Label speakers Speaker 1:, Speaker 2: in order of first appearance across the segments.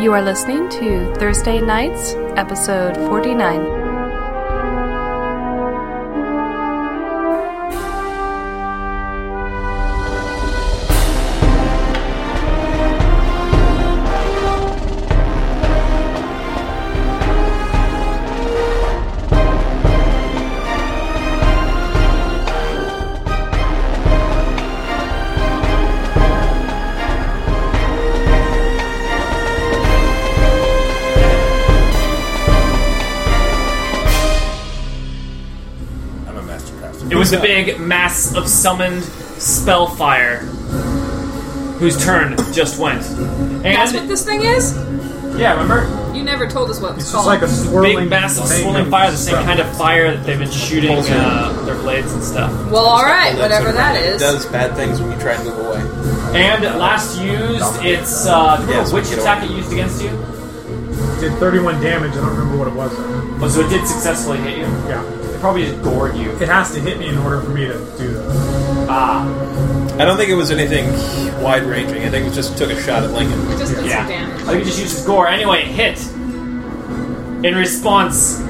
Speaker 1: You are listening to Thursday Nights, episode 49.
Speaker 2: I'm a master caster.
Speaker 3: It was a big mass of summoned spellfire whose turn just went. And
Speaker 4: That's what this thing is?
Speaker 3: yeah, remember?
Speaker 4: You never told us what it was
Speaker 5: It's just
Speaker 4: called.
Speaker 5: like a swirling
Speaker 3: Big mass of
Speaker 5: thing
Speaker 3: swirling fire, the same kind of fire that they've been shooting uh, their blades and stuff.
Speaker 4: well, alright, whatever that
Speaker 6: It
Speaker 4: is.
Speaker 6: does bad things when you try and move away.
Speaker 3: And it last used its uh, do you
Speaker 6: Yes,
Speaker 3: remember which
Speaker 6: get
Speaker 3: attack
Speaker 6: away.
Speaker 3: it used against you?
Speaker 5: Did 31 damage. I don't remember what it was. Though.
Speaker 3: Oh, so it did successfully hit you.
Speaker 5: Yeah,
Speaker 3: It probably just gored you.
Speaker 5: it has to hit me in order for me to do that.
Speaker 3: Ah,
Speaker 6: I don't think it was anything wide ranging. I think it was just took a shot at Lincoln.
Speaker 4: It just did
Speaker 3: yeah.
Speaker 4: some
Speaker 3: I
Speaker 4: damage.
Speaker 3: think it just used its gore. Anyway, it hit. In response,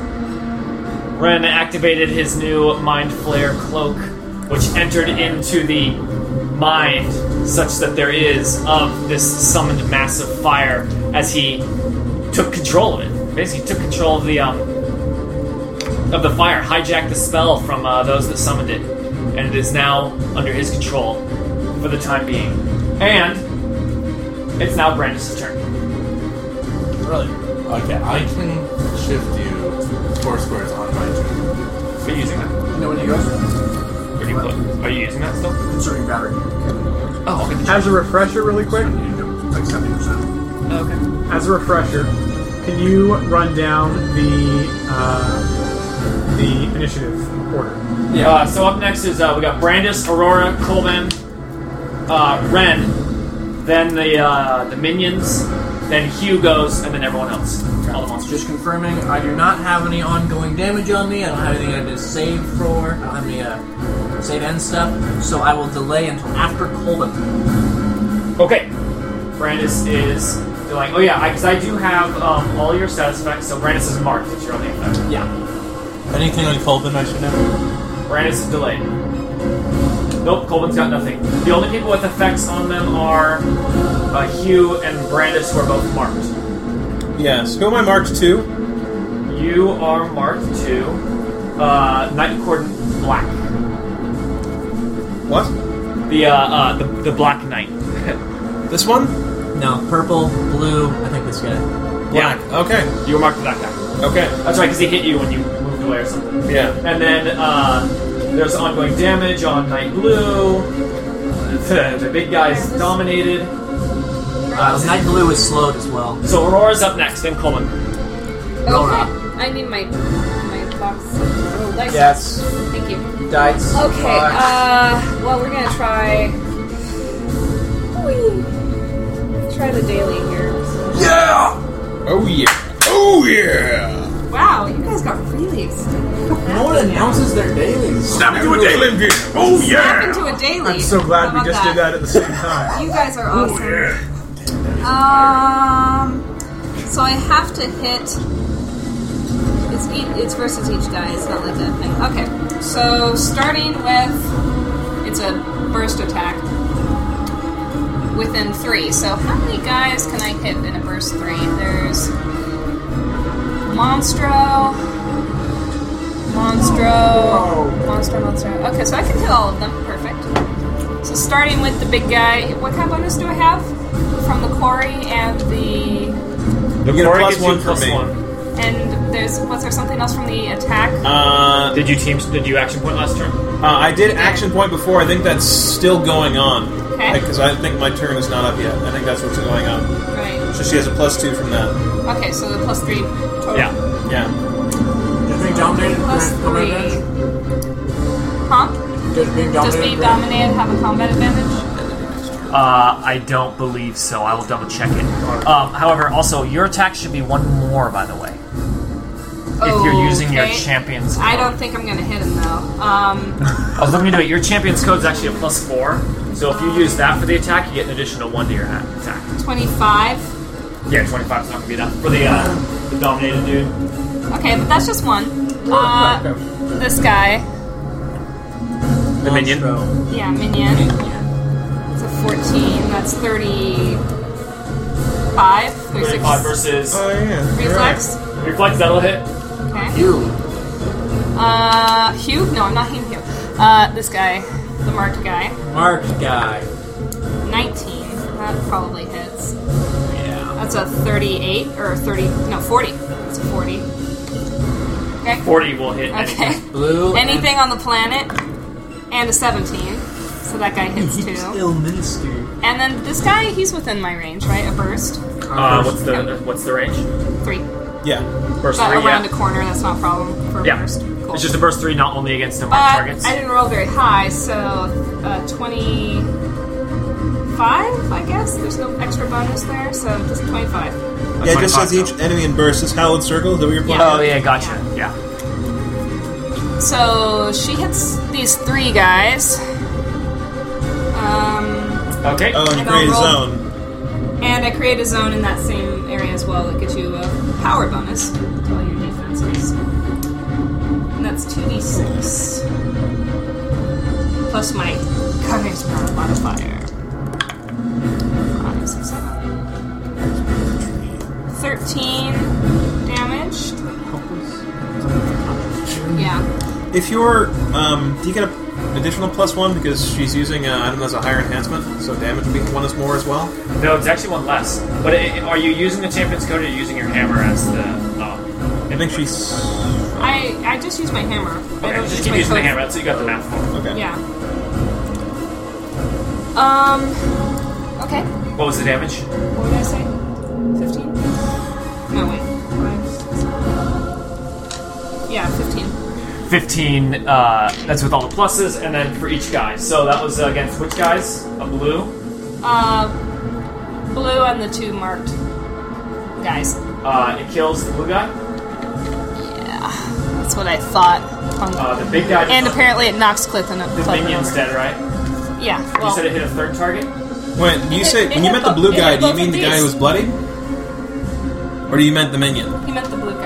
Speaker 3: Ren activated his new Mind Flare cloak, which entered into the mind such that there is of this summoned mass of fire as he took control of it. Basically, took control of the um, of the fire, hijacked the spell from uh, those that summoned it, and it is now under his control for the time being. And it's now Brandis' turn.
Speaker 2: really. Okay, I can shift you four squares on my turn.
Speaker 3: Are you using that?
Speaker 7: No, when you go,
Speaker 3: Are you, are you using that still?
Speaker 7: conserving battery.
Speaker 3: Oh, okay.
Speaker 5: As a refresher, really quick.
Speaker 7: Like seventy percent.
Speaker 3: okay.
Speaker 5: As a refresher, can you run down the uh, the initiative order?
Speaker 3: Yeah. Uh, so up next is uh, we got Brandis, Aurora, Coleman, uh, Ren, then the uh, the minions, then Hugh goes, and then everyone else. All the monsters.
Speaker 7: Just confirming, I do not have any ongoing damage on me. I don't have anything I did save for. I don't have any uh, save end stuff. So I will delay until after Colvin.
Speaker 3: Okay. Brandis is like, oh yeah, because I, do have um, all your status effects. So Brandis is marked. It's your only effect.
Speaker 7: Yeah.
Speaker 6: Anything on Colvin I should know?
Speaker 3: Brandis is delayed. Nope, Colvin's got nothing. The only people with effects on them are uh, Hugh and Brandis, who are both marked.
Speaker 6: Yes. Who am I marked to?
Speaker 3: You are marked to uh, Knight Cordon Black,
Speaker 6: What?
Speaker 3: the uh, uh, the, the Black Knight.
Speaker 6: This one?
Speaker 7: No, purple, blue. I think this guy.
Speaker 3: Yeah.
Speaker 6: Okay.
Speaker 3: You were marked to that guy.
Speaker 6: Okay.
Speaker 3: That's right, because he hit you when you moved away or something.
Speaker 6: Yeah.
Speaker 3: And then uh, there's ongoing damage on Knight Blue. The, the big guy's dominated.
Speaker 7: Uh, Night blue is slowed as well.
Speaker 3: So Aurora's up next, then Coleman.
Speaker 4: Okay. I need my my box of little dice.
Speaker 6: Yes.
Speaker 4: Thank you.
Speaker 6: Dice.
Speaker 4: Okay, uh well we're gonna try Whee! try the daily here. So-
Speaker 6: Yeah. Oh yeah. Oh yeah.
Speaker 4: Wow, you guys got really excited.
Speaker 7: No one announces their dailies.
Speaker 6: Snap into a daily gear. Oh
Speaker 4: Snap into a daily.
Speaker 5: I'm so
Speaker 4: How
Speaker 5: glad we
Speaker 4: about
Speaker 5: just did that at the same time.
Speaker 4: You guys are
Speaker 6: Oh,
Speaker 4: awesome. Um, so I have to hit. It's each, it's versus each die. It's not like that thing. Okay, so starting with it's a burst attack within three. So how many guys can I hit in a burst three? There's Monstro. Monstro, Monstro, Monstro. Okay, so I can hit all of them. Perfect. So starting with the big guy, what kind of bonus do I have from the quarry and the
Speaker 6: You get a
Speaker 3: Aurora
Speaker 6: plus
Speaker 3: gets you
Speaker 6: one for
Speaker 3: plus
Speaker 6: me.
Speaker 3: one.
Speaker 4: and there's was there something else from the attack?
Speaker 6: Uh,
Speaker 3: Did you team? Did you action point last turn?
Speaker 6: uh, I did action point before. I think that's still going on.
Speaker 4: Okay.
Speaker 6: Because I think my turn is not up yet. I think that's what's going on.
Speaker 4: Right.
Speaker 6: So she has a plus two from that.
Speaker 4: Okay, so the plus three total.
Speaker 3: Yeah.
Speaker 6: Yeah.
Speaker 7: Just being dominated.
Speaker 4: Plus
Speaker 7: combat
Speaker 4: three.
Speaker 7: advantage?
Speaker 4: Huh?
Speaker 7: Just being dominated.
Speaker 4: Does being dominated have a combat advantage?
Speaker 3: Uh, I don't believe so. I will double check it. Um, however, also your attack should be one more, by the way. if you're using your
Speaker 4: Okay.
Speaker 3: champions.
Speaker 4: I don't think I'm gonna hit him though. Um,
Speaker 3: I was looking into it. Your champion's code is actually a plus four, so if you use that for the attack, you get an additional one to your ha- attack.
Speaker 4: 25.
Speaker 3: Yeah, 25 is not gonna be enough for the uh, the dominated dude.
Speaker 4: Okay, but that's just one. Uh, this guy.
Speaker 3: The minion.
Speaker 7: Monstro.
Speaker 4: Yeah, minion.
Speaker 7: Minion.
Speaker 4: It's a 14. That's 35. 36.
Speaker 3: 35 versus
Speaker 6: Oh yeah.
Speaker 4: Reflex.
Speaker 3: reflex. That'll hit.
Speaker 4: Okay.
Speaker 7: You.
Speaker 4: Uh, Hugh? No, I'm not him, Hugh. Uh, this guy. The marked guy.
Speaker 7: Marked guy.
Speaker 4: 19. That probably hits.
Speaker 7: Yeah.
Speaker 4: That's a 38, or 30, no, 40. That's a 40. Okay.
Speaker 3: 40 will hit. anything.
Speaker 4: Okay.
Speaker 7: Blue. and-
Speaker 4: Anything on the planet. And a 17. So that guy hits
Speaker 7: He's
Speaker 4: too.
Speaker 7: still minuscule.
Speaker 4: And then this guy, he's within my range, right? A burst.
Speaker 3: Uh, what's the what's the range?
Speaker 4: Three.
Speaker 6: Yeah.
Speaker 3: Burst
Speaker 4: But
Speaker 3: three.
Speaker 4: Uh, around
Speaker 3: yeah.
Speaker 4: a corner, that's not a problem for a
Speaker 3: Yeah.
Speaker 4: burst. Cool.
Speaker 3: It's just a burst three, not only against the
Speaker 4: but
Speaker 3: marked targets.
Speaker 4: Uh, I didn't roll very high, so uh, 25, I guess. There's no extra bonus there, so just 25.
Speaker 3: A
Speaker 6: Yeah, it just
Speaker 3: 25,
Speaker 6: says each
Speaker 3: so-
Speaker 6: enemy in burst is hallowed circle. Is that what you're playing?
Speaker 3: Oh yeah, gotcha. Yeah.
Speaker 4: So she hits these three guys. Um,
Speaker 3: Okay.
Speaker 8: Uh,
Speaker 6: Oh,
Speaker 4: I
Speaker 6: and
Speaker 4: don't
Speaker 6: create a
Speaker 4: roll.
Speaker 6: zone.
Speaker 4: and I create a zone in that same area as well that gives you a power bonus to all your defenses. And that's 2d6. Plus my charisma modifier. Five, six, seven. 13 damage. Yeah.
Speaker 6: If you're, um, do you get an additional plus one because she's using an item that's a higher enhancement, so damage would be one is more as well.
Speaker 3: No, it's actually one less. But i are you using the champion's code or are you using your hammer as the? Oh,
Speaker 6: I think she's
Speaker 4: I, I just use my hammer. I
Speaker 3: Okay,
Speaker 4: don't
Speaker 3: just
Speaker 4: use
Speaker 3: keep
Speaker 4: my
Speaker 3: using the
Speaker 4: cloak.
Speaker 3: hammer. That's what you got the math for.
Speaker 6: okay.
Speaker 4: Yeah. Um. Okay.
Speaker 3: What was the damage?
Speaker 4: What did I say? Fifteen. No wait. Five, six. Yeah, fifteen.
Speaker 3: 15, uh, that's with all the pluses, and then for each guy. So that was uh, against which guys? A blue,
Speaker 4: Uh, blue and the two marked guys.
Speaker 3: uh, it kills the blue guy,
Speaker 4: Yeah, that's what I thought. Punk.
Speaker 3: uh, the big guy,
Speaker 4: and apparently it knocks Cliff and
Speaker 3: the minion's dead, right?
Speaker 4: Yeah. Well,
Speaker 3: you said it hit a third target?
Speaker 6: When you
Speaker 4: It-
Speaker 6: say
Speaker 4: it
Speaker 6: when
Speaker 4: hit
Speaker 6: you meant the
Speaker 4: both-
Speaker 6: blue
Speaker 4: it hit
Speaker 6: guy, do you
Speaker 4: both
Speaker 6: mean
Speaker 4: of
Speaker 6: the guy
Speaker 4: these.
Speaker 6: who was bloody, or do you meant the minion?
Speaker 4: he meant the blue guy.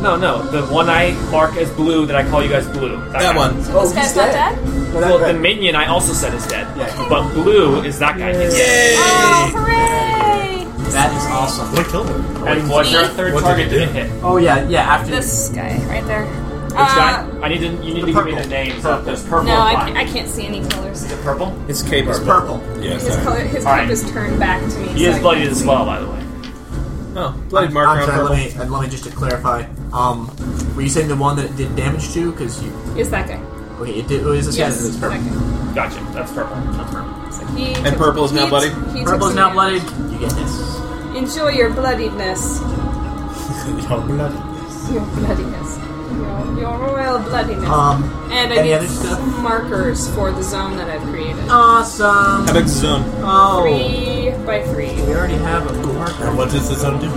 Speaker 3: No, no, the one I mark as blue that I call you guys blue.
Speaker 6: That
Speaker 3: guy.
Speaker 6: one.
Speaker 4: This guy's not dead.
Speaker 7: No,
Speaker 3: Well,
Speaker 7: that
Speaker 3: the
Speaker 7: guy.
Speaker 3: minion I also said is dead,
Speaker 7: Yeah.
Speaker 3: but blue is that guy. He's dead.
Speaker 4: Oh,
Speaker 6: Yay!
Speaker 4: hooray!
Speaker 7: That is awesome.
Speaker 6: What killed him?
Speaker 3: And what's your third
Speaker 6: What did
Speaker 3: target
Speaker 6: it
Speaker 3: did it
Speaker 6: do?
Speaker 3: hit? Which
Speaker 7: Oh yeah, yeah. After
Speaker 4: This guy right there. Which
Speaker 3: guy? I need to. You need to give me
Speaker 5: purple.
Speaker 3: the names. of those purple.
Speaker 4: Uh, No, I
Speaker 3: and
Speaker 4: can't,
Speaker 3: black.
Speaker 4: I can't see any colors.
Speaker 3: Is it purple?
Speaker 6: His cape is
Speaker 5: Purple.
Speaker 6: Yeah.
Speaker 4: His
Speaker 6: sorry.
Speaker 4: color, his
Speaker 3: All
Speaker 4: cape
Speaker 3: right.
Speaker 4: is turned back to me.
Speaker 3: He
Speaker 4: so
Speaker 3: is
Speaker 4: I
Speaker 3: bloodied
Speaker 4: can't
Speaker 3: as
Speaker 4: see.
Speaker 3: well, by the way.
Speaker 6: Oh, bloody
Speaker 7: I'm
Speaker 6: marker on
Speaker 7: sorry,
Speaker 6: purple.
Speaker 7: let me uh, let me just to clarify. Um, were you saying the one that it did damage to? Because you
Speaker 4: Is that guy?
Speaker 7: okay, it did. Oh, is this guy?
Speaker 4: Yes,
Speaker 7: It's
Speaker 4: that
Speaker 7: purple.
Speaker 4: guy.
Speaker 3: Gotcha. That's purple. That's purple.
Speaker 4: So he
Speaker 6: And purple is now
Speaker 4: he-
Speaker 6: bloody?
Speaker 4: he took
Speaker 7: Purple
Speaker 4: some
Speaker 7: is not blooded.
Speaker 4: damage.
Speaker 7: You get this.
Speaker 4: Enjoy your bloodiness.
Speaker 6: Yo, bloody.
Speaker 4: Your bloodiness. Your, your royal bloodiness.
Speaker 7: Um,
Speaker 4: and I
Speaker 7: any
Speaker 4: need
Speaker 7: other stuff? Oh.
Speaker 4: some markers for the zone that I've created.
Speaker 6: How
Speaker 7: Awesome.
Speaker 6: big's the zone?
Speaker 7: Oh,
Speaker 4: Three by three.
Speaker 7: we already have a marker.
Speaker 9: What does the zone do?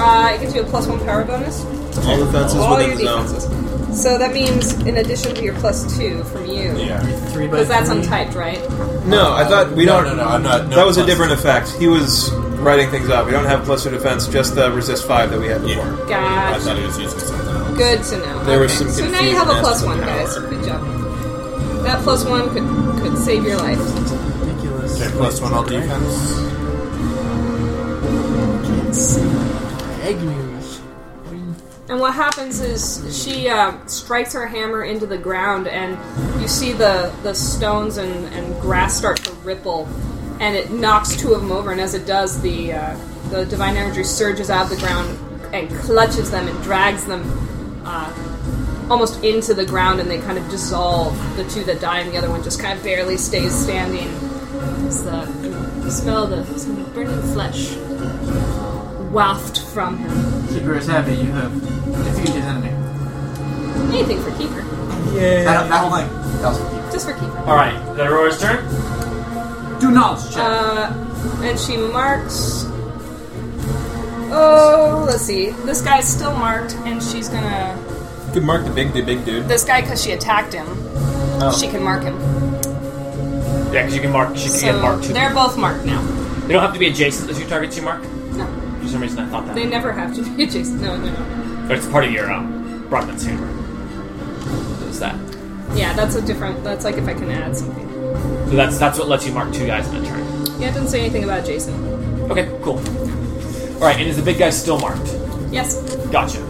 Speaker 4: Uh, it gives you a plus one power bonus.
Speaker 6: All the fences
Speaker 4: All your
Speaker 6: within the zone.
Speaker 4: defenses. So that means in addition to your plus two from you.
Speaker 9: Yeah.
Speaker 7: Three by
Speaker 4: Because that's
Speaker 7: three.
Speaker 4: untyped, right?
Speaker 6: No, I thought we
Speaker 9: no,
Speaker 6: don't.
Speaker 9: No, no, I'm not. No
Speaker 6: that was a
Speaker 9: plus-
Speaker 6: different effect. He was writing things up. We don't have plus two defense, just the resist five that we had before.
Speaker 9: Yeah. I
Speaker 4: Gotcha.
Speaker 9: thought he was using something else.
Speaker 4: Good to know.
Speaker 6: There was some
Speaker 4: Okay, So now you
Speaker 6: confusion
Speaker 4: have a
Speaker 6: as
Speaker 4: plus
Speaker 6: to
Speaker 4: one,
Speaker 6: the
Speaker 4: guys.
Speaker 6: power.
Speaker 4: Good job. That plus one could could save your life.
Speaker 7: Ridiculous.
Speaker 9: Okay, plus one all defense.
Speaker 4: And what happens is she uh, strikes her hammer into the ground, and you see the the stones and, and grass start to ripple, and it knocks two of them over. And as it does, the uh, the divine energy surges out of the ground and clutches them and drags them uh, almost into the ground, and they kind of dissolve. The two that die, and the other one just kind of barely stays standing. It's the, the smell of the smell of burning flesh waft from him.
Speaker 7: Keeper is happy. You have defeated his enemy.
Speaker 4: Anything for keeper.
Speaker 7: I don't, I don't like. That was for keeper.
Speaker 4: Just for keeper.
Speaker 3: All right, the Aurora's turn.
Speaker 7: Do knowledge check.
Speaker 4: Uh, and she marks. Oh, let's see. This guy's still marked, and she's gonna.
Speaker 6: You could mark the big, the big dude.
Speaker 4: This guy, because she attacked him, she can mark him.
Speaker 3: Yeah, because you can mark. Oh. She can
Speaker 4: So
Speaker 3: get marked too.
Speaker 4: they're both marked now.
Speaker 3: They don't have to be adjacent to two targets you mark.
Speaker 4: No,
Speaker 3: For some reason, I thought that.
Speaker 4: they never have to be adjacent. No, no, no.
Speaker 3: But it's part of your um, Brockman's hammer. Is that?
Speaker 4: Yeah, that's a different. That's like if I can add something.
Speaker 3: So that's that's what lets you mark two guys in a turn.
Speaker 4: Yeah, it doesn't say anything about adjacent.
Speaker 3: Okay, cool. All right, and is the big guy still marked?
Speaker 4: Yes.
Speaker 3: Gotcha.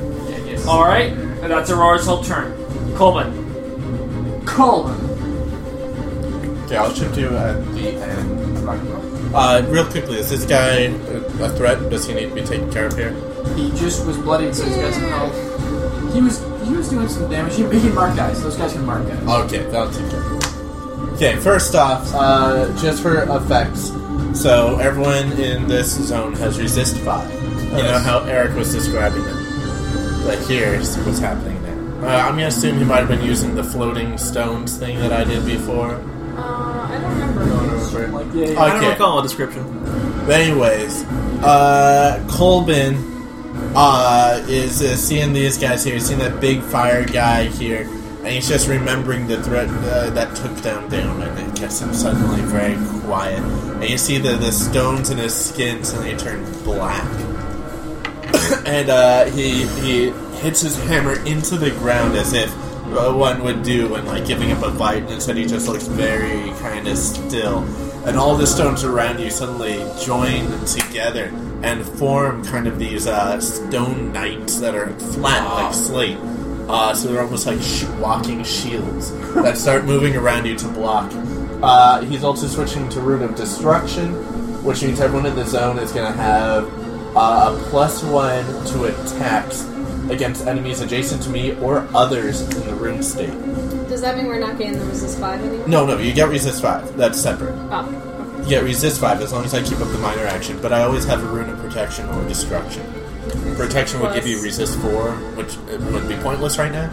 Speaker 3: All right, and that's Aurora's whole turn. Coleman,
Speaker 7: Colon.
Speaker 9: Okay, I'll shift you at the end. I'm not gonna roll. Uh, real quickly, is this guy a a threat? Does he need to be taken care of here?
Speaker 7: He just was bloodied, so he's got some health. He was he was doing some damage. He, he can mark guys. Those guys can mark guys.
Speaker 9: Okay, that'll take care of it. Okay, first off, uh, just for effects. So everyone in this zone has resist five. You know how Eric was describing it. Like here's what's happening now. Uh, I'm gonna assume he might have been using the floating stones thing that I did before.
Speaker 4: Uh, I don't remember.
Speaker 7: Like yeah, yeah.
Speaker 6: I don't
Speaker 9: Okay.
Speaker 6: recall a description.
Speaker 9: But anyways, uh, Colbin uh, is uh, seeing these guys here, seeing that big fire guy here, and he's just remembering the threat uh, that took them down, and it gets him suddenly very quiet. And you see the, the stones in his skin suddenly turn black. and uh, he, he hits his hammer into the ground as if uh, one would do when like giving up a fight, and instead he just looks very kind of still. And all the stones around you suddenly join together and form kind of these uh, stone knights that are flat like slate. Uh, so they're almost like sh- walking shields that start moving around you to block. Uh, he's also switching to Root of Destruction, which means everyone in the zone is going to have uh, a plus one to attacks against enemies adjacent to me or others in the room state.
Speaker 4: Does that mean we're not getting the resist five anymore?
Speaker 9: No, no, you get resist five. That's separate.
Speaker 4: Oh,
Speaker 9: You get resist five as long as I keep up the minor action, but I always have a rune of protection or destruction.
Speaker 4: Mm-hmm.
Speaker 9: Protection would give you resist four, which uh, would be pointless right now.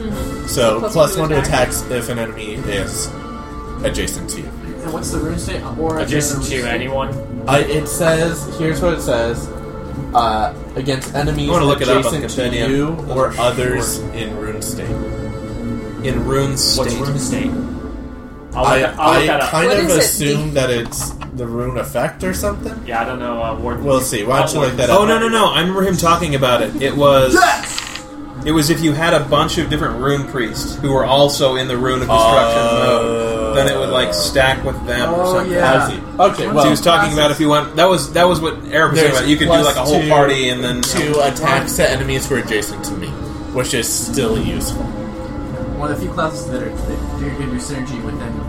Speaker 4: Mm-hmm.
Speaker 9: So
Speaker 4: Plus
Speaker 9: plus,
Speaker 4: one to
Speaker 9: one to
Speaker 4: attack.
Speaker 9: attacks if an enemy is adjacent to you.
Speaker 7: And what's the rune state? Uh, Or
Speaker 3: adjacent
Speaker 7: rune
Speaker 3: to
Speaker 7: state?
Speaker 3: Uh, anyone.
Speaker 9: Uh, it says here's what it says: uh, against enemies
Speaker 6: I wanna look it up on
Speaker 9: adjacent to
Speaker 6: Compendium.
Speaker 9: you or
Speaker 6: Sure.
Speaker 9: others in rune state.
Speaker 6: In rune
Speaker 3: What's
Speaker 6: state.
Speaker 3: room state? I'll look,
Speaker 9: I,
Speaker 3: that, I'll look that
Speaker 9: I
Speaker 3: up.
Speaker 9: kind
Speaker 4: What
Speaker 9: of
Speaker 4: is it?
Speaker 9: assume that it's the rune effect or something.
Speaker 3: yeah, I don't know. Uh, Ward.
Speaker 9: We'll see. Why don't you look that up?
Speaker 6: Oh no no no! I remember him talking about it. It was it was if you had a bunch of different rune priests who were also in the rune of destruction
Speaker 9: Oh.
Speaker 6: mode, then it would like stack with them or
Speaker 7: Oh,
Speaker 6: something.
Speaker 7: yeah.
Speaker 9: I see. Okay,
Speaker 6: So he
Speaker 9: well,
Speaker 6: was talking about if you want that was that was what Eric was talking about. You could do
Speaker 9: plus
Speaker 6: like a whole
Speaker 9: two-
Speaker 6: party and then
Speaker 9: two attacks to enemies who are adjacent to me, which is still useful.
Speaker 7: One of the few classes that are that do give you synergy with them.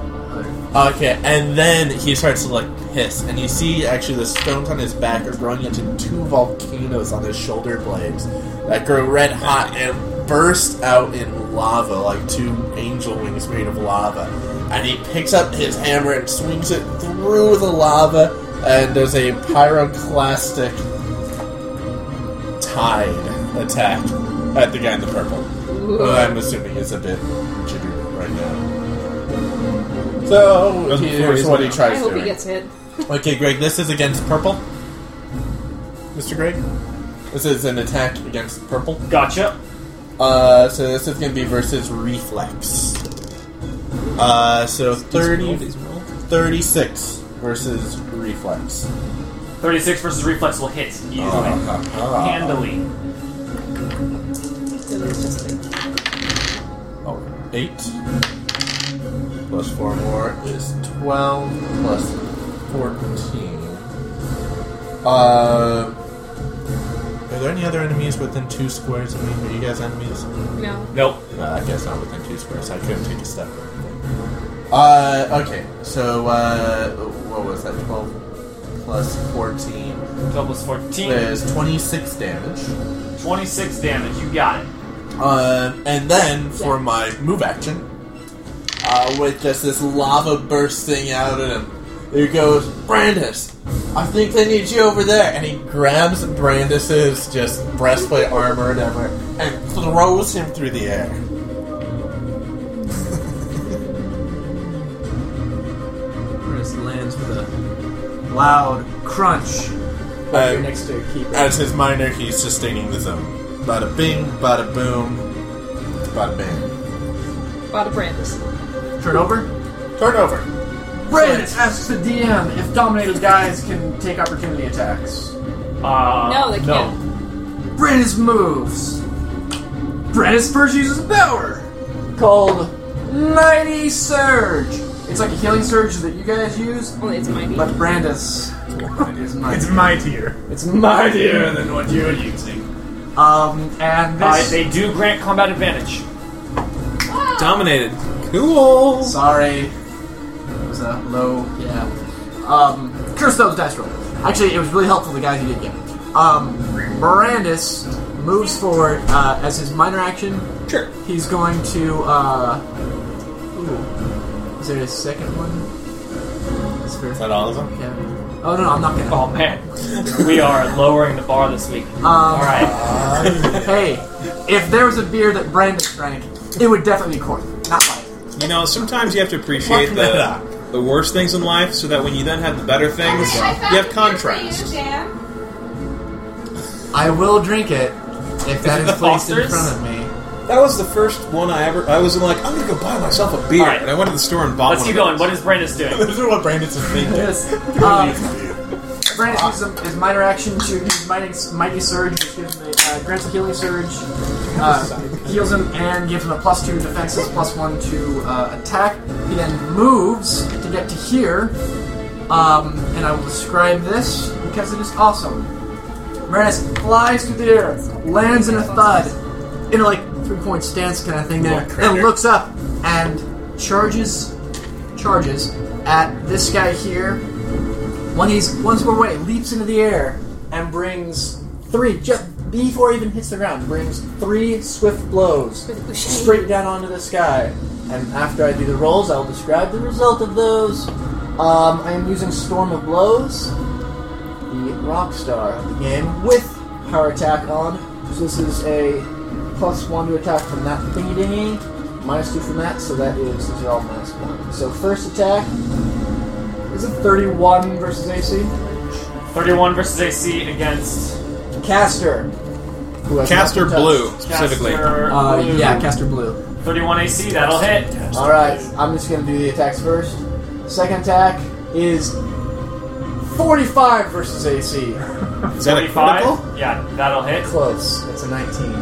Speaker 7: Other.
Speaker 9: Okay, and then he starts to like piss, and you see actually the stones on his back are growing into two volcanoes on his shoulder blades that grow red hot and burst out in lava like two angel wings made of lava. And he picks up his hammer and swings it through the lava, and does a pyroclastic tide attack at the guy in the purple.
Speaker 4: Ooh.
Speaker 9: Who I'm assuming is a bit jittery right now. So
Speaker 6: Doesn't freeze
Speaker 9: here's what he
Speaker 6: now.
Speaker 4: I
Speaker 9: tries
Speaker 4: hope
Speaker 9: doing.
Speaker 4: he gets hit.
Speaker 9: Okay, Greg, this is against purple. Mr. Greg? This is an attack against purple.
Speaker 3: Gotcha.
Speaker 9: Uh, so this is going to be versus reflex. Uh, so 30, 36 versus reflex.
Speaker 3: Thirty-six versus reflex will hit easily,
Speaker 9: Oh, Ah.
Speaker 3: handily.
Speaker 4: So there's just like-
Speaker 9: Oh, eight. Plus four more is twelve. Plus fourteen. Uh, are there any other enemies within two squares of me? Are you guys enemies?
Speaker 4: no.
Speaker 3: Nope.
Speaker 9: Uh, I guess not within two squares. I couldn't take a step. Uh, okay. So, uh, what was that? Twelve plus fourteen
Speaker 3: Twelve plus fourteen.
Speaker 9: is twenty-six damage.
Speaker 3: Twenty-six damage. You got it.
Speaker 9: Um, and then for my move action, uh, with just this lava bursting out at him, there goes Brandis. I think they need you over there. And he grabs Brandis's just breastplate armor and everything and throws him through the air.
Speaker 7: Chris lands with a loud crunch.
Speaker 9: Uh,
Speaker 7: You're next to keeper.
Speaker 9: as his minor, he's sustaining the zone. Bada bing, bada boom, bada bang.
Speaker 4: Bada Brandis.
Speaker 3: Uh,
Speaker 7: Turn over.
Speaker 9: Turnover.
Speaker 7: Brent asks the DM if dominated guys can take opportunity attacks.
Speaker 3: Uh,
Speaker 4: No, they can't.
Speaker 7: Brennus moves. Brennus first uses a power called Mighty Surge. It's like a healing surge that you guys use,
Speaker 4: Only it's mighty.
Speaker 7: but Brandis is mighty.
Speaker 5: It's mightier.
Speaker 7: It's mightier than what you're using. Um, and
Speaker 3: Uh,
Speaker 7: this.
Speaker 3: they do grant combat advantage.
Speaker 6: Dominated. Cool.
Speaker 7: Sorry. It was a low, yeah. Um, curse those dice roll. Actually, it was really helpful the guys who did get it. Um, Mirandus moves forward uh, as his minor action.
Speaker 6: Sure.
Speaker 7: He's going to. Uh, ooh, is there a second one? That's fair.
Speaker 6: Is that all of them?
Speaker 7: Yeah. Oh no, no, I'm not gonna.
Speaker 3: Oh man, we are lowering the bar this week. All right,
Speaker 7: Um, Hey, if there was a beer that Brandis drank, it would definitely be corn, not mine.
Speaker 6: You know, sometimes you have to appreciate
Speaker 9: Fuck
Speaker 6: the,
Speaker 9: that.
Speaker 6: the worst things in life so that when you then have the better things,
Speaker 4: Hey, I found
Speaker 6: you
Speaker 4: it
Speaker 6: have
Speaker 4: for
Speaker 6: contrast.
Speaker 4: you, Dan.
Speaker 7: I will drink it if that is
Speaker 6: the
Speaker 7: placed in
Speaker 6: Foster's?
Speaker 7: front of me.
Speaker 6: That was the first one I ever. I was like, I'm gonna go buy myself a beer,
Speaker 3: All right.
Speaker 6: and I went to the store and bought
Speaker 3: let's
Speaker 6: one.
Speaker 3: keep
Speaker 6: of
Speaker 3: going.
Speaker 6: those.
Speaker 3: What is Brandis doing?
Speaker 9: This is what Brandon's thinking.
Speaker 7: Yes. Um, Brandon uses his- his minor action to use mighty, mighty surge, which gives him a, uh, grants a healing surge, uh, heals him, and gives him a plus two defenses, plus one to uh, attack. He then moves to get to here, um, and I will describe this because it is awesome. Marinus flies through the air, lands in a thud, in a like three point stance kind of thing there, and looks up and charges, charges at this guy here when he's once more away, leaps into the air and brings three, just before he even hits the ground, brings three swift blows straight down onto the sky. And after I do the rolls, I'll describe the result of those. Um, I am using Storm of Blows, the rock star of the game, with Power Attack on. So this is a plus one to attack from that thingy dingy, minus two from that, so that is, these are all minus one. So first attack is a 31 versus AC.
Speaker 3: Thirty-one versus AC against
Speaker 7: Caster. Who has
Speaker 6: Caster
Speaker 7: nothing
Speaker 6: Blue
Speaker 7: touched.
Speaker 6: specifically.
Speaker 3: Caster
Speaker 7: Uh,
Speaker 3: Blue.
Speaker 7: yeah, Caster Blue.
Speaker 3: Thirty-one AC. That'll hit.
Speaker 7: All right, I'm just gonna do the attacks first. Second attack is 45 versus AC.
Speaker 6: Is that a critical?
Speaker 3: Forty-five. Yeah, that'll hit.
Speaker 7: Close. It's a 19.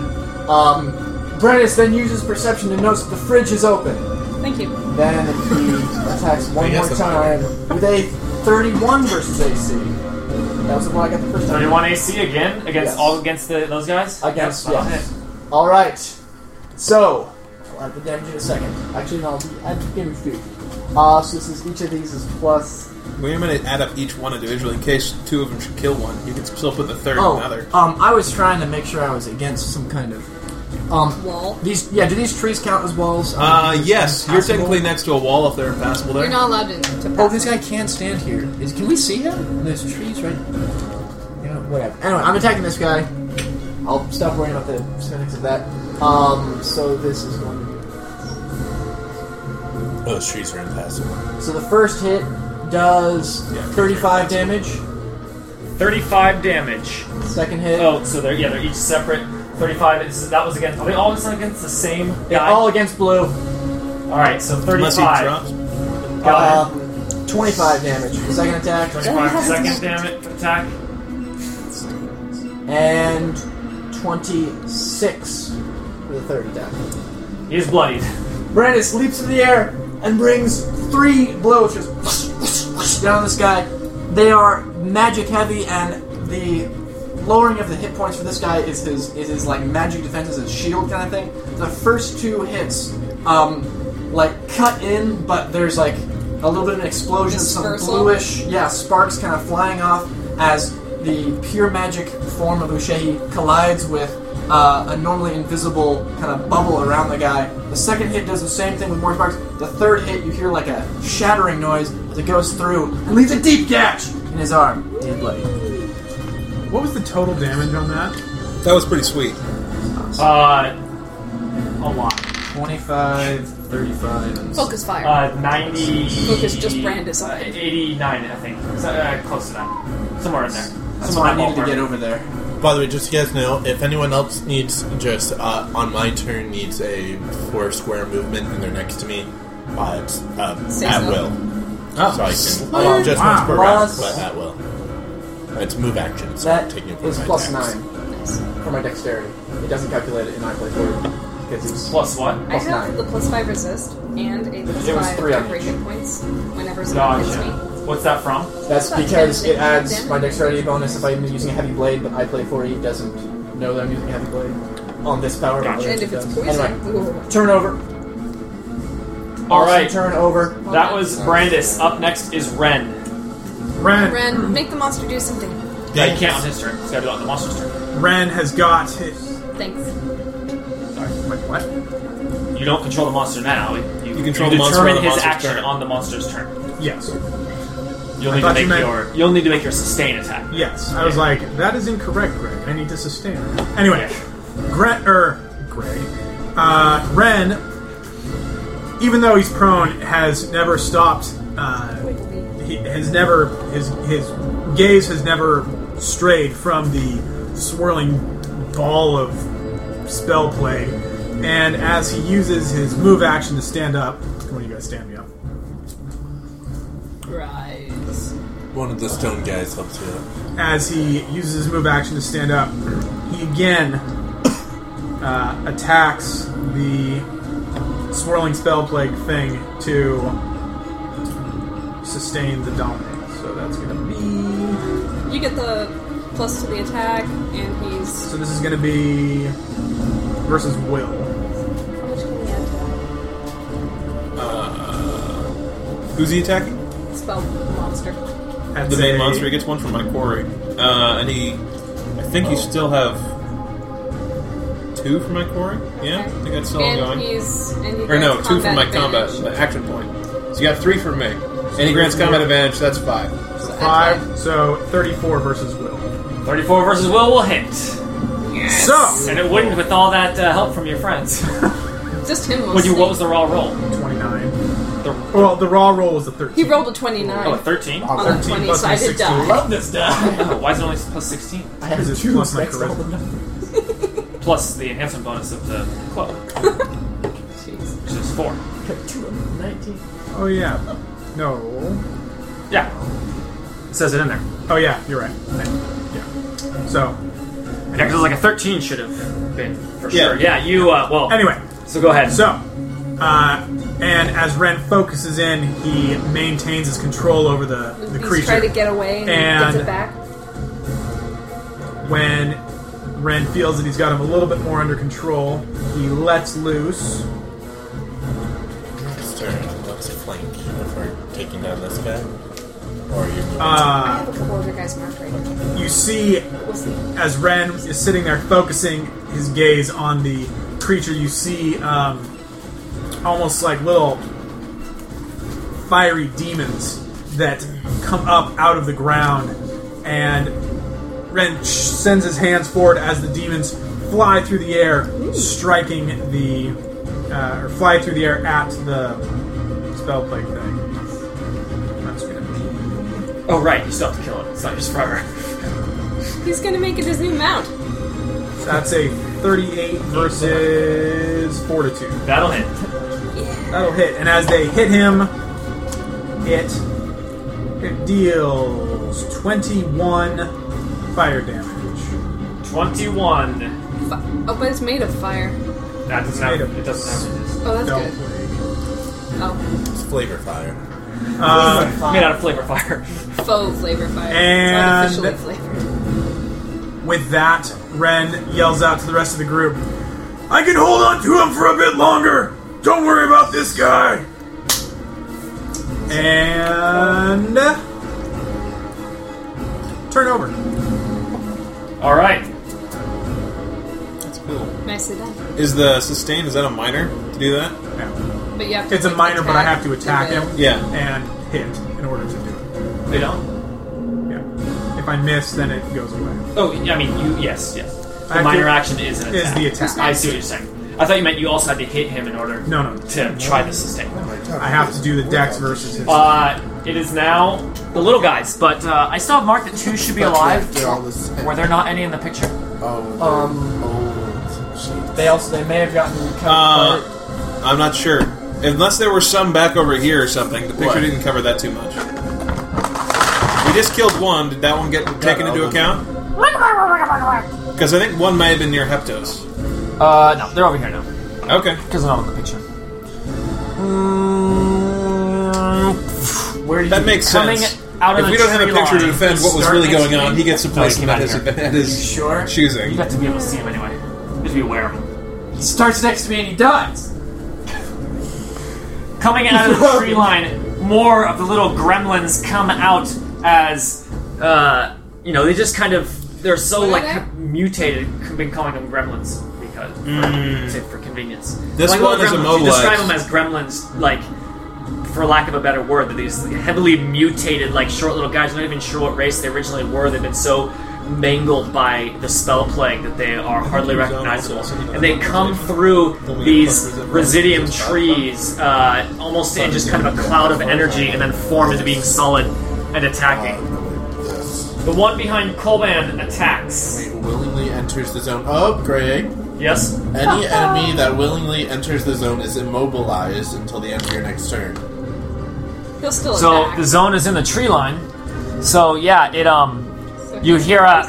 Speaker 7: Um, Brennus then uses perception to notice that the fridge is open.
Speaker 4: Thank you.
Speaker 7: Then he attacks one
Speaker 9: Yes,
Speaker 7: more
Speaker 9: I'm
Speaker 7: time with a 31 versus AC. That was the one I got the first time.
Speaker 3: Thirty-one AC again against
Speaker 7: Yes.
Speaker 3: all against the, those guys.
Speaker 7: Against,
Speaker 3: Yep, that'll
Speaker 7: yes.
Speaker 3: hit.
Speaker 7: All right. So, I'll add the damage in a second. Actually, no, I'll do- add the damage too. Uh, so this is each of these is plus.
Speaker 6: We're gonna add up each one individually in case two of them should kill one. You can still put the third in another.
Speaker 7: um, I was trying to make sure I was against some kind of. Um,
Speaker 4: Wall.
Speaker 7: these yeah, do these trees count as walls?
Speaker 6: Uh, yes, you're technically next to a wall if they're impassable there.
Speaker 4: You're not allowed to. to
Speaker 7: Oh,
Speaker 4: pass
Speaker 7: this
Speaker 4: it.
Speaker 7: guy can't stand here. Is, can we see him? There's trees right. You know, whatever. Anyway, I'm attacking this guy. I'll stop worrying about the semantics of that. Um, so this is going to be
Speaker 9: Oh, those trees are impassable.
Speaker 7: So the first hit does
Speaker 6: Yeah.
Speaker 7: 35 damage.
Speaker 3: Thirty-five damage.
Speaker 7: Second hit,
Speaker 3: Oh, so they're yeah, they're each separate. Thirty-five. Is, that was against. Are they all against the same
Speaker 7: yeah,
Speaker 3: guy?
Speaker 7: all against blue.
Speaker 3: all right. So
Speaker 6: Unless he
Speaker 3: thirty-five.
Speaker 6: drops.
Speaker 3: Got
Speaker 7: Uh, 25 damage. Second attack,
Speaker 3: Twenty-five second damage attack.
Speaker 7: and 26 for the third attack.
Speaker 3: He's bloodied.
Speaker 7: Brandis leaps in the air and brings three blows just whoosh, whoosh, whoosh, down this guy. They are magic heavy, and the lowering of the hit points for this guy is his is his like magic defenses and shield kind of thing. The first two hits, um, like cut in, but there's like a little bit of an explosion, some
Speaker 4: Dispersal?
Speaker 7: bluish, yeah, sparks kind of flying off as the pure magic form of Ushehi collides with uh, a normally invisible kind of bubble around the guy. The second hit does the same thing with more sparks. The third hit, you hear like a shattering noise as it goes through and leaves a deep gash in his arm. Dead bloody.
Speaker 5: What was the total damage on that?
Speaker 6: That was pretty sweet.
Speaker 3: Uh, a lot.
Speaker 7: 25, 35, and
Speaker 4: Focus fire.
Speaker 3: Uh, 90.
Speaker 4: Focus just Brandis on
Speaker 3: uh,
Speaker 4: it.
Speaker 3: 89, I think. So, uh, close to that. Somewhere in there.
Speaker 7: That's
Speaker 3: Somewhere
Speaker 7: why I
Speaker 3: in that
Speaker 7: needed to
Speaker 3: ballpark.
Speaker 7: get over there.
Speaker 9: By the way, just so you guys know, if anyone else needs, just uh, on my turn, needs a four square movement and they're next to me, uh, it's uh,
Speaker 4: Say
Speaker 9: at
Speaker 4: so.
Speaker 9: will.
Speaker 6: Oh,
Speaker 9: So I can
Speaker 6: sl-
Speaker 9: uh, just once per round,
Speaker 7: Plus-
Speaker 9: but at will. It's move action, so I'm
Speaker 7: That
Speaker 9: taking it
Speaker 7: is
Speaker 9: my
Speaker 7: plus
Speaker 9: attacks.
Speaker 7: nine
Speaker 4: Nice.
Speaker 7: for my dexterity. It doesn't calculate it in I play forward because it's
Speaker 3: Plus what?
Speaker 4: I
Speaker 7: Plus
Speaker 4: have
Speaker 7: nine.
Speaker 4: the plus five resist and a plus
Speaker 7: It was
Speaker 4: five
Speaker 7: three on
Speaker 4: temporary
Speaker 7: each.
Speaker 4: hit points whenever someone hits
Speaker 3: Gotcha.
Speaker 4: me.
Speaker 3: What's that from?
Speaker 7: That's
Speaker 4: That's
Speaker 7: because
Speaker 4: ten
Speaker 7: it adds
Speaker 4: damage.
Speaker 7: my dexterity bonus if I'm using a heavy blade, but I play 4E doesn't know that I'm using a heavy blade on this power.
Speaker 3: Gotcha.
Speaker 7: level.
Speaker 4: And if it's poison,
Speaker 7: Anyway,
Speaker 4: ooh.
Speaker 7: turn over.
Speaker 3: All right.
Speaker 7: Turn over.
Speaker 3: That was Brandis. Up next is Ren.
Speaker 5: Ren,
Speaker 4: Ren, make the monster do something.
Speaker 3: I can't on his turn. He's got to do it on the monster's turn.
Speaker 5: Ren has got his.
Speaker 4: Thanks.
Speaker 5: Wait, what?
Speaker 3: You don't control the monster now. You,
Speaker 6: You control the monster on
Speaker 3: determine
Speaker 6: the monster's
Speaker 3: his action
Speaker 6: turn.
Speaker 3: on the monster's turn.
Speaker 5: Yes.
Speaker 3: You'll
Speaker 5: I
Speaker 3: need to
Speaker 5: thought
Speaker 3: make
Speaker 5: you meant-
Speaker 3: your you'll need to make your sustain attack.
Speaker 5: Yes. I was
Speaker 3: Yeah.
Speaker 5: like, that is incorrect, Greg. I need to sustain. Anyway, Gre- er, Greg. Uh, Ren, even though he's prone, has never stopped. Uh, he has never his his gaze has never strayed from the swirling ball of spell play, and as he uses his move action to stand up, come on, you guys, stand me up.
Speaker 4: Rise.
Speaker 9: One of the stone guys helps you. out.
Speaker 5: As he uses his move action to stand up, he again uh, attacks the swirling spell plague thing to sustain the dominate. So that's gonna be
Speaker 4: You get the plus to the attack, and he's.
Speaker 5: So this is going to be versus Will.
Speaker 4: How much can he add
Speaker 6: Who's he attacking?
Speaker 4: to that spell monster?
Speaker 5: That's
Speaker 6: The main
Speaker 5: a-
Speaker 6: monster. He gets one from my quarry, uh, and he. I think you still have two from my quarry. Yeah, I think that's still
Speaker 4: and
Speaker 6: going.
Speaker 4: He's, and he
Speaker 6: Or no,
Speaker 4: gets
Speaker 6: two from my combat
Speaker 4: advantage.
Speaker 6: my action point. So you got three from me. Any grants combat advantage, that's five.
Speaker 4: So add
Speaker 5: Five, so 34 versus Will.
Speaker 3: Thirty-four versus Will will hit,
Speaker 5: So
Speaker 3: and it wouldn't with all that uh, help from your friends.
Speaker 4: Just him.
Speaker 3: Would you?
Speaker 4: mostly.
Speaker 3: What was the raw roll?
Speaker 5: 29.
Speaker 3: The
Speaker 5: Well, the raw roll was a 13.
Speaker 4: He rolled a 29
Speaker 3: oh, a thirteen.
Speaker 4: on the
Speaker 5: 13
Speaker 4: 20
Speaker 5: plus my
Speaker 4: sided
Speaker 5: 16.
Speaker 4: die.
Speaker 7: Love this die.
Speaker 3: Oh, why is it only plus sixteen?
Speaker 7: I have
Speaker 5: Is it
Speaker 7: two
Speaker 5: plus my
Speaker 7: next to all
Speaker 5: charisma?
Speaker 7: the numbers.
Speaker 3: Plus the enhancement bonus of the club, which is four.
Speaker 7: Two of them, Nineteen.
Speaker 5: Oh, yeah. No.
Speaker 3: Yeah, it says it in there.
Speaker 5: Oh, yeah, you're right. Yeah. So,
Speaker 3: Yeah, because like a 13 should have been for
Speaker 6: Yeah.
Speaker 3: sure. Yeah, you, uh, well.
Speaker 5: anyway,
Speaker 3: So go ahead.
Speaker 5: so. Uh, and as Ren focuses in, he maintains his control over the, the
Speaker 4: He's trying to
Speaker 5: creature.
Speaker 4: get away and, he gets
Speaker 5: And-
Speaker 4: it back.
Speaker 5: When Ren feels that he's got him a little bit more under control, he lets loose.
Speaker 9: His turn. Let's flank if we're taking down this guy. Or you're
Speaker 5: Uh,
Speaker 9: moving.
Speaker 4: I have a couple other guys marked right now.
Speaker 5: You see
Speaker 4: We'll see.
Speaker 5: as Ren is sitting there focusing his gaze on the creature, you see um, almost like little fiery demons that come up out of the ground. And Ren sh- sends his hands forward as the demons fly through the air, striking the. Uh, or fly through the air at the spell plague thing. That's gonna be.
Speaker 3: Oh, right, you still have to kill it. It's not just forever.
Speaker 4: He's gonna make it his new mount.
Speaker 5: That's a 38 versus Fortitude.
Speaker 3: That'll hit.
Speaker 5: That'll hit. And as they hit him, it, it deals 21 fire damage.
Speaker 3: 21.
Speaker 4: Fi- Oh, but it's made of fire.
Speaker 3: That doesn't
Speaker 5: made
Speaker 3: have,
Speaker 5: of-
Speaker 3: it doesn't have resist.
Speaker 4: Oh, that's
Speaker 5: No.
Speaker 4: good. Oh,
Speaker 9: it's flavor fire.
Speaker 5: Uh,
Speaker 3: Made out of flavor fire.
Speaker 4: faux flavor fire.
Speaker 5: And-
Speaker 4: it's not officially flavored.
Speaker 5: with that, Ren yells out to the rest of the group, I can hold on to him for a bit longer! Don't worry about this guy! And. uh, Turn over.
Speaker 3: All right.
Speaker 6: That's cool.
Speaker 4: Nicely done.
Speaker 6: Is the sustain, is that a minor to do that?
Speaker 5: Yeah.
Speaker 4: But you have to
Speaker 5: It's a
Speaker 4: like,
Speaker 5: minor, but I have to attack
Speaker 4: with
Speaker 5: him.
Speaker 6: Yeah.
Speaker 5: and hit in order to do it.
Speaker 3: They don't?
Speaker 5: Yeah. If I miss, then it goes away.
Speaker 3: Oh, I mean, you, yes, yes. The
Speaker 5: Active
Speaker 3: minor action is an
Speaker 5: is
Speaker 3: attack.
Speaker 5: the attack.
Speaker 3: I see what you're saying. I thought you meant you also had to hit him in order
Speaker 5: No, no.
Speaker 3: to try the sustain.
Speaker 5: I have to do the dex versus his.
Speaker 3: Uh, it is now the little guys, but uh, I still have marked that two should be alive.
Speaker 9: They're all the same.
Speaker 3: Were there not any in the picture?
Speaker 9: Oh,
Speaker 7: Um,
Speaker 9: old sheep.
Speaker 7: they also they may have gotten kind of
Speaker 6: Uh,
Speaker 7: apart.
Speaker 6: I'm not sure. Unless there were some back over here or something. The picture
Speaker 9: What?
Speaker 6: didn't cover that too much. We
Speaker 8: just killed one. Did that one get taken into
Speaker 9: all of
Speaker 8: account? Because I think one may have been near Heptos.
Speaker 7: Uh, no, they're over here now.
Speaker 8: Okay.
Speaker 7: Because they're not in the picture. Mm, Where did
Speaker 8: That
Speaker 7: you-
Speaker 8: makes
Speaker 3: Coming
Speaker 8: sense.
Speaker 3: out of
Speaker 8: if
Speaker 3: the
Speaker 8: we don't have a
Speaker 3: tree
Speaker 8: picture to
Speaker 3: line,
Speaker 8: defend what was
Speaker 7: start
Speaker 8: really going
Speaker 7: next
Speaker 8: on,
Speaker 7: week?
Speaker 8: he gets to play
Speaker 7: No, he
Speaker 8: some
Speaker 7: came
Speaker 8: at
Speaker 7: out
Speaker 8: his,
Speaker 7: here.
Speaker 8: at his
Speaker 7: Sure.
Speaker 3: You
Speaker 8: choosing.
Speaker 3: got to be able to see him anyway. You have to be aware of him.
Speaker 7: He starts next to me and he dies.
Speaker 3: Coming out of the tree line, more of the little gremlins come out as, uh, you know, they just kind of, they're so
Speaker 4: What are
Speaker 3: like
Speaker 4: they?
Speaker 3: mutated. I've been calling them gremlins because, for, say for convenience.
Speaker 8: Hmm. This
Speaker 3: like
Speaker 8: one
Speaker 3: little
Speaker 8: is
Speaker 3: gremlins.
Speaker 8: immobilized.
Speaker 3: You describe them as gremlins, like, for lack of a better word, that these heavily mutated, like short little guys. You're not even sure what race they originally were. They've been so mangled by the spell plague that they are hardly recognizable. And they come through these residium trees, uh, almost in just kind of a cloud of energy, and then form into being solid and
Speaker 9: Uh,
Speaker 3: attacking.
Speaker 9: This
Speaker 3: The one behind Colban attacks.
Speaker 9: willingly enters the zone. Oh, Greg.
Speaker 3: Yes.
Speaker 9: Any enemy that willingly enters the zone is immobilized until the end of your next turn.
Speaker 4: He'll still
Speaker 3: So
Speaker 4: attack.
Speaker 3: the zone is in the tree line. So yeah, it um, you hear a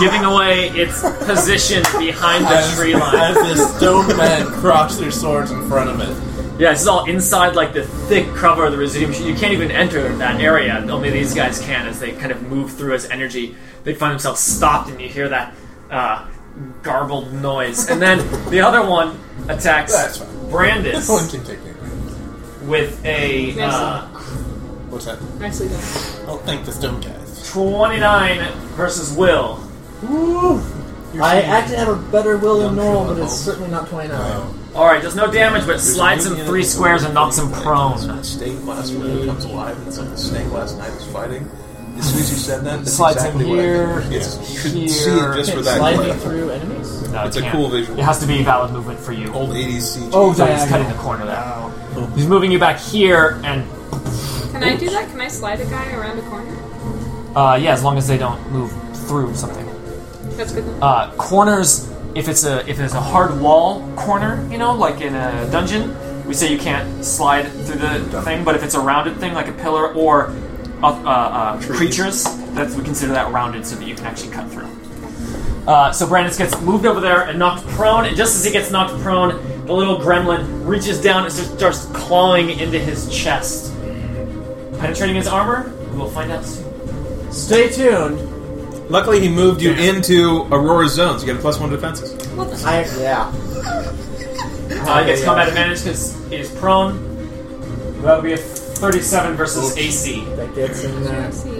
Speaker 3: giving away its position behind the
Speaker 9: As,
Speaker 3: tree
Speaker 9: as
Speaker 3: line.
Speaker 9: the stone men cross their swords in front of it.
Speaker 3: Yeah, this is all inside like the thick cover of the residuum. You can't even enter that area. Only these guys can, as they kind of move through as energy. They find themselves stopped, and you hear that uh, garbled noise. And then the other one
Speaker 9: That's
Speaker 3: attacks
Speaker 9: fine.
Speaker 3: Brandis
Speaker 9: No one can take me.
Speaker 3: with a uh,
Speaker 9: What's that?
Speaker 4: Nicely done.
Speaker 9: I'll thank the stone guys.
Speaker 3: twenty-nine versus Will.
Speaker 7: I actually have a better will than normal, but it's certainly not 29.
Speaker 3: All right, does no damage, but slides him three squares and knocks him prone.
Speaker 10: Stained glass window comes alive, and it's like the stained glass knight is fighting. As soon as you said that, that's
Speaker 7: Slides
Speaker 10: exactly
Speaker 7: in
Speaker 10: what I
Speaker 7: here.
Speaker 10: think.
Speaker 7: It's
Speaker 8: You
Speaker 7: here.
Speaker 8: should see it just for that
Speaker 7: Sliding
Speaker 8: clip.
Speaker 7: through enemies.
Speaker 3: No,
Speaker 8: It's
Speaker 3: you
Speaker 8: a
Speaker 3: can't.
Speaker 8: cool visual.
Speaker 3: It has to be valid movement for you.
Speaker 8: Old 80s CG.
Speaker 7: Oh,
Speaker 3: So he's
Speaker 7: diagonal.
Speaker 3: cutting the corner there. He's moving you back here, and
Speaker 4: Can I do that? Can I slide a guy around a corner?
Speaker 3: uh, yeah, as long as they don't move through something.
Speaker 4: That's good. Then.
Speaker 3: Uh, corners, if it's a if it's a hard wall corner, you know, like in a dungeon, we say you can't slide through the thing. But if it's a rounded thing, like a pillar or uh, uh, uh, creatures, that's we consider that rounded, so that you can actually cut through. Uh, so Brandis gets moved over there and knocked prone, and just as he gets knocked prone, the little gremlin reaches down and just starts clawing into his chest, penetrating his armor. We will find out soon.
Speaker 7: Stay tuned.
Speaker 8: Luckily, he moved you into Aurora's zones. You get a plus one defenses.
Speaker 7: I, yeah.
Speaker 3: Uh, he gets combat advantage because it is prone. That would be a 37 versus AC.
Speaker 7: That gets in there.
Speaker 8: uh,
Speaker 4: See.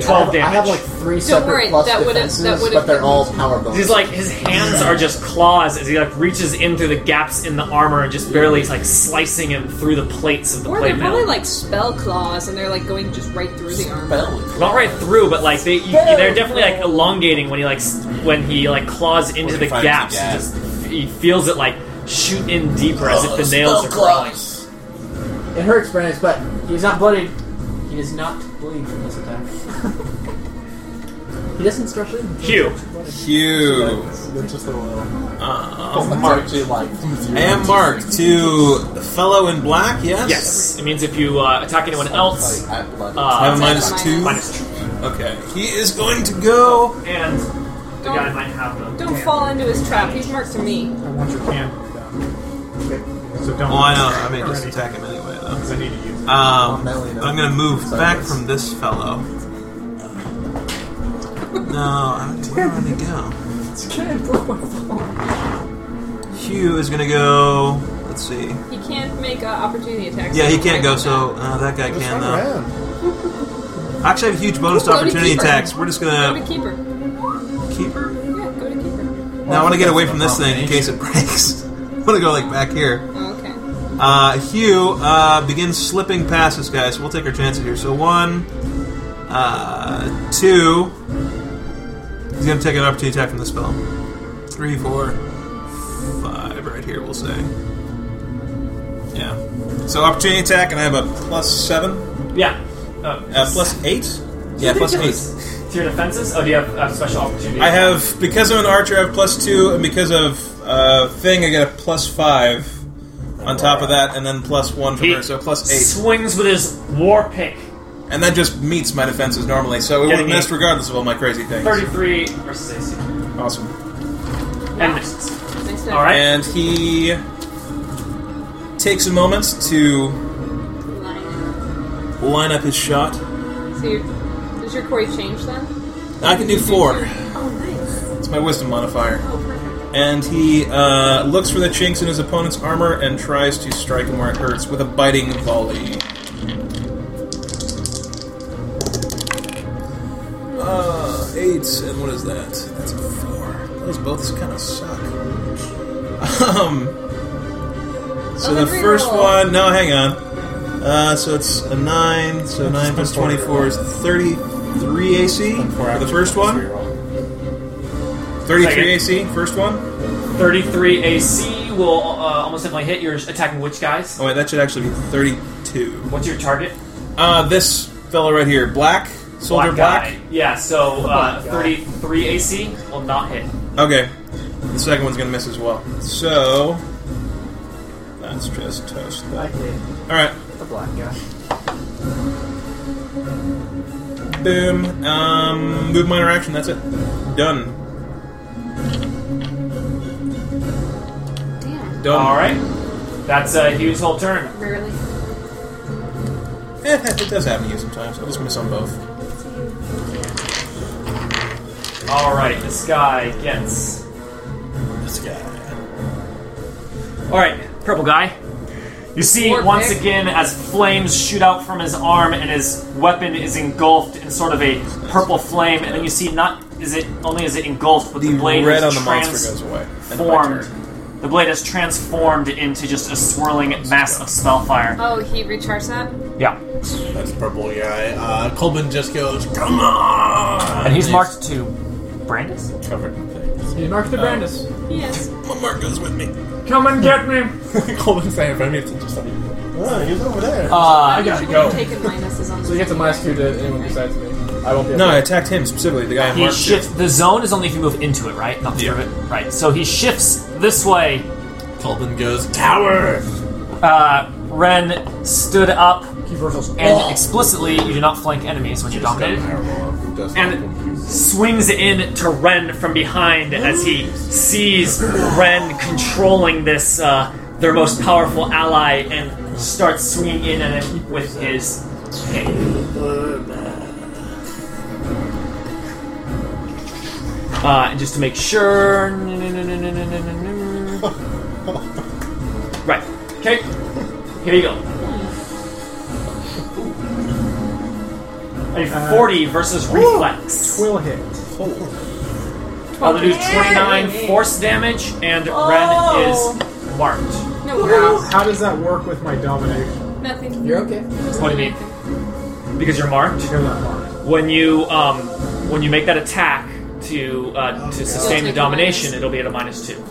Speaker 3: 12
Speaker 7: I have
Speaker 3: damage.
Speaker 7: like three separate
Speaker 4: worry,
Speaker 7: plus
Speaker 4: that would've-
Speaker 7: defenses,
Speaker 4: that would've
Speaker 7: but they're
Speaker 4: been-
Speaker 7: all power bonus.
Speaker 3: He's like his hands are just claws as he like reaches in through the gaps in the armor and just barely like slicing him through the plates of the
Speaker 4: Or
Speaker 3: plate
Speaker 4: they're probably
Speaker 3: mail.
Speaker 4: like spell claws, and they're like going just right through the armor.
Speaker 3: Not right through, but like they you, they're definitely like elongating when he like s- when he like claws into
Speaker 9: When
Speaker 3: the
Speaker 9: he finds the
Speaker 3: gaps. He
Speaker 9: gap. Oh,
Speaker 3: Just he feels it like shoot in deeper as if the nails are growing.
Speaker 7: It hurts, Brandis, but he's not bloodied. He does not bleed from this attack. he doesn't stretch in.
Speaker 3: Hugh.
Speaker 8: Hugh.
Speaker 9: That's just the oil.
Speaker 8: Uh,
Speaker 9: Actually, like,
Speaker 8: I am marked to the fellow in black, yes?
Speaker 3: Yes, it means if you uh, attack anyone else,
Speaker 9: Like, I'm bloody.
Speaker 8: I have a
Speaker 3: uh,
Speaker 8: minus two.
Speaker 3: minus two.
Speaker 8: Okay. He is going to go.
Speaker 3: And the guy
Speaker 4: Don't-
Speaker 3: might have them.
Speaker 4: Don't fall into his trap. He's marked to me.
Speaker 5: I want your hand down. Okay. So don't.
Speaker 8: Oh, I know. I mean, just attack him anyway, though.
Speaker 5: I need to use it.
Speaker 8: Um, I'm going to move back from this fellow. No, I'm- where did he go? Hugh is going to go. Let's see.
Speaker 4: He can't make uh, opportunity attacks.
Speaker 8: Yeah, he can't go, so uh, that guy can, though. I actually have huge bonus
Speaker 4: Go to
Speaker 8: opportunity
Speaker 4: keeper.
Speaker 8: attacks. We're just
Speaker 4: Go to
Speaker 8: going
Speaker 4: keeper.
Speaker 8: to keep her.
Speaker 4: Yeah, go to keeper.
Speaker 8: Now I want to get away from this thing in case it breaks. I want to go like back here.
Speaker 4: Oh, okay.
Speaker 8: Uh, Hugh uh, begins slipping past this guy, so we'll take our chances here. So one, uh, two. He's gonna take an opportunity attack from the spell. Three, four, five, right here. We'll say. Yeah. So opportunity attack, and I have a plus seven,
Speaker 3: Yeah. Uh,
Speaker 8: uh, plus eight. Yeah, plus eight.
Speaker 3: To your defenses? Oh, do you have uh, special opportunity?
Speaker 8: I have because I'm an archer, I have plus two, and because of uh, thing, I get a plus five on top of that, and then plus one from her, so plus eight.
Speaker 3: swings with his war pick.
Speaker 8: And that just meets my defenses normally, so it would have
Speaker 3: Getting
Speaker 8: missed
Speaker 3: eight.
Speaker 8: regardless of all my crazy things.
Speaker 3: 33 versus AC.
Speaker 8: Awesome.
Speaker 3: And misses.
Speaker 4: Nice to-
Speaker 3: All right.
Speaker 8: And he takes a moment to line up his shot.
Speaker 4: So you does your Corey change then?
Speaker 8: I can do four.
Speaker 4: Oh, nice.
Speaker 8: It's my wisdom modifier.
Speaker 4: Oh, perfect.
Speaker 8: And he uh, looks for the chinks in his opponent's armor and tries to strike him where it hurts with a biting volley. Uh, eight, and what is that? That's a four. Those both kind of suck. Um, so
Speaker 4: Oh,
Speaker 8: the
Speaker 4: reroll.
Speaker 8: first one, no, hang on. Uh, so it's a nine, so nine plus 24 is 33 AC for the first one. 33 AC, first one.
Speaker 3: 33 AC will uh, almost definitely hit. You're attacking which guys?
Speaker 8: Oh, wait, that should actually be 32.
Speaker 3: What's your target?
Speaker 8: Uh, this fellow right here, black soldier, black.
Speaker 3: guy. Yeah, so uh, 33 AC will not hit.
Speaker 8: Okay, the second one's gonna miss as well. So that's just toast. All
Speaker 7: I did.
Speaker 8: right,
Speaker 7: The black guy.
Speaker 8: boom. Um, move minor action. That's it. Done.
Speaker 4: Damn.
Speaker 8: Done.
Speaker 3: All right. That's uh, Hugh's whole turn.
Speaker 4: Rarely.
Speaker 8: Eh, it does happen to you sometimes. I just miss on both.
Speaker 3: All right, this guy gets.
Speaker 9: This guy.
Speaker 3: All right, purple guy. You see
Speaker 4: More
Speaker 3: once
Speaker 4: pick.
Speaker 3: again as flames shoot out from his arm and his weapon is engulfed in sort of a purple flame, and then you see not is it only is it engulfed, but the,
Speaker 8: The
Speaker 3: blade
Speaker 8: red on
Speaker 3: is
Speaker 8: the monster goes away. That's my
Speaker 3: transformed.
Speaker 8: turn.
Speaker 3: The blade is transformed into just a swirling mass of spell fire.
Speaker 4: Oh, he recharged that?
Speaker 3: Yeah,
Speaker 9: That's purple guy. Uh, Colbin just goes, come on!
Speaker 3: and he's marked to Brandis.
Speaker 9: covered in things.
Speaker 7: You marked the Brandis.
Speaker 4: He
Speaker 3: Uh,
Speaker 4: is.
Speaker 9: Well, Mark goes with me.
Speaker 7: Come and get me.
Speaker 9: Colbin's standing in front of me. It's just like, oh, he's over there.
Speaker 4: I
Speaker 7: gotta
Speaker 4: go. Taken minuses on
Speaker 7: So you get the minus two to anyone
Speaker 4: Right.
Speaker 7: besides me. I won't be.
Speaker 8: No,
Speaker 7: able
Speaker 8: I
Speaker 7: to-
Speaker 8: attacked him specifically. The guy I
Speaker 3: He
Speaker 8: marked.
Speaker 3: shifts. The zone is only if you move into it, right? Not through
Speaker 8: Yeah.
Speaker 3: it, right? So he shifts this way.
Speaker 9: Colbin goes, coward!
Speaker 3: Uh, Ren stood up
Speaker 7: He reversals.
Speaker 3: and explicitly you do not flank enemies when you're dominated. And swings in to Ren from behind as he sees Ren controlling this uh, their most powerful ally and starts swinging in at him with his pick. Uh, and just to make sure, right? Okay, here you go. A 40 versus reflex.
Speaker 7: Will hit.
Speaker 3: I'll do 29 force damage, and
Speaker 4: Oh.
Speaker 3: Ren is marked.
Speaker 4: No, we're out.
Speaker 5: How does that work with my domination?
Speaker 4: Nothing.
Speaker 7: You're okay.
Speaker 3: What do you Because you're marked.
Speaker 5: You're not marked.
Speaker 3: When you um, when you make that attack to
Speaker 4: Oh,
Speaker 3: uh, to sustain the
Speaker 4: take a
Speaker 3: domination,
Speaker 4: minus.
Speaker 3: it'll be at a minus two.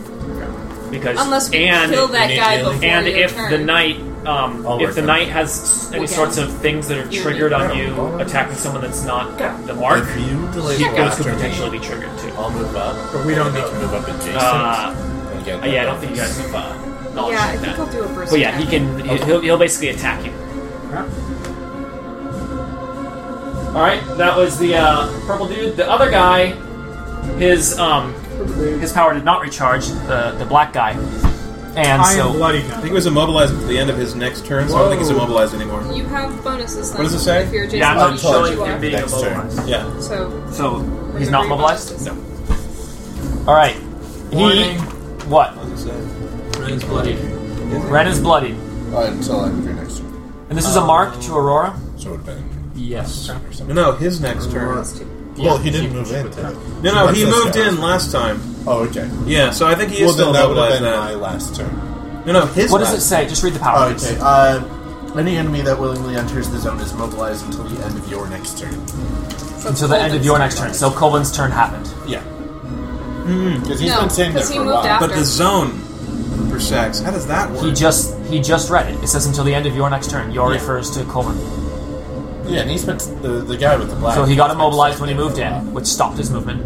Speaker 3: Because
Speaker 4: Unless we
Speaker 3: and
Speaker 4: kill that guy before
Speaker 3: and
Speaker 4: your
Speaker 3: if
Speaker 4: turn.
Speaker 3: the knight um, if
Speaker 9: I'll work
Speaker 3: the
Speaker 9: on
Speaker 3: knight has any
Speaker 4: Okay.
Speaker 3: sorts of things that are
Speaker 4: You
Speaker 3: triggered
Speaker 4: need-
Speaker 3: on you attacking someone that's not the mark,
Speaker 9: If you delay
Speaker 3: he
Speaker 9: the
Speaker 3: could
Speaker 9: after
Speaker 3: potentially
Speaker 9: me,
Speaker 3: be triggered too.
Speaker 9: I'll move up.
Speaker 5: But we don't need
Speaker 9: to move up adjacent.
Speaker 3: Uh,
Speaker 9: and
Speaker 3: yeah,
Speaker 9: get
Speaker 3: I
Speaker 9: that
Speaker 3: don't think you guys
Speaker 9: bonus.
Speaker 3: have uh, knowledge
Speaker 4: Yeah, I
Speaker 3: like
Speaker 4: think
Speaker 3: that.
Speaker 4: I'll do a burst.
Speaker 3: But yeah, he
Speaker 4: attack.
Speaker 3: can. he- He'll, he'll basically attack you. All right, that was the uh, purple dude. The other guy, his um, his power did not recharge. The the black guy, and
Speaker 5: I am
Speaker 3: so
Speaker 5: bloody
Speaker 8: I
Speaker 5: now.
Speaker 8: think it was immobilized at the end of his next turn, so I don't think he's immobilized anymore.
Speaker 4: You have bonuses. Then
Speaker 8: What does it say?
Speaker 4: If you're adjacent
Speaker 3: yeah, I'm not
Speaker 4: to
Speaker 3: showing
Speaker 4: you
Speaker 3: him
Speaker 4: are.
Speaker 3: being
Speaker 9: Next turn.
Speaker 3: immobilized.
Speaker 8: Yeah.
Speaker 4: So
Speaker 3: So
Speaker 4: we're
Speaker 3: he's not
Speaker 4: gonna reroll
Speaker 3: mobilized.
Speaker 4: this.
Speaker 3: All right, he
Speaker 7: Warning.
Speaker 3: what?
Speaker 8: What does it say?
Speaker 11: Ren's bloody.
Speaker 3: Ren is bloodied,
Speaker 11: Uh, until after your next turn.
Speaker 3: and this is a mark to Aurora.
Speaker 9: So it would have been.
Speaker 3: Yes.
Speaker 8: No, his next turn.
Speaker 9: Well, he didn't move in. did he?
Speaker 8: No, no, he
Speaker 9: That's this
Speaker 8: moved
Speaker 9: guy.
Speaker 8: in last time.
Speaker 9: Oh, okay.
Speaker 8: Yeah, so I think he
Speaker 9: Well,
Speaker 8: is
Speaker 9: then
Speaker 8: still
Speaker 9: that would have
Speaker 8: immobilized
Speaker 9: been my
Speaker 8: now.
Speaker 9: last turn.
Speaker 8: No, no, his
Speaker 3: What does it
Speaker 8: last-
Speaker 3: say? Just read the power.
Speaker 9: Oh, Okay. Uh, any enemy that willingly enters the zone is mobilized until the end of your next turn.
Speaker 3: Until the end of your next turn. So Colvin's turn happened.
Speaker 9: Yeah. Because he's
Speaker 4: No,
Speaker 9: been sitting there
Speaker 4: 'cause he
Speaker 9: for a
Speaker 4: moved
Speaker 9: while.
Speaker 4: out.
Speaker 8: But the zone for sex, how does that work?
Speaker 3: He just he just read it. It says until the end of your next turn. Yor refers to Colvin.
Speaker 9: Yeah, and he's been the, the guy with the black.
Speaker 3: So he got
Speaker 9: he's been
Speaker 3: immobilized
Speaker 9: sitting
Speaker 3: when he
Speaker 9: there
Speaker 3: moved
Speaker 9: for a
Speaker 3: in, which stopped his movement.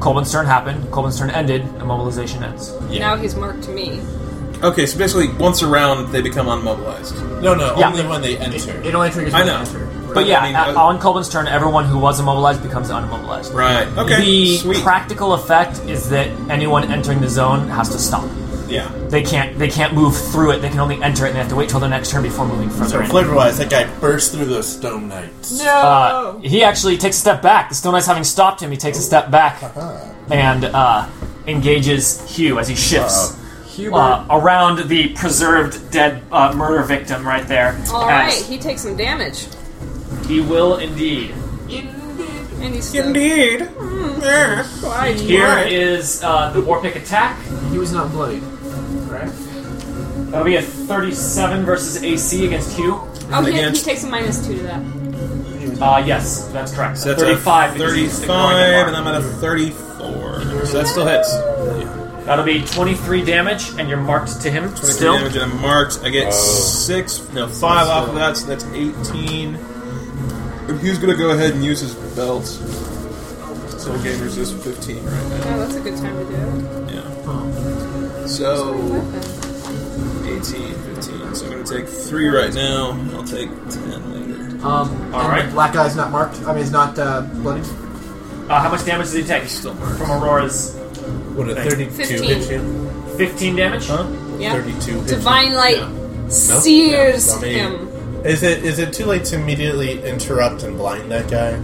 Speaker 3: Colvin's turn happened. Colvin's turn ended. Immobilization ends.
Speaker 9: Yeah.
Speaker 4: Now he's marked to me.
Speaker 9: while.
Speaker 8: Okay, so basically, once around, they become unmobilized.
Speaker 9: No, no,
Speaker 3: Yeah.
Speaker 9: only when they enter.
Speaker 7: It only triggers
Speaker 8: I
Speaker 7: when
Speaker 8: know.
Speaker 7: you enter.
Speaker 3: But yeah,
Speaker 8: I mean,
Speaker 3: uh,
Speaker 8: uh,
Speaker 3: on Colvin's turn, everyone who was immobilized becomes unimmobilized.
Speaker 8: Right. Okay.
Speaker 3: the
Speaker 8: Sweet.
Speaker 3: practical effect is that anyone entering the zone has to stop.
Speaker 8: yeah.
Speaker 3: They can't. They can't move through it. They can only enter it, and they have to wait till their next turn before moving further.
Speaker 9: So
Speaker 3: in.
Speaker 9: flavor wise, that guy burst through those stone knights.
Speaker 3: Uh,
Speaker 8: Oh.
Speaker 3: he actually takes a step back. The Stone Eyes having stopped him, he takes a step back
Speaker 8: Uh-huh.
Speaker 3: and uh, engages Hugh as he shifts
Speaker 7: Hubert,
Speaker 3: uh, around the preserved dead uh, murder victim right there.
Speaker 4: All right,
Speaker 3: As
Speaker 4: he takes some damage,
Speaker 3: He will indeed.
Speaker 4: and he's still-
Speaker 6: Indeed.
Speaker 3: Here
Speaker 6: Right.
Speaker 3: is uh, the Warpick attack.
Speaker 7: he was not bloodied. Right?
Speaker 3: That'll be a 37 versus AC against Hugh.
Speaker 4: Oh, he, he
Speaker 8: against-
Speaker 4: takes a minus two to that.
Speaker 3: Uh, yes, that's correct.
Speaker 8: So that's
Speaker 3: 35.
Speaker 8: a
Speaker 3: because he's ignoring the
Speaker 8: Thirty-five, and I'm
Speaker 3: mark.
Speaker 8: at a thirty-four. So that still hits.
Speaker 3: That'll be 23 damage, and you're marked to him still.
Speaker 8: damage and I'm marked. I get six, no five off of that, so that's eighteen. And he's gonna go ahead and use his belt. So he'll gain resist fifteen right
Speaker 4: Oh, that's a good time to do
Speaker 8: now. Yeah. So eighteen, fifteen. So I'm gonna take three right now. I'll take ten later.
Speaker 7: Um,
Speaker 3: All
Speaker 7: and
Speaker 3: right.
Speaker 7: the Black guy's not marked. I mean, he's not uh, bloodied.
Speaker 3: Uh, how much damage does he take
Speaker 8: Still
Speaker 3: from
Speaker 8: marked.
Speaker 3: Aurora's?
Speaker 9: What a 32
Speaker 4: Fifteen.
Speaker 9: hit you?
Speaker 3: 15 damage?
Speaker 4: it. Yeah.
Speaker 9: 32 hit
Speaker 4: Divine light
Speaker 9: No,
Speaker 4: sears
Speaker 9: I mean-
Speaker 4: him.
Speaker 9: you. Is it is it too late to immediately interrupt and blind that guy?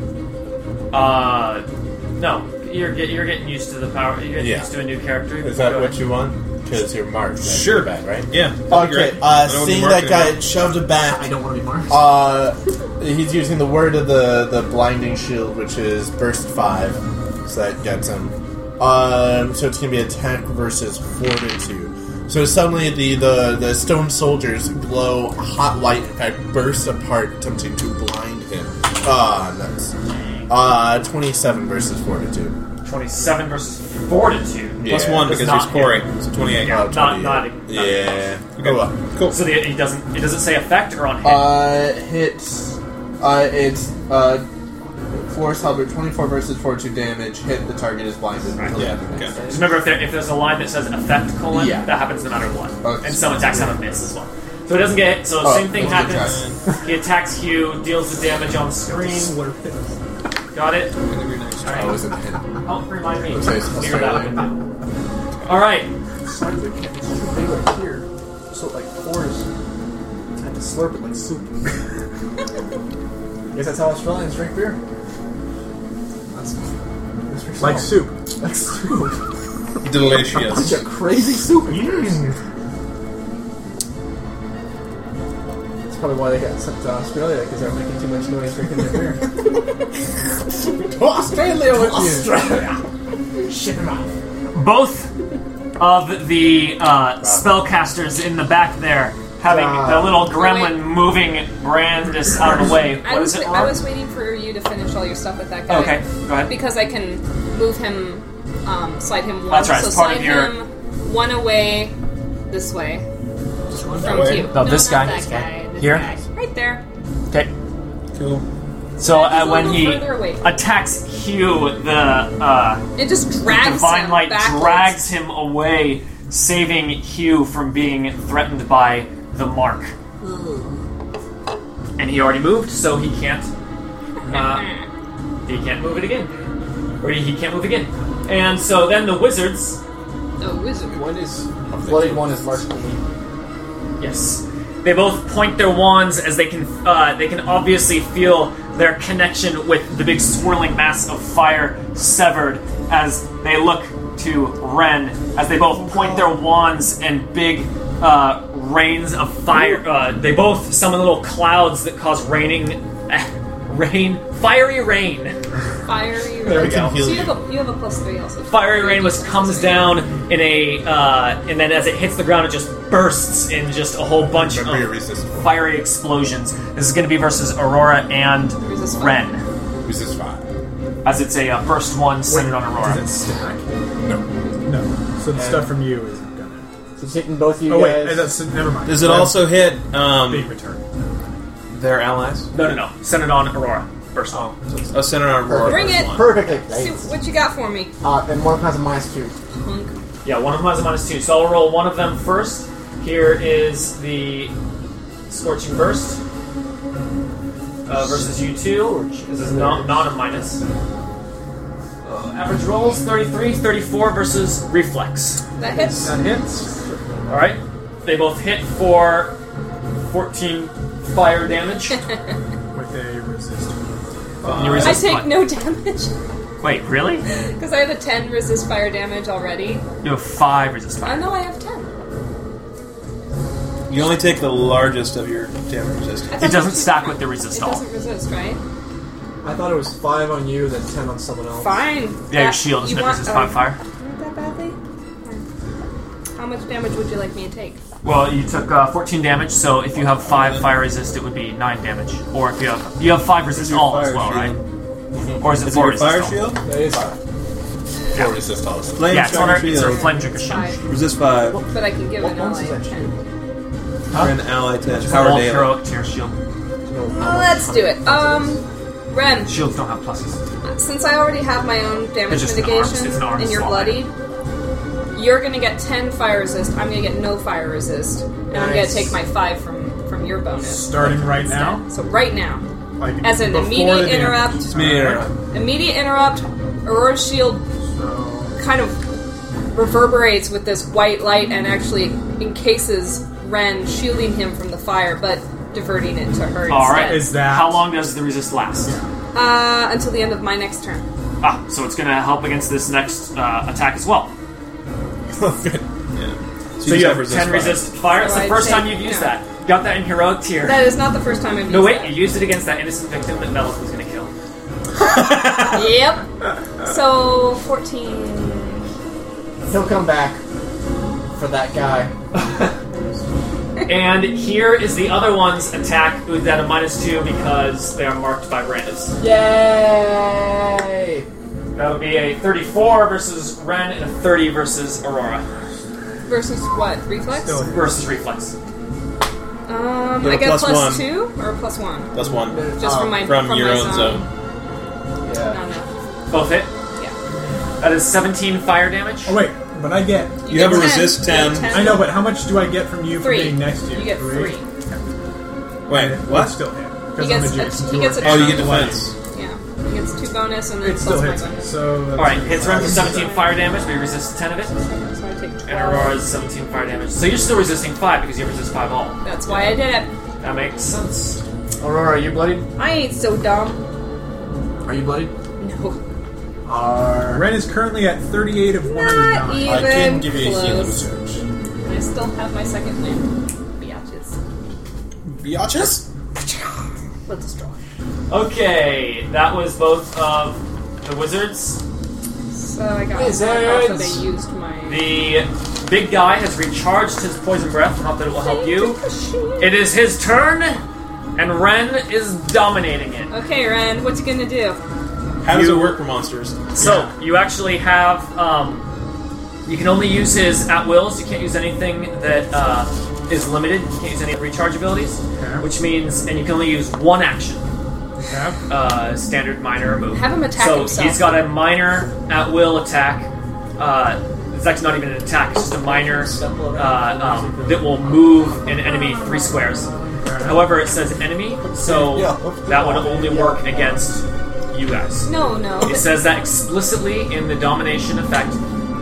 Speaker 3: Uh, no. You're, get, you're getting used to the power. You're getting
Speaker 9: Yeah.
Speaker 3: used to a new character.
Speaker 9: Is that
Speaker 3: Go
Speaker 9: what
Speaker 3: ahead.
Speaker 9: you want? Because you're marked. right?
Speaker 8: Sure.
Speaker 9: Back, right?
Speaker 8: Yeah. that'd be
Speaker 9: Okay,
Speaker 8: great. I
Speaker 9: uh,
Speaker 8: don't wanna be
Speaker 9: seeing
Speaker 8: marked
Speaker 9: that guy
Speaker 8: anymore.
Speaker 9: shoved back,
Speaker 7: I don't want to be marked.
Speaker 9: Uh, he's using the word of the the blinding shield, which is burst five, so that gets him. Um, so it's gonna be attack versus fortitude. So suddenly the, the, the stone soldiers glow hot light. In fact, burst apart, attempting to blind him. Ah, nuts. Uh, twenty-seven versus fortitude.
Speaker 3: 27 versus Fortitude.
Speaker 8: Plus
Speaker 9: Yeah.
Speaker 8: one
Speaker 3: Does
Speaker 8: because
Speaker 3: not
Speaker 8: he's Corey. So twenty-eight.
Speaker 3: Yeah.
Speaker 9: Oh,
Speaker 3: Not-
Speaker 9: 28.
Speaker 3: not- not-
Speaker 9: yeah.
Speaker 8: Okay.
Speaker 9: Oh, well.
Speaker 8: Cool.
Speaker 3: So the, it doesn't it doesn't say effect or on hit.
Speaker 9: Uh, hits. Uh, it's uh, force halberd twenty four versus fortitude damage. Hit the target is blinded. until
Speaker 8: Yeah.
Speaker 9: the end of
Speaker 8: Okay.
Speaker 9: the next
Speaker 3: Just remember, if, there, if there's a line that says effect colon,
Speaker 9: Yeah.
Speaker 3: that happens no matter what.
Speaker 9: Okay.
Speaker 3: And some attacks have a miss as well. So it doesn't get hit. So
Speaker 9: Oh,
Speaker 3: same thing
Speaker 9: okay.
Speaker 3: happens. he attacks Hugh, deals the damage on screen.
Speaker 5: Slurp it.
Speaker 3: Got it. All
Speaker 9: day. I
Speaker 3: right.
Speaker 9: wasn't hit.
Speaker 3: Help remind me.
Speaker 9: Okay, so
Speaker 3: Figure that
Speaker 9: sorry.
Speaker 3: out. All right.
Speaker 7: They were here. So, like, fours. had to slurp it like soup. Guess that's how Australians drink beer. That's, that's for
Speaker 5: Like soup.
Speaker 7: sure. That's soup.
Speaker 8: Delicious.
Speaker 7: Such a crazy soup. That's probably why they got sent to Australia, because they're making too much noise drinking their beer.
Speaker 9: Australia with
Speaker 7: Ship them out.
Speaker 3: Both of the uh, spellcasters in the back there having the little gremlin moving Brandis out of the way.
Speaker 4: I
Speaker 3: What
Speaker 4: was
Speaker 3: is it?
Speaker 4: I
Speaker 3: Aurora?
Speaker 4: was waiting for you to finish all your stuff with that guy.
Speaker 3: Okay. Go ahead.
Speaker 4: Because I can move him, um, slide him one.
Speaker 3: That's right,
Speaker 4: So
Speaker 3: it's part
Speaker 4: slide
Speaker 3: of your-
Speaker 4: him one away this way. From
Speaker 8: way?
Speaker 4: you.
Speaker 3: No, this
Speaker 4: not
Speaker 3: guy.
Speaker 4: that
Speaker 3: This guy.
Speaker 4: This
Speaker 3: Here?
Speaker 4: guy. Right there.
Speaker 3: Okay.
Speaker 8: Cool.
Speaker 3: So
Speaker 4: Yeah,
Speaker 3: uh,
Speaker 4: just a
Speaker 3: when
Speaker 4: little
Speaker 3: he
Speaker 4: further away.
Speaker 3: attacks Hugh, the uh,
Speaker 4: It just drags
Speaker 3: divine
Speaker 4: him
Speaker 3: light
Speaker 4: backwards.
Speaker 3: drags him away, saving Hugh from being threatened by the mark.
Speaker 4: Hmm.
Speaker 3: And he already moved, so he can't. Uh, he can't move it again, or he can't move again. And so then the wizards,
Speaker 4: Oh, wizard.
Speaker 7: One is. Bloodied one is marked clean.
Speaker 3: yes, they both point their wands as they can. Uh, they can obviously feel their connection with the big swirling mass of fire severed as they look to Ren. As they both point their wands and big. Uh, rains of fire. Uh, they both summon little clouds that cause raining, rain, fiery rain.
Speaker 4: Fiery.
Speaker 9: There we
Speaker 4: rain.
Speaker 9: go.
Speaker 4: So you have a you have a plus three also.
Speaker 3: fiery rain was comes down in a uh, and then as it hits the ground it just bursts in just a whole bunch
Speaker 9: Remember your
Speaker 3: of
Speaker 9: resist.
Speaker 3: fiery explosions this is going to be versus aurora and
Speaker 4: Resist fire.
Speaker 3: ren
Speaker 9: Resist five.
Speaker 3: as it's a uh, burst one centered on aurora
Speaker 5: stack? No. No. So the stuff from you isn't gonna.
Speaker 7: So it's hitting both of you
Speaker 5: Oh wait,
Speaker 7: guys.
Speaker 5: that's never mind.
Speaker 8: Does it also hit
Speaker 5: being
Speaker 8: um,
Speaker 5: returned?
Speaker 8: their allies?
Speaker 3: no no no centered on aurora burst oh.
Speaker 8: Oh, center on Aurora.
Speaker 4: Bring it.
Speaker 7: Perfectly.
Speaker 4: See
Speaker 7: Nice.
Speaker 4: what you got for me?
Speaker 7: Uh, and one of them has a minus two.
Speaker 4: Punk.
Speaker 3: yeah one of them has a minus two so i'll roll one of them first Here is the Scorching Burst uh, versus you two. This is not, not a minus. Uh, average rolls 33, 34 versus Reflex.
Speaker 4: That hits.
Speaker 5: That hits.
Speaker 3: Alright? They both hit for 14 fire damage.
Speaker 5: With a resist.
Speaker 3: You
Speaker 4: I
Speaker 3: resist
Speaker 4: take
Speaker 3: one.
Speaker 4: no damage
Speaker 3: Wait, really?
Speaker 4: because I have a ten resist fire damage already.
Speaker 3: You have five resist
Speaker 4: I
Speaker 3: fire.
Speaker 4: know I have ten.
Speaker 6: You only take the largest of your damage resistance.
Speaker 4: I thought
Speaker 3: It doesn't
Speaker 4: was-
Speaker 3: stack with the resist
Speaker 4: It
Speaker 3: all.
Speaker 4: doesn't resist, right?
Speaker 7: I thought it was five on you, then ten on someone else.
Speaker 4: Fine.
Speaker 3: Yeah, your
Speaker 4: That-
Speaker 3: shield is
Speaker 4: you
Speaker 3: no
Speaker 4: want-
Speaker 3: resist
Speaker 4: oh,
Speaker 3: five fire.
Speaker 4: Not that badly. Fine. How much damage would you like me to take?
Speaker 3: Well, you took uh, 14 damage, so if you have five fire resist, it would be nine damage. Or if you have you have five resist
Speaker 8: your
Speaker 3: all as
Speaker 8: fire
Speaker 3: Oh, well,
Speaker 8: shield?
Speaker 3: right? Or is it
Speaker 8: Is it
Speaker 3: four
Speaker 8: your
Speaker 3: resist
Speaker 8: fire
Speaker 3: all?
Speaker 8: shield?
Speaker 7: That is
Speaker 9: Four resist all.
Speaker 8: Flame
Speaker 3: Yeah, it's, on our,
Speaker 8: striker
Speaker 3: it's our
Speaker 8: shield.
Speaker 3: flame drinker shield.
Speaker 4: Five.
Speaker 8: Resist five
Speaker 4: But I can give
Speaker 7: What
Speaker 4: an
Speaker 7: bonus
Speaker 4: ally
Speaker 7: is
Speaker 4: a
Speaker 7: that
Speaker 4: ten.
Speaker 8: for an ally test.
Speaker 3: It's
Speaker 8: Power
Speaker 3: all
Speaker 8: daily.
Speaker 3: heroic to your shield.
Speaker 4: Well, Oh, let's do it. Um, Ren,
Speaker 3: Shields don't have pluses.
Speaker 4: since I already have my own damage
Speaker 3: It's just an arm-
Speaker 4: mitigation
Speaker 3: it's an arm
Speaker 4: and you're
Speaker 3: swap.
Speaker 4: bloodied, you're gonna get ten fire resist. I'm gonna get no fire resist, and I'm gonna
Speaker 7: Nice.
Speaker 4: take my five from from your bonus.
Speaker 5: Starting right now.
Speaker 4: So right now.
Speaker 5: Like
Speaker 4: As an
Speaker 5: before
Speaker 4: immediate
Speaker 5: the damage.
Speaker 4: interrupt. It's Immediate interrupt, Aurora Shield kind of reverberates with this white light and actually encases Ren, shielding him from the fire, but diverting it to her
Speaker 3: All right.
Speaker 4: instead.
Speaker 5: Is that-
Speaker 3: How long does the resist last?
Speaker 4: Uh, until the end of my next turn.
Speaker 3: Ah, so it's going to help against this next uh, attack as well. So
Speaker 8: just
Speaker 3: you have
Speaker 8: resist
Speaker 3: 10
Speaker 8: five.
Speaker 3: resist fire. It's
Speaker 4: So
Speaker 3: the
Speaker 4: I'd
Speaker 3: first
Speaker 4: take-
Speaker 3: time you've used
Speaker 4: yeah.
Speaker 3: that. You got that in heroic tier.
Speaker 4: That is not the first time I've used
Speaker 3: no, wait,
Speaker 4: that.
Speaker 3: you used it against that innocent victim that Melith was going to kill.
Speaker 4: Yep. So, 14.
Speaker 7: He'll come back for that guy.
Speaker 3: And here is the other one's attack with that a minus two because they are marked by Brandis.
Speaker 7: Yay!
Speaker 3: That would be a 34 versus Ren and a 30 versus Aurora.
Speaker 4: Versus what? Reflex?
Speaker 5: Still.
Speaker 3: Versus Reflex.
Speaker 6: You
Speaker 4: Um,
Speaker 6: have
Speaker 4: I
Speaker 6: a
Speaker 4: get
Speaker 6: plus
Speaker 4: plus
Speaker 6: one.
Speaker 4: two or plus one?
Speaker 6: Plus one.
Speaker 4: Just
Speaker 7: Oh.
Speaker 4: from my
Speaker 6: From
Speaker 4: from
Speaker 6: your
Speaker 4: my
Speaker 6: own zone.
Speaker 7: Yeah.
Speaker 4: No, no.
Speaker 3: Both hit.
Speaker 4: Yeah.
Speaker 3: That is 17 fire damage.
Speaker 5: Oh wait, but I get.
Speaker 6: You have a
Speaker 4: get
Speaker 6: resist 10.
Speaker 4: You get
Speaker 5: I know, but how much do I get from you
Speaker 4: Three.
Speaker 5: for being next to you?
Speaker 4: You get three.
Speaker 6: Wait,
Speaker 5: Well,
Speaker 6: what?
Speaker 5: still hit. 'cause
Speaker 4: He
Speaker 5: I'm
Speaker 4: gets,
Speaker 5: adjacent
Speaker 4: a,
Speaker 5: to
Speaker 4: he
Speaker 5: her.
Speaker 4: gets a
Speaker 6: Oh, you get
Speaker 4: chunk.
Speaker 6: defense.
Speaker 4: Yeah. He gets two bonus and then
Speaker 5: It still
Speaker 4: plus
Speaker 5: hits
Speaker 4: my
Speaker 5: me.
Speaker 4: bonus.
Speaker 5: So that's
Speaker 3: Alright, hits Ren for
Speaker 5: five.
Speaker 3: 17 fire damage, but you resist 10 of it.
Speaker 4: So I take 12.
Speaker 3: And Aurora's 17 fire damage. So you're still resisting 5 because you resist 5 all.
Speaker 4: That's why I did it.
Speaker 3: That makes sense.
Speaker 7: Aurora, are you bloodied?
Speaker 4: I ain't so dumb.
Speaker 7: Are you bloodied?
Speaker 4: No.
Speaker 7: Are.
Speaker 5: Ren is currently at 38 of
Speaker 4: Not
Speaker 5: 109.
Speaker 4: even
Speaker 9: I can give you a healing
Speaker 4: close.
Speaker 9: surge.
Speaker 4: I still have my second win. Biatches.
Speaker 9: Biatches?
Speaker 4: Let's destroy.
Speaker 3: Okay, that was both of the wizards.
Speaker 4: So I got
Speaker 7: Wizards!
Speaker 4: after they used my
Speaker 3: The big guy has recharged his poison breath. Not that it will help you. It is his turn, and Ren is dominating it.
Speaker 4: Okay, Ren, what you gonna do?
Speaker 6: How does it work for monsters?
Speaker 3: So you actually have um, you can only use his at wills. You can't use anything that uh, is limited. You can't use any recharge abilities,
Speaker 5: Okay.
Speaker 3: which means and you can only use one action.
Speaker 5: Yeah.
Speaker 3: Uh, standard minor move.
Speaker 4: Have him attack
Speaker 3: so
Speaker 4: himself.
Speaker 3: he's got a minor at will attack. Uh, it's actually not even an attack. It's just a minor uh, um, that will move an enemy three squares. However, it says enemy, so that would only work against you guys.
Speaker 4: No, no.
Speaker 3: It says that explicitly in the domination effect.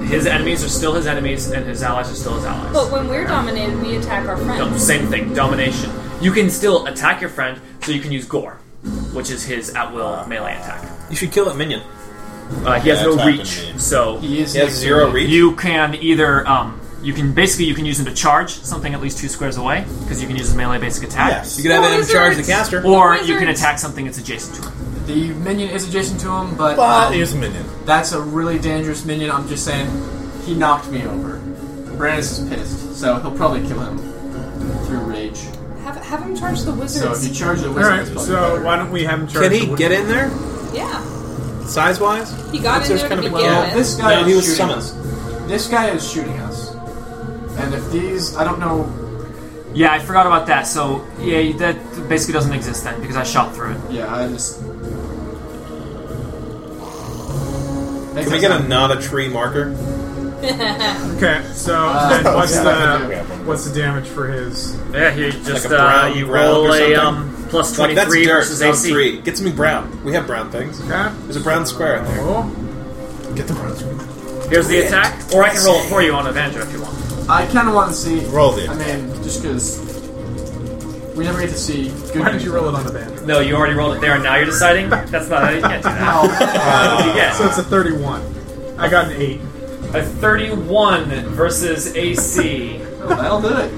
Speaker 3: His enemies are still his enemies, and his allies are still his allies.
Speaker 4: But when we're dominated, we attack our
Speaker 3: No,
Speaker 4: friends.
Speaker 3: same thing, domination. You can still attack your friend, so you can use gore, which is his at will melee attack.
Speaker 6: You should kill it minion.
Speaker 3: Uh, he has
Speaker 9: Yeah,
Speaker 3: no
Speaker 9: attack
Speaker 3: reach,
Speaker 9: and
Speaker 3: so
Speaker 7: He is
Speaker 6: He has zero reach.
Speaker 3: you can either um, you can basically you can use him to charge something at least two squares away because you can use his melee basic attack,
Speaker 6: You could have
Speaker 4: Oh,
Speaker 6: him charge the
Speaker 4: wizards.
Speaker 6: caster.
Speaker 3: or you can
Speaker 4: Wizards.
Speaker 3: attack something that's adjacent to him.
Speaker 7: The minion is adjacent to him, but.
Speaker 9: But
Speaker 7: um,
Speaker 9: here's a minion.
Speaker 7: That's a really dangerous minion. I'm just saying, he knocked me over. Brandis is pissed, so he'll probably kill him through rage.
Speaker 4: Have, have him charge the
Speaker 7: So if
Speaker 4: wizards.
Speaker 7: you charge the wizard,
Speaker 5: Alright,
Speaker 7: it's probably
Speaker 5: so
Speaker 7: better.
Speaker 5: why don't we have him charge
Speaker 6: Can he
Speaker 5: the
Speaker 6: get in there,
Speaker 4: yeah,
Speaker 6: size wise?
Speaker 4: he got in
Speaker 6: There's
Speaker 4: there to
Speaker 6: kind of a
Speaker 4: begin
Speaker 6: gap.
Speaker 4: with.
Speaker 7: this guy
Speaker 6: No, he
Speaker 7: is
Speaker 6: was
Speaker 7: shooting
Speaker 6: summoned.
Speaker 7: us. This guy is shooting us, and if these, I don't know.
Speaker 3: Yeah, I forgot about that. So yeah, that basically doesn't exist then because I shot through it.
Speaker 7: Yeah, I just.
Speaker 6: Can we get a not a tree marker?
Speaker 5: Okay, so then what's
Speaker 8: yeah.
Speaker 5: the what's the damage for his?
Speaker 3: Yeah, you just
Speaker 8: Like a brown
Speaker 3: uh, you
Speaker 8: relic
Speaker 3: roll
Speaker 8: or
Speaker 3: a
Speaker 8: something?
Speaker 3: um, plus
Speaker 8: Like,
Speaker 3: twenty
Speaker 8: that's
Speaker 3: three
Speaker 8: dirt.
Speaker 3: versus
Speaker 8: Zone
Speaker 3: AC.
Speaker 8: three. Get something brown. We have brown things.
Speaker 5: Okay.
Speaker 8: There's a brown square in there.
Speaker 5: Oh,
Speaker 8: Get the brown square.
Speaker 3: Here's the attack, or I can roll it for you on Avenger if you want.
Speaker 7: I kind of want to see.
Speaker 9: Roll the
Speaker 7: I mean, just because we never get to see. Good
Speaker 5: why did you roll it on the band?
Speaker 3: No, you already rolled it there, and now you're deciding. That's not you can't do that. What did you
Speaker 5: So
Speaker 3: get?
Speaker 5: it's a thirty-one. I got an eight.
Speaker 3: A thirty-one versus AC
Speaker 7: That'll do it.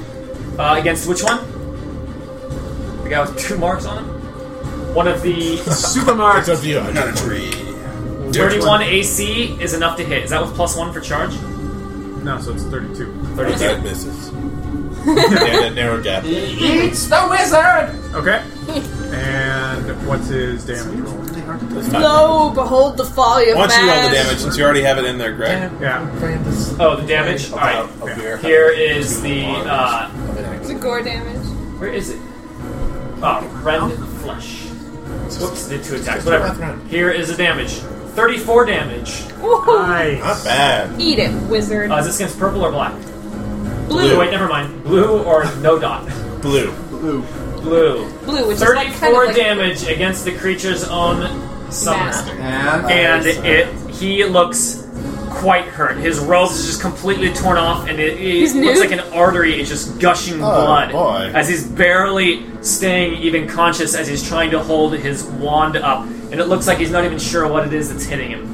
Speaker 3: uh, against which one? The guy with two marks on him. One of the
Speaker 9: It's up to you. Not a tree.
Speaker 3: thirty-one AC is enough to hit. Is that with plus one for charge?
Speaker 5: No, so it's thirty-two.
Speaker 9: That
Speaker 3: Thirty-two.
Speaker 9: misses. yeah, that narrow gap.
Speaker 7: It's the wizard.
Speaker 5: Okay. And what's his damage roll?
Speaker 4: Lo, behold the folly of
Speaker 8: Why don't you roll the
Speaker 4: man.
Speaker 8: damage since you already have it in there, Greg?
Speaker 5: Yeah.
Speaker 3: Oh, the damage. All right.
Speaker 5: yeah.
Speaker 3: Here is the. Uh,
Speaker 4: Is it gore damage?
Speaker 3: Where is it? Oh, rend flesh. Whoops, did two attacks. Whatever. Here is the damage. 34 damage.
Speaker 4: Woohoo!
Speaker 5: Nice.
Speaker 9: Bad.
Speaker 4: Eat it, wizard.
Speaker 3: Uh, is this against purple or black? Oh,
Speaker 4: blue,
Speaker 3: Wait, never mind. Blue or no dot?
Speaker 9: Blue.
Speaker 7: Blue.
Speaker 3: Blue.
Speaker 4: blue, which
Speaker 3: 34
Speaker 4: is like kind of like
Speaker 3: damage against the creature's own summoner.
Speaker 4: Master.
Speaker 9: Uh,
Speaker 3: And
Speaker 7: And,
Speaker 3: it he looks quite hurt. His robes is just completely torn off, and it, it
Speaker 4: He's
Speaker 3: looks
Speaker 4: nude?
Speaker 3: like an artery is just gushing blood
Speaker 9: Oh, boy.
Speaker 3: as he's barely staying even conscious as he's trying to hold his wand up, and it looks like he's not even sure what it is that's hitting him.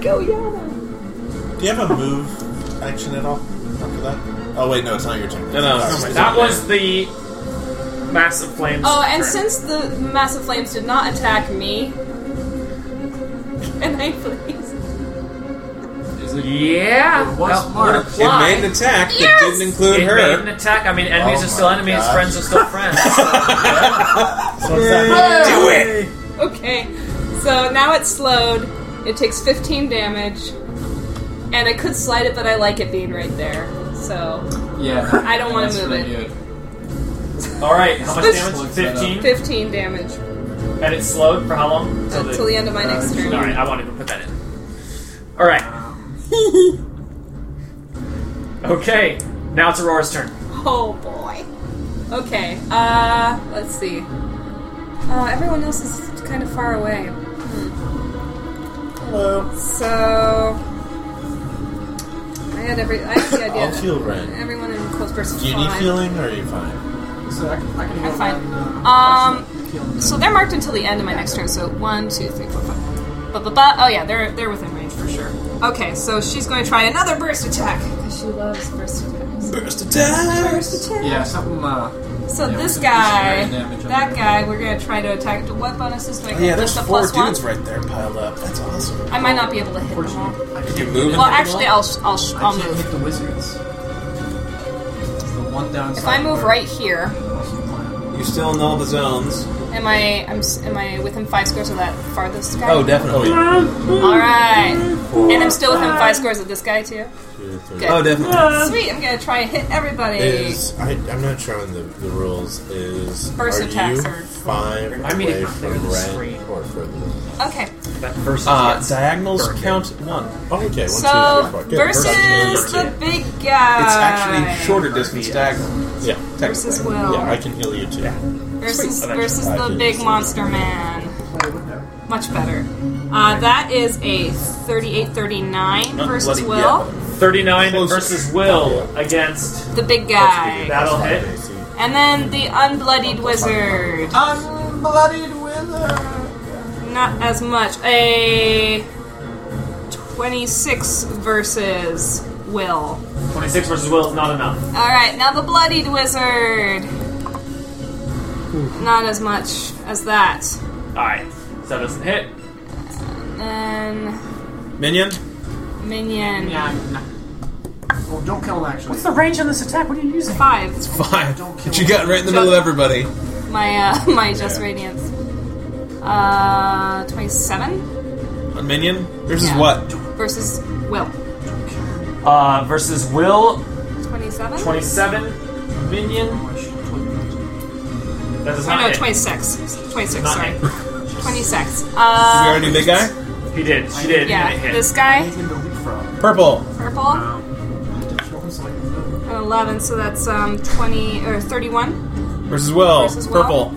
Speaker 4: Go Yana.
Speaker 9: Do you have a move action at all after that? Oh wait, no, it's not your turn.
Speaker 8: No, no, no.
Speaker 9: Sorry.
Speaker 3: That was the mass of flames.
Speaker 4: Oh, and
Speaker 3: turn.
Speaker 4: since the massive flames did not attack me, can I please?
Speaker 3: yeah,
Speaker 7: What's
Speaker 3: that would
Speaker 7: marked?
Speaker 8: It
Speaker 3: apply.
Speaker 8: made an attack that
Speaker 4: Yes!
Speaker 8: didn't include
Speaker 3: It made an
Speaker 8: her.
Speaker 3: attack. I mean, enemies
Speaker 9: Oh
Speaker 3: are still
Speaker 9: my
Speaker 3: enemies,
Speaker 9: gosh.
Speaker 3: friends are still friends.
Speaker 9: So what's that?
Speaker 4: Do
Speaker 8: it!
Speaker 4: Okay, so now it's slowed. It takes 15 damage, and I could slide it, but I like it being right there. So
Speaker 7: yeah,
Speaker 4: I don't wanna
Speaker 7: that's
Speaker 4: move
Speaker 7: really
Speaker 4: it.
Speaker 7: good.
Speaker 3: All right, how much
Speaker 4: This-
Speaker 3: damage?
Speaker 7: Looks that up.
Speaker 3: Fifteen,
Speaker 4: 15 damage
Speaker 3: and it's slowed for how long? Till
Speaker 4: until the end of my next turn.
Speaker 3: All right, I wanted to put that in. All right. okay, now it's Aurora's turn.
Speaker 4: Oh boy. Okay. Uh, let's see. Uh, everyone else is kind of far away. Hmm. Hello. So I had every. I had the idea.
Speaker 9: I'll
Speaker 4: that
Speaker 9: heal Ren.
Speaker 4: Everyone in close person.
Speaker 9: Do you need
Speaker 4: five.
Speaker 9: healing or are you fine?
Speaker 7: So I, I can
Speaker 4: I'm
Speaker 7: heal
Speaker 4: fine.
Speaker 7: that,
Speaker 4: Um, so they're marked until the end of my next turn. So one, two, three, four, five. Ba, ba, ba. Oh yeah, they're they're within range for sure. Okay, so she's going to try another burst attack 'cause she loves burst attacks.
Speaker 6: Burst attack!
Speaker 4: Burst attack.
Speaker 7: Yeah, something. Uh,
Speaker 4: So
Speaker 7: Yeah,
Speaker 4: this
Speaker 7: we can
Speaker 4: guy,
Speaker 7: do some damage on
Speaker 4: that
Speaker 7: him.
Speaker 4: guy, we're gonna try to attack. What bonuses do I get?
Speaker 6: Oh, Yeah,
Speaker 4: Just
Speaker 6: there's
Speaker 4: a
Speaker 6: four
Speaker 4: plus one.
Speaker 6: dudes right there piled up. That's awesome.
Speaker 4: I might not be able to hit them all.
Speaker 8: Can you move
Speaker 4: Well, actually, I'll sh- I'll, sh-
Speaker 7: I
Speaker 4: I'll
Speaker 7: can't
Speaker 4: move.
Speaker 7: hit the wizards. It's the one downside.
Speaker 4: If I move
Speaker 7: where-
Speaker 4: right here,
Speaker 8: You still know the zones.
Speaker 4: am I I'm, s- am I within five scores of that farthest guy?
Speaker 8: Oh, definitely.
Speaker 4: All right, and I'm still within five scores of this guy too. Good.
Speaker 8: Oh, definitely.
Speaker 4: Sweet, I'm gonna try and hit everybody.
Speaker 9: Is I, I'm not sure on the, the rules. Is
Speaker 4: Burst
Speaker 9: are
Speaker 4: attacks
Speaker 9: you
Speaker 4: are-
Speaker 9: five
Speaker 3: Remind me to
Speaker 9: away
Speaker 3: clear
Speaker 9: from
Speaker 3: the
Speaker 9: Ren
Speaker 3: screen.
Speaker 9: or further?
Speaker 4: okay,
Speaker 3: That versus
Speaker 8: Uh,
Speaker 3: gets
Speaker 8: diagonals
Speaker 3: burned.
Speaker 8: count one.
Speaker 9: Oh, okay, one, two,
Speaker 4: so
Speaker 9: three, four. Good,
Speaker 4: versus
Speaker 9: versus-
Speaker 4: the big guy.
Speaker 8: It's actually shorter distance diagonal.
Speaker 9: Yeah,
Speaker 4: Versus
Speaker 8: Technically.
Speaker 4: Will.
Speaker 9: yeah, I can heal you too.
Speaker 4: versus
Speaker 3: Sweet. Okay.
Speaker 4: versus
Speaker 9: I
Speaker 4: the
Speaker 9: can
Speaker 4: big
Speaker 9: see
Speaker 4: monster man. Much better. Uh, that is a 38-39
Speaker 8: Not
Speaker 4: versus
Speaker 8: bloody-
Speaker 4: Will,
Speaker 3: Thirty-nine
Speaker 8: Closer.
Speaker 3: versus Will against
Speaker 4: the big guy,
Speaker 3: that'll hit.
Speaker 4: and then the unbloodied wizard.
Speaker 7: Unbloodied wizard.
Speaker 4: Not as much. A twenty-six versus Will.
Speaker 3: Twenty-six versus Will is not enough.
Speaker 4: All right, now the bloodied wizard. Not as much as that.
Speaker 3: All right, so that doesn't hit.
Speaker 4: And
Speaker 8: Minion?
Speaker 4: minion
Speaker 7: Well, Oh, don't kill him, actually.
Speaker 3: range on this attack? What are you using?
Speaker 4: five.
Speaker 8: Five.
Speaker 7: Don't kill
Speaker 8: But you got right in the middle of everybody.
Speaker 4: My uh, my just radiance. Uh, twenty-seven
Speaker 8: A minion? Versus
Speaker 4: Yeah.
Speaker 8: what?
Speaker 4: versus Will.
Speaker 3: Uh, versus Will,
Speaker 4: Twenty-seven.
Speaker 3: twenty-seven. Minion. That does
Speaker 4: Oh,
Speaker 3: not
Speaker 4: no,
Speaker 3: hit.
Speaker 4: twenty-six. Twenty-six.
Speaker 3: Not
Speaker 4: sorry.
Speaker 3: hit.
Speaker 4: Twenty-six.
Speaker 8: You
Speaker 4: Uh,
Speaker 8: already big guy?
Speaker 3: He did. She did. and
Speaker 4: yeah,
Speaker 3: it hit.
Speaker 4: this guy.
Speaker 7: Even the leapfrog. Purple.
Speaker 4: Purple.
Speaker 12: Wow.
Speaker 4: An 11, so that's um, 20 or 31.
Speaker 7: Versus Will.
Speaker 4: Versus Will.
Speaker 7: Purple.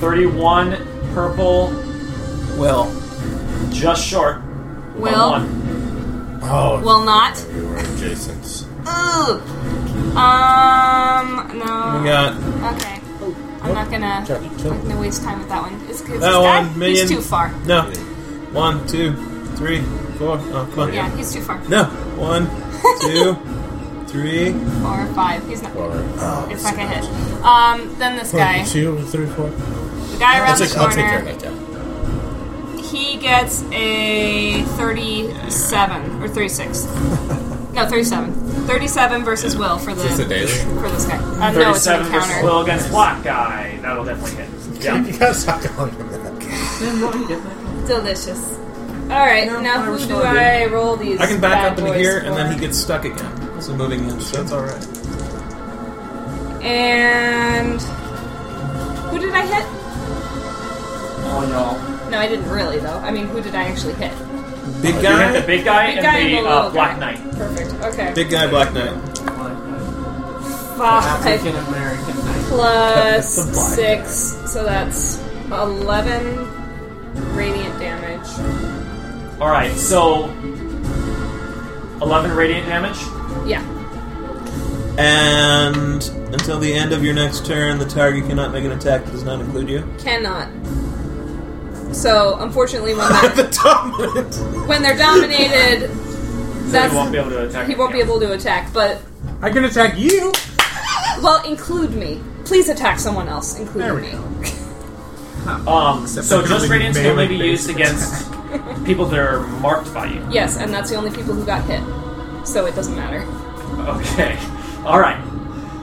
Speaker 3: 31 purple,
Speaker 7: Will.
Speaker 3: just short.
Speaker 4: Will.
Speaker 3: One.
Speaker 7: Oh,
Speaker 4: Will not.
Speaker 13: We were adjacent.
Speaker 4: Ooh. Um. No.
Speaker 7: we got
Speaker 4: Okay. I'm not gonna. I'm not gonna waste time with that one. It's because
Speaker 7: That
Speaker 4: guy,
Speaker 7: one, minion.
Speaker 4: he's too far.
Speaker 7: no. One, two, three, four. Oh, come on.
Speaker 4: Yeah, he's too far.
Speaker 7: No. One, two, three.
Speaker 4: Four or five. He's not.
Speaker 7: Oh,
Speaker 4: It's not gonna hit. Um. Then this guy,
Speaker 7: Two, three, four.
Speaker 4: the guy
Speaker 7: I'll
Speaker 4: around the
Speaker 7: take, I'll take care of
Speaker 4: corner,
Speaker 7: that guy.
Speaker 4: he gets a 37 or 36. No, 37. 37 versus Will for the
Speaker 13: Is this a daily?
Speaker 4: for this guy. Uh, no, it's an
Speaker 3: 37 versus
Speaker 4: encounter.
Speaker 3: Will against Black Guy. That'll definitely hit. Yeah.
Speaker 7: You gotta stop calling him that.
Speaker 4: Delicious. All right, now who do I roll these?
Speaker 8: I can back
Speaker 4: bad
Speaker 8: up into
Speaker 4: boys
Speaker 8: here, and
Speaker 4: for?
Speaker 8: then he gets stuck again. So moving in, so that's all right.
Speaker 4: And who did I hit?
Speaker 9: Oh
Speaker 4: No, I didn't really though. I mean, who did I actually hit?
Speaker 8: Big
Speaker 3: You hit
Speaker 8: guy,
Speaker 3: the big guy
Speaker 4: Big
Speaker 3: and
Speaker 4: guy
Speaker 3: the,
Speaker 4: and
Speaker 3: uh,
Speaker 4: the little
Speaker 3: Black
Speaker 4: guy.
Speaker 3: Knight.
Speaker 4: Perfect. Okay.
Speaker 8: big guy, Black Knight.
Speaker 9: no.
Speaker 4: Five
Speaker 9: African American night.
Speaker 4: plus
Speaker 7: That's a black
Speaker 4: six, so that's eleven radiant damage.
Speaker 3: Alright, so 11 radiant damage.
Speaker 4: Yeah.
Speaker 8: And until the end of your next turn, the target cannot make an attack that does not include you.
Speaker 4: Cannot. So unfortunately, when they're,
Speaker 8: the dominant.
Speaker 4: when they're dominated, that's
Speaker 3: He won't be able to attack.
Speaker 4: he won't be
Speaker 3: again.
Speaker 4: able to attack. But
Speaker 12: I can attack you.
Speaker 4: well, include me. Please attack someone else, including
Speaker 12: There we
Speaker 4: me.
Speaker 12: go.
Speaker 3: Um, so
Speaker 12: for
Speaker 3: just
Speaker 12: the
Speaker 3: radiance can only be
Speaker 12: melee
Speaker 3: used against people that are marked by you.
Speaker 4: Yes, and that's the only people who got hit. So it doesn't matter.
Speaker 3: Okay. Uh, All right.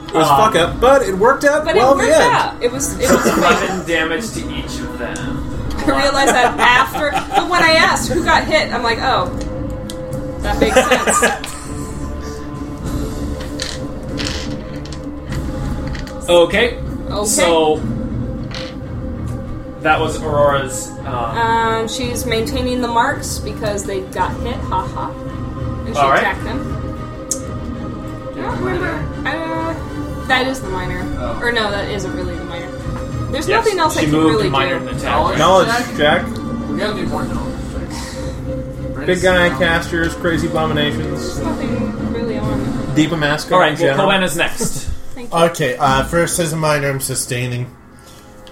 Speaker 8: It was fuck up, but it worked out
Speaker 4: But
Speaker 8: well
Speaker 4: it
Speaker 8: in
Speaker 4: worked
Speaker 8: the end.
Speaker 4: out. It was it was great.
Speaker 3: Eleven damage to each of them.
Speaker 4: I realized that after but when I asked who got hit, I'm like, oh that makes sense.
Speaker 3: Okay.
Speaker 4: Okay.
Speaker 3: So that was Aurora's. Uh,
Speaker 4: um, she's maintaining the marks because they got hit, haha. And she
Speaker 3: All right.
Speaker 4: attacked them. I don't remember. Uh, that is the minor.
Speaker 9: Oh.
Speaker 4: Or no, that isn't really the minor. There's
Speaker 3: yes,
Speaker 4: nothing else
Speaker 3: she
Speaker 4: I can
Speaker 3: moved
Speaker 4: really
Speaker 3: and minor
Speaker 4: do.
Speaker 3: an attack.
Speaker 8: Knowledge check.
Speaker 9: We gotta do more knowledge.
Speaker 5: Big guy, casters, crazy abominations,
Speaker 4: There's nothing really on.
Speaker 5: Deepa Mask.
Speaker 3: All right. Well, Cohen is next.
Speaker 4: Thank you.
Speaker 7: Okay, uh, first as a minor, I'm sustaining.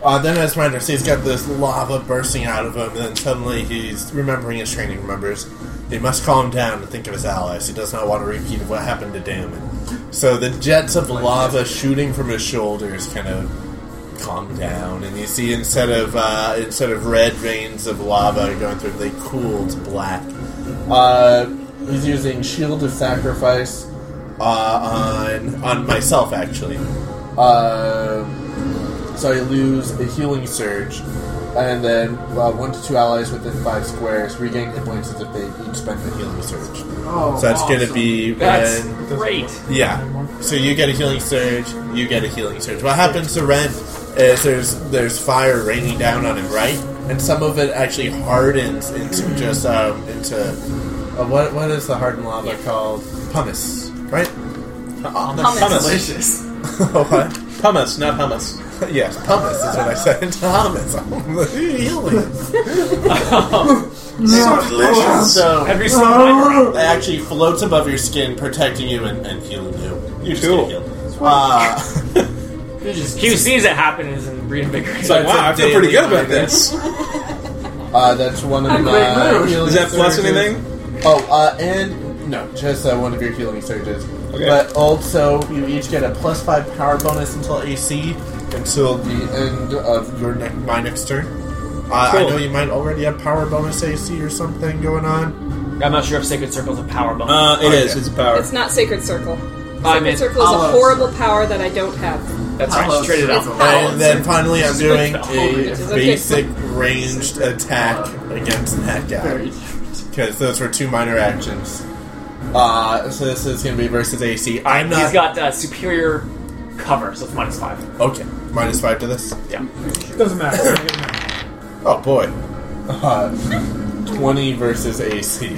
Speaker 7: Uh, then as minor, so he's got this lava bursting out of him, and then suddenly he's remembering his training, remembers. He must calm down and think of his allies. He does not want a repeat of what happened to Damon. So the jets of lava shooting from his shoulders kind of calm down, and you see instead of uh, instead of red veins of lava going through, they cool to black. Uh, he's using Shield of Sacrifice uh, on on myself actually. Uh, so I lose a healing surge, and then uh, one to two allies within five squares regain hit points as if they each spent a healing surge.
Speaker 9: Oh,
Speaker 7: So that's going to
Speaker 9: awesome.
Speaker 7: be
Speaker 3: That's
Speaker 7: Ren-
Speaker 3: great.
Speaker 7: yeah. So you get a healing surge. You get a healing surge. What happens to Ren is there's there's fire raining down on him, right? And some of it actually hardens into just um, into uh, what what is the hardened lava called? Pumice, right?
Speaker 4: Hummus.
Speaker 7: Delicious. what?
Speaker 8: Pumice, not hummus.
Speaker 7: Yes, pumice is what I said. Thomas, healing. so delicious. So
Speaker 3: Have you seen my
Speaker 7: it actually floats above your skin, protecting you and, and healing you. You
Speaker 8: cool.
Speaker 7: Uh,
Speaker 3: Q sees it happen and is reinvigorated.
Speaker 8: It's like, wow, I feel pretty good about this.
Speaker 7: Uh, that's one of my.
Speaker 8: Does that plus anything?
Speaker 7: Oh, uh, and no, just uh, one of your healing surges.
Speaker 8: Okay.
Speaker 7: But also, you each get a plus five power bonus until AC until the end of your ne- my next turn. Uh, I
Speaker 8: Cool.
Speaker 7: know you might already have power bonus AC or something going on.
Speaker 3: I'm not sure if Sacred Circle's a power bomb.
Speaker 8: Uh, it is.
Speaker 7: Okay.
Speaker 8: It's a power.
Speaker 4: It's not Sacred Circle.
Speaker 3: I
Speaker 4: Sacred
Speaker 3: mean,
Speaker 4: Circle is a
Speaker 9: Hollows.
Speaker 4: horrible power that I don't have.
Speaker 3: that's right.
Speaker 9: Hollow
Speaker 3: She traded
Speaker 9: Circle.
Speaker 3: off.
Speaker 7: And then finally, I'm doing
Speaker 4: It's
Speaker 7: a
Speaker 4: okay.
Speaker 7: basic ranged attack against that guy. Because those were two minor actions. Uh, so this is going to be versus AC. I'm not.
Speaker 3: He's got uh, superior cover, so it's minus five.
Speaker 7: okay, minus five to this.
Speaker 3: Yeah.
Speaker 12: Doesn't matter.
Speaker 7: Oh boy. Uh,
Speaker 9: 20 versus AC.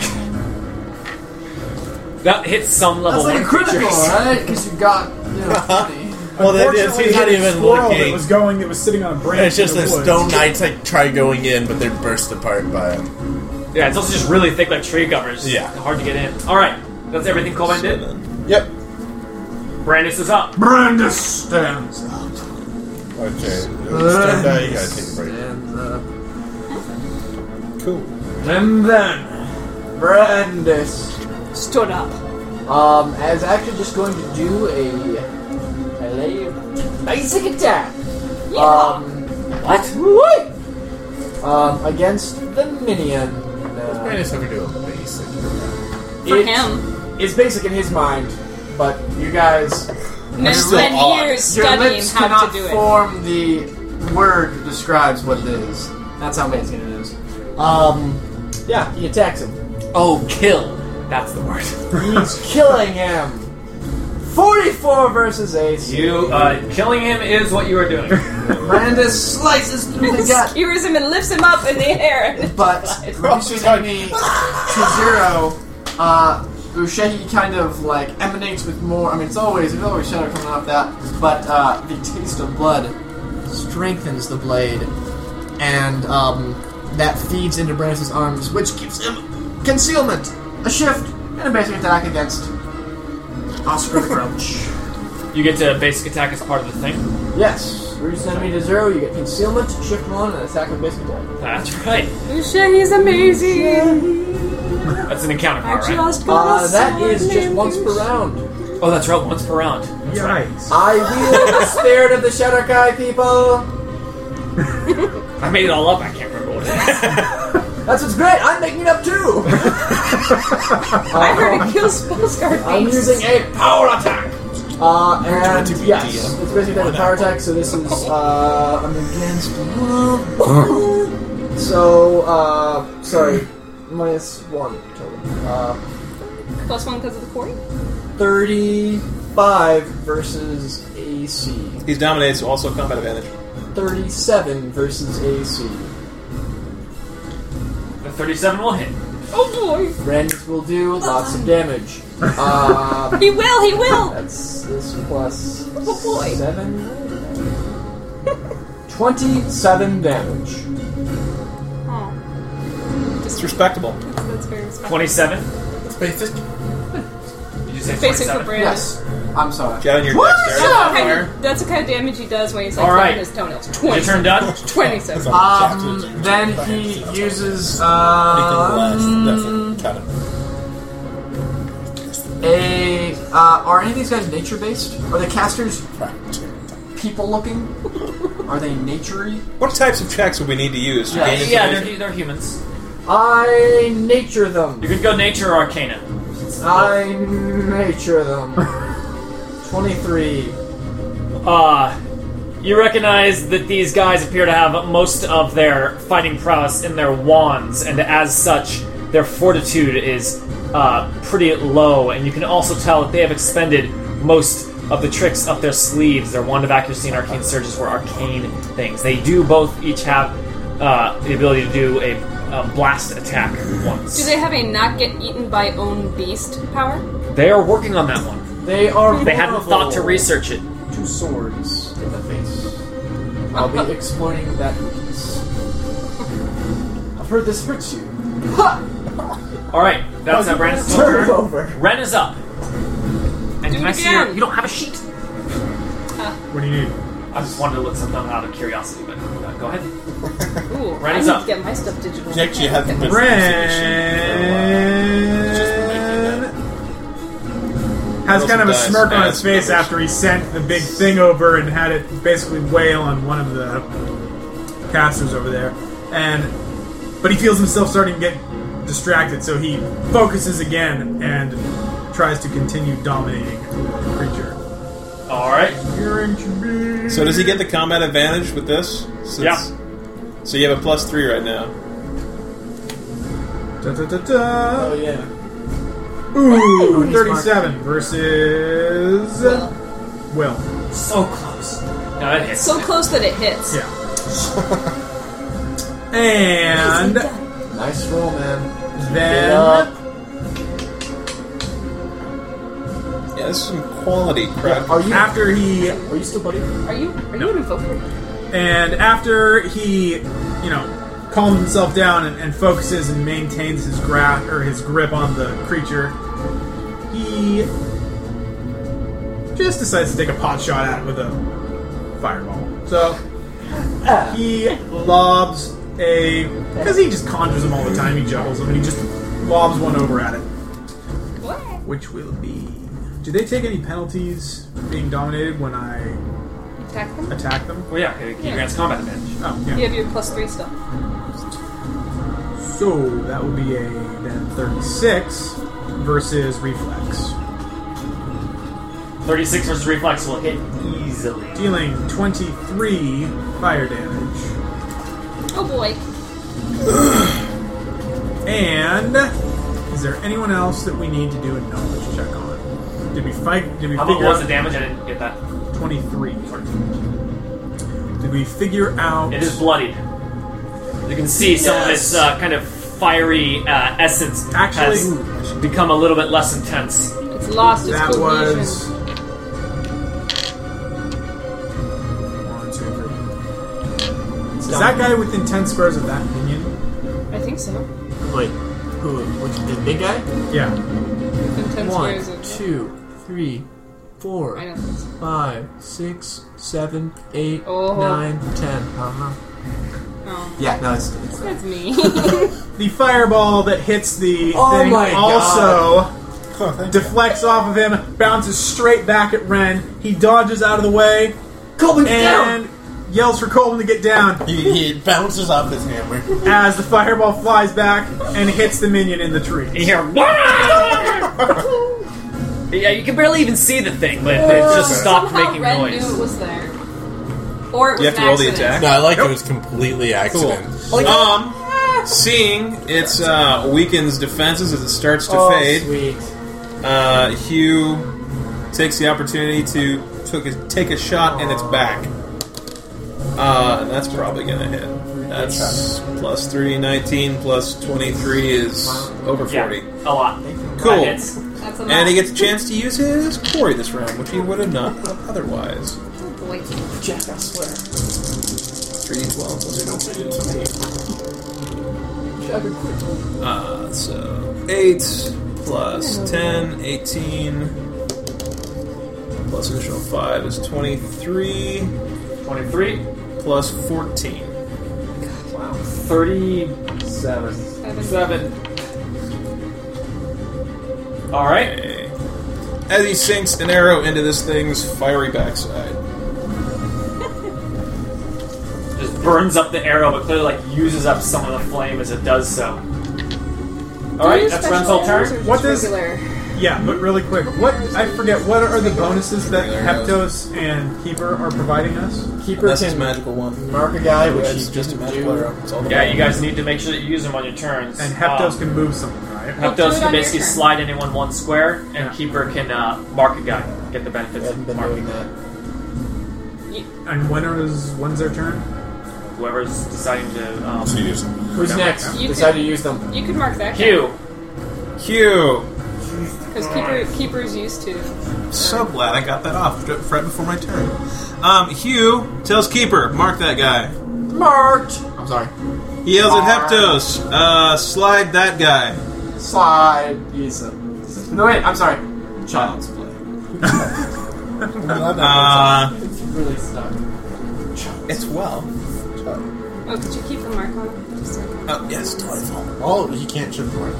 Speaker 3: That hits some level
Speaker 7: That's like
Speaker 3: one
Speaker 7: a critical,
Speaker 3: creatures.
Speaker 7: right? Because you got you know, 20.
Speaker 9: Well, that is,
Speaker 5: Fortunately,
Speaker 9: he's not
Speaker 5: that
Speaker 9: even
Speaker 5: squirrel that
Speaker 9: looking.
Speaker 5: was going that was sitting on a branch.
Speaker 9: It's just
Speaker 5: in the
Speaker 9: the
Speaker 5: woods.
Speaker 9: stone knights like try going in, but they're burst apart by him.
Speaker 3: Yeah, it's also just really thick like tree covers.
Speaker 9: Yeah.
Speaker 3: Hard to get in. Alright, that's everything Coleman did.
Speaker 8: Yep.
Speaker 3: Brandis is up.
Speaker 5: Brandis stands up.
Speaker 9: Okay, it's stone die, you gotta take a break.
Speaker 7: And uh,
Speaker 8: Cool.
Speaker 5: And then
Speaker 7: Brandis.
Speaker 4: Stood up.
Speaker 7: Um, is actually just going to do a, a lay- basic attack.
Speaker 4: Yeah.
Speaker 7: Um,
Speaker 3: What?
Speaker 7: what? Um, against the minion.
Speaker 9: I
Speaker 7: Uh,
Speaker 9: just have to do a basic.
Speaker 4: For
Speaker 7: it-
Speaker 4: him.
Speaker 7: It's basic in his mind, but you guys,
Speaker 4: Men
Speaker 9: still
Speaker 4: spent
Speaker 9: odd.
Speaker 4: years
Speaker 7: your
Speaker 4: studying
Speaker 7: lips
Speaker 4: how to
Speaker 7: cannot
Speaker 4: do it.
Speaker 7: form the word that describes what it is. That's how basic it is. Um, yeah, he attacks him.
Speaker 3: Oh, kill. That's the word.
Speaker 7: He's killing him. Forty-four versus AC.
Speaker 3: You, uh, killing him is what you are doing.
Speaker 7: Brandis slices through the gut,
Speaker 4: Skewers him and lifts him up in the air.
Speaker 7: but reducing me to zero. Uh, Ushehi kind of like emanates with more. I mean, it's always there's always shadow coming off that, but uh, the taste of blood strengthens the blade, and um, that feeds into Brandis' arms, which gives him concealment, a shift, and a basic attack against Oscar the Grouch.
Speaker 3: You get to basic attack as part of the thing.
Speaker 7: Yes, reduce enemy to zero. You get concealment, shift one, and attack with basic attack.
Speaker 3: That's right.
Speaker 4: He's amazing.
Speaker 3: That's an encounter card,
Speaker 4: I
Speaker 3: right?
Speaker 4: just got
Speaker 7: Uh,
Speaker 4: a
Speaker 7: that
Speaker 4: sword
Speaker 7: is just
Speaker 4: named
Speaker 7: once per
Speaker 4: Usha.
Speaker 7: round.
Speaker 3: Oh, that's right. Once per round.
Speaker 5: yikes.
Speaker 7: I wield the spirit of the Shadokai people.
Speaker 3: I made it all up. I can't remember what it is.
Speaker 7: That's what's great. I'm making it up too. Uh,
Speaker 4: I heard it kills Spellscar
Speaker 7: I'm using a power attack. Uh, and
Speaker 9: Twenty
Speaker 7: yes,
Speaker 9: DM.
Speaker 7: it's basically a power attack. So this is uh, I'm against. So uh, sorry, minus one total. Uh,
Speaker 4: Plus one because of the quarry?
Speaker 7: thirty-five versus AC.
Speaker 8: He's dominated, so also combat advantage.
Speaker 7: Thirty-seven versus AC.
Speaker 3: The 37 will hit.
Speaker 4: Oh
Speaker 7: Brandis will do lots of damage. Uh,
Speaker 4: boy. He will, he will.
Speaker 7: That's this plus
Speaker 4: Oh, boy.
Speaker 7: seven. Twenty-seven damage.
Speaker 4: Oh,
Speaker 8: It's respectable.
Speaker 4: that's very respectful.
Speaker 3: 27.
Speaker 9: It's basic.
Speaker 3: Did you say
Speaker 4: Basic for
Speaker 3: 27?
Speaker 4: Brandon.
Speaker 7: Yes, I'm sorry.
Speaker 8: Get on your
Speaker 4: That's
Speaker 8: dexterity
Speaker 4: the kind
Speaker 8: modifier.
Speaker 4: of- That's the kind of damage he does when he's like
Speaker 3: All right.
Speaker 4: right. his toenails.
Speaker 3: Your turn
Speaker 4: Twenty.
Speaker 3: done?
Speaker 4: Twenty-six.
Speaker 7: Um, then he uses
Speaker 8: Um,
Speaker 7: um, a uh, are any of these guys nature based? Are the casters people looking? Are they naturey?
Speaker 8: What types of checks would we need to use to
Speaker 7: Yeah.
Speaker 8: gain
Speaker 3: Yeah,
Speaker 8: information?
Speaker 3: they're, they're humans.
Speaker 7: I nature them.
Speaker 3: You could go nature or arcana.
Speaker 7: I nature them. Twenty-three.
Speaker 3: Uh, you recognize that these guys appear to have most of their fighting prowess in their wands, and as such, their fortitude is uh, pretty low, and you can also tell that they have expended most of the tricks up their sleeves. Their wand of accuracy and arcane surges were arcane things. They do both each have uh, the ability to do a, a blast attack once.
Speaker 4: Do they have a not get eaten by own beast power?
Speaker 3: They are working on that one.
Speaker 7: They are.
Speaker 3: They hadn't thought to
Speaker 7: research.
Speaker 3: research it.
Speaker 7: two swords in the face. I'll be exploiting that weakness. I've heard this hurts you. Ha!
Speaker 3: All right, that's that Brandon's
Speaker 7: Turn
Speaker 3: turn.
Speaker 7: over.
Speaker 3: Ren is up. And
Speaker 4: Do
Speaker 3: can
Speaker 4: it
Speaker 3: I see your,
Speaker 4: again.
Speaker 3: you don't have a sheet.
Speaker 5: What do you need?
Speaker 3: I just wanted to look something out of curiosity, but uh, go ahead.
Speaker 4: Ooh,
Speaker 3: Right
Speaker 4: I
Speaker 3: is
Speaker 4: need
Speaker 3: up.
Speaker 4: to get my stuff digital.
Speaker 9: You actually haven't been
Speaker 5: Ren has
Speaker 8: Roll
Speaker 5: kind
Speaker 8: some
Speaker 5: of a
Speaker 8: dice.
Speaker 5: smirk on
Speaker 8: Add
Speaker 5: his
Speaker 8: some
Speaker 5: face
Speaker 8: numbers.
Speaker 5: after he sent the big thing over and had it basically wail on one of the casters over there. And but he feels himself starting to get distracted, so he focuses again and tries to continue dominating the creature.
Speaker 3: All right.
Speaker 8: So does he get the combat advantage with this? Since-
Speaker 3: Yeah.
Speaker 8: So you have a plus three right now.
Speaker 5: Da, da, da, da.
Speaker 7: Oh yeah.
Speaker 5: Ooh,
Speaker 7: he's
Speaker 5: 37 versus Will.
Speaker 3: So close. No, that hits.
Speaker 4: So close that it hits.
Speaker 5: Yeah. and
Speaker 4: Is it done?
Speaker 7: Nice roll, man.
Speaker 5: Then
Speaker 8: Yeah, this is some quality crap.
Speaker 7: Are you?
Speaker 5: after he
Speaker 7: Are you still buddy?
Speaker 4: Are you are
Speaker 5: No.
Speaker 4: you even voting?
Speaker 5: and after he, you know, calms himself down and, and focuses and maintains his grasp or his grip on the creature, he just decides to take a pot shot at it with a fireball. So he lobs a because he just conjures them all the time. He juggles them and he just lobs one over at it.
Speaker 4: What?
Speaker 5: which will be. Do they take any penalties being dominated when I
Speaker 4: Attack them?
Speaker 5: attack them?
Speaker 3: Well, Oh, yeah, he
Speaker 4: Yeah.
Speaker 3: grants combat advantage.
Speaker 5: Oh, yeah.
Speaker 4: You have your plus three stuff.
Speaker 5: So that would be a then 36 versus reflex,
Speaker 3: 36 versus reflex will hit easily.
Speaker 5: dealing 23 fire damage
Speaker 4: Oh boy.
Speaker 5: and. Is there anyone else that we need to do a knowledge check on? Did we fight? Did we
Speaker 3: How much
Speaker 5: figure
Speaker 3: was the
Speaker 5: out
Speaker 3: damage? I didn't get that.
Speaker 5: 23? Did we figure out?
Speaker 3: It is bloodied. You can see some of this uh, kind of fiery uh, essence
Speaker 5: Actually-
Speaker 3: has become a little bit less intense.
Speaker 4: It's lost its
Speaker 5: that
Speaker 4: cohesion.
Speaker 5: was one, two, three. Is that guy within ten squares of that minion?
Speaker 4: I think so.
Speaker 14: Wait, who? Which, the big guy?
Speaker 5: Yeah.
Speaker 4: Within ten
Speaker 14: One,
Speaker 4: squares of
Speaker 14: two, three, four,
Speaker 4: I don't think so.
Speaker 14: five, six, seven, eight,
Speaker 4: Oh.
Speaker 14: nine, ten. Uh-huh.
Speaker 4: Oh.
Speaker 7: Yeah, no, it's. it's
Speaker 4: That's me.
Speaker 5: The fireball that hits the
Speaker 14: Oh
Speaker 5: thing
Speaker 14: my
Speaker 5: also Oh, deflects off of him, bounces straight back at Ren. He dodges out of the way
Speaker 14: Colvin,
Speaker 5: and yells for Colvin to get down
Speaker 9: He, he bounces off his hammer.
Speaker 5: as the fireball flies back and hits the minion in the
Speaker 3: You
Speaker 5: tree.
Speaker 3: hear, "Wah!" yeah, you can barely even see the thing, but it just stopped
Speaker 4: Somehow
Speaker 3: making
Speaker 4: Ren
Speaker 3: noise.
Speaker 4: knew it was there. Or it was
Speaker 8: You have
Speaker 4: an
Speaker 8: to roll the
Speaker 4: accident.
Speaker 8: attack?
Speaker 9: No, I like it was completely accident.
Speaker 8: Um, seeing its uh, weakens defenses as it starts
Speaker 3: Oh,
Speaker 8: to fade,
Speaker 14: Oh, Sweet.
Speaker 8: uh, Hugh takes the opportunity to took a, take a shot in its back. Uh, and that's probably gonna hit. That's plus 3, 19, plus 23 is over 40.
Speaker 3: Yeah, a lot.
Speaker 8: Cool.
Speaker 3: That hits.
Speaker 4: That's a lot.
Speaker 8: And he gets a chance to use his quarry this round, which he would have not otherwise.
Speaker 4: Oh boy.
Speaker 7: Jack, I swear.
Speaker 8: 3d12. Uh, so 8 plus 10, 18. Plus additional 5 is 23.
Speaker 3: 23,
Speaker 8: Plus 14.
Speaker 3: 37.
Speaker 4: Seven.
Speaker 3: Alright.
Speaker 8: Okay. As he sinks an arrow into this thing's fiery backside.
Speaker 3: Just burns up the arrow, but clearly like uses up some of the flame as it does so. Alright, that's Ren's whole turn.
Speaker 5: What does-
Speaker 4: regular?
Speaker 5: Yeah, but really quick, what I forget what are the bonuses that Heptos and Keeper are providing us?
Speaker 14: Keeper
Speaker 8: That's his
Speaker 14: can
Speaker 8: magical one.
Speaker 14: mark a guy, which
Speaker 8: It's
Speaker 14: he
Speaker 8: just a
Speaker 14: can
Speaker 8: magical
Speaker 14: do.
Speaker 8: arrow. It's all the
Speaker 3: Yeah, you guys need to make sure that you use them on your turns.
Speaker 5: And Heptos
Speaker 3: Um,
Speaker 5: can move someone, right?
Speaker 4: Well, do it
Speaker 3: Heptos
Speaker 4: on
Speaker 3: can
Speaker 4: your
Speaker 3: basically
Speaker 4: turn.
Speaker 3: slide anyone one square, and
Speaker 5: Yeah.
Speaker 3: Keeper can uh, mark a guy, get the benefits
Speaker 14: Haven't
Speaker 3: of
Speaker 14: been
Speaker 3: marking
Speaker 14: doing that.
Speaker 5: And when is when's their turn?
Speaker 3: whoever's deciding to. Um,
Speaker 14: Who's
Speaker 5: Yeah.
Speaker 14: next?
Speaker 4: You
Speaker 14: Decide
Speaker 4: can-
Speaker 14: to use them.
Speaker 4: You could mark that
Speaker 3: Hugh,
Speaker 8: Hugh!
Speaker 4: because keeper, keeper's used to.
Speaker 6: So glad I got that off dr- right before my turn. Um, Hugh tells Keeper, mark that guy.
Speaker 14: Marked. I'm sorry.
Speaker 6: He yells at
Speaker 14: Mark.
Speaker 6: Heptos, uh, slide that guy.
Speaker 14: Slide. Use them. No wait. I'm sorry. Child's play.
Speaker 6: Uh,
Speaker 14: It's really stuck.
Speaker 8: It's well.
Speaker 4: Oh, could you keep the mark on him? Just like-
Speaker 6: oh, yes, delightful.
Speaker 9: Oh, he can't trip for it.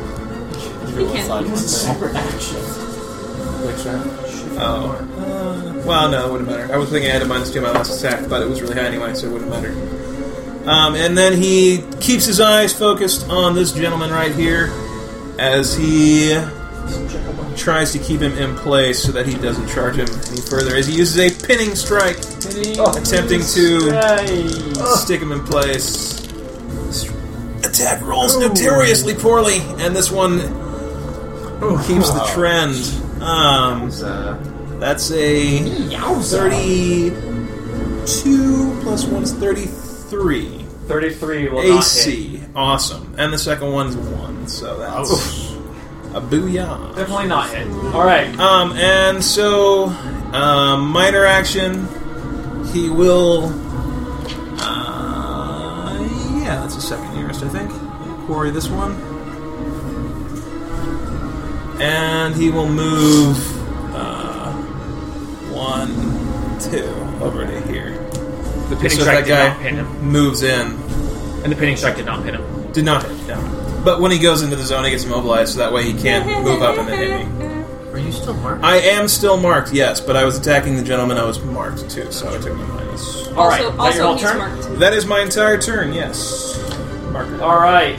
Speaker 4: He can't.
Speaker 14: Separate action.
Speaker 9: Which round?
Speaker 8: Oh. Uh, well, no, it wouldn't matter. I was thinking I had a minus two on my last attack, but it was really high anyway, so it wouldn't matter. Um, and then he keeps his eyes focused on this gentleman right here as he tries to keep him in place so that he doesn't charge him any further. As he uses a pinning strike, attempting to stick him in place. This Attack rolls notoriously poorly, and this one keeps the trend. Um, that's a 32 plus 1 is 33.
Speaker 3: 33 will not hit.
Speaker 8: AC. Awesome. And the second one's one, so that's a booyah.
Speaker 3: Definitely not hit. Alright.
Speaker 8: Um, and so, um, minor action. He will. Uh, yeah, that's the second nearest, I think. Quarry this one. And he will move. Uh, one, two, over to here.
Speaker 3: The pinning
Speaker 8: so that
Speaker 3: strike did not
Speaker 8: guy
Speaker 3: pin him.
Speaker 8: moves in.
Speaker 3: And the pinning strike did not pin him.
Speaker 8: Did not hit, no. But when he goes into the zone, he gets immobilized, so that way he can't move up and then hit me.
Speaker 14: Are you still marked?
Speaker 8: I am still marked, yes, but I was attacking the gentleman I was marked to, so I took my minus.
Speaker 3: Alright.
Speaker 4: also,
Speaker 3: Is that your
Speaker 4: also
Speaker 3: whole
Speaker 4: he's
Speaker 3: turn?
Speaker 4: marked.
Speaker 8: That is my entire turn, yes. Marker.
Speaker 3: All right.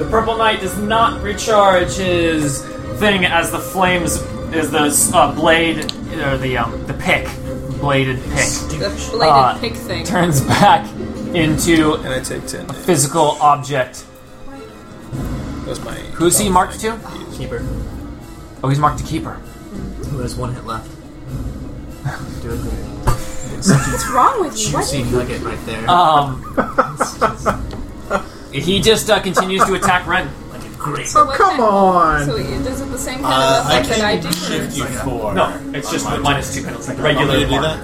Speaker 3: The Purple Knight does not recharge his thing as the flames is the uh, blade or the um, the pick bladed pick
Speaker 4: The bladed
Speaker 3: Uh,
Speaker 4: pick thing.
Speaker 3: turns back into
Speaker 8: And I take 10 damage.
Speaker 3: physical object.
Speaker 8: That was my.
Speaker 3: Who's he marked to?
Speaker 14: Keeper,
Speaker 3: Oh, he's marked to keeper.
Speaker 14: who has one hit left. Do it great.
Speaker 4: What's wrong with you? What?
Speaker 14: Juicy nugget right there.
Speaker 7: Uh,
Speaker 3: Um, he just uh, continues to attack Ren.
Speaker 14: like a great.
Speaker 4: So what
Speaker 5: Come
Speaker 4: kind-
Speaker 5: on.
Speaker 4: So it does it the same kind
Speaker 9: Uh,
Speaker 4: of
Speaker 9: I
Speaker 4: effect that I
Speaker 9: can
Speaker 4: do?
Speaker 9: shift you four.
Speaker 3: No, it's just the minus two penalty. The regular
Speaker 9: Want me to do
Speaker 3: mark.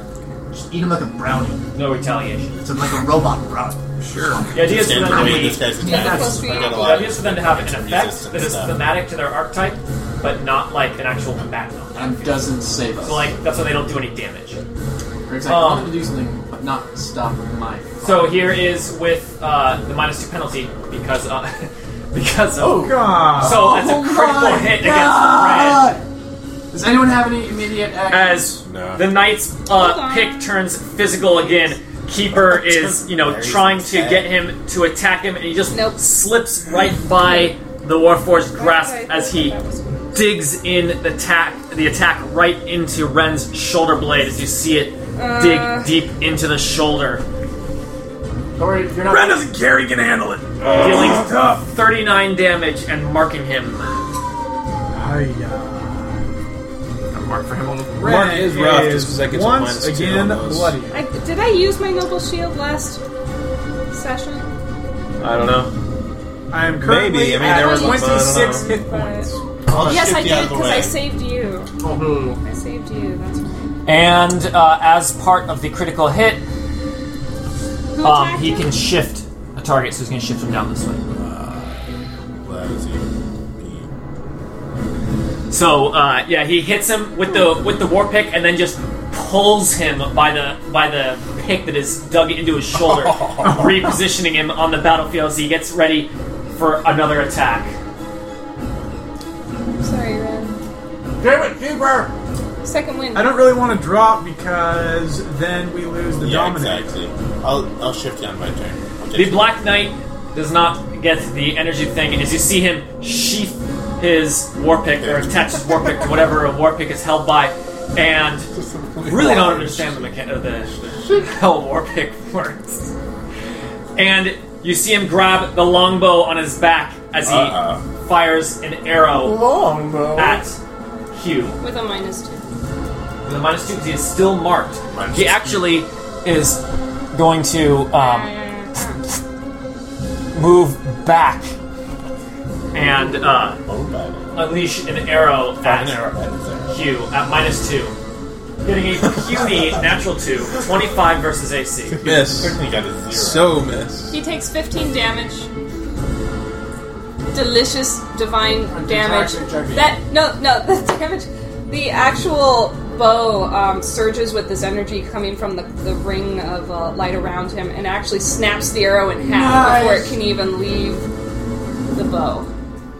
Speaker 9: that?
Speaker 14: Just eat him like a brownie.
Speaker 3: No retaliation.
Speaker 14: It's like a robot brownie.
Speaker 9: Sure.
Speaker 3: The idea is for
Speaker 9: Stand
Speaker 3: them to
Speaker 9: between
Speaker 3: be
Speaker 9: this guy's
Speaker 4: Yeah,
Speaker 9: attacks.
Speaker 4: that's supposed to
Speaker 9: I
Speaker 4: be-
Speaker 9: got a
Speaker 3: The
Speaker 9: lot.
Speaker 3: idea is for them to have an effect
Speaker 9: resistance
Speaker 3: that is
Speaker 9: stuff.
Speaker 3: thematic to their archetype, but not like an actual backbone.
Speaker 7: And doesn't save us.
Speaker 3: So like that's why they don't do any damage.
Speaker 7: For example,
Speaker 3: um,
Speaker 7: I'm going to do something, but not stop my.
Speaker 3: So here is with uh, the minus two penalty because uh, because of,
Speaker 5: Oh god.
Speaker 3: so that's a
Speaker 7: Oh
Speaker 3: critical
Speaker 7: my
Speaker 3: hit
Speaker 7: God!
Speaker 3: against Red
Speaker 7: Does anyone have any immediate action?
Speaker 3: as the knight's uh,
Speaker 4: on.
Speaker 3: pick turns physical again. Keeper is you know
Speaker 9: Very
Speaker 3: trying to
Speaker 9: sad.
Speaker 3: get him to attack him, and he just
Speaker 4: Nope.
Speaker 3: slips right by the Warforged grasp
Speaker 4: Okay.
Speaker 3: as he digs in the attack, the attack right into Ren's shoulder blade as you see it dig deep into the shoulder,
Speaker 7: Don't worry, you're not. Uh.
Speaker 8: doesn't care, he can handle it!
Speaker 3: dealing 39 damage and marking him.
Speaker 5: Hiya.
Speaker 3: Mark for him on the
Speaker 8: Mark is rough just 'cause that
Speaker 5: Red
Speaker 8: gets
Speaker 5: is
Speaker 8: a
Speaker 5: once
Speaker 8: minus two
Speaker 5: again
Speaker 8: on those.
Speaker 5: bloody.
Speaker 4: I, did I use my noble shield last session?
Speaker 8: I don't know.
Speaker 5: I am currently
Speaker 8: Maybe, I mean,
Speaker 5: at
Speaker 8: there
Speaker 4: was a- I don't
Speaker 5: 26
Speaker 8: know.
Speaker 5: hit
Speaker 4: But-
Speaker 5: points.
Speaker 9: I'll
Speaker 4: yes, I
Speaker 9: shift you out
Speaker 4: did
Speaker 9: of the
Speaker 4: because I
Speaker 9: way.
Speaker 4: saved you.
Speaker 7: Oh,
Speaker 4: I saved you. That's right.
Speaker 3: And uh, as part of the critical hit,
Speaker 4: Who
Speaker 3: um,
Speaker 4: attacked
Speaker 3: he
Speaker 4: him?
Speaker 3: can shift a target, so he's going to shift him down this way.
Speaker 9: Well, let's see.
Speaker 3: So uh, yeah, he hits him with the with the war pick, and then just pulls him by the by the pick that is dug into his shoulder, repositioning him on the battlefield. So he gets ready for another attack.
Speaker 4: Sorry, Ren.
Speaker 7: Damn it, Keeper!
Speaker 4: Second win.
Speaker 5: I don't really want to drop because then we lose the
Speaker 9: Yeah,
Speaker 5: dominant.
Speaker 9: exactly. I'll I'll shift you on my turn. Okay.
Speaker 3: The Black Knight does not get the energy thing as you see him sheath his war pick or attach his war pick to whatever a war pick is held by, and really don't understand the, mecha- uh, the, the how war pick works. And you see him grab the longbow on his back as he
Speaker 9: Uh-oh.
Speaker 3: fires an arrow at Hugh.
Speaker 4: With a minus two.
Speaker 3: With a minus two, 'cause he is still marked.
Speaker 9: Minus
Speaker 3: he
Speaker 9: two.
Speaker 3: actually is going to um,
Speaker 4: Uh,
Speaker 3: move back and uh,
Speaker 9: Oh, bad.
Speaker 3: unleash an arrow
Speaker 9: An
Speaker 3: at
Speaker 9: arrow head there.
Speaker 3: Q at minus two. Getting a puny natural two, 25 versus AC.
Speaker 8: Miss.
Speaker 9: Quickly got a zero.
Speaker 8: So miss.
Speaker 4: he takes 15 damage. Delicious divine damage. That no no the damage. The actual bow um, surges with this energy coming from the, the ring of uh, light around him and actually snaps the arrow in half before it can even leave the bow.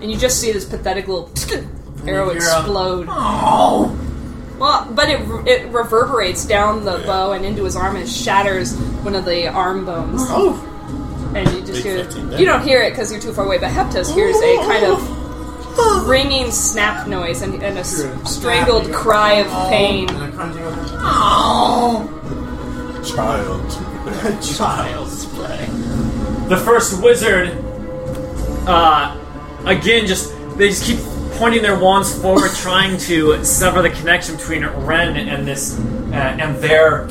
Speaker 4: And you just see this pathetic little arrow explode. Well, but it it reverberates down the bow and into his arm and shatters one of the arm bones. And you just
Speaker 9: Big
Speaker 4: hear
Speaker 9: 15 there.
Speaker 4: you don't hear it because you're too far away. But Heptos hears a kind of ringing snap noise and, and a s- strangled cry of pain.
Speaker 7: And I'm crunching with him.
Speaker 9: Child. Child's play.
Speaker 3: The first wizard, uh, again, just they just keep pointing their wands forward, trying to sever the connection between Ren and this uh, and, and their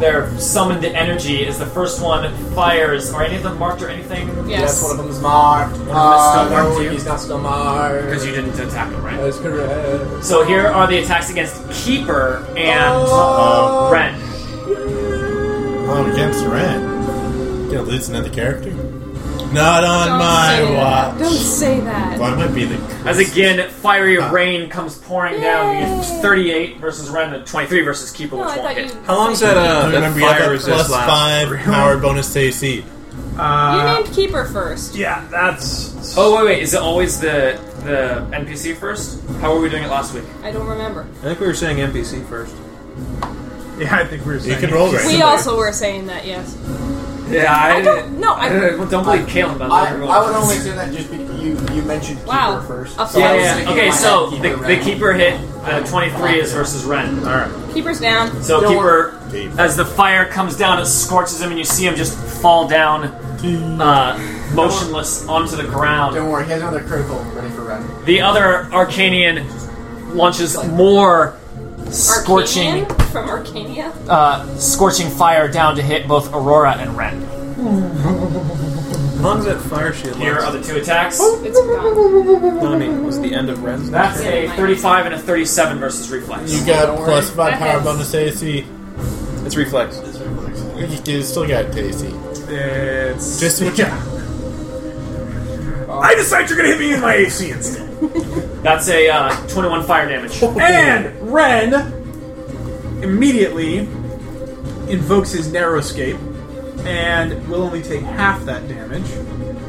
Speaker 3: their summoned energy is the first one fires. Are any of them marked or anything?
Speaker 4: Yes.
Speaker 14: one of them's marked. One of them is
Speaker 3: Uh,
Speaker 9: Um,
Speaker 14: still marked.
Speaker 3: no,
Speaker 14: He's not still marked.
Speaker 3: Because you didn't attack them, right?
Speaker 14: That's correct.
Speaker 3: Uh, So here are the attacks against Keeper and uh,
Speaker 9: Uh-oh.
Speaker 3: Ren.
Speaker 9: Oh, against Ren. Gonna lose another character. Not on
Speaker 4: Don't
Speaker 9: my
Speaker 4: say that.
Speaker 9: watch.
Speaker 4: Don't say that.
Speaker 9: Well, I might be the.
Speaker 3: As again, fiery rain comes pouring down. You get 38 versus Ren, and 23 versus Keeper,
Speaker 4: No,
Speaker 3: which
Speaker 4: I
Speaker 3: won't
Speaker 4: thought you.
Speaker 3: hit.
Speaker 6: How long's that, uh, that
Speaker 9: remember, you have
Speaker 6: fire
Speaker 9: that
Speaker 6: resist
Speaker 9: plus
Speaker 6: last?
Speaker 9: five power bonus to AC.
Speaker 4: You
Speaker 5: Uh,
Speaker 4: named keeper first.
Speaker 5: yeah, that's.
Speaker 3: Oh wait, wait. Is it always the the NPC first? How were we doing it last week?
Speaker 4: I don't remember.
Speaker 6: I think we were saying NPC first.
Speaker 5: Yeah, I think we were
Speaker 9: You
Speaker 5: saying
Speaker 9: can roll right.
Speaker 4: We also were saying that. Yes.
Speaker 3: Yeah, I,
Speaker 4: I don't. No. I.
Speaker 3: don't, believe Caleb. About
Speaker 7: I,
Speaker 3: that.
Speaker 7: I would only do that just because you, you mentioned keeper
Speaker 4: Wow.
Speaker 7: first.
Speaker 4: A
Speaker 7: so I
Speaker 3: Yeah,
Speaker 7: was
Speaker 3: yeah, yeah.
Speaker 7: thinking
Speaker 3: Okay,
Speaker 7: why
Speaker 3: so
Speaker 7: not
Speaker 3: the,
Speaker 7: keeper
Speaker 3: the
Speaker 7: Ren?
Speaker 3: keeper hit. The 23 is versus Ren.
Speaker 4: Keeper's down.
Speaker 3: So
Speaker 7: Don't
Speaker 3: keeper,
Speaker 9: Keep.
Speaker 3: as the fire comes down, it scorches him, and you see him just fall down, uh, motionless onto the ground.
Speaker 7: Don't worry, he has another critical ready for Ren.
Speaker 3: The other Arcanian launches more scorching,
Speaker 4: Arcanian from Arcania.
Speaker 3: uh, scorching fire down to hit both Aurora and Ren.
Speaker 8: How long does that fire shield
Speaker 3: Here are
Speaker 8: last?
Speaker 3: the two attacks.
Speaker 4: It's gone.
Speaker 8: No, I mean, was the end of Ren's?
Speaker 3: That's a 35 and a 37 versus
Speaker 9: You
Speaker 3: reflex.
Speaker 9: got plus five
Speaker 4: That
Speaker 9: power
Speaker 4: hits.
Speaker 9: bonus to AC.
Speaker 8: It's reflex.
Speaker 9: You you still got to AC.
Speaker 5: It's
Speaker 9: Just switch
Speaker 5: yeah. I decide you're gonna hit me in my AC instead.
Speaker 3: That's a uh, 21 fire damage.
Speaker 5: And Ren immediately invokes his narrowscape and will only take half that damage.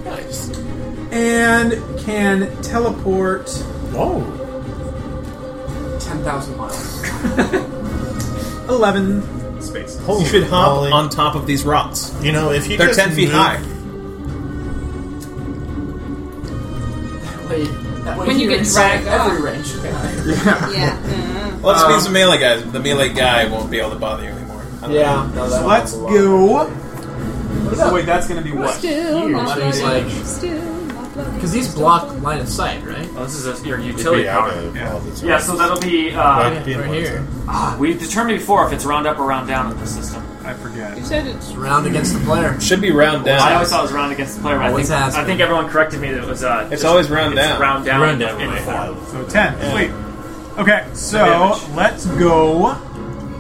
Speaker 9: Nice.
Speaker 5: And can teleport
Speaker 9: Whoa.
Speaker 7: 10,000 miles.
Speaker 5: 11 spaces.
Speaker 8: You should hop
Speaker 9: moly.
Speaker 8: on top of these rocks.
Speaker 9: You know, if you
Speaker 8: They're
Speaker 9: just
Speaker 8: ten feet
Speaker 9: move-
Speaker 8: high.
Speaker 7: Wait, that way
Speaker 4: When
Speaker 7: he
Speaker 4: you get
Speaker 7: would
Speaker 4: dragged
Speaker 7: have every
Speaker 14: uh,
Speaker 4: up.
Speaker 7: range.
Speaker 4: Yeah.
Speaker 8: Well, this
Speaker 9: Um,
Speaker 8: means the melee guys, the melee guy won't be able to bother you anymore. I don't know.
Speaker 14: Yeah. No, that
Speaker 5: So let's
Speaker 14: one's a lot.
Speaker 5: go. So wait, that's gonna be what?
Speaker 4: Still
Speaker 7: Here,
Speaker 4: not
Speaker 7: she's
Speaker 4: bloody.
Speaker 7: like-
Speaker 4: Still not bloody.
Speaker 14: Because these block line of sight, right?
Speaker 3: Oh, this is a, your
Speaker 9: It'd
Speaker 3: utility
Speaker 9: be out
Speaker 3: power.
Speaker 9: of
Speaker 5: Yeah.
Speaker 9: all the
Speaker 3: Yeah, so that'll be.
Speaker 9: Right,
Speaker 3: Uh,
Speaker 9: being
Speaker 14: right
Speaker 9: one
Speaker 14: here.
Speaker 9: time.
Speaker 3: we've determined before if it's round up or round down in the system.
Speaker 5: I forget.
Speaker 4: You said it's
Speaker 14: Round against the player.
Speaker 8: Should be round
Speaker 3: I
Speaker 8: down.
Speaker 3: always thought it was round against the player. but I
Speaker 14: Always
Speaker 3: think,
Speaker 14: has
Speaker 3: I
Speaker 14: been.
Speaker 3: think everyone corrected me that it was. Uh,
Speaker 8: It's
Speaker 3: just-
Speaker 8: always round
Speaker 3: it's
Speaker 8: down.
Speaker 3: Round down.
Speaker 14: Round down,
Speaker 3: in
Speaker 14: right.
Speaker 3: form.
Speaker 5: So 10. Wait. Okay, so
Speaker 3: Damage.
Speaker 5: let's go.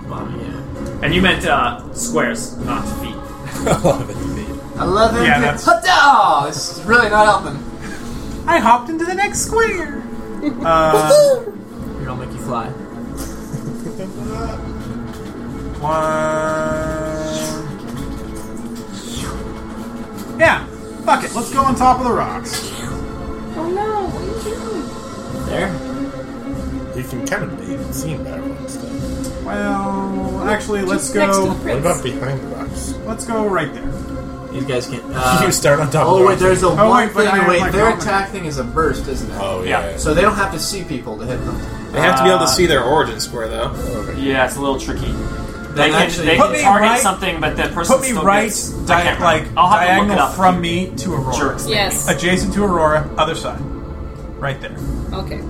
Speaker 14: Bottom, yeah.
Speaker 3: And you meant uh, squares, not feet.
Speaker 7: I love it.
Speaker 5: Yeah, that's-
Speaker 7: Huzzah! This is really not helping.
Speaker 5: I hopped into the next square. Uh,
Speaker 14: Here, I'll make you fly.
Speaker 5: one. Yeah, fuck it. Let's go on top of the rocks.
Speaker 4: Oh no, what are you doing?
Speaker 14: There.
Speaker 9: You can kind of be seen by everyone stuff.
Speaker 5: Well, actually, let's
Speaker 4: Just next to
Speaker 5: go.
Speaker 4: the
Speaker 9: What
Speaker 4: prince.
Speaker 9: about behind the rocks?
Speaker 5: Let's go right there.
Speaker 14: These guys can't. Uh,
Speaker 9: you start on top of
Speaker 14: oh
Speaker 9: the
Speaker 14: wait,
Speaker 9: rocks.
Speaker 14: there's a one
Speaker 5: wait, but
Speaker 14: thing.
Speaker 5: I have
Speaker 14: wait,
Speaker 5: my
Speaker 14: their
Speaker 5: comment.
Speaker 14: attack thing is a burst, isn't it?
Speaker 9: Oh,
Speaker 3: Yeah.
Speaker 9: yeah.
Speaker 14: So they don't have to see people to hit them.
Speaker 8: They have to be
Speaker 9: Uh,
Speaker 8: able to see their origin square, though.
Speaker 3: Yeah, it's a little tricky. They
Speaker 14: Then
Speaker 3: can,
Speaker 14: actually-
Speaker 3: they
Speaker 5: Put
Speaker 3: can
Speaker 5: me
Speaker 3: target
Speaker 5: right-
Speaker 3: something, but the person
Speaker 5: Put me
Speaker 3: still
Speaker 5: right,
Speaker 3: gets, I
Speaker 5: di-
Speaker 3: can't
Speaker 5: like,
Speaker 3: remember. I'll have to look it
Speaker 5: diagonal
Speaker 3: up.
Speaker 5: from me to Aurora.
Speaker 3: Jerks.
Speaker 4: Yes.
Speaker 5: Adjacent to Aurora, other side. Right there.
Speaker 4: Okay.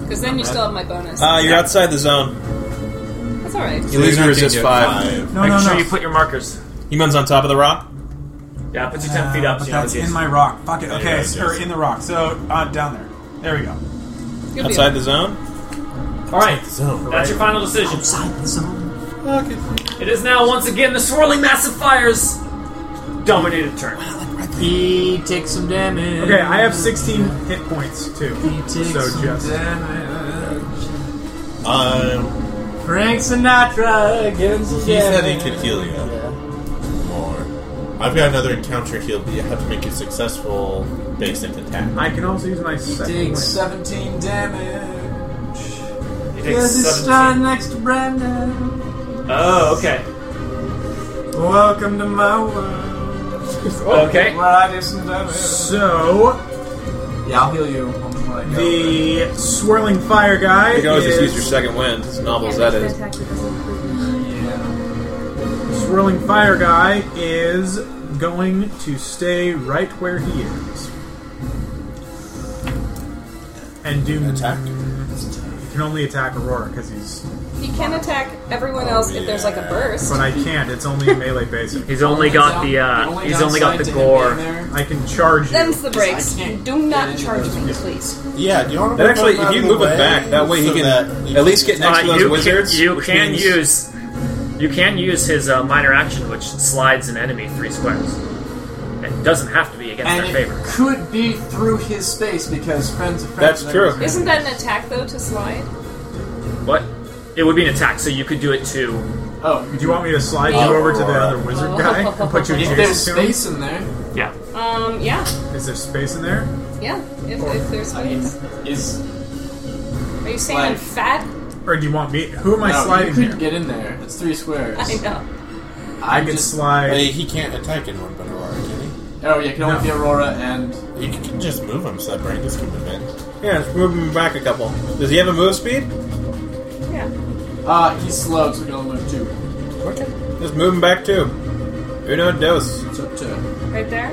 Speaker 4: Because then you still have my bonus.
Speaker 8: Uh, you're outside the zone.
Speaker 4: That's all right.
Speaker 8: You lose
Speaker 9: You're not
Speaker 8: resist
Speaker 9: gonna get
Speaker 8: five.
Speaker 5: No,
Speaker 3: Make
Speaker 5: no,
Speaker 3: sure
Speaker 5: no.
Speaker 3: you put your markers.
Speaker 8: Human's on top of the rock.
Speaker 3: Yeah, put your ten feet
Speaker 5: Uh,
Speaker 3: up.
Speaker 5: but
Speaker 3: So you know
Speaker 5: that's
Speaker 3: the
Speaker 5: in
Speaker 3: case.
Speaker 5: my rock. Fuck it.
Speaker 9: Yeah,
Speaker 5: Okay,
Speaker 9: yeah,
Speaker 5: it's-
Speaker 9: yeah.
Speaker 5: or in the rock. So uh, down there. There we go.
Speaker 4: You'll be
Speaker 8: Outside
Speaker 4: okay.
Speaker 8: the zone.
Speaker 3: All right,
Speaker 9: Zone.
Speaker 3: that's your final decision.
Speaker 14: Outside the zone.
Speaker 3: It is now once again the swirling mass of fires dominated turn.
Speaker 14: He takes some damage.
Speaker 5: Okay, I have 16 hit points too.
Speaker 14: He takes
Speaker 5: So
Speaker 14: some
Speaker 5: just.
Speaker 14: damage.
Speaker 9: Um,
Speaker 14: Frank Sinatra gives some
Speaker 9: he said he
Speaker 14: damage.
Speaker 9: could heal you more. I've got another encounter heal, but you have to make a successful basic attack.
Speaker 5: I can also use my second
Speaker 14: Takes
Speaker 5: win.
Speaker 14: seventeen damage.
Speaker 3: It
Speaker 14: There's
Speaker 3: takes
Speaker 14: a star
Speaker 3: 17.
Speaker 14: next to Brandon.
Speaker 3: Oh, okay.
Speaker 14: Welcome to my world.
Speaker 5: Oh,
Speaker 3: Okay.
Speaker 14: Where I do some damage.
Speaker 5: So
Speaker 14: Yeah, I'll heal you. when I go.
Speaker 5: the swirling fire guy
Speaker 8: You can always just use
Speaker 5: is
Speaker 8: your second wind. As novel as that
Speaker 1: Yeah,
Speaker 8: is.
Speaker 1: attack that doesn't include
Speaker 14: Yeah.
Speaker 5: swirling fire guy is going to stay right where he is and do
Speaker 9: Attack.
Speaker 14: It's
Speaker 5: can only attack Aurora because he's.
Speaker 4: He can attack everyone else if there's like a burst.
Speaker 5: But I can't. It's only melee basic.
Speaker 3: He's only got the uh, he's only got the gore. Uh,
Speaker 5: I can charge you.
Speaker 4: Them's the breaks. Do not charge me, please.
Speaker 9: Yeah, do you want to
Speaker 6: That actually, if you move it back, that way he can at least get next
Speaker 3: Uh,
Speaker 6: to those
Speaker 3: you
Speaker 6: wizards.
Speaker 3: Can, you
Speaker 6: which
Speaker 3: can
Speaker 6: means-
Speaker 3: use you can use his uh, minor action, which slides an enemy three squares. It doesn't have to be against
Speaker 14: And
Speaker 3: their
Speaker 14: it
Speaker 3: favor.
Speaker 14: could be through his space because friends of friends.
Speaker 6: That's true.
Speaker 4: Isn't that an attack though to slide?
Speaker 3: What? It would be an attack, so you could do it to
Speaker 5: Do you want me to slide you over to the other wizard guy and put you
Speaker 14: Oh, If there's
Speaker 5: adjacent to him?
Speaker 14: space in there,
Speaker 3: yeah.
Speaker 4: Um, yeah,
Speaker 5: Is there space in there?
Speaker 4: yeah. If, if there's space.
Speaker 14: is
Speaker 4: Are you saying I'm
Speaker 14: like-
Speaker 4: fat?
Speaker 5: Or do you want me? Who am I
Speaker 14: no,
Speaker 5: sliding
Speaker 14: oh, you could
Speaker 5: here?
Speaker 14: get in there. It's three squares.
Speaker 4: I know.
Speaker 5: I can slide.
Speaker 9: he can't attack anyone but Aurora, can
Speaker 14: Oh yeah, it can only
Speaker 5: No.
Speaker 14: be Aurora and
Speaker 9: he? You can just move him so that Brandis can move in.
Speaker 6: Yeah, just move him back a couple. Does he have a move speed?
Speaker 4: Yeah.
Speaker 14: uh, he's slow, so we can only move two.
Speaker 9: Okay.
Speaker 6: Just move him back too. Uno dos.
Speaker 14: So two.
Speaker 4: Right there.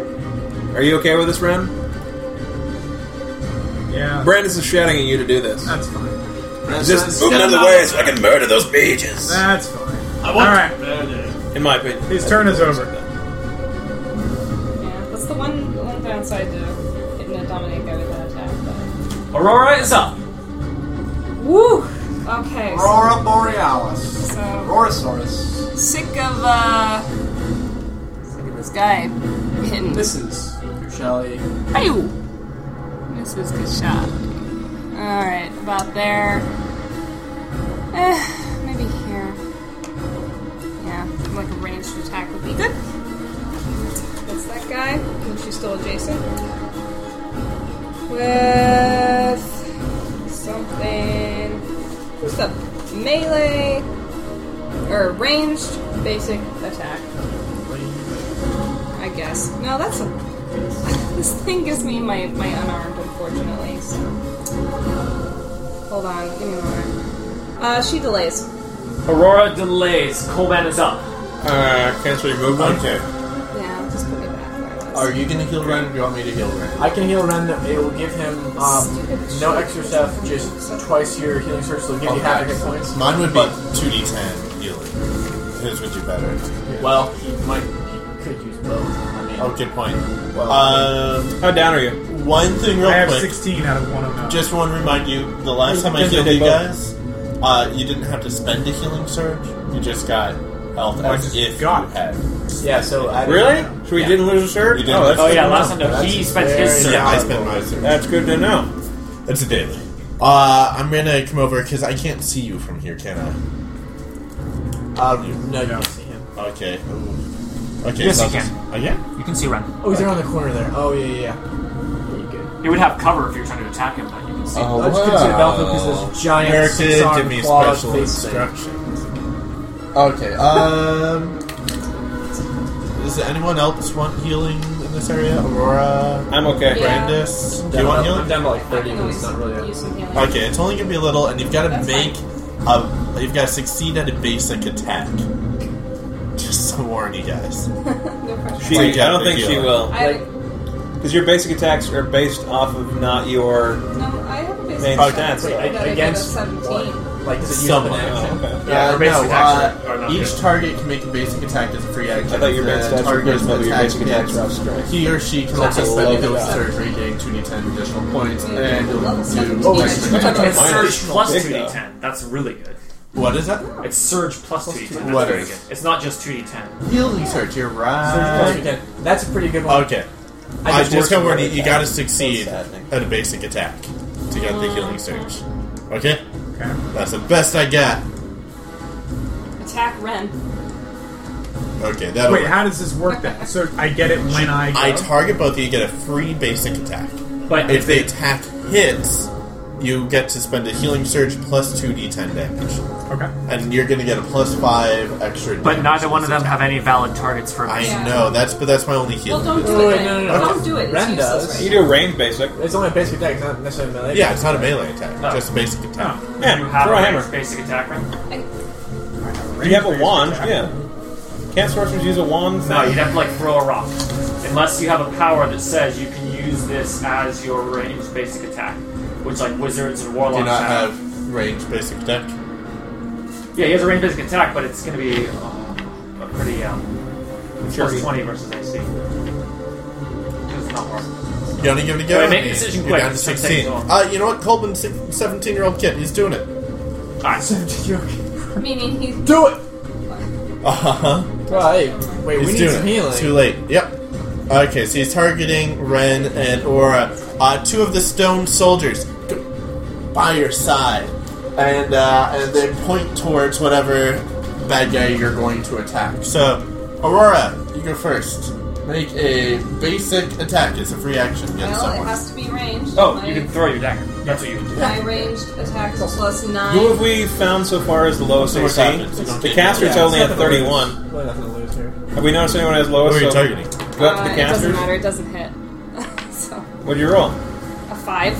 Speaker 6: Are you okay with this, Ren?
Speaker 5: Yeah.
Speaker 6: Brandis is shouting at you to do this.
Speaker 5: That's fine.
Speaker 6: Just move out of the way so I can murder those mages.
Speaker 5: That's fine.
Speaker 14: I
Speaker 5: All
Speaker 14: want
Speaker 5: right.
Speaker 6: In my opinion,
Speaker 5: Uh, His turn is over.
Speaker 4: Yeah. That's the one one downside to hitting a dominate guy with an attack. But.
Speaker 3: Aurora is up.
Speaker 4: Woo. Okay. So,
Speaker 14: Aurora Borealis.
Speaker 4: so
Speaker 14: Aurorasaurus.
Speaker 4: sick of uh, sick of this guy hitting.
Speaker 14: This is Shelly.
Speaker 4: Ayo! This is good shot. Alright, about there. Eh, maybe here. Yeah, like a ranged attack would be good. That's that guy, which is still adjacent. With something. Just a melee or ranged basic attack. I guess. No, that's a this thing gives me my, my unarmed, unfortunately. So. Hold on, give me a moment. Uh, she delays.
Speaker 3: Aurora delays. Colman is up.
Speaker 6: Uh, cancel your move one. Okay.
Speaker 4: Yeah, just put me back where I was.
Speaker 9: Are you gonna heal Ren or do you want me to heal Ren?
Speaker 7: I can heal Ren. It will give him um, no extra stuff, just twice your healing surge, so it'll give you half your hit points.
Speaker 9: Mine would be 2d10 healing. His would do better.
Speaker 7: Well, he might, he could use both. I mean,
Speaker 9: Oh, good point. Um,
Speaker 6: How down are you?
Speaker 9: one thing real
Speaker 5: I have
Speaker 9: quick.
Speaker 5: 16 out of 109.
Speaker 9: Just want to remind you, the last time I
Speaker 6: Just
Speaker 9: healed
Speaker 6: take
Speaker 9: you
Speaker 6: both.
Speaker 9: guys, uh, you didn't have to spend a healing surge. You just got health
Speaker 5: I
Speaker 9: as
Speaker 5: just
Speaker 9: if
Speaker 5: got
Speaker 9: you had.
Speaker 7: yeah. So I don't
Speaker 6: Really?
Speaker 7: know.
Speaker 6: So we
Speaker 9: Yeah.
Speaker 6: didn't lose a surge?
Speaker 9: We didn't.
Speaker 6: Oh, that's,
Speaker 3: Oh
Speaker 9: good
Speaker 3: yeah,
Speaker 9: to
Speaker 3: last
Speaker 9: know.
Speaker 3: time no, he spent his
Speaker 9: So
Speaker 3: turn.
Speaker 9: yeah, I spent my surge.
Speaker 6: that's good to know.
Speaker 9: That's a daily. Uh, I'm gonna come over because I can't see you from here, can I?
Speaker 7: Um, no, you don't see him.
Speaker 9: Okay. Okay.
Speaker 3: Yes,
Speaker 9: so
Speaker 3: you
Speaker 9: I'll just- Oh, yeah.
Speaker 3: You can see Ren.
Speaker 7: Oh, he's around the corner there. Oh yeah, yeah. yeah. Yeah, you good.
Speaker 3: You would have cover if you were trying to attack him, but you can see.
Speaker 9: Oh,
Speaker 7: I just couldn't see the battlefield because this giant
Speaker 9: American,
Speaker 7: six-armed
Speaker 9: give uh, me
Speaker 7: clawed
Speaker 9: special
Speaker 7: face thing.
Speaker 9: instructions. Okay. Um. Does anyone else want healing in this area? Aurora,
Speaker 6: I'm okay.
Speaker 4: Yeah.
Speaker 9: Brandis. Do you
Speaker 7: Down-
Speaker 9: want
Speaker 7: I'm
Speaker 9: healing?
Speaker 7: down to like
Speaker 4: I
Speaker 7: 30,
Speaker 4: can
Speaker 7: but
Speaker 4: always
Speaker 7: it's not really.
Speaker 4: use
Speaker 7: a-
Speaker 4: some healing.
Speaker 9: Okay, it's only gonna be a little, and you've got to
Speaker 4: That's
Speaker 9: make a. You've got to succeed at a basic attack. Just to warn you guys.
Speaker 4: No pressure.
Speaker 6: She,
Speaker 9: Like,
Speaker 6: I don't
Speaker 9: yeah,
Speaker 6: think
Speaker 9: big
Speaker 6: she
Speaker 9: deal.
Speaker 6: will.
Speaker 4: I haven't-
Speaker 6: Because your basic attacks are based off of not your.
Speaker 4: no, I have a basic
Speaker 6: Main
Speaker 4: attack,
Speaker 6: stats.
Speaker 4: so
Speaker 7: Wait,
Speaker 4: I gotta get a
Speaker 7: against
Speaker 4: 17.
Speaker 7: what? Like, does it use
Speaker 9: Someone.
Speaker 7: an action?
Speaker 6: Oh, okay.
Speaker 9: Yeah,
Speaker 3: Our basic attacks are- are
Speaker 9: uh,
Speaker 3: not
Speaker 9: each
Speaker 3: good.
Speaker 9: target can make a basic attack as a free action.
Speaker 6: I thought your
Speaker 9: The
Speaker 6: basic attacks were
Speaker 9: target's
Speaker 6: good, but your
Speaker 9: attack
Speaker 6: basic attacks
Speaker 9: is-
Speaker 6: are outstrength.
Speaker 9: He or she can
Speaker 6: That's
Speaker 9: also
Speaker 6: a
Speaker 9: spend
Speaker 6: low
Speaker 9: a healing
Speaker 6: attack.
Speaker 9: surge, regain 2d10 additional points, and
Speaker 4: Level seven.
Speaker 9: do
Speaker 4: Oh,
Speaker 9: extra
Speaker 4: it's-
Speaker 9: damage.
Speaker 3: It's
Speaker 6: Mine
Speaker 3: surge
Speaker 6: is
Speaker 3: plus
Speaker 6: big,
Speaker 3: two d ten. That's really good.
Speaker 9: What is that?
Speaker 3: It's surge plus two d ten. That's
Speaker 9: What
Speaker 3: very
Speaker 9: is-
Speaker 3: good. It's not just two d ten.
Speaker 9: Healing surge, you're
Speaker 7: Surge
Speaker 9: right.
Speaker 7: plus again. That's a pretty good one.
Speaker 9: Okay. I just,
Speaker 7: worked
Speaker 9: got
Speaker 7: on
Speaker 9: warned
Speaker 7: that
Speaker 9: you, you
Speaker 7: attack.
Speaker 9: gotta succeed
Speaker 6: That's saddening.
Speaker 9: at a basic attack to get the healing surge. Okay?
Speaker 5: Okay.
Speaker 9: That's the best I got.
Speaker 4: Attack Ren.
Speaker 9: Okay, that'll
Speaker 5: Wait,
Speaker 9: work.
Speaker 5: how does this work then? So I get it when I go.
Speaker 9: I target both of you, get a free basic attack.
Speaker 3: But
Speaker 9: If the attack hits, you get to spend a healing surge plus 2d10 damage.
Speaker 5: okay.
Speaker 9: And you're gonna get a plus 5 extra
Speaker 3: but
Speaker 9: damage
Speaker 3: neither one of
Speaker 9: this
Speaker 3: them
Speaker 9: attack.
Speaker 3: have any valid targets for.
Speaker 9: I
Speaker 4: Yeah.
Speaker 9: know, that's but that's my only
Speaker 4: Well,
Speaker 9: healing.
Speaker 4: don't do
Speaker 7: Oh,
Speaker 4: it.
Speaker 7: no,
Speaker 4: Ren.
Speaker 7: no, no.
Speaker 4: Don't do it. It's
Speaker 7: Ren
Speaker 4: useless,
Speaker 7: does.
Speaker 4: right?
Speaker 6: You do a range basic.
Speaker 7: It's only a basic attack. It's not necessarily melee.
Speaker 9: yeah, it's not a melee attack,
Speaker 3: Oh.
Speaker 9: just a basic attack.
Speaker 5: Oh.
Speaker 6: Yeah,
Speaker 3: You have
Speaker 6: throw a
Speaker 3: a
Speaker 6: hammer.
Speaker 3: hammer. basic attack Ren.
Speaker 6: You have a wand, yeah. Can't sorcerers use a wand?
Speaker 3: No, you'd have to like throw a rock, unless you have a power that says you can use this as your ranged basic attack, which like wizards and warlocks
Speaker 9: Do not
Speaker 3: have.
Speaker 9: have range basic attack.
Speaker 3: Yeah, he has a range basic attack, but it's going to be uh, a pretty um, plus 20 versus AC. 'Cause it's not hard.
Speaker 9: You gotta give it a go.
Speaker 3: Wait, make
Speaker 9: Andy.
Speaker 3: a decision
Speaker 9: You're
Speaker 3: quick.
Speaker 9: down to
Speaker 3: It's gonna take
Speaker 9: 16.
Speaker 3: so long.
Speaker 9: Uh, you know what? Colbin's 17 year old kid. He's doing it.
Speaker 3: Alright.
Speaker 4: Meaning he's
Speaker 9: Do it! Uh huh.
Speaker 7: Right. Wait,
Speaker 9: He's
Speaker 7: we need
Speaker 9: doing
Speaker 7: some
Speaker 9: it.
Speaker 7: healing.
Speaker 9: Too late. Yep. Okay, so he's targeting Ren and Aura. Uh, two of the stone soldiers go by your side, and uh, and they point towards whatever bad guy you're going to attack. So, Aurora, you go first. Make a basic attack. It's a free action against
Speaker 4: well, it
Speaker 9: someone.
Speaker 4: has to be ranged.
Speaker 3: Oh,
Speaker 4: my,
Speaker 3: you can throw your dagger. That's what you can do.
Speaker 4: my ranged attack is plus nine.
Speaker 8: Who have we found so far as the lowest
Speaker 9: So what's
Speaker 8: AC?
Speaker 9: happened? You don't
Speaker 8: The
Speaker 9: get-
Speaker 8: caster's
Speaker 7: Yeah,
Speaker 8: only
Speaker 7: it's
Speaker 8: at
Speaker 7: nothing to lose.
Speaker 8: 31.
Speaker 7: Really nothing to lose here.
Speaker 8: Have we noticed anyone has
Speaker 9: Who
Speaker 8: lowest?
Speaker 9: are you
Speaker 8: So
Speaker 9: targeting?
Speaker 8: Go up to
Speaker 4: Uh,
Speaker 8: the
Speaker 4: it doesn't
Speaker 8: casters.
Speaker 4: matter. It doesn't hit. so
Speaker 8: What'd you roll?
Speaker 4: a five.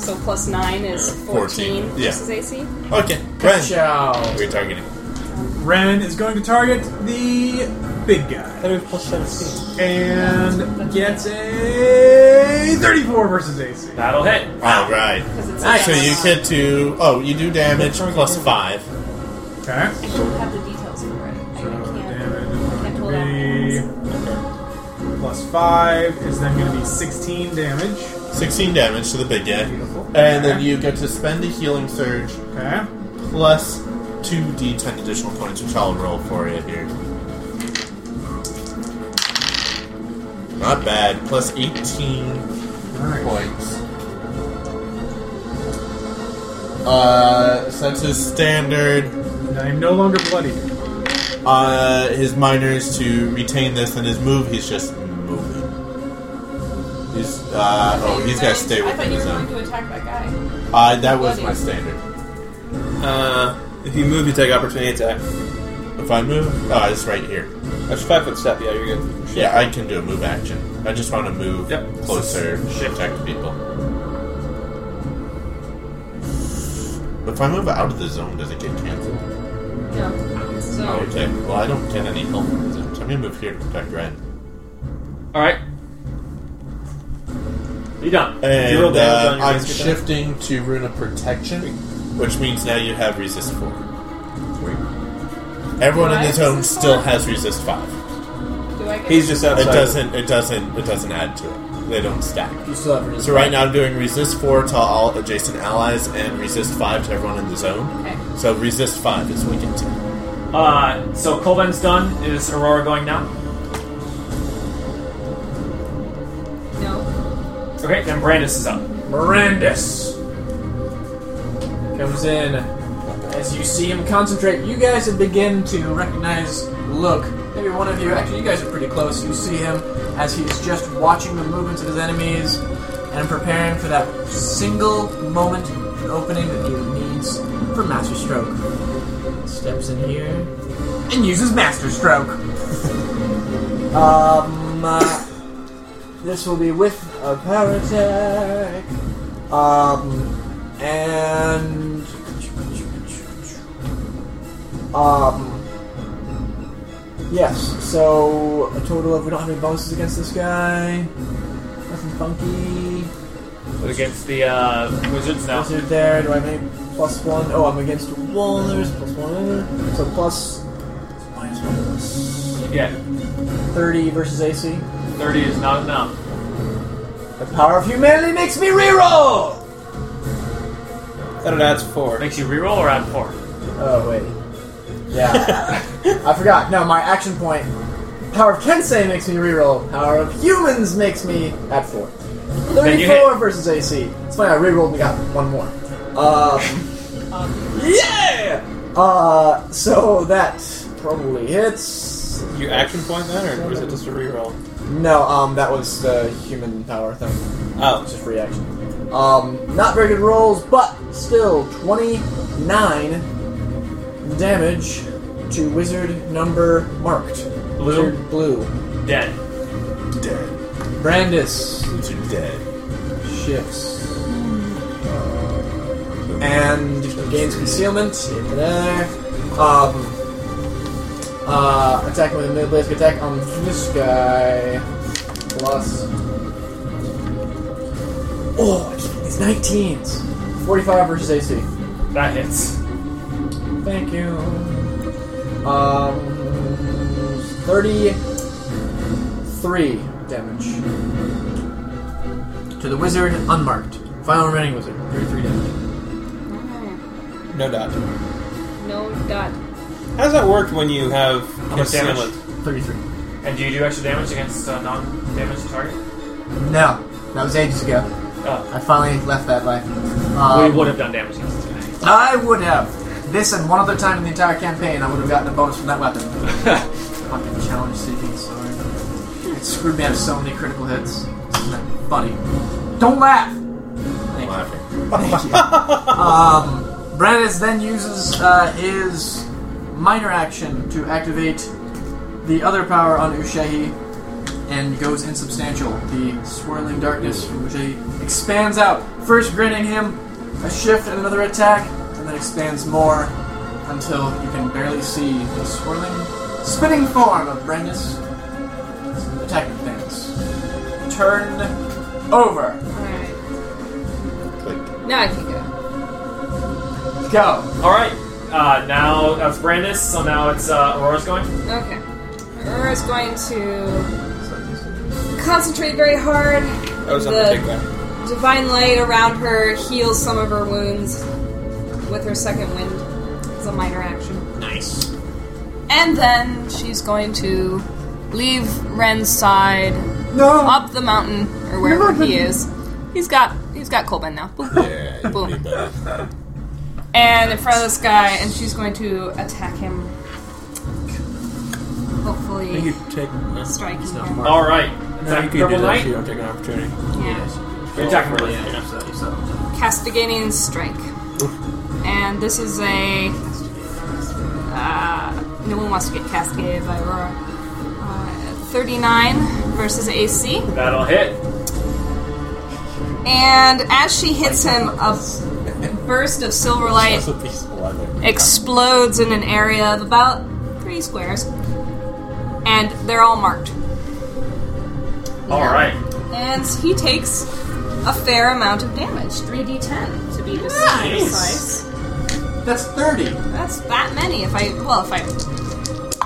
Speaker 4: So plus nine is fourteen,
Speaker 9: 14, yeah.
Speaker 4: versus AC.
Speaker 9: Okay, Ren, who
Speaker 7: Ciao.
Speaker 9: are you targeting?
Speaker 5: Ren is going to target the big guy
Speaker 8: That is plus 17.
Speaker 5: and gets a 34 versus AC.
Speaker 3: That'll hit.
Speaker 9: All right.
Speaker 4: Because it's
Speaker 9: So you get to oh, you do damage plus five.
Speaker 5: Okay.
Speaker 15: I don't have the details for it. I, I can't.
Speaker 5: Damage
Speaker 15: Can't
Speaker 5: would
Speaker 15: pull
Speaker 5: be- plus five is then going to be 16 damage.
Speaker 9: Sixteen damage to the big guy,
Speaker 5: Beautiful.
Speaker 9: and then you get to spend a healing surge
Speaker 5: Okay.
Speaker 9: plus two d10 additional points, which I'll roll for you here. Not bad. Plus eighteen
Speaker 5: All right.
Speaker 9: points. Uh, so that's his standard.
Speaker 5: I'm no longer bloody.
Speaker 9: uh, his miners to retain this, and his move, he's just moving. He's, uh, oh, he's got to stay
Speaker 4: I thought
Speaker 9: within
Speaker 4: you
Speaker 9: his
Speaker 4: were going
Speaker 9: own.
Speaker 4: to attack that guy.
Speaker 9: Uh, that was my standard.
Speaker 8: Uh, if you move, you take opportunity attack.
Speaker 9: If I move, uh, it's right here.
Speaker 8: That's five foot step. Yeah, you're good.
Speaker 9: Yeah, I can do a move action. I just want to move
Speaker 8: Yep.
Speaker 9: closer to attack the people. If I move out of the zone, does it get canceled?
Speaker 4: No. So
Speaker 9: Oh, okay. Well, I don't get any help from the zone, so I'm going to move here to protect Ren.
Speaker 3: Alright. You done.
Speaker 8: Zero
Speaker 9: And
Speaker 8: damage
Speaker 9: uh,
Speaker 8: on your
Speaker 9: I'm
Speaker 8: basic attack.
Speaker 9: shifting to Rune of Protection, which means now you have resist four. Everyone in
Speaker 4: Do I
Speaker 9: the
Speaker 4: have
Speaker 9: zone
Speaker 4: resist
Speaker 9: still
Speaker 4: four?
Speaker 9: has resist five.
Speaker 4: do I get?
Speaker 8: He's just
Speaker 9: It
Speaker 8: outside.
Speaker 9: doesn't. It doesn't. It doesn't add to it. They don't stack.
Speaker 7: You still have
Speaker 9: So right now I'm doing resist four to all adjacent allies and resist five to everyone in the zone.
Speaker 4: Okay.
Speaker 9: So resist five is weakened. to.
Speaker 3: Uh, so Colvin's done. Is Aurora going now?
Speaker 4: No.
Speaker 3: Okay, then Brandis is up.
Speaker 7: Mirandus comes in. As you see him concentrate, you guys begin to recognize. Look, maybe one of you. Actually, you guys are pretty close. You see him as he's just watching the movements of his enemies and preparing for that single moment of opening that he needs for Master Stroke. Steps in here and uses Master Stroke. um, uh, this will be with a power attack. Um, and um, yes. So a total of we don't have any bonuses against this guy. Nothing funky.
Speaker 3: But against the uh, wizards now.
Speaker 7: Wizard there. Do I have any plus one? Oh, I'm against Wallers. Plus one. So plus. Minus one. plus
Speaker 3: Yeah,
Speaker 7: Thirty versus AC.
Speaker 3: 30 is not enough.
Speaker 7: The power of humanity makes me reroll.
Speaker 8: That it adds four.
Speaker 3: Makes you reroll or add 4?
Speaker 7: Oh wait. Yeah. I forgot. No, my action point. Power of Kensei makes me reroll. Power of Humans makes me at four.
Speaker 3: Then you hit.
Speaker 7: Thirty-four versus AC. It's funny. I rerolled and got one more. Um. yeah. Uh. So that probably hits.
Speaker 8: Your action point then, or was it just a reroll?
Speaker 7: No. Um. That was the human power thing.
Speaker 8: Oh,
Speaker 7: It's just reaction. Um, not very good rolls, but still 29 damage to wizard number marked.
Speaker 3: Blue?
Speaker 7: Wizard blue.
Speaker 3: Dead.
Speaker 9: Dead.
Speaker 7: Brandis
Speaker 9: It's a dead.
Speaker 7: shifts. And gains concealment. Into there. Um, uh, attacking with a mid basic attack on this guy. Plus. Oh, it's 19s. 45 versus AC.
Speaker 3: That hits.
Speaker 14: Thank you. Um, 33 damage. To the wizard, unmarked. Final remaining wizard, 33 damage.
Speaker 8: No doubt. How
Speaker 4: No dot.
Speaker 8: does that work when you have
Speaker 3: much damage?
Speaker 8: concealment?
Speaker 14: 33.
Speaker 3: And do you do extra damage against uh, non-damaged target?
Speaker 7: No, that was ages ago.
Speaker 3: Oh,
Speaker 7: I finally left that life.
Speaker 3: we
Speaker 7: Um,
Speaker 3: would have done damage against this guy.
Speaker 7: I would have. This and one other time in the entire campaign, I would have gotten a bonus from that weapon. Fucking challenge seeking sword. It screwed me out of so many critical hits. Isn't that funny? Don't laugh! Thank you. Thank you. um, Brandis then uses uh, his minor action to activate the other power on Ushahi and goes insubstantial. The swirling darkness from Ushahi expands out, first granting him a shift and another attack, and then expands more until you can barely see the swirling, spinning form of Brandis attacking things. Turned over.
Speaker 4: Alright. Now I can go.
Speaker 7: Go.
Speaker 3: All right. Uh, now that's Brandis. So now it's uh, Aurora's going.
Speaker 4: Okay. Aurora's going to concentrate very hard.
Speaker 8: I was on
Speaker 4: The-
Speaker 8: the big guy.
Speaker 4: Divine light around her heals some of her wounds with her second wind. It's a minor action.
Speaker 8: Nice.
Speaker 4: And then she's going to leave Ren's side
Speaker 7: No.
Speaker 4: up the mountain or wherever he is. He's got he's got Colbin now. Boop, boop, boom. And in front of this guy, and she's going to attack him. Hopefully,
Speaker 8: take.
Speaker 4: striking
Speaker 8: It's not
Speaker 4: him.
Speaker 8: marked.
Speaker 3: All right.
Speaker 8: No, you
Speaker 3: Attack
Speaker 8: could do
Speaker 3: Purple
Speaker 8: that if you
Speaker 3: Knight.
Speaker 8: don't take an opportunity.
Speaker 4: Yeah.
Speaker 3: You're attacking Purple Knight.
Speaker 8: Yeah.
Speaker 4: Castigating strike. And this is a. Uh, no one wants to get castigated by Aurora. Uh, 39 versus AC.
Speaker 3: That'll hit.
Speaker 4: And as she hits him, a burst of silver light
Speaker 9: That's a piece of leather.
Speaker 4: explodes in an area of about three squares. And they're all marked.
Speaker 3: All right.
Speaker 4: And he takes a fair amount of damage 3d10 to be just precise.
Speaker 7: That's 30.
Speaker 4: That's that many. If I well, if I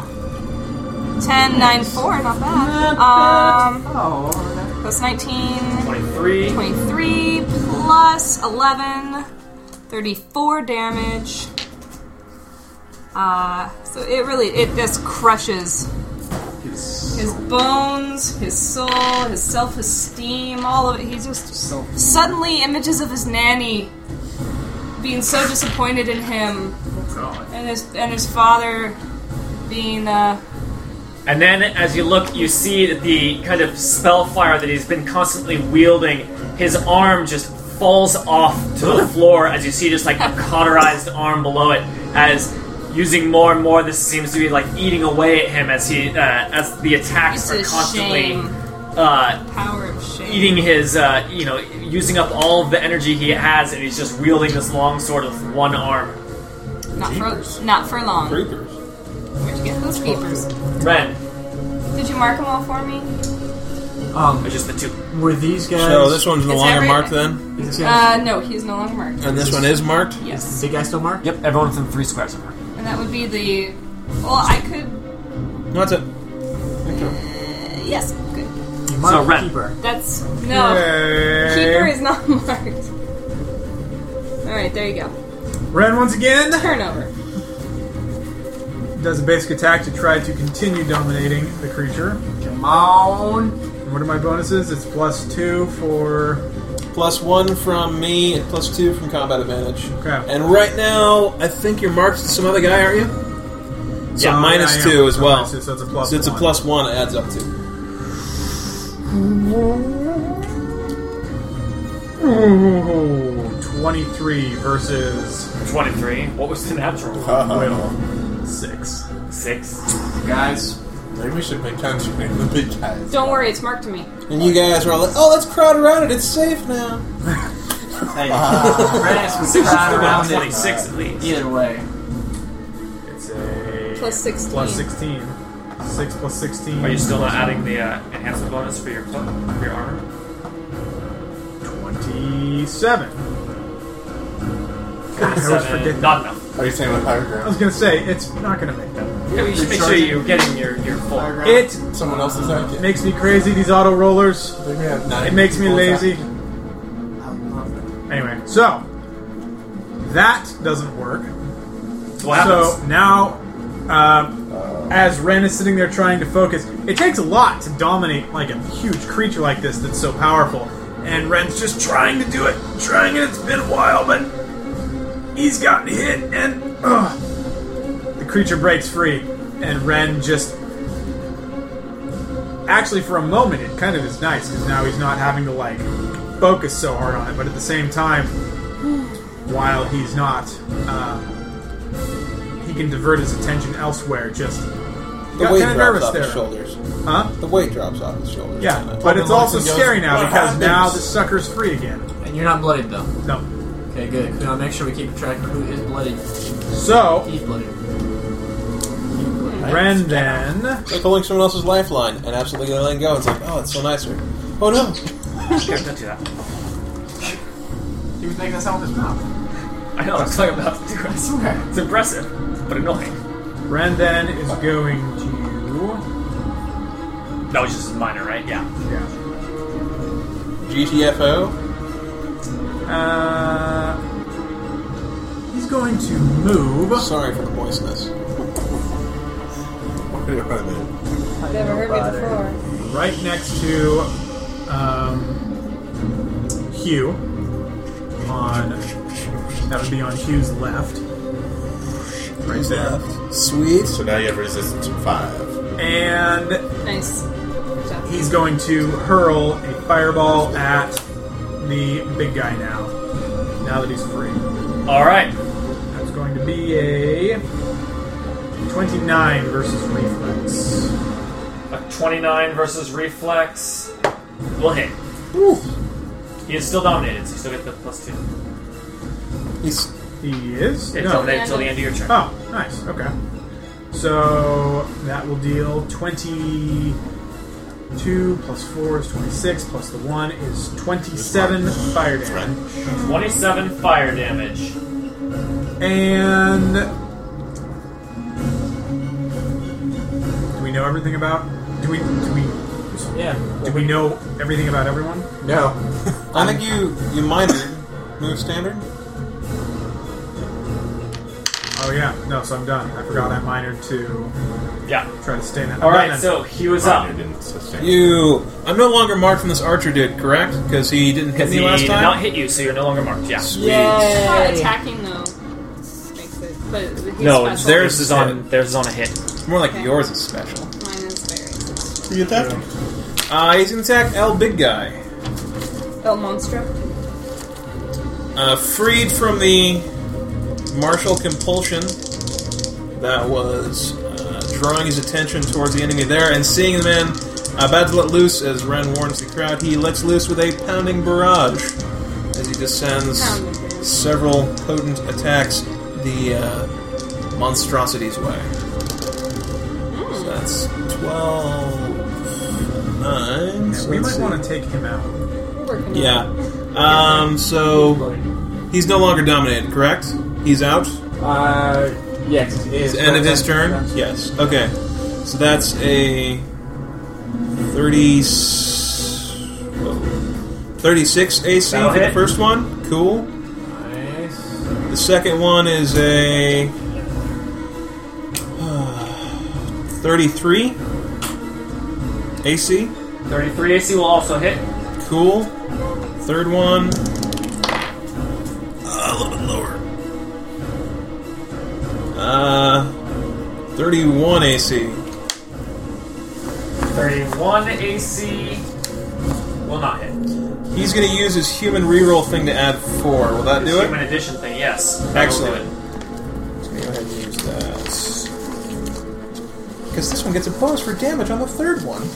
Speaker 4: 10, 9, 4, not bad. Um,
Speaker 7: Oh.
Speaker 4: plus 19,
Speaker 3: Twenty-three.
Speaker 4: 23, plus 11, 34 damage. Uh, so it really it just crushes his bones, his soul, his self-esteem, all of it. He just suddenly images of his nanny being so disappointed in him and his and his father being uh
Speaker 3: And then, as you look, you see that the kind of spell fire that he's been constantly wielding. His arm just falls off to the floor as you see just like a cauterized arm below it. As using more and more, this seems to be like eating away at him as he uh, as the attacks
Speaker 4: it's
Speaker 3: are
Speaker 4: a
Speaker 3: constantly
Speaker 4: shame.
Speaker 3: uh,
Speaker 4: Power of shame.
Speaker 3: eating his uh, you know using up all of the energy he has, and he's just wielding this long sword with one arm.
Speaker 4: Not for not for long.
Speaker 8: Creepers.
Speaker 4: Where'd you get those creepers?
Speaker 3: Ren,
Speaker 4: Did you mark them all for me?
Speaker 3: or just the two.
Speaker 14: Um, Were these guys?
Speaker 8: So this one's no
Speaker 4: It's
Speaker 8: longer
Speaker 4: every-
Speaker 8: marked then,
Speaker 14: Is this guy,
Speaker 4: Uh, no, he's no longer marked.
Speaker 8: and this one is marked.
Speaker 4: Yes,
Speaker 14: is the guy still marked?
Speaker 3: Yep, everyone within three squares of her.
Speaker 4: and that would be the. Well, I could.
Speaker 8: No, that's it.
Speaker 4: Yes, good.
Speaker 14: You marked
Speaker 3: So, Ren.
Speaker 14: keeper.
Speaker 4: That's no. Keeper is not marked. All right, there you go.
Speaker 5: Ren once again
Speaker 4: Turnover.
Speaker 5: does a basic attack to try to continue dominating the creature.
Speaker 7: Come on.
Speaker 5: And what are my bonuses? It's plus two for.
Speaker 8: Plus one from me and plus two from combat advantage.
Speaker 5: Okay.
Speaker 8: And right now, I think you're marked to some other guy, aren't you? So
Speaker 5: Yeah,
Speaker 8: minus
Speaker 5: I am.
Speaker 8: two as
Speaker 5: So
Speaker 8: well.
Speaker 5: minus two, so it's a plus
Speaker 8: So it's a
Speaker 5: one.
Speaker 8: plus one. It adds up to.
Speaker 5: Ooh, 23 versus
Speaker 3: Twenty-three. What was the natural?
Speaker 9: Uh-huh.
Speaker 5: Will. Six.
Speaker 3: Six.
Speaker 7: Guys.
Speaker 9: Maybe we should make concentrate the big guys.
Speaker 4: Don't worry, it's marked to me.
Speaker 8: And you guys are all like, "Oh, let's crowd around it. It's safe now." Uh,
Speaker 7: Brandis was crowd around it.
Speaker 3: Twenty-six at least.
Speaker 7: Either way.
Speaker 5: It's a.
Speaker 4: Plus 16.
Speaker 5: Plus 16. 6 plus 16.
Speaker 3: Are you still not adding the uh, enhancement bonus for your cloak, for your armor?
Speaker 5: 27. God, I was forgetting.
Speaker 3: Ah, Seven, not enough.
Speaker 9: Are you saying with higher
Speaker 5: I was
Speaker 9: ground?
Speaker 5: gonna say it's not gonna make that.
Speaker 3: Yeah, you should make sure you're getting your, your full.
Speaker 5: It
Speaker 9: Someone else is that?
Speaker 5: makes me crazy. These auto rollers. It makes me lazy. Anyway, so that doesn't work.
Speaker 3: What happens?
Speaker 5: So now, um, as Ren is sitting there trying to focus, it takes a lot to dominate like a huge creature like this that's so powerful. And Ren's just trying to do it, trying it. It's been a while, but he's gotten hit, and ugh. the creature breaks free, and Ren just. Actually, for a moment, it kind of is nice because now he's not having to like focus so hard on it, but at the same time, while he's not. Um, he can divert his attention elsewhere. Just
Speaker 8: The
Speaker 5: got
Speaker 8: weight drops
Speaker 5: kind of nervous
Speaker 8: off
Speaker 5: there,
Speaker 8: his shoulders.
Speaker 5: huh?
Speaker 8: The weight drops off his shoulders. uh,
Speaker 5: Yeah, but it's also scary now because now the sucker's free again.
Speaker 14: And you're not blooded though.
Speaker 5: No,
Speaker 14: Okay, good. We want to make sure we keep track of who is blooded.
Speaker 5: so
Speaker 14: He's blooded.
Speaker 5: Ren then
Speaker 8: It's like pulling someone else's lifeline and absolutely letting go. It's like, oh, it's so nicer. Oh no!
Speaker 3: Yeah, don't do that.
Speaker 7: He was making that sound with his mouth.
Speaker 3: I know, I was talking about the grass. It's impressive, but annoying.
Speaker 5: Ren then is going to
Speaker 3: That was just minor, right? Yeah.
Speaker 5: yeah.
Speaker 8: GTFO.
Speaker 5: Uh, he's going to move.
Speaker 8: Sorry for the moistness.
Speaker 16: Never heard me before.
Speaker 5: right next to um, Hugh. On that would be on Hugh's left, right there,
Speaker 8: Sweet.
Speaker 9: So now you have resistance of five.
Speaker 5: and
Speaker 4: Nice.
Speaker 5: he's going to hurl a fireball at the big guy now. Now that he's free,
Speaker 3: Alright.
Speaker 5: that's going to be a twenty-nine versus reflex.
Speaker 3: A 29 versus reflex. Will hit. He is still dominated, so you still get the plus two.
Speaker 8: He's
Speaker 5: He is
Speaker 3: It's
Speaker 5: no.
Speaker 3: till the, till the end of your turn.
Speaker 5: Oh, nice. Okay. So that will deal 22 plus 4 is 26, plus the 1 is 27 fire damage.
Speaker 3: 27 fire damage.
Speaker 5: And. Do we know everything about. Do we. Do we.
Speaker 14: Yeah.
Speaker 5: Do we know everything about everyone?
Speaker 7: No.
Speaker 8: I think you you minor move standard.
Speaker 5: Oh, yeah. No, so I'm done. I forgot I minored to
Speaker 3: Yeah.
Speaker 5: try to stay in that.
Speaker 3: Alright, so he was up.
Speaker 9: Mine didn't sustain.
Speaker 8: You. I'm no longer marked from this archer dude, correct? Because he didn't hit
Speaker 3: Because
Speaker 8: me
Speaker 3: he
Speaker 8: last
Speaker 3: did
Speaker 8: time.
Speaker 3: not hit you, so you're no longer marked. Yeah.
Speaker 8: Sweet.
Speaker 4: Not attacking though. Makes it, but he's
Speaker 3: No,
Speaker 4: special.
Speaker 3: theirs is on theirs is on a hit.
Speaker 8: It's more like yours is special.
Speaker 4: Mine is very.
Speaker 9: You attacked him.
Speaker 8: Uh, he's gonna attack L big guy.
Speaker 4: El
Speaker 16: Oh,
Speaker 4: Monstro.
Speaker 8: Uh, freed from the martial compulsion that was uh, drawing his attention towards the enemy there, and seeing the man uh, about to let loose as Ren warns the crowd, he lets loose with a pounding barrage as he descends
Speaker 4: Pounding barrage.
Speaker 8: several potent attacks the uh, monstrosity's way. So that's 12. 9. so
Speaker 5: We
Speaker 8: let's
Speaker 5: might
Speaker 8: see.
Speaker 5: want to take him out.
Speaker 4: Working
Speaker 8: Yeah. Um, so he's no longer dominated, correct? He's out.
Speaker 14: Uh, yeah, 'cause it is.
Speaker 8: It's the end of his turn. Yes. Okay. So that's a thirty. whoa, 36 AC
Speaker 3: That'll
Speaker 8: for the
Speaker 3: hit.
Speaker 8: first one. Cool.
Speaker 14: Nice.
Speaker 8: The second one is a uh, thirty-three AC.
Speaker 3: 33 AC will also hit.
Speaker 8: Cool. Third one. Uh, a little bit lower. Uh, 31 AC.
Speaker 3: 31 AC will not hit.
Speaker 8: He's going to use his human reroll thing to add 4. Will that
Speaker 3: His
Speaker 8: do
Speaker 3: human
Speaker 8: it?
Speaker 3: addition thing, yes. That will do
Speaker 8: Excellent.
Speaker 3: it.
Speaker 8: Let's go ahead and use that. Because this one gets a bonus for damage on the third one.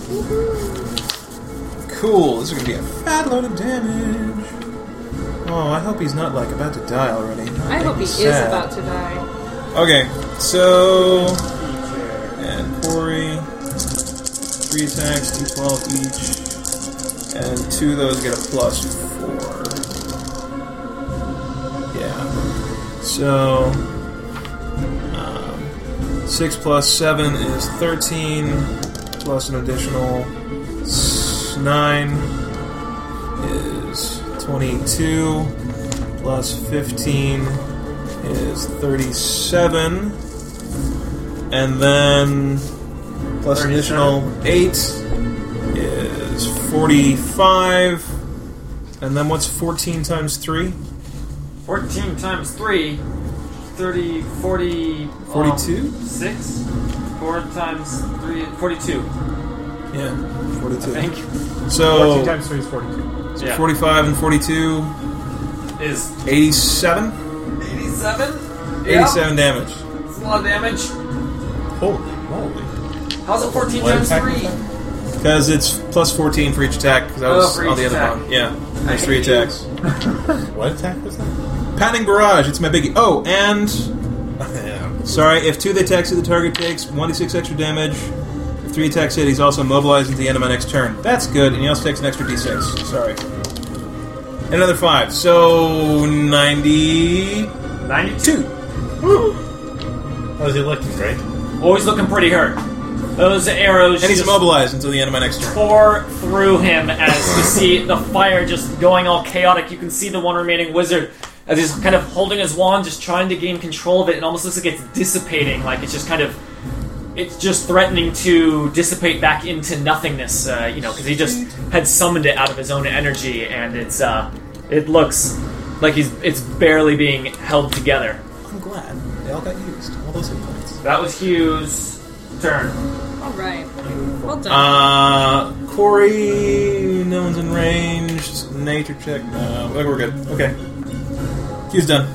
Speaker 8: Cool. This is going to be a fat load of damage. Oh, I hope he's not like about to die already.
Speaker 4: I hope he is about to die.
Speaker 8: Okay, so and Corey, three attacks, d12 each, and two of those get a plus four. Yeah. So, um, 6 plus 7 is 13, plus an additional s- 9 is 22, plus 15 is 37, and then plus an additional 8 is 45, and then what's 14 times 3?
Speaker 3: 14 times 3, 30, 40, um,
Speaker 8: 42?
Speaker 3: 6? 4 times 3, 42,
Speaker 8: Yeah, 42.
Speaker 3: Um, I think,
Speaker 8: So
Speaker 5: 14 times 3 is 42.
Speaker 3: Yeah.
Speaker 8: 45 and 42,
Speaker 3: is
Speaker 8: 87?
Speaker 3: 87?
Speaker 8: 87 damage.
Speaker 3: That's a lot of damage.
Speaker 8: Holy moly.
Speaker 3: How's it 14
Speaker 9: One
Speaker 3: times
Speaker 9: attack
Speaker 3: 3?
Speaker 8: Because it's plus 14 for each attack, because I
Speaker 3: Oh,
Speaker 8: was
Speaker 3: for
Speaker 8: on
Speaker 3: each
Speaker 8: the other
Speaker 3: attack.
Speaker 8: one. Yeah,
Speaker 3: I
Speaker 8: there's three
Speaker 3: hate you.
Speaker 8: attacks.
Speaker 9: What attack was that?
Speaker 8: Pounding Barrage, it's my biggie. Oh, and. Sorry, if two of the attacks that the target takes, 1d6 extra damage. If three attacks hit, he's also mobilized at the end of my next turn. That's good, and he also takes an extra d6. Sorry. And another 5. So, 90.
Speaker 3: 92.
Speaker 9: Oh, is he looking great?
Speaker 3: Always looking pretty hurt. Those arrows
Speaker 8: And he's
Speaker 3: just
Speaker 8: immobilized until the end of my next turn.
Speaker 3: pour through him as you see the fire just going all chaotic. You can see the one remaining wizard as he's kind of holding his wand, just trying to gain control of it. It almost looks like it's dissipating, like it's just kind of. It's just threatening to dissipate back into nothingness, uh, you know, because he just had summoned it out of his own energy, and it's uh, it looks like he's it's barely being held together.
Speaker 8: I'm glad they all got used. All those hit points.
Speaker 3: That was Hugh's turn.
Speaker 4: Alright. Well done.
Speaker 8: Uh, Corey, no one's in range. Nature check. No, I think we're good. Okay, he's done.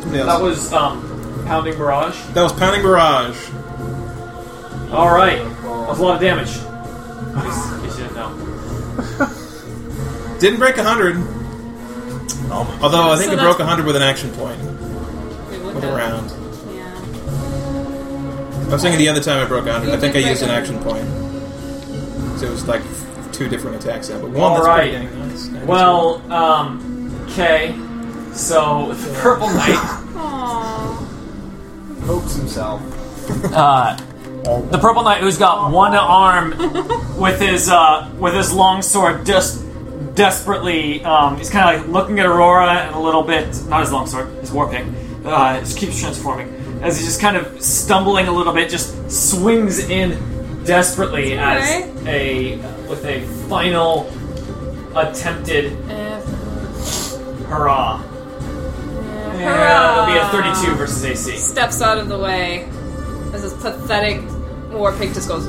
Speaker 8: Somebody else.
Speaker 3: That was um, pounding barrage.
Speaker 8: That was pounding barrage.
Speaker 3: All right, that's a lot of damage. In case you didn't know.
Speaker 8: Didn't break hundred. Although I think
Speaker 4: So
Speaker 8: it
Speaker 4: that's-
Speaker 8: broke hundred with an action point
Speaker 4: Wait, what
Speaker 8: with
Speaker 4: the-
Speaker 8: a round.
Speaker 4: Yeah.
Speaker 8: I was thinking the other time I broke hundred,
Speaker 4: You
Speaker 8: I think I
Speaker 4: did
Speaker 8: used an
Speaker 4: break
Speaker 8: action point. So it was like two different attacks then, but one
Speaker 3: All
Speaker 8: that's
Speaker 3: right.
Speaker 8: pretty dang nice.
Speaker 3: Well, um, okay. So the purple knight,
Speaker 4: Aww.
Speaker 7: Pokes himself.
Speaker 3: uh, the purple knight who's got one arm with his uh, with his long sword, just desperately, um, he's kind of like looking at Aurora and a little bit. Not his long sword, his war pick. Uh, it just keeps transforming as he's just kind of stumbling a little bit. Just swings in desperately
Speaker 4: That's
Speaker 3: as a with a final attempted Hurrah.
Speaker 4: Hurrah!
Speaker 3: Yeah, it'll be a 32 versus AC.
Speaker 4: Steps out of the way as this pathetic war pig just goes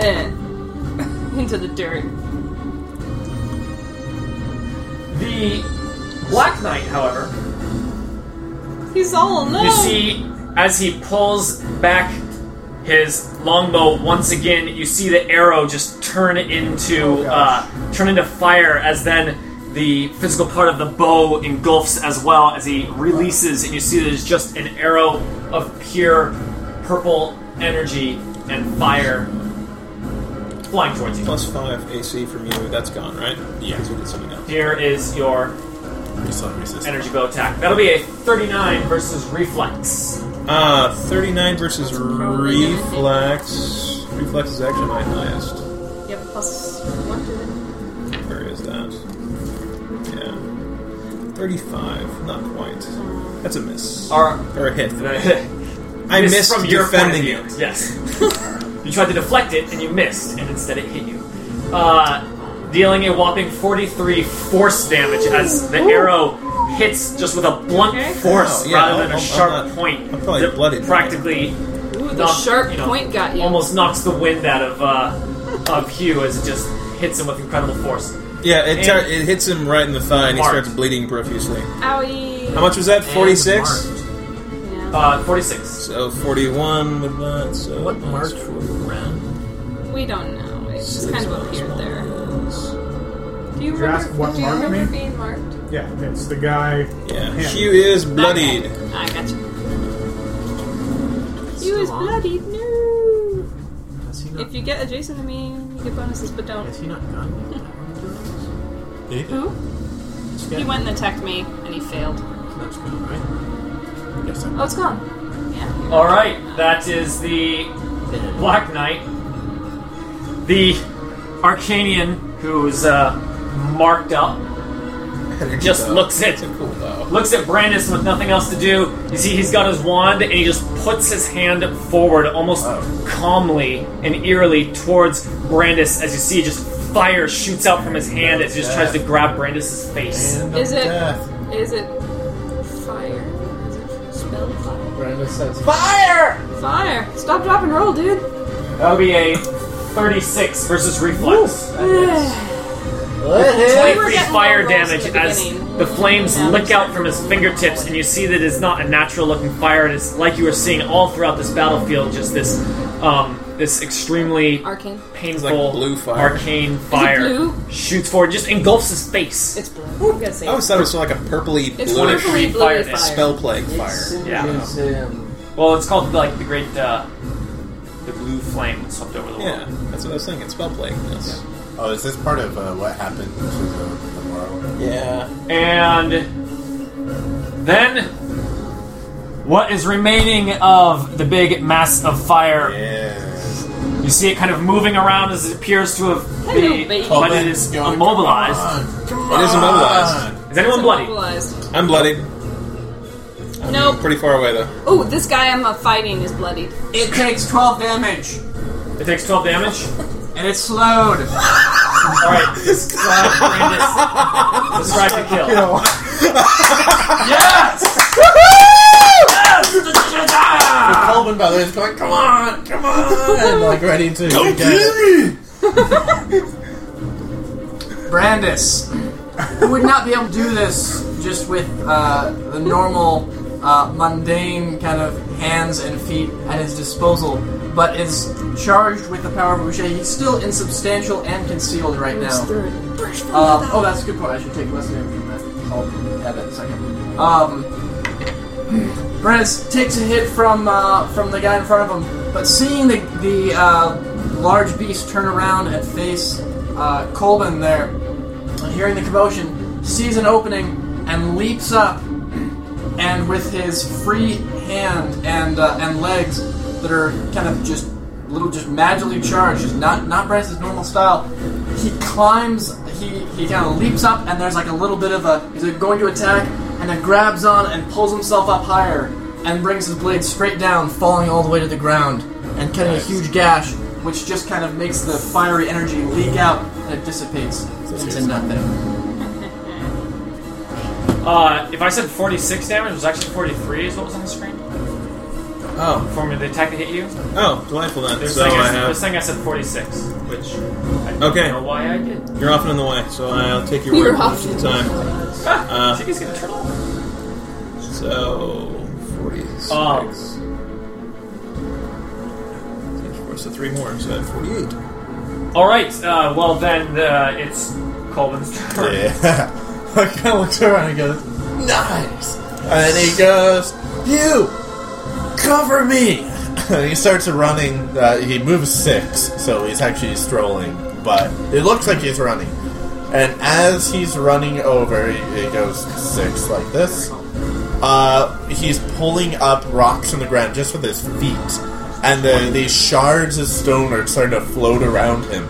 Speaker 4: eh, into the dirt.
Speaker 3: The Black Knight, however,
Speaker 4: He's all alone.
Speaker 3: you see as he pulls back his longbow once again, you see the arrow just turn into uh, turn into fire as then the physical part of the bow engulfs as well as he releases and you see there's just an arrow of pure purple energy and fire flying towards you.
Speaker 8: plus five AC from you. That's gone, right? Yeah, we did something else.
Speaker 3: Here is your
Speaker 9: We still have resistance.
Speaker 3: energy bow attack. That'll be a 39 versus reflex.
Speaker 8: Uh, 39 versus
Speaker 4: probably gonna hit.
Speaker 8: reflex. Reflex is actually my highest.
Speaker 4: You have a plus one to it.
Speaker 8: Where is that? Yeah. 35. Not quite. That's a miss.
Speaker 3: Or
Speaker 8: Or a hit.
Speaker 3: I
Speaker 8: I missed
Speaker 3: from your
Speaker 8: defending
Speaker 3: point of view.
Speaker 8: it.
Speaker 3: Yes. you tried to deflect it and you missed, and instead it hit you. Uh, dealing a whopping 43 force damage as the arrow hits just with a blunt
Speaker 4: Okay.
Speaker 3: force
Speaker 8: Oh, yeah,
Speaker 3: rather
Speaker 8: I'll-
Speaker 3: than a
Speaker 8: I'll-
Speaker 3: sharp
Speaker 8: I'll not-
Speaker 3: point.
Speaker 8: I'm probably
Speaker 3: that
Speaker 8: blooded.
Speaker 3: Practically
Speaker 4: Ooh, the
Speaker 3: knocked-
Speaker 4: sharp
Speaker 3: you know,
Speaker 4: point got you.
Speaker 3: Almost knocks the wind out of uh, of Hugh as it just hits him with incredible force.
Speaker 8: Yeah, it,
Speaker 3: And-
Speaker 8: ter- it hits him right in the thigh and he
Speaker 3: Marked.
Speaker 8: starts bleeding profusely.
Speaker 4: Owie.
Speaker 8: How much was that? 46?
Speaker 14: Marked.
Speaker 4: Yeah.
Speaker 3: Uh, 46.
Speaker 8: So 41 would not. So
Speaker 14: What marked for the round?
Speaker 4: We don't know. It just kind of appeared there.
Speaker 16: Do you
Speaker 5: you
Speaker 16: remember,
Speaker 5: ask what
Speaker 16: do you
Speaker 5: marked
Speaker 16: remember
Speaker 5: me?
Speaker 16: being marked?
Speaker 5: Yeah, it's the guy.
Speaker 8: Yeah.
Speaker 5: Yeah.
Speaker 8: Hugh is bloodied.
Speaker 4: I got you. He was bloody. No.
Speaker 14: Has he not,
Speaker 4: If you get adjacent to me, you get bonuses, but don't.
Speaker 14: has he not gone yet?
Speaker 4: Who?
Speaker 14: This guy?
Speaker 4: He went and attacked me, and he failed.
Speaker 14: That's good, right?
Speaker 9: Yes, I
Speaker 4: Oh, it's gone. Yeah.
Speaker 3: All right, that is the Black Knight, the Arcanian who's uh, marked up. Just looks at looks at Brandis with nothing else to do. You see, he's got his wand and he just puts his hand forward, almost calmly and eerily, towards Brandis. As you see, just fire shoots out from his hand as he just tries to grab Brandis's face.
Speaker 4: Is it?
Speaker 9: Death.
Speaker 4: Is it fire? Is it spell fire?
Speaker 7: Brenda says,
Speaker 4: Fire! Stop, drop, and roll, dude.
Speaker 3: That'll be a 36 versus reflex.
Speaker 4: We were
Speaker 3: Twenty-three
Speaker 4: getting
Speaker 3: fire
Speaker 4: low rolls at
Speaker 3: damage
Speaker 4: the
Speaker 3: as
Speaker 4: beginning.
Speaker 3: the flames
Speaker 4: Yeah.
Speaker 3: lick out from his fingertips, and you see that it's not a natural-looking fire. It is like you are seeing all throughout this battlefield, just this, um, this extremely
Speaker 4: Arcane.
Speaker 3: painful
Speaker 8: It's like blue fire.
Speaker 3: arcane fire
Speaker 4: blue?
Speaker 3: shoots forward, just engulfs his face.
Speaker 4: It's blue. I'm gonna
Speaker 7: Oh,
Speaker 4: say
Speaker 8: I always thought it was sort of like a purpley
Speaker 4: it's
Speaker 8: bluish
Speaker 4: purpley
Speaker 3: fire
Speaker 4: bluey fire.
Speaker 3: that
Speaker 8: spell plague fire.
Speaker 3: Yeah.
Speaker 7: It's, um,
Speaker 3: Well, it's called like the great, uh, the blue flame that swept over the world.
Speaker 8: Yeah, that's what I was thinking. Spell plague. Yes.
Speaker 9: Oh, is this part of uh, what happened to the, the world?
Speaker 8: Yeah.
Speaker 3: And then what is remaining of the big mass of fire?
Speaker 9: Yeah.
Speaker 3: You see it kind of moving around as it appears to have
Speaker 4: Hello,
Speaker 3: been,
Speaker 4: baby.
Speaker 3: but it is
Speaker 9: Come on,
Speaker 3: immobilized.
Speaker 9: Come on.
Speaker 8: It is immobilized.
Speaker 3: Is anyone bloody?
Speaker 4: Immobilized.
Speaker 8: I'm bloodied.
Speaker 4: Nope.
Speaker 8: Pretty far away though.
Speaker 4: Oh, this guy I'm uh, fighting is bloodied.
Speaker 7: it takes 12 damage,
Speaker 3: It takes 12 damage.
Speaker 7: and it's slowed.
Speaker 3: All right, describe Brandis. Describe the kill. yes! yes!
Speaker 9: Colvin, by the way, is going, come on, come on! like, ready to. Don't kill me!
Speaker 7: Brandis, who would not be able to do this just with uh, the normal, uh, mundane kind of hands and feet at his disposal, but is charged with the power of Uche. He's still insubstantial and concealed right now. Um, oh, that's a good point. I should take less damage from that. I'll have that in a second. Um, Brandis takes a hit from uh, from the guy in front of him, but seeing the the uh, large beast turn around and face uh, Colvin there, and hearing the commotion, sees an opening and leaps up, and with his free hand and uh, and legs that are kind of just little, just magically charged, just not not Brandis' normal style, he climbs. He he kind of leaps up, and there's like a little bit of a he's like going to attack, and then grabs on and pulls himself up higher, and brings his blade straight down, falling all the way to the ground, and cutting a huge gash, which just kind of makes the fiery energy leak out, and it dissipates into nothing.
Speaker 3: Uh, if I said 46 damage, it was actually 43 is what was on the screen.
Speaker 8: Oh.
Speaker 3: For me, the attack that hit you.
Speaker 8: Oh, delightful then.
Speaker 3: This
Speaker 8: So
Speaker 3: thing
Speaker 8: I
Speaker 3: I, this
Speaker 8: have.
Speaker 3: thing I said 46, which I don't
Speaker 8: Okay. Uh,
Speaker 3: know why I did.
Speaker 8: You're off and on the way, so I'll take your
Speaker 4: You're
Speaker 8: word
Speaker 4: off
Speaker 8: most of the time.
Speaker 3: I think he's gonna turn off.
Speaker 8: So. 46.
Speaker 3: Um.
Speaker 8: So three more, so I have 48.
Speaker 3: All right. Uh, well then, uh, it's Colvin's turn.
Speaker 9: Yeah. I kind of looks around and goes, nice! And he goes, you! Cover me! And he starts running. Uh, he moves six, so he's actually strolling, but it looks like he's running. And as he's running over, he, he goes six like this. Uh, he's pulling up rocks from the ground just with his feet, and the, these shards of stone are starting to float around him.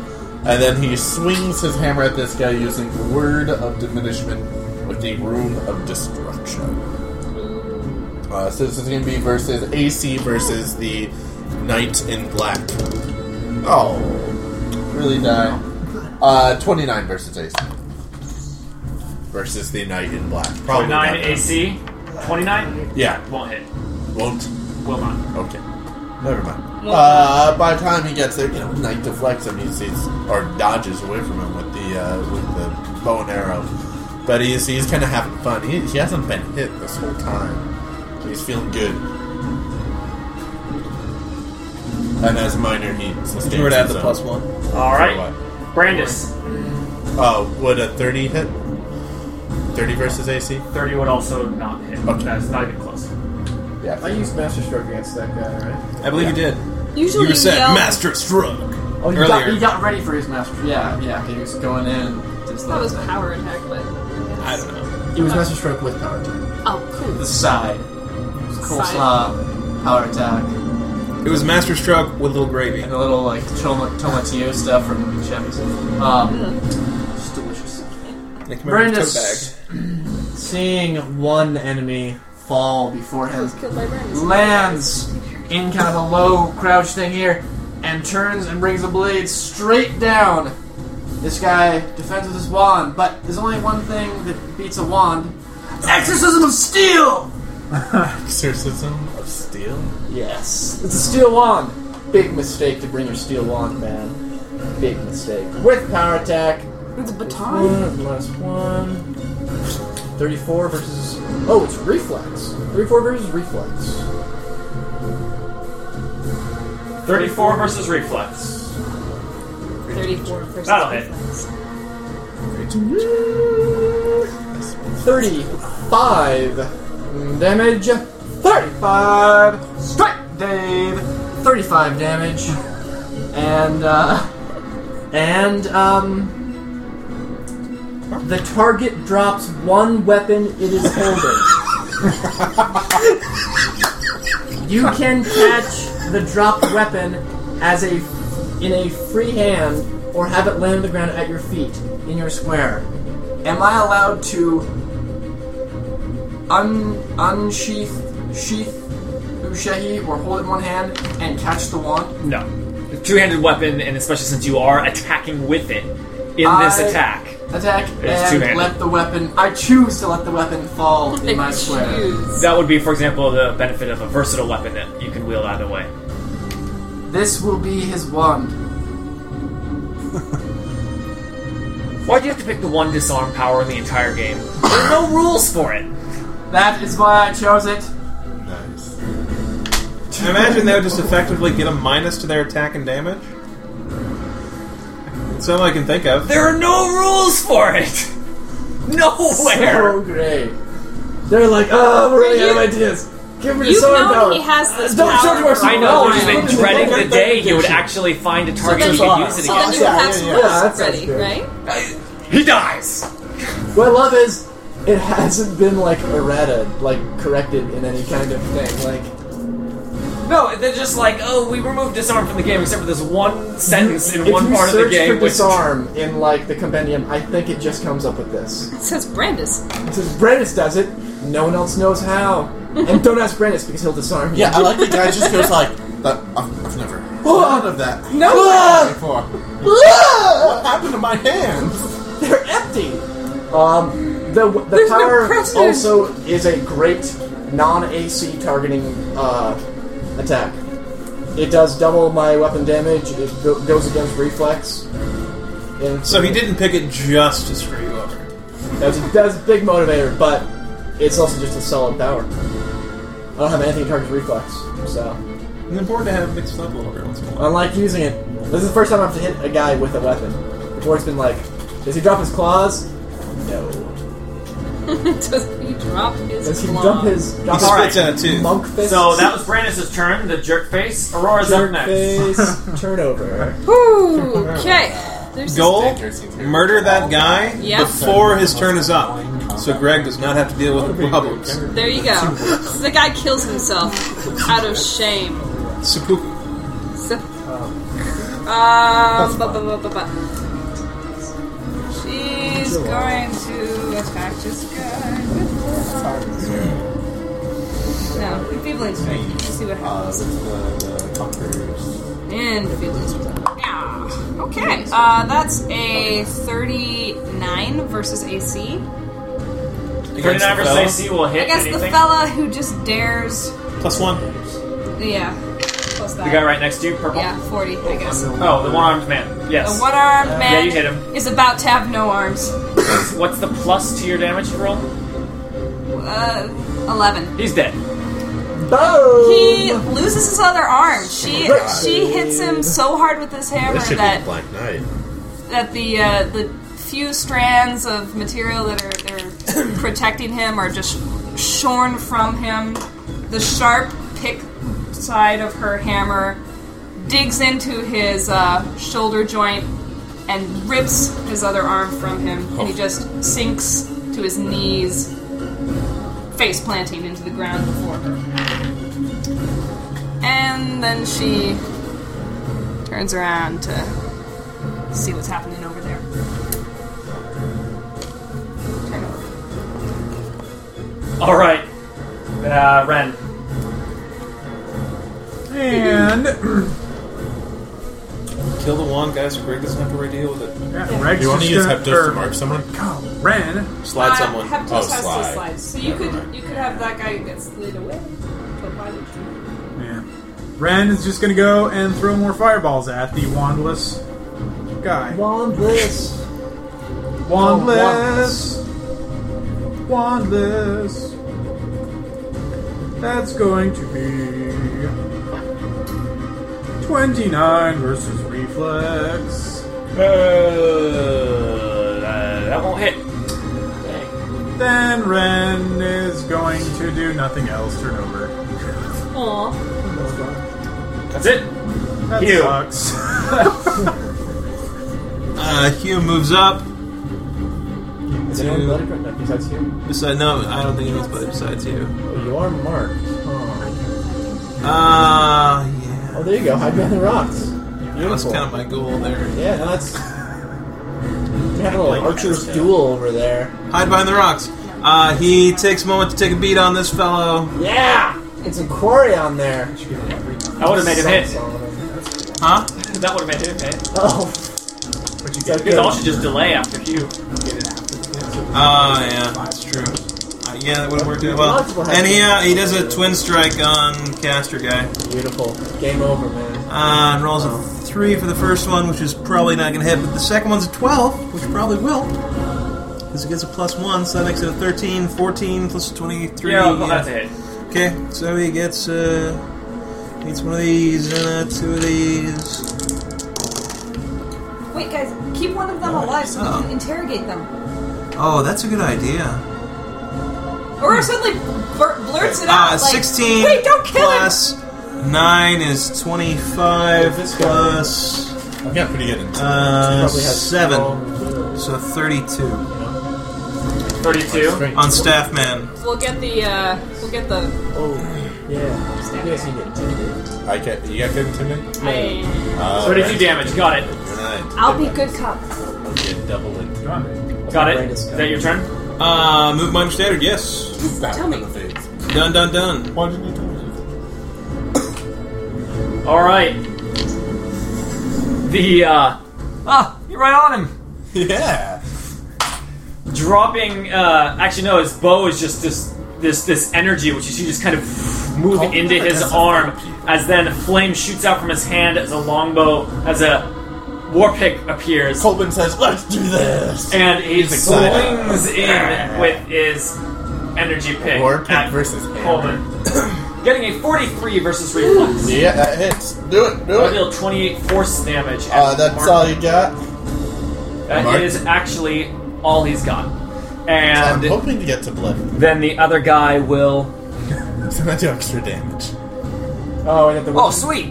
Speaker 9: And then he swings his hammer at this guy using Word of Diminishment with the Rune of Destruction. Uh, so this is going to be versus AC versus the Knight in Black. Oh, really die. Uh, 29 versus AC. Versus the Knight in Black. Probably not
Speaker 3: 29
Speaker 9: that.
Speaker 3: AC. 29
Speaker 9: Yeah,
Speaker 3: won't hit.
Speaker 9: won't.
Speaker 3: Will not.
Speaker 9: Okay. Never mind. Uh, by the time he gets there, you know, Knight deflects him. He sees or dodges away from him with the uh, with the bow and arrow. But he's he's kind of having fun. He, he hasn't been hit this whole time. He's feeling good. And as a minor, he sustains
Speaker 8: You were to have the
Speaker 9: his
Speaker 8: plus
Speaker 9: own.
Speaker 8: one.
Speaker 3: All right,
Speaker 9: What?
Speaker 3: Brandis.
Speaker 9: Oh, would a thirty hit? Thirty versus AC.
Speaker 3: 30 would also not hit.
Speaker 9: Okay.
Speaker 3: That's not even close.
Speaker 7: I used Master Stroke against that guy, right?
Speaker 8: I believe you did.
Speaker 4: Usually
Speaker 8: You were said
Speaker 4: yell-
Speaker 8: Master Stroke.
Speaker 7: Oh, he, got,
Speaker 8: Earlier.
Speaker 7: he got ready for his Master Stroke. Yeah, yeah, he was going in. Just
Speaker 4: That was a
Speaker 7: like-
Speaker 4: power attack, but
Speaker 8: I don't know.
Speaker 7: It was Master Stroke with power attack.
Speaker 4: oh, cool.
Speaker 7: The side. coleslaw power attack.
Speaker 8: It was Master Stroke with Little Gravy.
Speaker 7: And the little like toma- tomatillo stuff from Chevy's. Um, it's delicious.
Speaker 8: They come in a tote
Speaker 7: Brandis, seeing one enemy fall before him, lands in kind of a low crouch thing here, and turns and brings the blade straight down. This guy defends with his wand, but there's only one thing that beats a wand: exorcism of steel.
Speaker 9: Exorcism of steel.
Speaker 7: Yes, it's a steel wand. Big mistake to bring your steel wand, man. Big mistake. With power attack,
Speaker 4: It's a baton.
Speaker 7: One plus one. 34 versus. Oh, it's reflex. 34 versus reflex.
Speaker 3: 34 versus reflex.
Speaker 4: 34 versus
Speaker 3: That'll hit.
Speaker 4: reflex.
Speaker 7: Mm-hmm. 35 damage. 35 strike, Dave. 35 damage. And, uh. And, um. The target drops one weapon it is holding. you can catch the dropped weapon as a in a free hand or have it land on the ground at your feet in your square. Am I allowed to un unsheath sheath ushahi or hold it in one hand and catch the wand?
Speaker 3: No. Two handed weapon, and especially since you are attacking with it in this
Speaker 7: I-
Speaker 3: attack.
Speaker 7: Attack
Speaker 3: It's two-handed.
Speaker 7: and let the weapon. I choose to let the weapon fall in my square.
Speaker 4: Choose.
Speaker 3: That would be, for example, the benefit of a versatile weapon that you can wield either way.
Speaker 7: This will be his wand.
Speaker 3: Why do you have to pick the one disarm power in the entire game? There are no rules for it.
Speaker 7: That is why I chose it.
Speaker 9: Nice.
Speaker 8: bag. I imagine they would just effectively get a minus to their attack and damage. That's all I can think of.
Speaker 3: There are no rules for it. Nowhere.
Speaker 7: So great. They're like, oh, we're running out
Speaker 4: You-
Speaker 7: of ideas. Give me the
Speaker 4: You've
Speaker 7: sword
Speaker 4: known
Speaker 7: power.
Speaker 4: he has this
Speaker 7: Don't show
Speaker 4: power.
Speaker 7: to our
Speaker 4: for a
Speaker 3: I know.
Speaker 7: Oh,
Speaker 3: There's
Speaker 4: while.
Speaker 7: yeah.
Speaker 3: been dreading the day you would actually find a target
Speaker 4: then-
Speaker 3: you could use it
Speaker 4: So then
Speaker 3: against.
Speaker 4: you
Speaker 7: Yeah,
Speaker 4: have
Speaker 7: yeah,
Speaker 4: some
Speaker 7: yeah,
Speaker 4: rules
Speaker 7: that sounds
Speaker 4: ready,
Speaker 7: good.
Speaker 4: right?
Speaker 3: He dies.
Speaker 7: What I love is it hasn't been like errata, like corrected in any kind of thing. Like
Speaker 3: No, they're just like, oh, we removed disarm from the game, except for this one sentence in
Speaker 7: if
Speaker 3: one
Speaker 7: you
Speaker 3: part of
Speaker 7: search
Speaker 3: the game.
Speaker 7: for
Speaker 3: which-
Speaker 7: disarm in like the compendium, I think it just comes up with this.
Speaker 4: It says Brandis.
Speaker 7: It says Brandis does it. No one else knows how. and don't ask Brandis because he'll disarm you.
Speaker 9: Yeah, I like the guy just goes like, "That- I've, I've never heard of that.
Speaker 7: No,
Speaker 9: before. What happened to my hands?
Speaker 7: they're empty. Um, the the
Speaker 4: There's no
Speaker 7: power
Speaker 4: precedent.
Speaker 7: also is a great non-AC targeting uh, attack. It does double my weapon damage. It go- goes against reflex. And
Speaker 8: So he didn't pick it just to screw you over.
Speaker 7: That's, that's a big motivator, but it's also just a solid power. I don't have anything targets reflex, so
Speaker 8: It's important to have it mixed up a little bit once in a while.
Speaker 7: I like using it. This is the first time I've hit a guy with a weapon. Before it's been like, does he drop his claws? No.
Speaker 4: Does he drop his
Speaker 7: Does he
Speaker 4: claw?
Speaker 7: dump his drop
Speaker 8: He
Speaker 7: his
Speaker 8: spits
Speaker 3: Alright.
Speaker 8: in it too.
Speaker 7: monk fist?
Speaker 3: So that was Brandis' turn, the jerk face. Aurora's up
Speaker 7: jerk
Speaker 3: next.
Speaker 7: face turnover.
Speaker 4: Ooh, okay. There's
Speaker 8: Goal:
Speaker 9: Sticker seems very-
Speaker 8: murder that guy
Speaker 4: Yeah.
Speaker 8: before his turn is up, so Greg does not have to deal with the problems.
Speaker 4: this- there you go. So the guy kills himself out of shame.
Speaker 8: Seppuku.
Speaker 4: So,
Speaker 8: Oh.
Speaker 4: um, bu- bu- bu- bu- bu- She's going to attack this guy. No, with Feebling Strike. Let's see what happens.
Speaker 8: Uh,
Speaker 4: And Feebling Strike. Yeah. Okay, uh, that's a 39 versus AC.
Speaker 8: Against
Speaker 3: 39
Speaker 8: the
Speaker 3: versus
Speaker 8: fella.
Speaker 3: AC will hit
Speaker 4: I guess
Speaker 3: anything.
Speaker 4: the fella who just dares.
Speaker 8: Plus one.
Speaker 4: Yeah. Plus that.
Speaker 3: The guy right next to you, purple.
Speaker 4: Yeah, 40, I guess. The
Speaker 3: Oh, the one-armed man. Yes.
Speaker 4: one armed man
Speaker 3: Yeah, you hit him.
Speaker 4: is about to have no arms.
Speaker 3: What's the plus to your damage roll?
Speaker 4: Uh, 11.
Speaker 3: He's dead.
Speaker 7: Boom!
Speaker 4: He loses his other arm. She she hits him so hard with this hammer
Speaker 9: This should be
Speaker 4: that
Speaker 9: Black Knight.
Speaker 4: that the uh, the few strands of material that are that are protecting him are just shorn from him. The sharp pick side of her hammer digs into his uh, shoulder joint and rips his other arm from him, and
Speaker 9: Oh.
Speaker 4: he just sinks to his knees, face planting into the ground before her. and then she turns around to see what's happening over there. Turn over.
Speaker 3: All right, uh, Ren.
Speaker 5: And
Speaker 17: Kill the wand, guys, so Greg doesn't have to redeal with it.
Speaker 5: yeah, Reg's
Speaker 9: You want to
Speaker 5: just
Speaker 9: use
Speaker 5: gonna-
Speaker 9: Heptos
Speaker 5: or-
Speaker 9: to mark someone?
Speaker 5: God, Ren.
Speaker 17: Slide
Speaker 4: Uh,
Speaker 17: someone.
Speaker 4: Heptos
Speaker 9: Oh,
Speaker 4: has
Speaker 9: slide.
Speaker 4: two slides, so you could you could have that guy get slid away. But why would you?
Speaker 5: Yeah. Ren is just gonna go and throw more fireballs at the wandless guy.
Speaker 18: Wandless.
Speaker 5: Wandless. Wandless. That's going to be 29 versus reflex.
Speaker 3: Uh, that won't hit. Dang.
Speaker 5: Then Ren is going to do nothing else. Turn over.
Speaker 4: Aw,
Speaker 3: That's it.
Speaker 5: That
Speaker 3: Ew.
Speaker 5: sucks.
Speaker 8: Uh, Hugh moves up.
Speaker 7: Is anyone bloody right now besides you?
Speaker 8: Besides, no, I don't think anyone's but besides you.
Speaker 7: Oh, you are marked. Oh.
Speaker 8: Ah, yeah.
Speaker 7: Oh, there you go. Hide behind the rocks.
Speaker 8: That's
Speaker 7: Beautiful.
Speaker 8: kind of my goal there.
Speaker 7: Yeah, no, that's. We had a little archer's duel over there.
Speaker 8: Hide behind the rocks. Uh, he takes a moment to take a beat on this fellow.
Speaker 3: Yeah,
Speaker 7: It's a quarry on there.
Speaker 3: that would have made him hit.
Speaker 8: Huh?
Speaker 3: That would have made him hit.
Speaker 7: Oh.
Speaker 5: But you
Speaker 7: So
Speaker 5: get
Speaker 3: You
Speaker 7: good.
Speaker 3: all should just delay after Hugh.
Speaker 8: Ah, yeah, that's true. Uh, yeah, that would have worked out well. And he uh, he does a twin strike on caster guy.
Speaker 7: Beautiful. Game over, man.
Speaker 8: Uh, and rolls a three for the first one, which is probably not going to hit. But the second one's a twelve, which probably will, because it gets a plus one, so that makes it a 13, 14, plus twenty-three.
Speaker 3: Yeah, well, that's a hit.
Speaker 8: Okay, so he gets uh, needs one of these and uh, two of these.
Speaker 19: Wait, guys, keep one of them alive so we can interrogate them.
Speaker 8: Oh, that's a good idea.
Speaker 4: or suddenly blur- blurts it out.
Speaker 8: Uh,
Speaker 4: like,
Speaker 8: 16
Speaker 4: Wait, don't kill him.
Speaker 8: plus 9 is 25
Speaker 7: This guy.
Speaker 8: plus
Speaker 9: I've got pretty good intel.
Speaker 8: uh,
Speaker 7: Probably has
Speaker 8: 7.
Speaker 7: strong will.
Speaker 8: So 32
Speaker 3: Thirty-two.
Speaker 8: on staff man.
Speaker 4: We'll get the uh, we'll get the.
Speaker 7: Oh, yeah. You guys need to do it.
Speaker 9: I get, you got good intimidate?
Speaker 4: I,
Speaker 9: Uh,
Speaker 3: Thirty-two damage. Got it.
Speaker 19: I'll be good cop.
Speaker 9: double it.
Speaker 3: Got
Speaker 7: Brain
Speaker 3: it.
Speaker 7: is
Speaker 3: Is that your turn?
Speaker 8: Uh, move minor standard, yes.
Speaker 9: Tell me. Why
Speaker 8: Done, done, done.
Speaker 9: didn't you tell me?
Speaker 3: All right. The uh, ah, you're right on him.
Speaker 9: Yeah.
Speaker 3: Dropping. Uh, actually, no. His bow is just this this this energy, which you see just kind of move
Speaker 7: Oh,
Speaker 3: into his arm as then flame shoots out from his hand as a longbow as a war pick appears.
Speaker 9: Colbin says, let's do this!
Speaker 3: and he
Speaker 9: excited.
Speaker 3: swings in with his energy pick.
Speaker 9: War pick
Speaker 3: at
Speaker 9: versus hammer.
Speaker 3: Coleman. Getting a 43 versus reflex.
Speaker 9: Yeah, that hits. Do it, do
Speaker 3: That'll
Speaker 9: it.
Speaker 3: deal 28 force damage. at
Speaker 9: Uh, that's
Speaker 3: Mark.
Speaker 9: all you got.
Speaker 3: That
Speaker 9: Mark.
Speaker 3: is actually all he's got.
Speaker 9: I'm
Speaker 3: And
Speaker 9: hoping to get to blood.
Speaker 3: then the other guy will.
Speaker 9: So I'm gonna do extra damage.
Speaker 7: Oh, and at the
Speaker 3: Oh,
Speaker 7: wizard.
Speaker 3: sweet!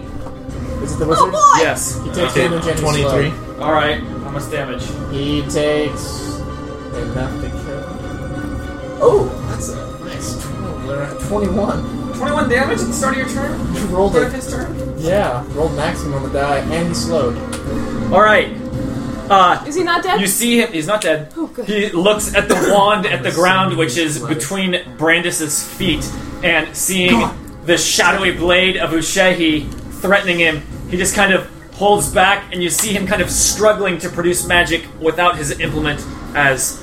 Speaker 7: Is it the wizard?
Speaker 3: Yes.
Speaker 7: He takes
Speaker 9: Okay,
Speaker 7: damage and he's
Speaker 9: 23.
Speaker 7: slow.
Speaker 3: Alright, how much damage?
Speaker 7: He takes enough to kill. Oh, that's a nice tw- uh, twenty-one.
Speaker 3: 21 damage at the start of your turn?
Speaker 7: He rolled
Speaker 3: Start of
Speaker 7: it.
Speaker 3: his turn?
Speaker 7: Yeah, rolled maximum on the die, and he slowed.
Speaker 3: Alright. Uh,
Speaker 4: is he not dead?
Speaker 3: You see him. He's not dead.
Speaker 4: Oh, good.
Speaker 3: He looks at the wand at the ground, which is between Brandis's feet, and seeing the shadowy blade of Ushehi threatening him, he just kind of holds back, and you see him kind of struggling to produce magic without his implement, as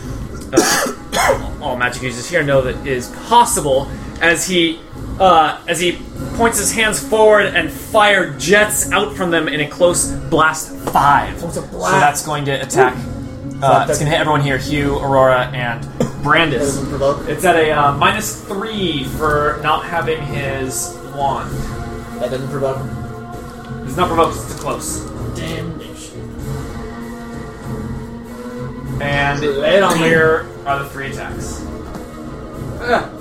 Speaker 3: uh, all magic users here know that is possible. As he uh, as he points his hands forward and fire jets out from them in a close blast five.
Speaker 7: It's a blast.
Speaker 3: So that's going to attack. Uh, it's going to hit everyone here: Hugh, Aurora, and
Speaker 7: That
Speaker 3: Brandis.
Speaker 7: doesn't provoke.
Speaker 3: It's at a uh, minus three for not having his wand.
Speaker 7: That doesn't provoke.
Speaker 3: It's not provoked; it's too close.
Speaker 7: Damnation.
Speaker 3: And
Speaker 7: Lay it on me.
Speaker 3: here are the three attacks.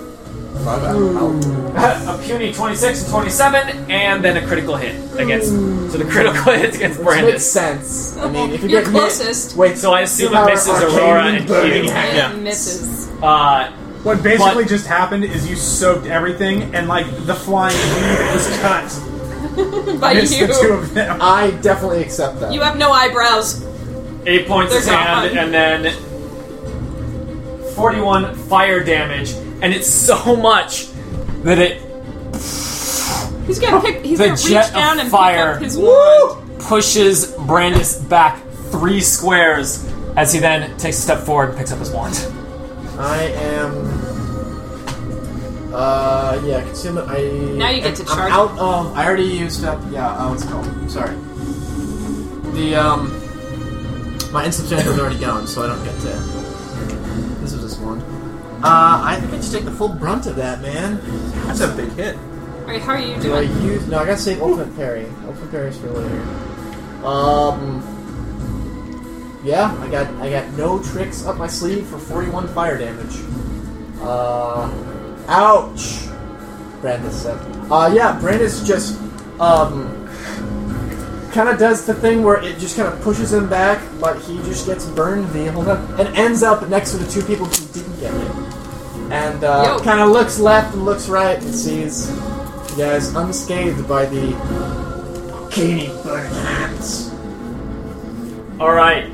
Speaker 3: a puny 26 and 27, and then a critical hit against. So the critical hit against
Speaker 7: Makes
Speaker 3: Brandis.
Speaker 7: sense. I mean, if you
Speaker 4: You're
Speaker 7: get hit-
Speaker 4: closest.
Speaker 7: Wait,
Speaker 3: So I assume
Speaker 7: Our
Speaker 3: it misses
Speaker 7: arcane
Speaker 3: Aurora and
Speaker 7: burning
Speaker 3: Hugh.
Speaker 4: It
Speaker 8: Yeah.
Speaker 4: misses.
Speaker 3: Uh,
Speaker 5: What basically
Speaker 3: But-
Speaker 5: just happened is you soaked everything, and like the flying leaf was cut.
Speaker 4: by
Speaker 5: It's the two
Speaker 4: you.
Speaker 5: of them.
Speaker 7: I definitely accept that.
Speaker 4: You have no eyebrows.
Speaker 3: Eight points of
Speaker 4: They're gone.
Speaker 3: sand, and then 41 fire damage, and it's so much that it
Speaker 4: He's gonna pick. He's
Speaker 3: The
Speaker 4: gonna
Speaker 3: jet
Speaker 4: reach
Speaker 3: of
Speaker 4: down and
Speaker 3: fire.
Speaker 4: pick up his wand.
Speaker 3: pushes Brandis back three squares as he then takes a step forward and picks up his wand.
Speaker 7: I am. Uh, yeah, concealment. I.
Speaker 4: Now you get to
Speaker 7: I'm
Speaker 4: charge.
Speaker 7: out of. I already used up. Yeah, uh, what's it called? Sorry. The, um. My insubstantial is already gone, so I don't get to. This was just one. Uh, I think I just take the full brunt of that, man.
Speaker 8: That's a big hit.
Speaker 4: Alright, how are you
Speaker 7: Do I
Speaker 4: doing?
Speaker 7: use. No, I gotta save Ultimate Parry. Ultimate Parry's for later. Um. Yeah, I got I got no tricks up my sleeve for 41 fire damage. Uh, ouch! Brandis said. Uh, yeah, Brandis just um, kind of does the thing where it just kind of pushes him back, but he just gets burned the whole time and ends up next to the two people who didn't get it. And
Speaker 4: Yo.
Speaker 7: uh, kind of looks left and looks right and sees you guys unscathed by the Katie burning hands.
Speaker 3: Alright.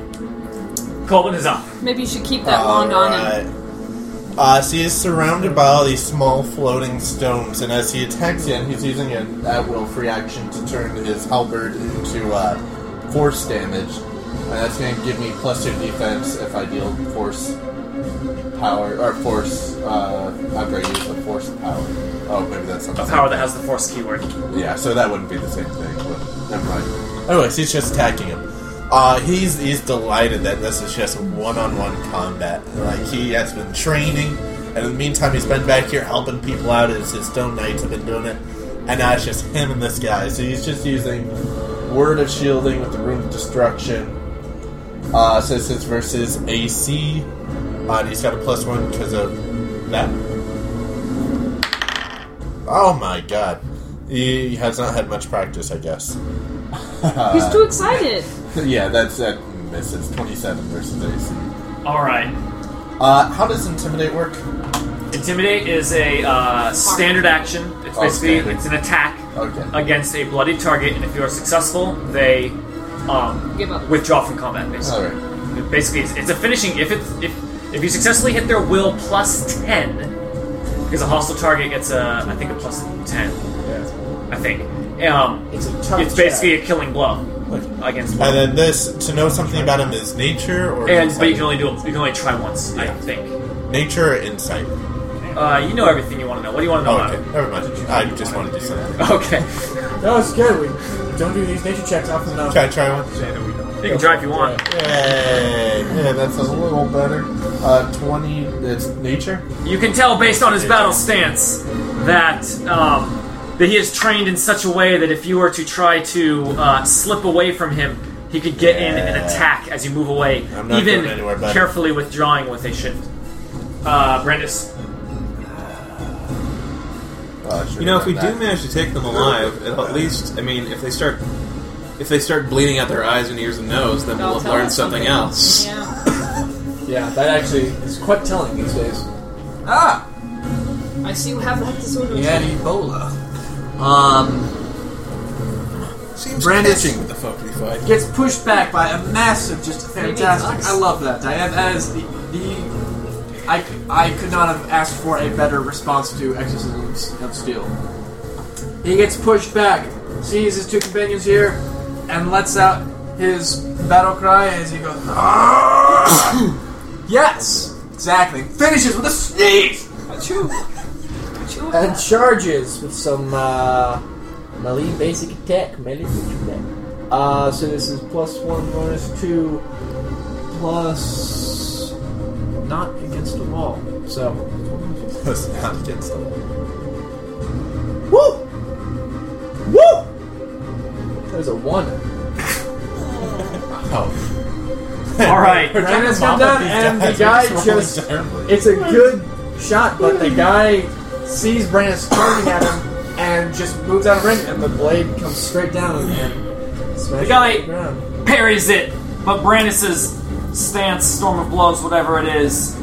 Speaker 3: Colvin is up.
Speaker 4: Maybe you should keep that wand on him.
Speaker 9: Alright. Oh, Uh, so he's surrounded by all these small floating stones, and as he attacks you, he's using an at will free action to turn his halberd into uh, force damage. And that's going to give me plus two defense if I deal force power, or force, uh, after I use the force power. Oh, maybe that's something.
Speaker 3: A power that has the force keyword.
Speaker 9: Yeah, so that wouldn't be the same thing, but never mind. Anyways, he's just attacking him. Uh, he's he's delighted that this is just one-on-one combat. Like he has been training, and in the meantime, he's been back here helping people out as his stone knights have been doing it. And now it's just him and this guy. So he's just using word of shielding with the rune of destruction. Uh, so this is versus AC. Uh, and he's got a plus one because of that. Oh my god. He has not had much practice, I guess.
Speaker 4: He's too excited.
Speaker 9: yeah, that's that misses 27 versus AC.
Speaker 3: Alright.
Speaker 9: Uh, how does intimidate work?
Speaker 3: Intimidate is a uh, standard action. It's
Speaker 9: Oh,
Speaker 3: basically
Speaker 9: standard.
Speaker 3: it's an attack
Speaker 9: Okay.
Speaker 3: against a bloody target, and if you are successful, they um,
Speaker 4: Give up.
Speaker 3: withdraw from combat. Basically,
Speaker 9: Alright.
Speaker 3: basically it's, it's a finishing. If it's if if you successfully hit their will plus ten, because a hostile target gets a I think a plus ten. I think. Um,
Speaker 7: It's a tough
Speaker 3: it's basically a killing blow against.
Speaker 9: And then this, to know something about him is nature or
Speaker 3: And
Speaker 9: insight?
Speaker 3: but you can only do it- you can only try once. I
Speaker 9: Yeah.
Speaker 3: think.
Speaker 9: Nature or insight?
Speaker 3: Uh, you know everything you want to know. What do you want to know
Speaker 9: Oh,
Speaker 3: about
Speaker 9: okay. Never mind. I just wanted to say that.
Speaker 3: about? it? Okay.
Speaker 7: No, it's good. We don't do these nature checks often enough.
Speaker 9: Can I try one?
Speaker 3: You can try if you want.
Speaker 9: Yay! Yeah, that's a little better. Uh, 20, it's nature?
Speaker 3: You can tell based on his battle stance that um, that he is trained in such a way that if you were to try to uh, slip away from him, he could get in and
Speaker 9: Yeah.
Speaker 3: attack as you move away,
Speaker 9: I'm not
Speaker 3: even
Speaker 9: going anywhere, bud.
Speaker 3: carefully withdrawing with a shift. Uh, Brandis,
Speaker 9: Uh,
Speaker 8: You know, if we do manage to take them alive, it'll at least I mean, if they start if they start bleeding out their eyes and ears and nose, then
Speaker 4: They'll
Speaker 8: we'll have
Speaker 4: tell
Speaker 8: learned
Speaker 4: us
Speaker 8: something
Speaker 4: something.
Speaker 8: else.
Speaker 4: Yeah.
Speaker 7: Yeah, that actually is quite telling these days. Ah!
Speaker 4: I see you have that disorder.
Speaker 7: You had Ebola. Um,
Speaker 8: Seems
Speaker 7: Brandis-
Speaker 8: catching with the folk we fight.
Speaker 7: gets pushed back by a massive, just
Speaker 4: needs
Speaker 7: fantastic.
Speaker 4: us.
Speaker 7: I love that. I have as the, the I, I could not have asked for a better response to Exorcism of S- of Steel. He gets pushed back, sees his two companions here, and lets out his battle cry as he goes. "Ah!" yes, exactly. Finishes with a sneeze. and charges with some uh, melee basic attack. Melee basic attack. Uh, so this is plus one, bonus two, plus not against the wall. So
Speaker 9: That's not against them.
Speaker 7: woo, woo. There's a one.
Speaker 9: Oh.
Speaker 3: all right,
Speaker 7: Brandon's come down, and the guy just. It's a good shot, but the guy sees Brandon charging at him and just moves out of range, and the blade comes straight down and- and smashes
Speaker 3: guy-
Speaker 7: the ground.
Speaker 3: parries it, but Brandis's stance, storm of blows, whatever it is,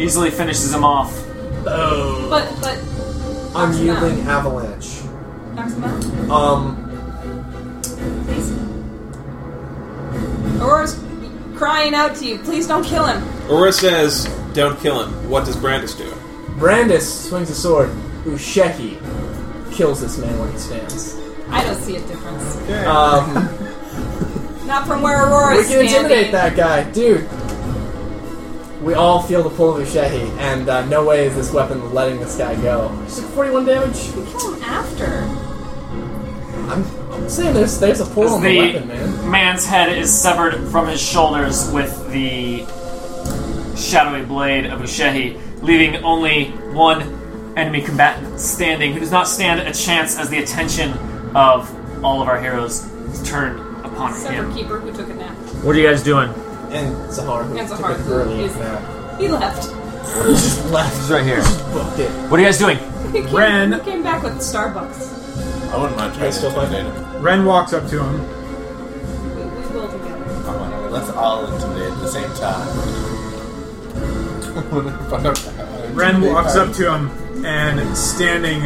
Speaker 3: easily finishes him off.
Speaker 4: But but
Speaker 7: Unyielding avalanche.
Speaker 4: all
Speaker 16: Max them out,
Speaker 14: Um,
Speaker 16: please.
Speaker 4: Aurora's crying out to you, please don't kill him.
Speaker 6: Aura says, "Don't kill him." What does Brandis do?
Speaker 14: Brandis swings a sword. Usheki kills this man where he stands.
Speaker 4: I don't see a difference.
Speaker 14: Um,
Speaker 4: Not from where Aurora
Speaker 14: we
Speaker 4: is
Speaker 14: can
Speaker 4: standing.
Speaker 14: intimidate that guy, dude. We all feel the pull of Ushehi, and uh, no way is this weapon letting this guy go. Just like 41 damage.
Speaker 4: We kill him after.
Speaker 14: I'm, I'm saying there's there's a pull
Speaker 3: As
Speaker 14: on the,
Speaker 3: the
Speaker 14: weapon, man.
Speaker 3: man's head is severed from his shoulders with the shadowy blade of Ushehi, leaving only one enemy combatant standing, who does not stand a chance as the attention of all of our heroes is turned upon
Speaker 4: Except
Speaker 3: him.
Speaker 4: for Keeper, who took a nap.
Speaker 3: What are you guys doing?
Speaker 14: And Zahar, who
Speaker 4: And
Speaker 14: took
Speaker 4: Zahar,
Speaker 14: it early
Speaker 4: he's-
Speaker 14: now.
Speaker 4: He left.
Speaker 14: Left.
Speaker 8: He's right here.
Speaker 14: Booked it.
Speaker 3: What are you guys doing?
Speaker 4: He came,
Speaker 5: Ren.
Speaker 4: he came back with Starbucks.
Speaker 9: I wouldn't mind trying
Speaker 14: Guys still
Speaker 9: to
Speaker 14: fighting?
Speaker 9: intimidate him.
Speaker 5: Ren walks up to him.
Speaker 4: We, we will together.
Speaker 9: Come on, let's all intimidate at the same time.
Speaker 5: Ren walks up to him and standing.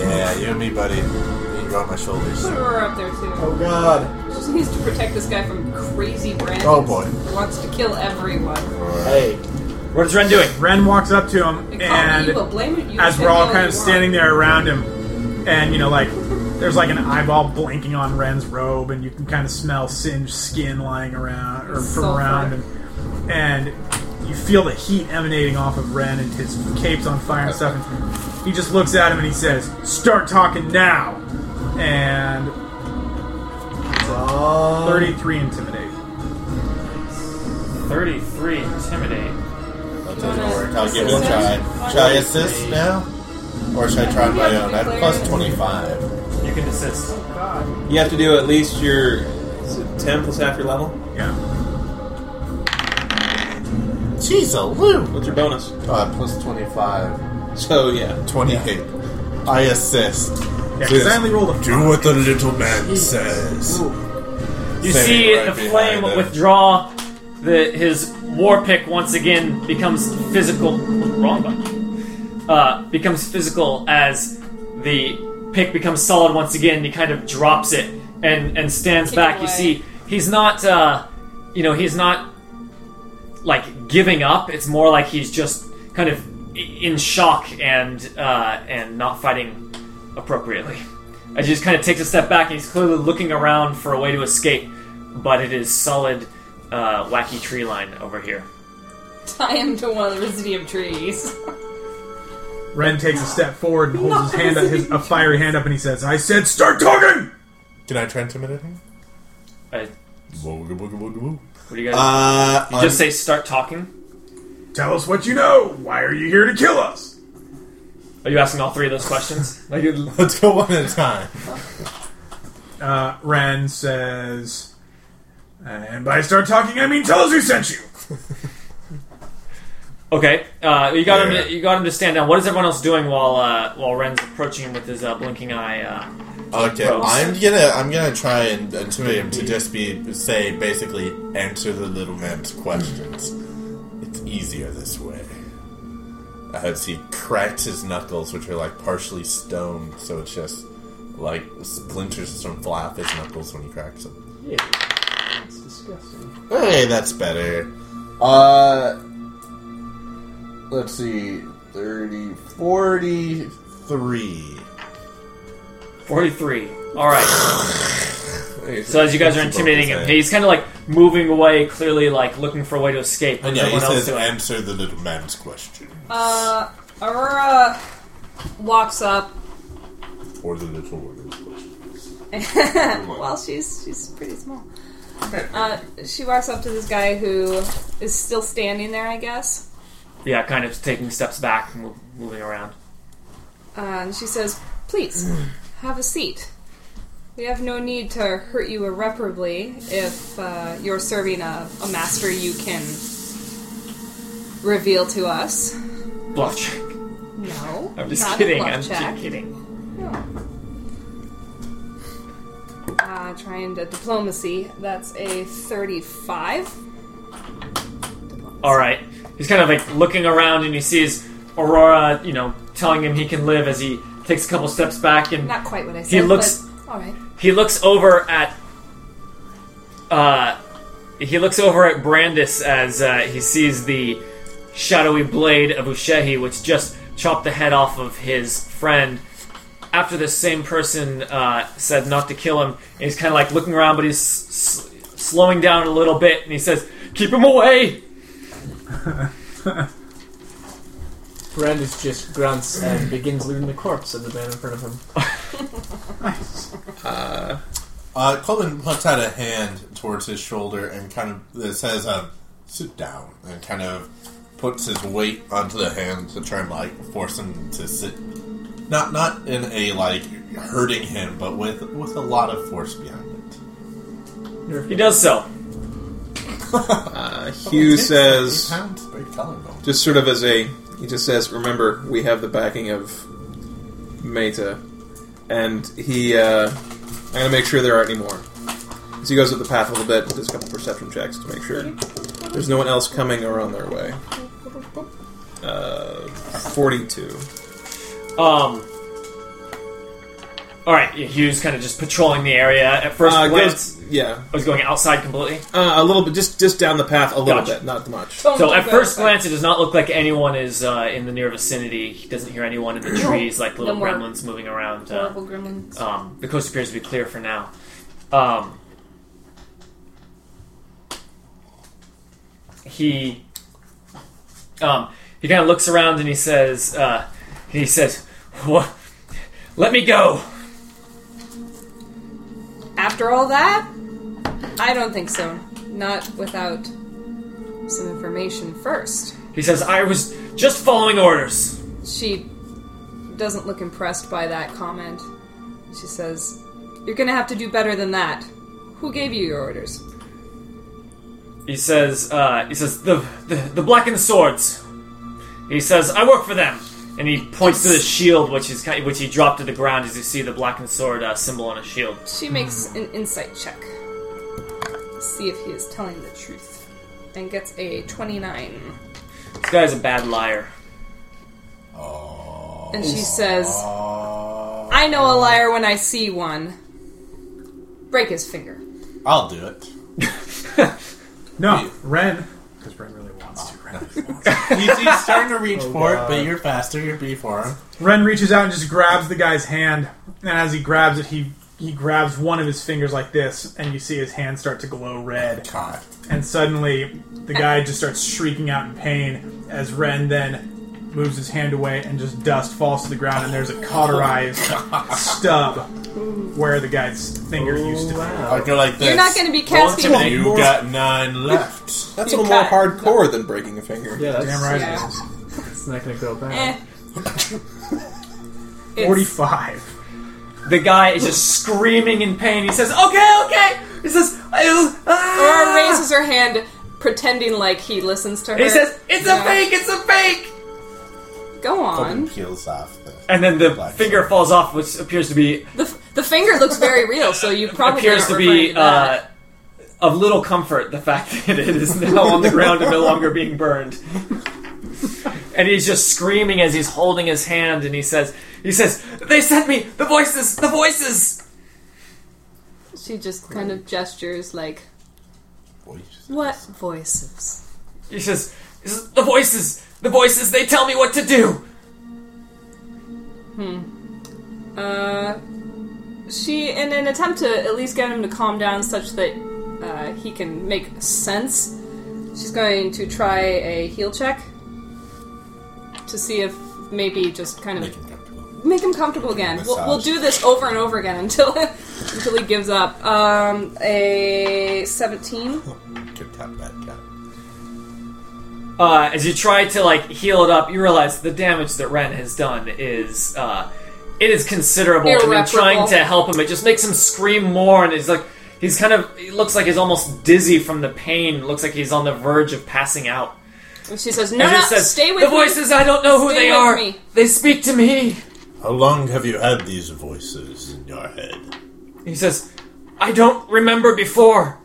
Speaker 9: Yeah, you and me, buddy. You're on my shoulders.
Speaker 4: Put Aurora up there too.
Speaker 14: Oh god.
Speaker 4: She just needs to protect this guy from crazy Brandon.
Speaker 9: Oh, boy.
Speaker 4: Who wants to kill everyone.
Speaker 14: Hey.
Speaker 3: What is Ren doing?
Speaker 5: Ren walks up to
Speaker 4: And
Speaker 5: him
Speaker 4: call me evil.
Speaker 5: and
Speaker 4: Blame you.
Speaker 5: as
Speaker 4: Shaggy
Speaker 5: we're all
Speaker 4: all
Speaker 5: kind
Speaker 4: you want.
Speaker 5: of standing there around him, and you know, like there's like an eyeball blinking on Ren's robe, and you can kind of smell singed skin lying around or from
Speaker 4: Sulfur.
Speaker 5: around, and and you feel the heat emanating off of Ren, and his cape's on fire and stuff. And he just looks at him and he says, "Start talking now," and
Speaker 14: Um,
Speaker 5: 33 intimidate.
Speaker 3: 33 intimidate.
Speaker 9: I'll take a work. I'll give it a try. Should I assist now? Or should I try my own? I'm plus 25.
Speaker 3: You can assist.
Speaker 6: You have to do at least your is it ten plus half your level.
Speaker 5: Yeah.
Speaker 9: Jeez, a loo!
Speaker 6: What's your bonus?
Speaker 9: Uh, plus 25.
Speaker 6: So yeah,
Speaker 9: 28. I assist.
Speaker 5: Yeah, 'cause I only rolled a
Speaker 9: Do what the little man says.
Speaker 3: You
Speaker 9: Standing
Speaker 3: see
Speaker 9: right
Speaker 3: the
Speaker 9: behind
Speaker 3: flame
Speaker 9: him.
Speaker 3: withdraw. The, his war pick once again becomes physical. Wrong button. Uh, becomes physical as the pick becomes solid once again. He kind of drops it and and stands
Speaker 4: Kick
Speaker 3: back.
Speaker 4: away.
Speaker 3: You see, he's not. Uh, you know, he's not like giving up. It's more like he's just kind of i- in shock and uh, and not fighting appropriately. As he just kind of takes a step back, and he's clearly looking around for a way to escape, but it is solid, uh, wacky tree line over here.
Speaker 4: Tie him to one of the residium trees.
Speaker 5: Ren takes a step forward and holds his hand up, his a fiery hand up, and he says, "I said, start talking."
Speaker 9: Can I try intimidate him?
Speaker 3: Uh,
Speaker 9: Booga booga booga boo.
Speaker 3: what do you guys?
Speaker 9: Uh,
Speaker 3: you just say start talking.
Speaker 5: Tell us what you know. Why are you here to kill us?
Speaker 3: Are you asking all three of those questions? like, you-
Speaker 9: let's go one at a time.
Speaker 5: Uh, Ren says, and by start talking, I mean tell us who sent you.
Speaker 3: okay, uh, you got
Speaker 9: Yeah.
Speaker 3: him. To, you got him to stand down. What is everyone else doing while uh, while Ren's approaching him with his uh, blinking eye? Uh,
Speaker 9: Okay,
Speaker 3: Gross.
Speaker 9: I'm gonna I'm gonna try and intimidate him to just be say basically answer the little man's questions. It's easier this way. As he cracks his knuckles, which are like partially stoned, so it's just like splinters from fly off his knuckles when he cracks them.
Speaker 14: Yeah. That's disgusting.
Speaker 9: Hey, that's better. Uh, let's see, 30, 43.
Speaker 3: Forty-three. All right. So as you guys are intimidating him, he's kind of like moving away, clearly like looking for a way to escape.
Speaker 9: And yeah, he
Speaker 3: Everyone else
Speaker 9: says,
Speaker 3: doing?
Speaker 9: answer the little man's question.
Speaker 4: Uh, Aurora walks up.
Speaker 9: or the little woman's question.
Speaker 4: well, she's she's pretty small. Uh, she walks up to this guy who is still standing there, I guess.
Speaker 3: yeah, kind of taking steps back, move, moving around.
Speaker 4: Uh, and she says, "Please have a seat. We have no need to hurt you irreparably if uh, you're serving a, a master you can reveal to us."
Speaker 3: Bluff check.
Speaker 4: No,
Speaker 3: I'm just
Speaker 4: not a
Speaker 3: kidding.
Speaker 4: bluff
Speaker 3: I'm
Speaker 4: check.
Speaker 3: just kidding.
Speaker 4: Uh, trying to diplomacy. That's a thirty-five.
Speaker 3: All right, he's kind of like looking around, and he sees Aurora, you know, telling him he can live as he takes a couple steps back and
Speaker 4: Not quite what I said.
Speaker 3: He looks-
Speaker 4: All right.
Speaker 3: he looks over at uh he looks over at Brandis as uh, he sees the shadowy blade of Ushehi, which just chopped the head off of his friend. After the same person uh, said not to kill him, and he's kind of like looking around, but he's s- s- slowing down a little bit, and he says, "Keep him away."
Speaker 14: Brandis just grunts and begins looting the corpse of the man in front of him.
Speaker 9: Uh, Colin puts out a hand towards his shoulder and kind of that says, um, "Sit down," and kind of puts his weight onto the hand to try and like force him to sit. Not not in a like hurting him, but with with a lot of force behind it.
Speaker 3: He does so.
Speaker 8: Uh, Hugh says.
Speaker 9: Pounds, very telling, though.
Speaker 8: just sort of as a he just says remember we have the backing of meta and he uh, i'm gonna make sure there aren't any more as he goes up the path a little bit does a couple perception checks to make sure there's no one else coming or on their way uh, 42
Speaker 3: Um. All right, Hugh's kind of just patrolling the area. At first
Speaker 8: uh,
Speaker 3: glance,
Speaker 8: goes, yeah
Speaker 3: I was going outside completely.
Speaker 8: uh, a little bit just just down the path a little
Speaker 3: Gotcha.
Speaker 8: bit not much
Speaker 3: So at first glance, it does not look like anyone is uh, in the near vicinity. He doesn't hear anyone in the trees, like little
Speaker 4: No more
Speaker 3: gremlins moving around. Uh,
Speaker 4: Horrible gremlins.
Speaker 3: um, the coast appears to be clear for now. Um, he um, he kind of looks around and he says uh, he says, "What? Let me go."
Speaker 4: After all that, I don't think so. Not without some information first.
Speaker 3: He says, "I was just following orders."
Speaker 4: She doesn't look impressed by that comment. She says, You're gonna have to do better than that. Who gave you your orders?
Speaker 3: He says, uh, he says, the, the, the blackened swords. He says, I work for them. And he points to the shield, which is kind which he dropped to the ground as you see the blackened sword uh, symbol on his shield.
Speaker 4: She makes an insight check. See if he is telling the truth. And gets a 29.
Speaker 3: This guy's a bad liar.
Speaker 4: And she says, I know a liar when I see one. Break his finger.
Speaker 9: I'll do it.
Speaker 5: No, Ren, because Ren really wants to. Ren.
Speaker 9: he's, he's starting to reach for it, but you're faster. You're B for him.
Speaker 5: Ren reaches out and just grabs the guy's hand, and as he grabs it, he he grabs one of his fingers like this, and you see his hand start to glow red.
Speaker 9: God.
Speaker 5: And suddenly, the guy just starts shrieking out in pain as Ren then moves his hand away, and just dust falls to the ground, and there's a cauterized stub where the guy's finger used
Speaker 7: Oh.
Speaker 5: to be.
Speaker 9: I go like this.
Speaker 4: You're not gonna be casting.
Speaker 8: intimidate.
Speaker 9: You got nine left.
Speaker 8: that's a
Speaker 4: You
Speaker 8: little more
Speaker 4: cut.
Speaker 8: hardcore than breaking a finger
Speaker 14: Yeah, that's
Speaker 5: Damn right it
Speaker 4: Yeah.
Speaker 5: is.
Speaker 14: It's not gonna go bad.
Speaker 4: Eh. It's-
Speaker 5: 45.
Speaker 3: The guy is just screaming in pain. He says, okay, okay. He says, "Ew,
Speaker 4: Aurora
Speaker 3: ah."
Speaker 4: raises her hand, pretending like he listens to her.
Speaker 3: He says, it's a
Speaker 4: Yeah.
Speaker 3: fake, it's a fake.
Speaker 4: Go
Speaker 9: Fucking
Speaker 4: on.
Speaker 9: peels off the.
Speaker 3: And then the
Speaker 9: Black
Speaker 3: finger falls off, which appears to be
Speaker 4: The, f- the finger looks very real, so you probably
Speaker 3: appears
Speaker 4: aren't
Speaker 3: to
Speaker 4: referring
Speaker 3: be
Speaker 4: that.
Speaker 3: uh, of little comfort the fact that it is now on the ground and no longer being burned. and he's just screaming as he's holding his hand, and he says, "He says they sent me the voices, the voices." uh,
Speaker 4: She just kind of gestures like,
Speaker 9: Voice.
Speaker 4: "What voices?"
Speaker 3: He says, he says, "The voices, the voices. They tell me what to do."
Speaker 4: Uh, she, in an attempt to at least get him to calm down, such that uh, he can make sense, she's going to try a heal check to see if maybe just kind of
Speaker 9: Make him comfortable.
Speaker 4: make him comfortable again. We'll,
Speaker 9: Massage.
Speaker 4: we'll do this over and over again until until he gives up. Um, a seventeen.
Speaker 9: Good tap that guy.
Speaker 3: Uh, as you try to like heal it up, you realize the damage that Ren has done is uh, it is considerable. And in
Speaker 4: Irreparable.
Speaker 3: trying to help him, it just makes him scream more, and he's like, he's kind of, he looks like he's almost dizzy from the pain. Looks like he's on the verge of passing out.
Speaker 4: And she says, "No,
Speaker 3: As he
Speaker 4: no,
Speaker 3: says,
Speaker 4: stay with
Speaker 3: the
Speaker 4: me.
Speaker 3: voices. I don't know who
Speaker 4: Stay
Speaker 3: they
Speaker 4: with
Speaker 3: are.
Speaker 4: me."
Speaker 3: They speak to me.
Speaker 9: How long have you had these voices in your head?
Speaker 3: He says, I don't remember before.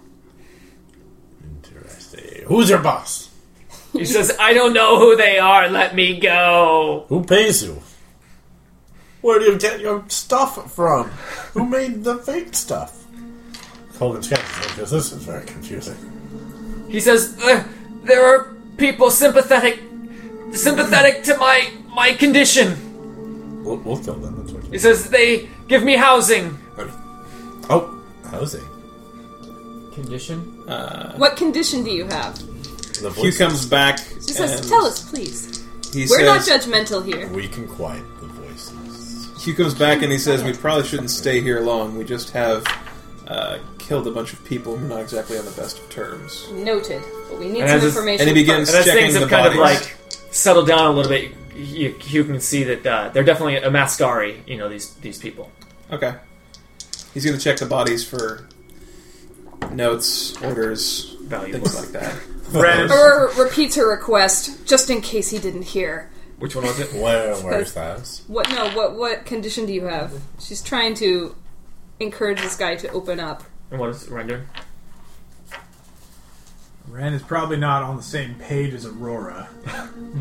Speaker 9: Interesting. Who's your boss?
Speaker 3: He says, I don't know who they are. Let me go.
Speaker 9: Who pays you? Where do you get your stuff from? Who made the fake stuff? Colgan scratches because this is very confusing.
Speaker 3: He says, "There- "There are people sympathetic, sympathetic to my my condition."
Speaker 9: We'll, we'll kill them. That's what
Speaker 3: He says, "They give me housing."
Speaker 9: Oh, housing.
Speaker 14: Condition?
Speaker 4: What condition do you have?
Speaker 9: The
Speaker 8: Hugh
Speaker 9: voice.
Speaker 8: comes back.
Speaker 4: She says,
Speaker 8: and
Speaker 4: "Tell us, please.
Speaker 8: He
Speaker 4: We're
Speaker 8: says,
Speaker 4: not judgmental here."
Speaker 9: We can quiet the voices.
Speaker 8: Hugh comes back and he says, "We probably shouldn't stay here long. We just have uh, killed a bunch of people. We're not exactly on the best of terms."
Speaker 4: Noted. But we need
Speaker 8: And
Speaker 4: some
Speaker 8: as it-
Speaker 4: information.
Speaker 8: and he begins-
Speaker 3: And as
Speaker 4: first.
Speaker 8: Checking
Speaker 3: things
Speaker 8: the
Speaker 3: have kind of
Speaker 8: bodies.
Speaker 3: like settled down a little bit, you, you can see that uh, they're definitely a mascari. You know these these people.
Speaker 8: Okay. He's going to check the bodies for notes, orders,
Speaker 3: Valuable.
Speaker 8: things like that.
Speaker 5: Ren,
Speaker 4: Or repeats her request, just in case he didn't hear.
Speaker 3: Which one was it?
Speaker 9: Where where's that?
Speaker 4: What? No. What? What condition do you have? She's trying to encourage this guy to open up.
Speaker 3: And what is render?
Speaker 5: Ren is probably not on the same page as Aurora,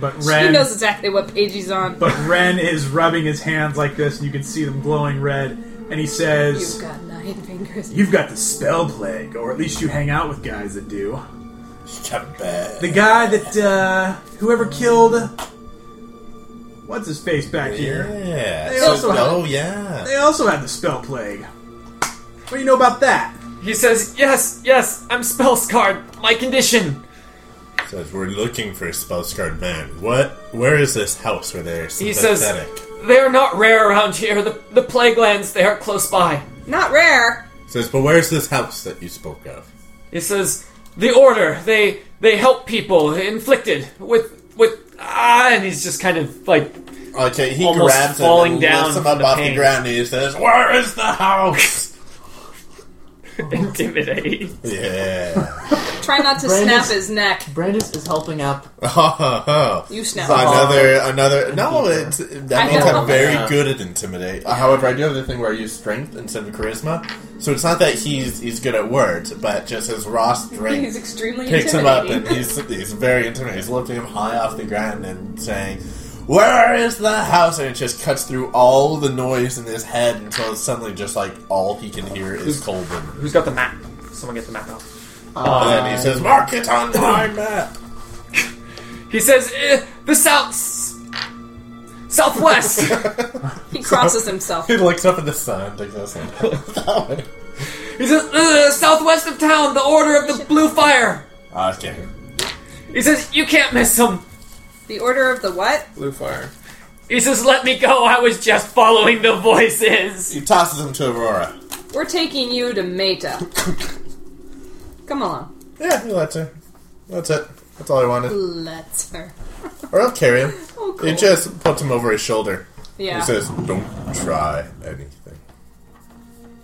Speaker 5: but
Speaker 4: She
Speaker 5: Ren,
Speaker 4: knows exactly what page he's on.
Speaker 5: but Ren is rubbing his hands like this, and you can see them glowing red. And he
Speaker 4: You've
Speaker 5: says,
Speaker 4: got nine fingers.
Speaker 5: "You've got the spell plague, or at least you hang out with guys that do."
Speaker 9: Chabad.
Speaker 5: The guy that uh, whoever killed what's his face back here.
Speaker 9: Yeah.
Speaker 5: They
Speaker 9: so-
Speaker 5: also have-
Speaker 9: oh yeah.
Speaker 5: They also had the spell plague. What do you know about that?
Speaker 3: He says, "Yes, yes, I'm spell scarred. My condition."
Speaker 9: Says we're looking for a spell scarred man. What? Where is this house where they're
Speaker 3: He says,
Speaker 9: sympathetic?
Speaker 3: "They are not rare around here. The the plague lands they are close by."
Speaker 4: Not rare.
Speaker 9: Says, but where's this house that you spoke of?
Speaker 3: He says, "The order they they help people inflicted with with ah," and he's just kind of like
Speaker 9: Okay, he
Speaker 3: Almost
Speaker 9: grabs
Speaker 3: falling
Speaker 9: him and
Speaker 3: down
Speaker 9: lifts him
Speaker 3: from
Speaker 9: up
Speaker 3: the
Speaker 9: off
Speaker 3: pain.
Speaker 9: the ground and he says, Where is the house?
Speaker 3: intimidate.
Speaker 9: yeah.
Speaker 4: Try not to
Speaker 7: Brandon's-
Speaker 4: snap his neck.
Speaker 7: Brandis is helping up.
Speaker 4: You snap.
Speaker 9: Oh. another, another. No,
Speaker 7: deeper.
Speaker 9: it's, that
Speaker 4: I
Speaker 9: means
Speaker 4: know.
Speaker 9: I'm very good at intimidate. However, I do have the thing where I use strength instead of charisma. So it's not that he's he's good at words, but just his raw strength
Speaker 4: He's extremely
Speaker 9: picks him up
Speaker 4: intimidating.
Speaker 9: and he's, he's very intimidating. He's lifting him high off the ground and saying, Where is the house? And it just cuts through all the noise in his head until it's suddenly just like all he can hear is Colvin.
Speaker 3: Who's got the map? Someone get the map out.
Speaker 9: And then he says, Mark it on my map!
Speaker 3: He says, eh, "The south southwest."
Speaker 4: he crosses himself.
Speaker 9: He looks up at the sun, takes this one.
Speaker 3: he says, "Uh, "Southwest of town. The order of the blue fire."
Speaker 9: okay.
Speaker 3: He says, "You can't miss him."
Speaker 4: The order of the what?
Speaker 8: Blue fire.
Speaker 3: He says, "Let me go. I was just following the voices."
Speaker 9: He tosses him to Aurora.
Speaker 4: We're taking you to Meta. Come along.
Speaker 9: Yeah, he lets her. That's it. That's all I wanted.
Speaker 4: Let's her.
Speaker 9: Or I'll carry him.
Speaker 4: Oh, cool.
Speaker 9: He just puts him over his shoulder.
Speaker 4: yeah.
Speaker 9: He says, Don't try anything.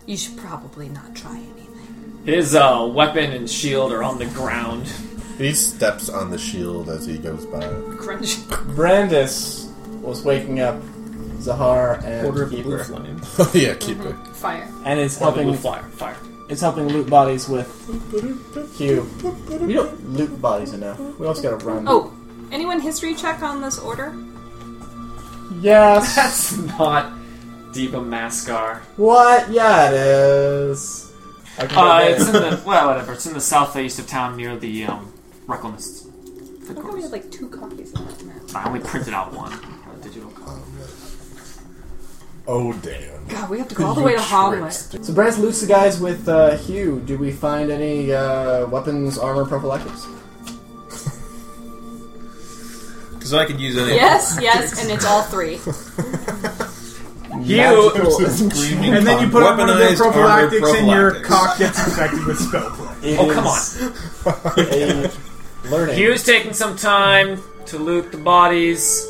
Speaker 4: you should probably not try anything.
Speaker 3: His uh, weapon and shield are on the ground.
Speaker 9: He steps on the shield as he goes by.
Speaker 4: Crunch.
Speaker 7: Brandis was waking up Zahar and
Speaker 8: Order of the blue
Speaker 7: Keeper,
Speaker 8: flame.
Speaker 9: Oh, yeah, keep it.
Speaker 4: Fire.
Speaker 7: and is
Speaker 3: Or the
Speaker 7: helping
Speaker 3: blue flyer, fire.
Speaker 7: is helping loot bodies with Hugh. We don't loot bodies enough. We also gotta run.
Speaker 4: Oh, anyone history check on this order?
Speaker 7: yes.
Speaker 3: That's not Deepa Mascar.
Speaker 7: What? Yeah, it is. I can
Speaker 3: Uh,
Speaker 7: go
Speaker 3: it's in
Speaker 7: there.
Speaker 3: the well, whatever. It's in the southeast of town near the um, Reckless.
Speaker 4: I thought we had like two copies of that map.
Speaker 3: I only printed out one. A digital copy.
Speaker 9: Oh, damn.
Speaker 4: God, we have to go all the way to Hollywood.
Speaker 7: so Brandis loots the guys with uh, Hugh. Do we find any uh, weapons, armor, prophylactics?
Speaker 8: Because I could use any.
Speaker 4: Yes, yes, and it's all three.
Speaker 8: Hugh.
Speaker 9: Screaming
Speaker 5: And then you put on one of their
Speaker 8: Weaponized armored
Speaker 5: prophylactics, and your
Speaker 8: prophylactics.
Speaker 5: cock gets infected with spell plague.
Speaker 7: It
Speaker 3: Oh, come
Speaker 7: is a learning.
Speaker 3: Hugh's taking some time to loot the bodies.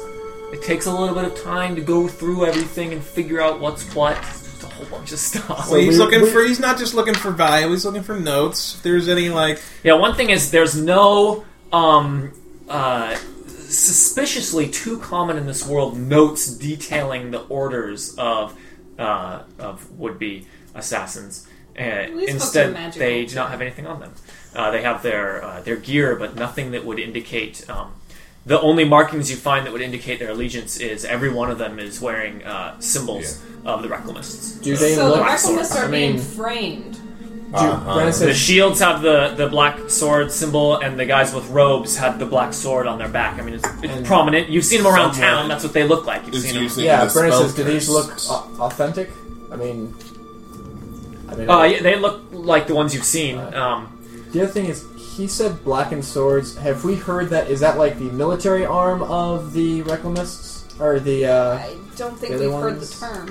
Speaker 3: It takes a little bit of time to go through everything and figure out what's what. It's just a whole bunch of stuff.
Speaker 8: So he's
Speaker 7: we-
Speaker 8: looking
Speaker 7: we-
Speaker 8: for. He's not just looking for value. He's looking for notes. If there's any like
Speaker 3: Yeah, one thing is there's no um uh suspiciously too common in this world notes detailing the orders of uh of would be assassins. And
Speaker 4: least books are
Speaker 3: instead,
Speaker 4: magical.
Speaker 3: they do not have anything on them. Uh, they have their uh, their gear, but nothing that would indicate um, the only markings you find that would indicate their allegiance is every one of them is wearing uh, symbols of the Recklemists.
Speaker 7: Do they
Speaker 4: so
Speaker 7: look?
Speaker 4: the Recklemists are
Speaker 7: I mean,
Speaker 4: being framed.
Speaker 7: do,
Speaker 9: Uh-huh.
Speaker 7: Brennan
Speaker 3: The
Speaker 7: says,
Speaker 3: shields have the, the black sword symbol, and the guys with robes have the black sword on their back. I mean, it's, it's prominent. You've seen them around
Speaker 9: Someone
Speaker 3: town. That's what they look like. You've
Speaker 2: is
Speaker 3: seen them.
Speaker 2: using
Speaker 7: yeah,
Speaker 2: the
Speaker 7: Brennan
Speaker 2: spell
Speaker 7: says, do these look
Speaker 2: curse.
Speaker 7: au- authentic? I mean, I mean,
Speaker 3: Uh, yeah, they look like the ones you've seen.
Speaker 7: Uh,
Speaker 3: Um,
Speaker 7: the other thing is, he said blackened swords. Have we heard that? Is that like the military arm of the Recklemists or the uh,
Speaker 4: I don't think
Speaker 7: The other
Speaker 4: we've heard the
Speaker 7: ones?
Speaker 4: term.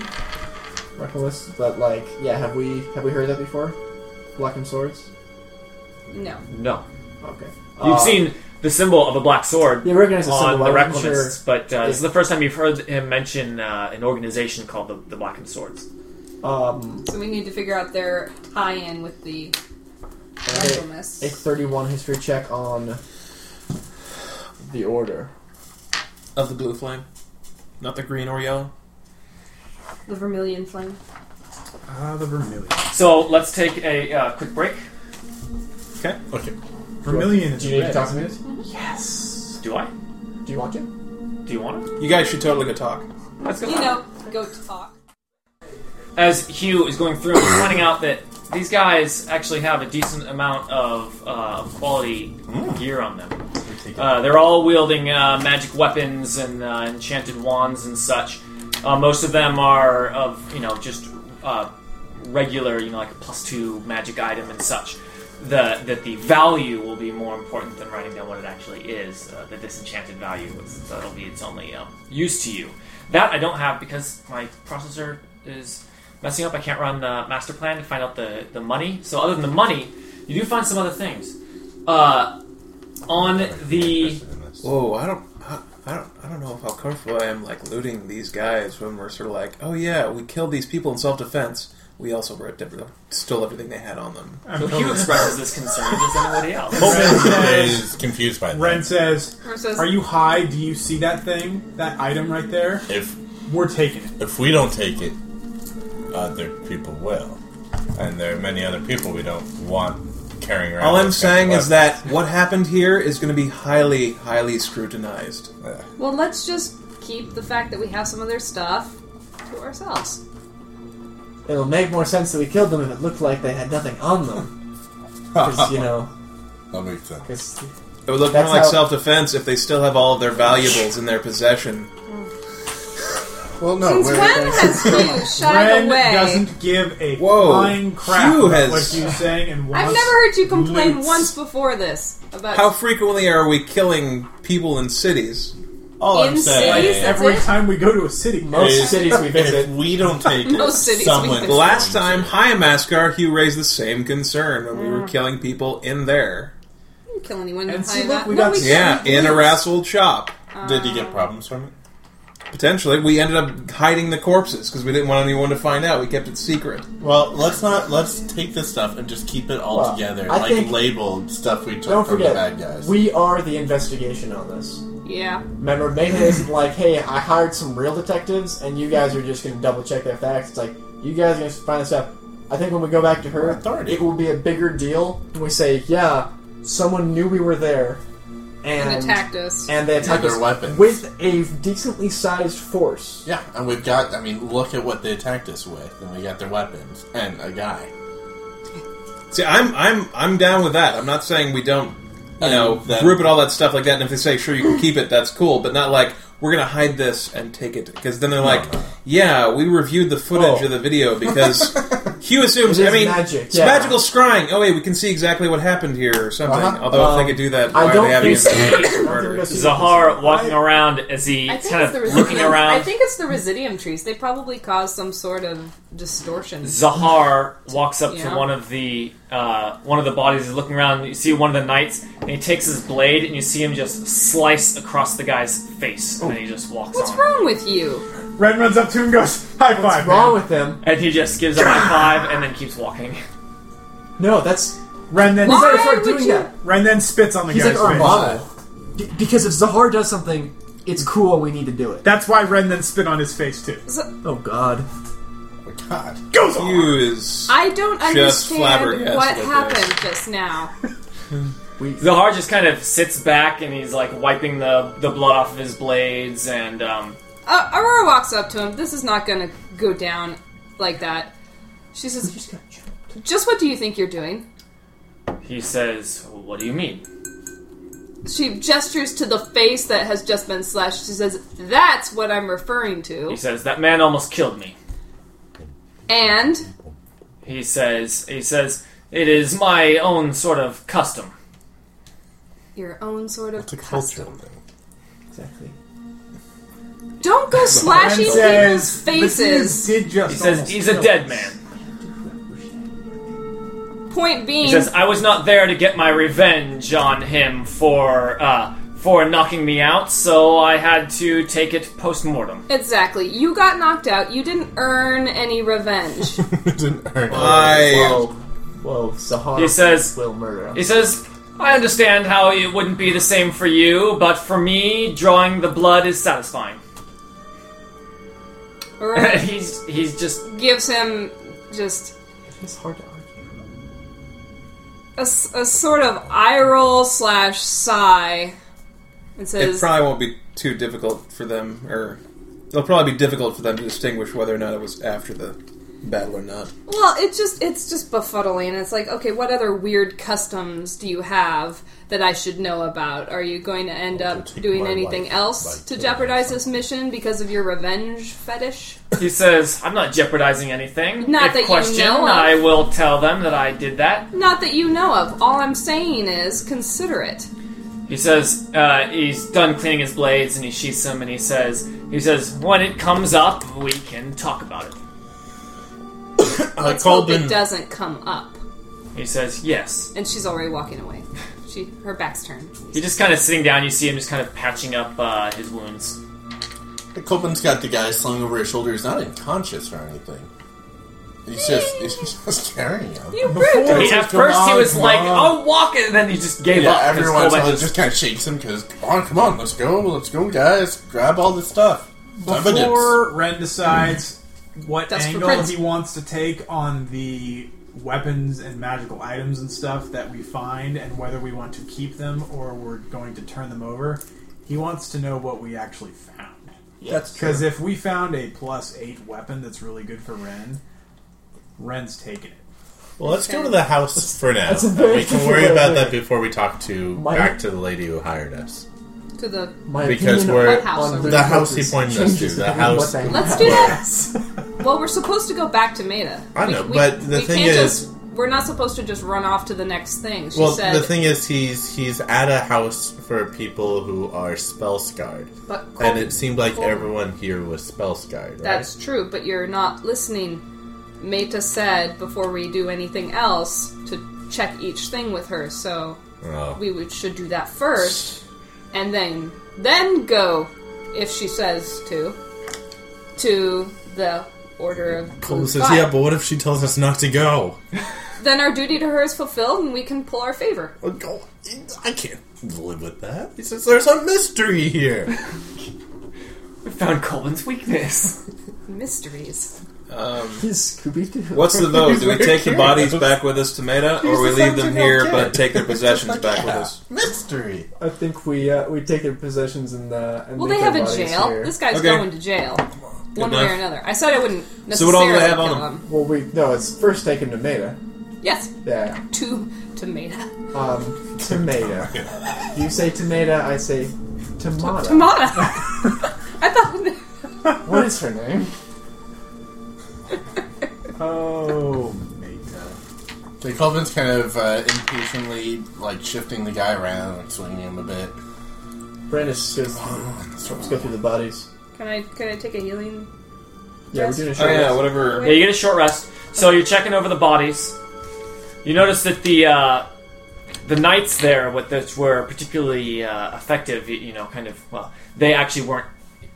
Speaker 7: Recklemists? But like, yeah, have we have we heard that before? Blackened swords.
Speaker 4: No.
Speaker 3: no,
Speaker 7: Okay.
Speaker 3: you've
Speaker 7: Uh,
Speaker 3: seen the symbol of a black sword
Speaker 7: Yeah, we recognize the
Speaker 3: on
Speaker 7: symbol.
Speaker 3: the
Speaker 7: I wasn't
Speaker 3: Recklemists,
Speaker 7: sure.
Speaker 3: but uh, this
Speaker 7: Yeah.
Speaker 3: is the first time you've heard him mention uh, an organization called the, the Blackened Swords.
Speaker 7: Um,
Speaker 4: So we need to figure out their tie-in with the
Speaker 7: a
Speaker 4: Recklemists.
Speaker 7: thirty-one history check on the order.
Speaker 8: Of the blue flame. Not the green or yellow.
Speaker 4: The Vermilion Flame.
Speaker 5: Ah, the vermilion.
Speaker 3: So let's take a uh, quick break.
Speaker 9: Okay.
Speaker 5: Vermilion is
Speaker 7: Do you need
Speaker 5: red.
Speaker 7: to talk to me? Do
Speaker 3: Do I?
Speaker 7: you want to?
Speaker 3: Do you want it?
Speaker 8: You guys should totally go talk.
Speaker 3: Let's go.
Speaker 4: You know, go talk.
Speaker 3: as Hugh is going through and finding out that these guys actually have a decent amount of uh, quality gear on them. Uh, they're all wielding uh, magic weapons and uh, enchanted wands and such. Uh, most of them are of you know just uh, regular, you know, like a plus two magic item and such. The, that the value will be more important than writing down what it actually is. Uh, the disenchanted value, is- that'll be its only um, use to you. That I don't have because my processor is messing up. I can't run the master plan to find out the, the money. So other than the money, you do find some other things. Uh, on the
Speaker 8: Whoa, Oh, I don't, I, I don't, I don't know how comfortable I am like looting these guys when we're sort of like, oh yeah, we killed these people in self-defense. We also ripped everything, stole everything they had on them.
Speaker 5: I'm
Speaker 3: so
Speaker 5: totally-
Speaker 3: Hugh expresses this concern as anybody else.
Speaker 5: Ren says,
Speaker 9: Is confused by that.
Speaker 5: Ren says,
Speaker 4: Or says-
Speaker 5: "Are you high? Do you see that thing? That item right there?
Speaker 9: If
Speaker 5: We're taking it."
Speaker 9: if we don't take it, other people will, and there are many other people we don't want carrying around.
Speaker 8: All I'm
Speaker 9: those kinds of
Speaker 8: saying is
Speaker 9: weapons.
Speaker 8: that what happened here is going to be highly, highly scrutinized.
Speaker 9: Yeah.
Speaker 4: Well, let's just keep the fact that we have some of their stuff to ourselves.
Speaker 7: It'll make more sense that we killed them if it looked like they had nothing on them. Because you know,
Speaker 9: That makes sense.
Speaker 7: 'cause-
Speaker 8: It would look
Speaker 7: That's
Speaker 8: more like
Speaker 7: how-
Speaker 8: self-defense if they still have all of their valuables in their possession.
Speaker 9: Well, no.
Speaker 4: Since
Speaker 9: wait,
Speaker 4: when has Hugh shied
Speaker 5: Ren
Speaker 4: away?
Speaker 5: doesn't give a
Speaker 8: Whoa.
Speaker 5: flying crap
Speaker 8: Hugh
Speaker 5: about
Speaker 8: has-
Speaker 5: what Hugh's saying, and wants
Speaker 4: I've never heard you complain
Speaker 5: loots.
Speaker 4: once before this about
Speaker 8: How frequently are we killing people in cities?
Speaker 9: all
Speaker 4: in
Speaker 9: I'm saying
Speaker 4: cities. That's
Speaker 5: Every
Speaker 4: it?
Speaker 5: time we go to a city,
Speaker 7: most
Speaker 9: Is-
Speaker 7: cities we
Speaker 9: if
Speaker 7: visit,
Speaker 9: we don't take it,
Speaker 4: Most cities we
Speaker 9: someone.
Speaker 4: visit.
Speaker 8: Last time, High Mascar, Hugh raised the same concern when we
Speaker 7: Mm.
Speaker 8: were killing people in there.
Speaker 4: Didn't kill anyone in
Speaker 5: And see,
Speaker 4: Hyla.
Speaker 5: look, we
Speaker 4: no,
Speaker 5: got-
Speaker 4: we
Speaker 8: Yeah,
Speaker 4: killed
Speaker 8: in a
Speaker 4: Luke.
Speaker 8: wrestle shop.
Speaker 4: Uh,
Speaker 9: Did you get problems from it?
Speaker 8: Potentially, we ended up hiding the corpses because we didn't want anyone to find out. We kept it secret.
Speaker 9: Well, let's not. Let's take this stuff and just keep it all
Speaker 7: Well,
Speaker 9: together,
Speaker 7: I
Speaker 9: like
Speaker 7: think-
Speaker 9: labeled stuff we took
Speaker 7: don't
Speaker 9: from the
Speaker 7: forget,
Speaker 9: bad guys.
Speaker 7: we are the investigation on this.
Speaker 4: Yeah.
Speaker 7: Remember, Mega isn't like, hey, I hired some real detectives, and you guys are just going to double check their facts. It's like, you guys are going to find this out. I think when we go back to her,
Speaker 9: Authority.
Speaker 7: it will be a bigger deal when we say, yeah, someone knew we were there, and
Speaker 4: And attacked us.
Speaker 7: and they attacked
Speaker 9: their
Speaker 7: us
Speaker 9: weapons.
Speaker 7: with a decently sized force.
Speaker 9: yeah, and we've got. I mean, look at what they attacked us with, and we got their weapons and a guy.
Speaker 8: See, I'm I'm I'm down with that. I'm not saying we don't, you know,
Speaker 9: Um, that-
Speaker 8: group it all that stuff like that. And if they say sure you can keep it, that's cool. But not like we're gonna hide this and take it because then they're like, yeah, we reviewed the footage
Speaker 7: Uh-huh. Oh.
Speaker 8: of the video because Hugh assumes.
Speaker 7: It is
Speaker 8: I mean,
Speaker 7: magic,
Speaker 8: it's
Speaker 7: yeah.
Speaker 8: magical scrying. Oh wait, we can see exactly what happened here or something.
Speaker 9: Uh-huh.
Speaker 8: Although if
Speaker 7: Um,
Speaker 8: they could do that,
Speaker 7: I
Speaker 8: why
Speaker 7: don't
Speaker 8: are they having
Speaker 7: think-
Speaker 8: investigations for
Speaker 7: I don't
Speaker 8: murder?
Speaker 7: think that's-
Speaker 3: Zahar walking around as he
Speaker 4: I think
Speaker 3: kind
Speaker 4: it's
Speaker 3: of
Speaker 4: the
Speaker 3: looking
Speaker 4: residium.
Speaker 3: around.
Speaker 4: I think it's the residium trees. They probably caused some sort of distortion.
Speaker 3: Zahar walks up
Speaker 4: Yeah.
Speaker 3: to one of the uh, one of the bodies. He's looking around. You see one of the knights, and he takes his blade, and you see him just slice across the guy's face, and then he just walks
Speaker 4: What's
Speaker 3: on.
Speaker 4: wrong with you?
Speaker 5: Ren runs up to him and goes, "High five!" man."
Speaker 7: What's wrong with them?
Speaker 3: And he just gives a high five, and then keeps walking.
Speaker 7: No, that's.
Speaker 5: Ren then
Speaker 4: Why
Speaker 7: Sorry for
Speaker 4: would
Speaker 7: doing
Speaker 4: you-
Speaker 7: that.
Speaker 5: Ren then spits on the
Speaker 7: He's
Speaker 5: guy's
Speaker 7: like
Speaker 5: face.
Speaker 7: Urbana. D- because if Zahar does something, it's cool and we need to do it.
Speaker 5: That's why Ren then spit on his face too.
Speaker 7: Oh, God.
Speaker 9: Oh, God,
Speaker 5: Goes on.
Speaker 8: Hugh is
Speaker 4: I don't
Speaker 8: Just
Speaker 4: understand
Speaker 8: flabbergasted
Speaker 4: what
Speaker 8: at this.
Speaker 4: happened just now.
Speaker 7: We
Speaker 3: Zohar just kind of sits back and he's like wiping the, the blood off of his blades and um,
Speaker 4: Uh, Aurora walks up to him. This is not gonna go down like that. She says, just, what do you think you're doing?
Speaker 3: he says, What do you mean?
Speaker 4: She gestures to the face that has just been slashed. She says, That's what I'm referring
Speaker 3: He
Speaker 4: to.
Speaker 3: says, That man almost killed me.
Speaker 4: And
Speaker 3: He says, He says, It is my own sort of custom.
Speaker 4: your own sort of
Speaker 9: It's a
Speaker 4: custom.
Speaker 9: cultural thing.
Speaker 8: Exactly.
Speaker 4: Don't go slashing people's faces.
Speaker 5: Did just
Speaker 3: He says,
Speaker 5: almost
Speaker 3: He's a
Speaker 5: kill
Speaker 3: dead
Speaker 5: us."
Speaker 3: man.
Speaker 4: Point being,
Speaker 3: He says, I was not there to get my revenge on him for, uh, for knocking me out, so I had to take it post mortem.
Speaker 4: exactly. You got knocked out. You didn't earn any revenge.
Speaker 9: Didn't hurt.
Speaker 8: I.
Speaker 7: whoa, Sahara
Speaker 3: He says-
Speaker 7: will murder. us.
Speaker 3: He says, I understand how it wouldn't be the same for you, but for me, drawing the blood is satisfying.
Speaker 4: Aurora
Speaker 3: he's he's just
Speaker 4: gives him just
Speaker 7: It's hard to argue.
Speaker 4: a, s- a sort of eye roll slash sigh, and
Speaker 8: It
Speaker 4: says,
Speaker 8: probably won't be too difficult for them, or it'll probably be difficult for them to distinguish whether or not it was after the battle or not.
Speaker 4: Well, it just it's just befuddling. It's like, okay, what other weird customs do you have that I should know about? Are you going to end
Speaker 9: Well,
Speaker 4: up
Speaker 9: take
Speaker 4: doing
Speaker 9: my
Speaker 4: anything
Speaker 9: life,
Speaker 4: else
Speaker 9: like,
Speaker 4: to
Speaker 9: yeah,
Speaker 4: jeopardize
Speaker 9: so-
Speaker 4: this mission because of your revenge fetish?
Speaker 3: he says, I'm not jeopardizing anything.
Speaker 4: Not
Speaker 3: if
Speaker 4: that you
Speaker 3: questioned,
Speaker 4: know of.
Speaker 3: I will tell them that I did that.
Speaker 4: Not that you know of. All I'm saying is consider it.
Speaker 3: He says uh, he's done cleaning his blades and he sheaths them and he says he says when it comes up we can talk about it.
Speaker 9: Uh,
Speaker 4: Hope it
Speaker 9: Colbin,
Speaker 4: doesn't come up.
Speaker 3: He says yes.
Speaker 4: And she's already walking away. She her back's turned.
Speaker 3: He's just kind of sitting down. You see him just kind of patching up uh, his wounds.
Speaker 9: Colbin's got the guy slung over his shoulder. He's not unconscious or anything. He's just he's just carrying him.
Speaker 4: You rude.
Speaker 3: He-
Speaker 9: It's
Speaker 3: at
Speaker 9: just,
Speaker 3: first
Speaker 9: "Come
Speaker 3: he
Speaker 9: on,
Speaker 3: was
Speaker 9: come
Speaker 3: like,
Speaker 9: on."
Speaker 3: "I'll walk," it," and then he just gave
Speaker 9: Yeah,
Speaker 3: up. 'cause
Speaker 9: everyone
Speaker 3: Colbeck
Speaker 9: else
Speaker 3: just-
Speaker 9: just kind of shakes him because, come on, come on, let's go, let's go, guys, grab all this stuff. It's evidence.
Speaker 5: Before Ren decides what
Speaker 4: That's for
Speaker 5: angle
Speaker 4: Prince.
Speaker 5: he wants to take on the weapons and magical items and stuff that we find and whether we want to keep them or we're going to turn them over, he wants to know what we actually found.
Speaker 7: That's true.
Speaker 5: Because if we found a plus eight weapon that's really good for Ren, Ren's taking it.
Speaker 9: Well, let's go to the house for now.
Speaker 7: That's a very
Speaker 9: we can worry
Speaker 7: difficult
Speaker 9: about
Speaker 7: thing.
Speaker 9: that before we talk to
Speaker 7: My-
Speaker 9: back to the lady who hired us.
Speaker 4: To the
Speaker 7: My
Speaker 9: Because
Speaker 7: opinion
Speaker 9: we're-
Speaker 7: on
Speaker 4: House
Speaker 7: on
Speaker 4: The
Speaker 7: their
Speaker 9: house he
Speaker 7: purpose
Speaker 9: pointed us to,
Speaker 7: changes
Speaker 9: the
Speaker 7: depending on
Speaker 9: house-
Speaker 7: what they
Speaker 4: Let's
Speaker 7: have.
Speaker 4: do that. well, we're supposed to go back to Maida.
Speaker 9: I know, but the
Speaker 4: we
Speaker 9: thing
Speaker 4: can't
Speaker 9: is-
Speaker 4: just, we're not supposed to just run off to the next thing. She
Speaker 9: Well,
Speaker 4: said,
Speaker 9: the thing is, he's he's at a house for people who are spell scarred,
Speaker 4: but
Speaker 9: and
Speaker 4: Colby-
Speaker 9: it seemed like
Speaker 4: Colby-
Speaker 9: everyone here was spell scarred. Right?
Speaker 4: that's true. But you're not listening. Meta said before we do anything else to check each thing with her, so
Speaker 9: Oh.
Speaker 4: we would, should do that first, and then then go if she says to to the order of Blue
Speaker 9: Cole says,
Speaker 4: Sky.
Speaker 9: "Yeah, but what if she tells us not to go?"
Speaker 4: then our duty to her is fulfilled, and we can pull our favor.
Speaker 9: Well, go- I can't live with that. He says, "There's a mystery here."
Speaker 3: We found Colvin's weakness.
Speaker 4: Mysteries.
Speaker 7: He's Scooby Doo.
Speaker 8: What's the vote? Do we take the bodies back with us to Meta, or we
Speaker 9: He's
Speaker 8: leave them
Speaker 9: essentially
Speaker 8: here
Speaker 9: okay.
Speaker 8: but take their possessions
Speaker 9: Like,
Speaker 8: back with
Speaker 9: yeah,
Speaker 8: us?
Speaker 9: Mystery.
Speaker 7: I think we uh, we take their possessions and uh, and
Speaker 4: Well,
Speaker 7: leave
Speaker 4: they have
Speaker 7: their
Speaker 4: a
Speaker 7: bodies
Speaker 4: jail.
Speaker 7: Here.
Speaker 4: This guy's
Speaker 8: Okay.
Speaker 4: going to jail, one way
Speaker 8: enough.
Speaker 4: or another. I said I wouldn't necessarily
Speaker 8: So what all do they have
Speaker 4: kill
Speaker 8: on
Speaker 4: him.
Speaker 7: well, we no. It's first taken to Meta.
Speaker 4: Yes,
Speaker 7: Yeah.
Speaker 4: two tomato,
Speaker 7: Um, tomato. you say tomato. I say tomato.
Speaker 4: tomato. I thought
Speaker 7: what is her name?
Speaker 5: Oh, Meta.
Speaker 9: The Colvin's kind of uh, impatiently like shifting the guy around and swinging him a bit.
Speaker 7: Brandis goes. through- Let's go through the bodies.
Speaker 4: Can I can I take a healing?
Speaker 7: Yeah, we're doing a
Speaker 8: Oh
Speaker 7: short
Speaker 8: yeah,
Speaker 7: rest.
Speaker 8: whatever.
Speaker 3: yeah, you get a short rest. So you're checking over the bodies. You notice that the uh, the knights there, with this were particularly uh, effective. You, you know, kind of well, they actually weren't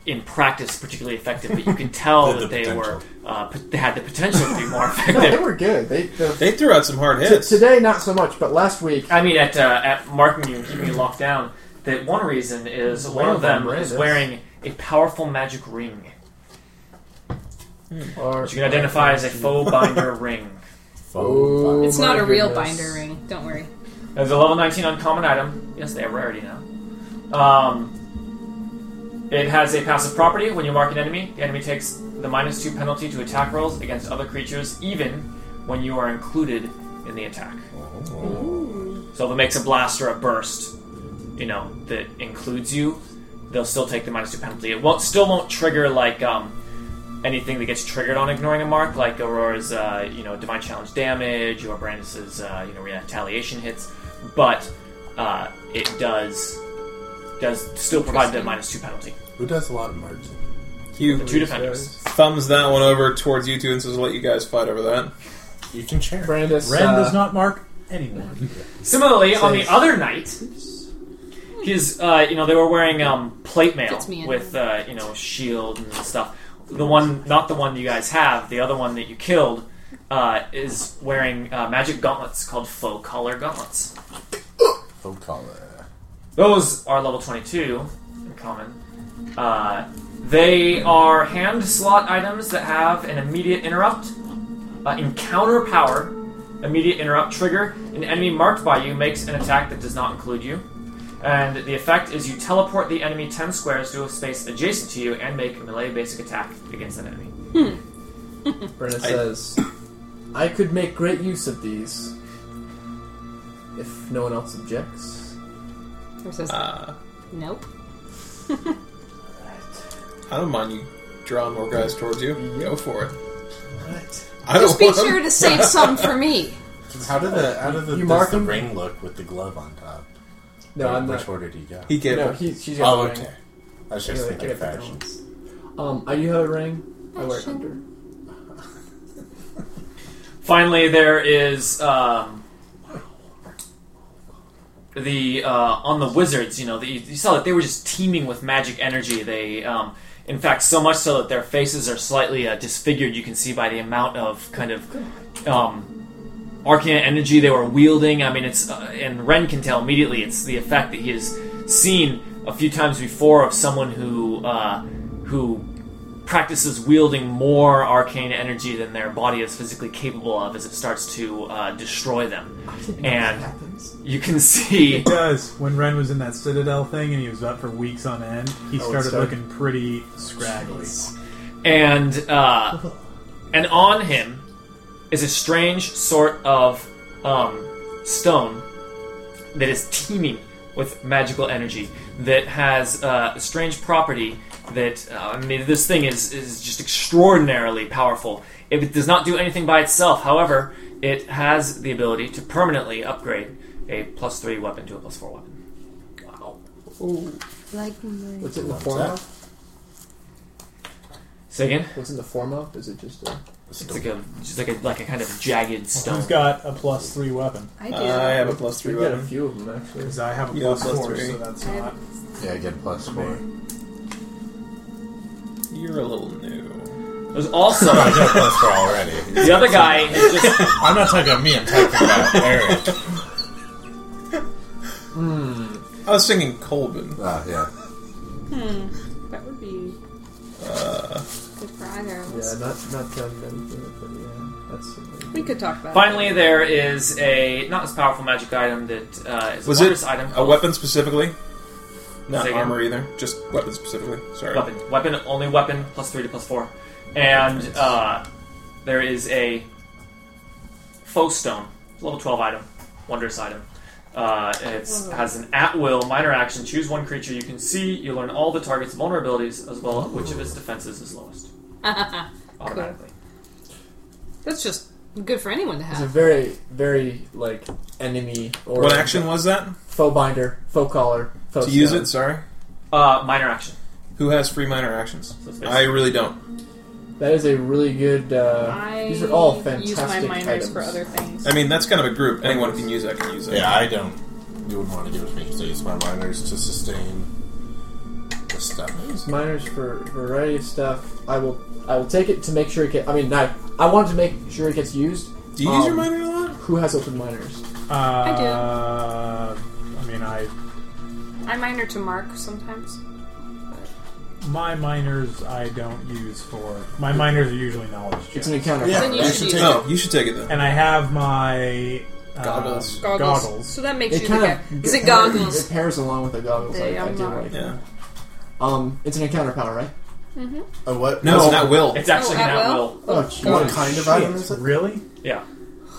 Speaker 3: in practice particularly effective, but you can tell
Speaker 9: They
Speaker 3: that
Speaker 9: had the
Speaker 3: they
Speaker 9: potential.
Speaker 3: were uh, pot- they had the potential to be more
Speaker 7: No, they
Speaker 3: effective.
Speaker 7: were good. They, the,
Speaker 8: They threw out some hard
Speaker 7: t-
Speaker 8: hits.
Speaker 7: today not so much, but last week.
Speaker 3: I mean, at uh, at marking you and keeping you locked down. That one reason is one of them is wearing a powerful magic ring,
Speaker 7: Or,
Speaker 3: which you can identify as a faux binder ring.
Speaker 9: Oh,
Speaker 4: It's
Speaker 7: my
Speaker 4: not a real
Speaker 7: goodness.
Speaker 4: binder ring. Don't worry.
Speaker 3: It's a level 19 uncommon item. Yes, they have rarity now. Um, it has a passive property. When you mark an enemy, the enemy takes the minus two penalty to attack rolls against other creatures, even when you are included in the attack. So if it makes a blast or a burst, you know that includes you, they'll still take the minus two penalty. It won't still won't trigger like um, anything that gets triggered on ignoring a mark, like Aurora's, uh, you know, divine challenge damage or Brandis's, uh, you know, retaliation hits, but uh, it does does still provide the minus two penalty.
Speaker 2: Who does a lot of marching?
Speaker 8: Hugh
Speaker 3: The two defenders.
Speaker 8: thumbs that one over towards you two and says, "Let you guys fight over that."
Speaker 9: You can share.
Speaker 7: Brandis.
Speaker 20: Ren
Speaker 7: uh,
Speaker 20: does not mark anyone.
Speaker 3: Similarly, on the other night, his, uh, you know, they were wearing um, plate mail
Speaker 4: Fits me in.
Speaker 3: with, uh, you know, shield and stuff. The one, not the one you guys have, the other one that you killed, uh, is wearing uh, magic gauntlets called faux collar gauntlets.
Speaker 2: Faux collar.
Speaker 3: Those are level 22 in common. Uh, they are hand slot items that have an immediate interrupt, uh, encounter power, immediate interrupt trigger. An enemy marked by you makes an attack that does not include you. And the effect is you teleport the enemy 10 squares to a space adjacent to you and make a melee basic attack against that enemy.
Speaker 7: Brenna says, I could make great use of these if no one else objects.
Speaker 4: Or says,
Speaker 8: Uh,
Speaker 4: nope.
Speaker 8: I don't mind you drawing more guys towards you. Go for it.
Speaker 7: Right.
Speaker 8: I don't
Speaker 4: Just be
Speaker 8: want
Speaker 4: sure to save some for me.
Speaker 2: How did the how did the,
Speaker 7: You
Speaker 2: does
Speaker 7: mark
Speaker 2: the
Speaker 7: him?
Speaker 2: ring look with the glove on top?
Speaker 7: No, I'm
Speaker 2: Which
Speaker 7: not.
Speaker 2: order do you go?
Speaker 8: He gave
Speaker 7: No,
Speaker 8: it.
Speaker 7: he, she's got
Speaker 2: oh,
Speaker 7: a ring.
Speaker 2: okay. I was just
Speaker 7: Yeah,
Speaker 2: thinking
Speaker 7: like, I got the
Speaker 2: fashion.
Speaker 7: Um, I do have a ring. I wear it under.
Speaker 3: Finally, there is um, the uh, on the wizards. You know, the, you saw that they were just teeming with magic energy. They, um, in fact, so much so that their faces are slightly uh, disfigured. You can see by the amount of kind of um, arcane energy they were wielding. I mean, it's uh, and Ren can tell immediately. It's the effect that he has seen a few times before of someone who uh, who practices wielding more arcane energy than their body is physically capable of as it starts to uh, destroy them. And you can see
Speaker 5: Does when Ren was in that Citadel thing and he was up for weeks on end,
Speaker 20: Oh,
Speaker 5: he started
Speaker 7: started-
Speaker 5: looking pretty scraggly.
Speaker 3: and uh, and on him is a strange sort of um, stone that is teeming with magical energy that has uh, a strange property that uh, I mean this thing is is just extraordinarily powerful. If it does not do anything by itself, however, it has the ability to permanently upgrade a plus three weapon to a plus four weapon.
Speaker 16: Like my
Speaker 7: What's it in the form of?
Speaker 3: Say again.
Speaker 7: What's in the form of? Is it just a.
Speaker 3: It's like a just like a like a kind of jagged stone.
Speaker 20: Who's got a plus three weapon?
Speaker 16: I do.
Speaker 8: I have a plus
Speaker 7: We
Speaker 8: three
Speaker 7: got a
Speaker 8: weapon.
Speaker 7: few of them, actually.
Speaker 5: Because I have a
Speaker 8: You have
Speaker 5: plus,
Speaker 8: plus
Speaker 5: four,
Speaker 8: three.
Speaker 5: so that's
Speaker 16: I have
Speaker 5: not.
Speaker 2: Yeah, I get plus four.
Speaker 8: You're a little new.
Speaker 3: There's also
Speaker 2: I got plus four already.
Speaker 3: the other guy is just
Speaker 9: I'm not talking about me. I'm talking about Eric.
Speaker 8: I was thinking Colbin.
Speaker 2: Ah, yeah.
Speaker 4: Hmm. That would be
Speaker 8: Uh,
Speaker 4: good for either of
Speaker 7: Yeah,
Speaker 4: us.
Speaker 7: not, not telling anything, but yeah. That's
Speaker 4: We could talk about it.
Speaker 3: finally there is a not as powerful magic item that uh, is
Speaker 8: Was
Speaker 3: a
Speaker 8: it
Speaker 3: wondrous item
Speaker 8: a weapon specifically? Not
Speaker 3: Say again?
Speaker 8: armor either. Just weapon specifically. Sorry.
Speaker 3: weapon weapon only weapon plus three to plus four, and uh, there is a faux stone level twelve item wondrous item. Uh, it has an at will minor action. Choose one creature you can see. You learn all the target's vulnerabilities as well as which of its defenses is lowest automatically.
Speaker 4: That's just good for anyone to
Speaker 7: It's a
Speaker 4: have.
Speaker 7: very, very, like, enemy or.
Speaker 8: What action was that?
Speaker 7: Faux binder, faux collar, faux.
Speaker 8: To use
Speaker 7: stone.
Speaker 8: it, sorry.
Speaker 3: Uh, minor action.
Speaker 8: Who has free minor actions?
Speaker 3: So it's
Speaker 8: I really don't.
Speaker 7: That is a really good. Uh,
Speaker 4: I
Speaker 7: these are all
Speaker 4: use my
Speaker 7: fantastic
Speaker 4: minors
Speaker 7: items.
Speaker 4: for other things.
Speaker 8: I mean, that's kind of a group. Anyone can use that can use it.
Speaker 2: Yeah, I don't. You wouldn't want to give it to me because I use my minors to sustain the stuff.
Speaker 7: miners for variety of stuff. I will I will take it to make sure it get. I mean, I I wanted to make sure it gets used.
Speaker 8: Do you use your
Speaker 7: Um,
Speaker 8: minor a lot?
Speaker 7: Who has open miners?
Speaker 5: Uh,
Speaker 4: do.
Speaker 5: I do. uh, I mean, I
Speaker 4: I minor to mark sometimes.
Speaker 5: my minors I don't use for my minors are usually knowledge
Speaker 7: It's
Speaker 5: checks,
Speaker 7: an encounter.
Speaker 4: Then you
Speaker 8: Oh,
Speaker 2: you
Speaker 4: should
Speaker 2: should
Speaker 4: use
Speaker 2: take
Speaker 4: it.
Speaker 8: No, you should take it then.
Speaker 5: and I have my uh,
Speaker 8: Goggles.
Speaker 4: Goggles.
Speaker 5: goggles.
Speaker 4: So that makes
Speaker 7: It
Speaker 4: you
Speaker 7: kind
Speaker 4: the guy.
Speaker 7: of
Speaker 4: Is it
Speaker 7: pair-
Speaker 4: goggles?
Speaker 7: It pairs along with the goggles.
Speaker 4: They
Speaker 7: I, I did
Speaker 4: unlock.
Speaker 7: right.
Speaker 8: Yeah.
Speaker 7: Um, it's an encounter power, right?
Speaker 9: Oh, what?
Speaker 8: No, it's not will.
Speaker 3: It's actually
Speaker 4: Oh, at
Speaker 3: not
Speaker 4: will?
Speaker 3: will.
Speaker 7: Oh,
Speaker 9: What
Speaker 7: jeez.
Speaker 9: kind of item is
Speaker 20: Shit,
Speaker 9: it?
Speaker 20: really?
Speaker 3: Yeah.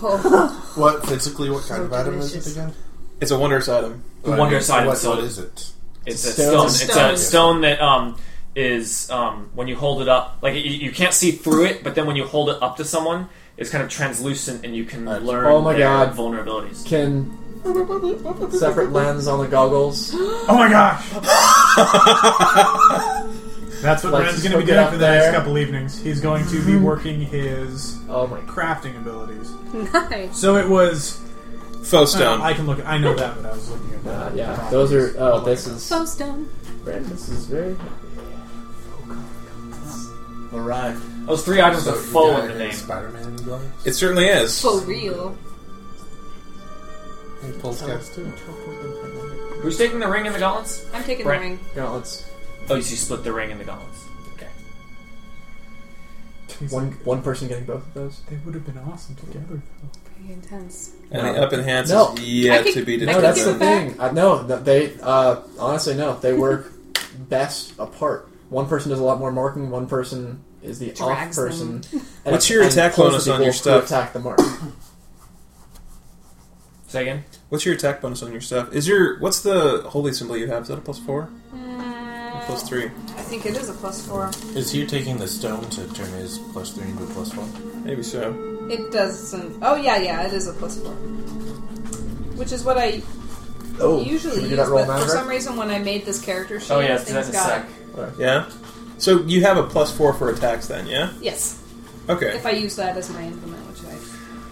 Speaker 4: Oh,
Speaker 9: What physically? What kind of
Speaker 4: So
Speaker 9: item is it
Speaker 4: delicious.
Speaker 9: again?
Speaker 8: It's a wondrous item.
Speaker 3: The wonder side
Speaker 9: What,
Speaker 3: of so
Speaker 9: what is it?
Speaker 3: It's a
Speaker 7: It's a
Speaker 3: stone.
Speaker 7: stone.
Speaker 3: It's a
Speaker 4: Stone.
Speaker 3: stone, that um is um when you hold it up, like you, you can't see through it, but then when you hold it up to someone, it's kind of translucent, and you can learn
Speaker 7: Oh my
Speaker 3: their
Speaker 7: God.
Speaker 3: vulnerabilities.
Speaker 7: Can separate lens on the goggles.
Speaker 5: Oh my gosh! That's what
Speaker 7: Like,
Speaker 5: Ren's
Speaker 7: just
Speaker 5: going to be
Speaker 7: hook it
Speaker 5: doing
Speaker 7: up
Speaker 5: for the next
Speaker 7: there.
Speaker 5: couple evenings. He's going to be working his
Speaker 7: Oh my.
Speaker 5: crafting abilities.
Speaker 4: Oh, nice.
Speaker 5: So it was.
Speaker 8: Faux
Speaker 5: I, don't
Speaker 8: stone.
Speaker 5: know, I can look. I know that, but I was looking at that.
Speaker 7: God, Uh, yeah, those are. Oh, this is.
Speaker 4: So stone.
Speaker 7: Brandon, this is very.
Speaker 9: All right.
Speaker 3: Those three items are faux in the name.
Speaker 9: Spider-Man gloves.
Speaker 8: it certainly is.
Speaker 4: For real.
Speaker 9: And pulls guys too.
Speaker 3: Who's taking the ring and the gauntlets?
Speaker 4: I'm taking
Speaker 3: Brent.
Speaker 4: the ring.
Speaker 7: Gauntlets.
Speaker 3: Oh, you see, split the ring and the gauntlets. Okay.
Speaker 7: One one person getting both of those.
Speaker 5: They would have been awesome together.
Speaker 4: Pretty intense.
Speaker 8: And the up enhance
Speaker 7: No.
Speaker 8: is yet
Speaker 4: I could-
Speaker 8: to be
Speaker 4: I
Speaker 7: No,
Speaker 4: could
Speaker 7: that's
Speaker 4: give
Speaker 7: the
Speaker 8: determined.
Speaker 4: it back.
Speaker 7: thing. Uh, no, no, they uh, honestly no. They work best apart. One person does a lot more marking. One person is the
Speaker 4: Drags
Speaker 7: off person. And
Speaker 8: What's your
Speaker 7: and
Speaker 8: attack
Speaker 7: close
Speaker 8: bonus
Speaker 7: with
Speaker 8: on your
Speaker 7: equals to
Speaker 8: stuff?
Speaker 7: Attack the mark.
Speaker 3: Say again.
Speaker 8: What's your attack bonus on your stuff? Is your what's the holy symbol you have? Is that a plus four?
Speaker 4: Mm,
Speaker 8: Plus three?
Speaker 4: I think it is a plus four.
Speaker 9: Is he taking the stone to turn his plus three into a plus one?
Speaker 8: Maybe so.
Speaker 4: It doesn't. Oh yeah, yeah, it is a plus four. Which is what I
Speaker 7: Oh,
Speaker 4: usually
Speaker 7: should we
Speaker 4: use,
Speaker 7: do that roll
Speaker 4: but
Speaker 7: now,
Speaker 4: for
Speaker 7: Greg?
Speaker 4: some reason when I made this character sheet,
Speaker 3: Oh yeah, it's
Speaker 4: things
Speaker 3: that's a
Speaker 4: got
Speaker 3: sec.
Speaker 8: Yeah. So you have a plus four for attacks then, yeah?
Speaker 4: yes.
Speaker 8: Okay.
Speaker 4: If I use that as my implement, which I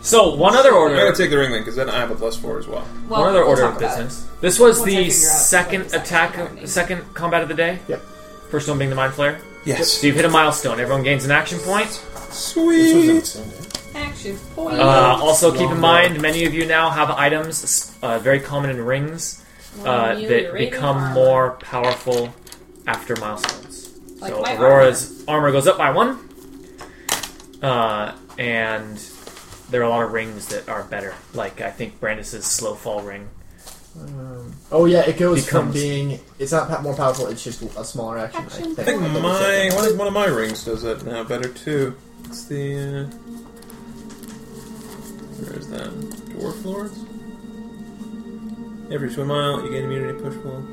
Speaker 3: So one other
Speaker 8: I'm gonna
Speaker 3: order.
Speaker 8: take the ring then, because then I have a plus four as well.
Speaker 4: well,
Speaker 3: one other
Speaker 4: we'll
Speaker 3: order
Speaker 4: talk
Speaker 3: of
Speaker 4: about it.
Speaker 3: business. This was
Speaker 4: Once I figure
Speaker 3: the
Speaker 4: out
Speaker 3: second
Speaker 4: what it's actually
Speaker 3: attack,
Speaker 4: happening.
Speaker 3: second combat of the day.
Speaker 7: Yep.
Speaker 3: First one being the mind flare.
Speaker 8: Yes.
Speaker 3: So you've hit a milestone. Everyone gains an action point.
Speaker 8: Sweet.
Speaker 9: This wasn't the same
Speaker 4: Action point.
Speaker 3: Uh, also, keep in mind, many of you now have items uh, very common in rings uh,
Speaker 4: Well,
Speaker 3: that
Speaker 4: you're
Speaker 3: become
Speaker 4: rating
Speaker 3: more powerful after milestones.
Speaker 4: Like
Speaker 3: so
Speaker 4: my
Speaker 3: Aurora's armor. goes up by one, uh, and there are a lot of rings that are better. Like I think Brandis's slow fall ring.
Speaker 7: Oh yeah, it goes from
Speaker 3: Becomes-
Speaker 7: being it's not pa- more powerful. It's just a smaller action.
Speaker 4: Action
Speaker 7: I
Speaker 8: I
Speaker 7: think,
Speaker 8: think my I think one of my rings does that now better too. It's the uh, where is that? Dwarf Lords? Every two mile you gain immunity push pull.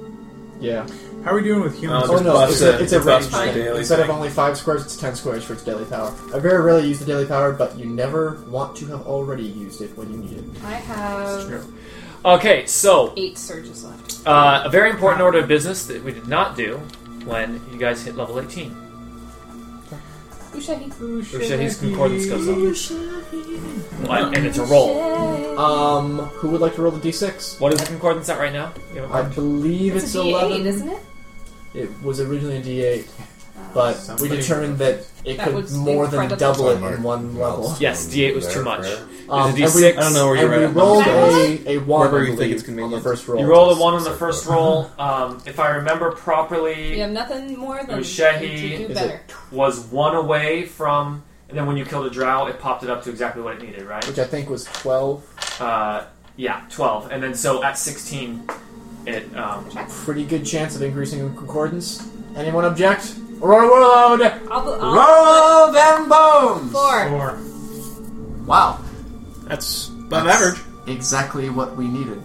Speaker 7: Yeah.
Speaker 5: How are we doing with humans?
Speaker 8: Uh,
Speaker 7: Oh
Speaker 8: There's
Speaker 7: no,
Speaker 8: plus
Speaker 7: it's a,
Speaker 8: a-
Speaker 7: it's a
Speaker 8: it's plus
Speaker 7: range
Speaker 8: a
Speaker 7: thing.
Speaker 8: daily
Speaker 7: Instead
Speaker 8: thing.
Speaker 7: of only five squares, it's ten squares for its daily power. I very rarely use the daily power, but you never want to have already used it when you need it.
Speaker 4: I have
Speaker 3: Okay, so
Speaker 4: eight surges left.
Speaker 3: uh, a very important order of business that we did not do when you guys hit level eighteen. Ushahi's concordance goes up. What? And it's a roll.
Speaker 7: Um, who would like to roll the d6?
Speaker 3: What is the concordance at right now? You have a
Speaker 7: I believe it's,
Speaker 4: It's a D8,
Speaker 7: 11.
Speaker 4: isn't it?
Speaker 7: It was originally a d8, but we determined that it
Speaker 4: That
Speaker 7: could
Speaker 4: was
Speaker 7: more than
Speaker 4: incredible.
Speaker 7: double it
Speaker 9: Mark.
Speaker 7: in one level.
Speaker 3: Yes, D8 was too much.
Speaker 7: Um,
Speaker 3: It was a
Speaker 7: and
Speaker 3: D6.
Speaker 7: we-
Speaker 8: I don't know where
Speaker 7: And
Speaker 8: you're
Speaker 7: we
Speaker 8: at.
Speaker 7: rolled
Speaker 4: Can I roll
Speaker 7: a, a 1
Speaker 8: Wherever
Speaker 7: I
Speaker 8: you think
Speaker 7: believe,
Speaker 8: it's
Speaker 7: on the
Speaker 8: convenient.
Speaker 7: first roll.
Speaker 3: You roll a one on the first roll. Um, if I remember properly,
Speaker 4: You have nothing more than
Speaker 3: Ushahi
Speaker 4: to do
Speaker 7: is
Speaker 4: better.
Speaker 3: was one away from. And then when you killed a drow, it popped it up to exactly what it needed, right?
Speaker 7: Which I think was 12.
Speaker 3: Uh, yeah, 12. And then so at 16, it. Um,
Speaker 7: Pretty good chance of increasing in concordance. Anyone object? Aurora World!
Speaker 4: I'll, I'll,
Speaker 14: Roll them bones.
Speaker 4: four.
Speaker 5: Or
Speaker 14: Wow,
Speaker 8: That's above
Speaker 14: That's-
Speaker 8: average.
Speaker 14: exactly what we needed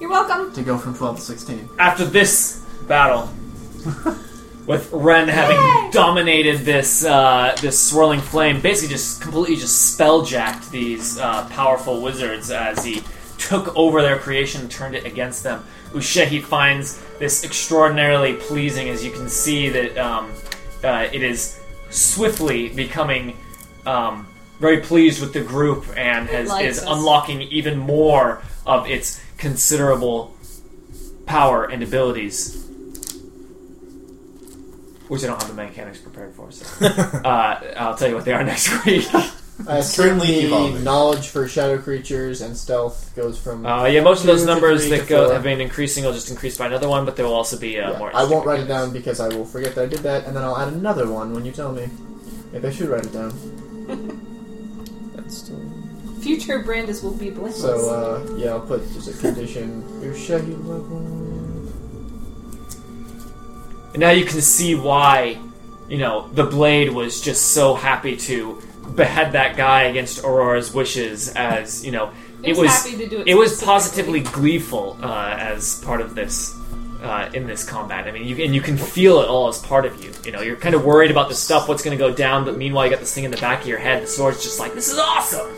Speaker 4: You're welcome.
Speaker 14: to go from twelve to sixteen.
Speaker 3: after this battle, with Ren having dominated this uh, this swirling flame, basically just completely just spelljacked these uh, powerful wizards as he took over their creation and turned it against them. Ushehi finds this extraordinarily pleasing, as you can see that um, uh, it is swiftly becoming. Um, very pleased with the group and has,
Speaker 4: likes
Speaker 3: is
Speaker 4: us.
Speaker 3: unlocking even more of its considerable power and abilities, which I don't have the mechanics prepared for. So uh, I'll tell you what they are next week.
Speaker 7: I assume
Speaker 9: currently
Speaker 7: the
Speaker 9: evolving.
Speaker 7: Uh, knowledge for shadow creatures and stealth goes from.
Speaker 3: Uh, yeah, most of
Speaker 7: Two
Speaker 3: those
Speaker 7: to
Speaker 3: numbers
Speaker 7: three
Speaker 3: that
Speaker 7: to
Speaker 3: go,
Speaker 7: four.
Speaker 3: have been increasing will just increase by another one, but there will also be uh,
Speaker 7: yeah,
Speaker 3: more.
Speaker 7: I won't write it
Speaker 3: interesting
Speaker 7: down because I will forget that I did that, and then I'll add another one when you tell me. Maybe I should write it down.
Speaker 8: That's still
Speaker 4: Future Brandis will be blameless.
Speaker 7: So uh, yeah, I'll put just a condition. Your shaggy level.
Speaker 3: And now you can see why, you know, the blade was just so happy to behead that guy against Aurora's wishes as, you know, it
Speaker 4: It was
Speaker 3: was
Speaker 4: happy to do it
Speaker 3: was positively
Speaker 4: specifically.
Speaker 3: gleeful uh, as part of this uh, in this combat. I mean, you and you can feel it all as part of you. You know, you're kind of worried about the stuff what's going to go down, but meanwhile you got this thing in the back of your head. The sword's just like this is awesome.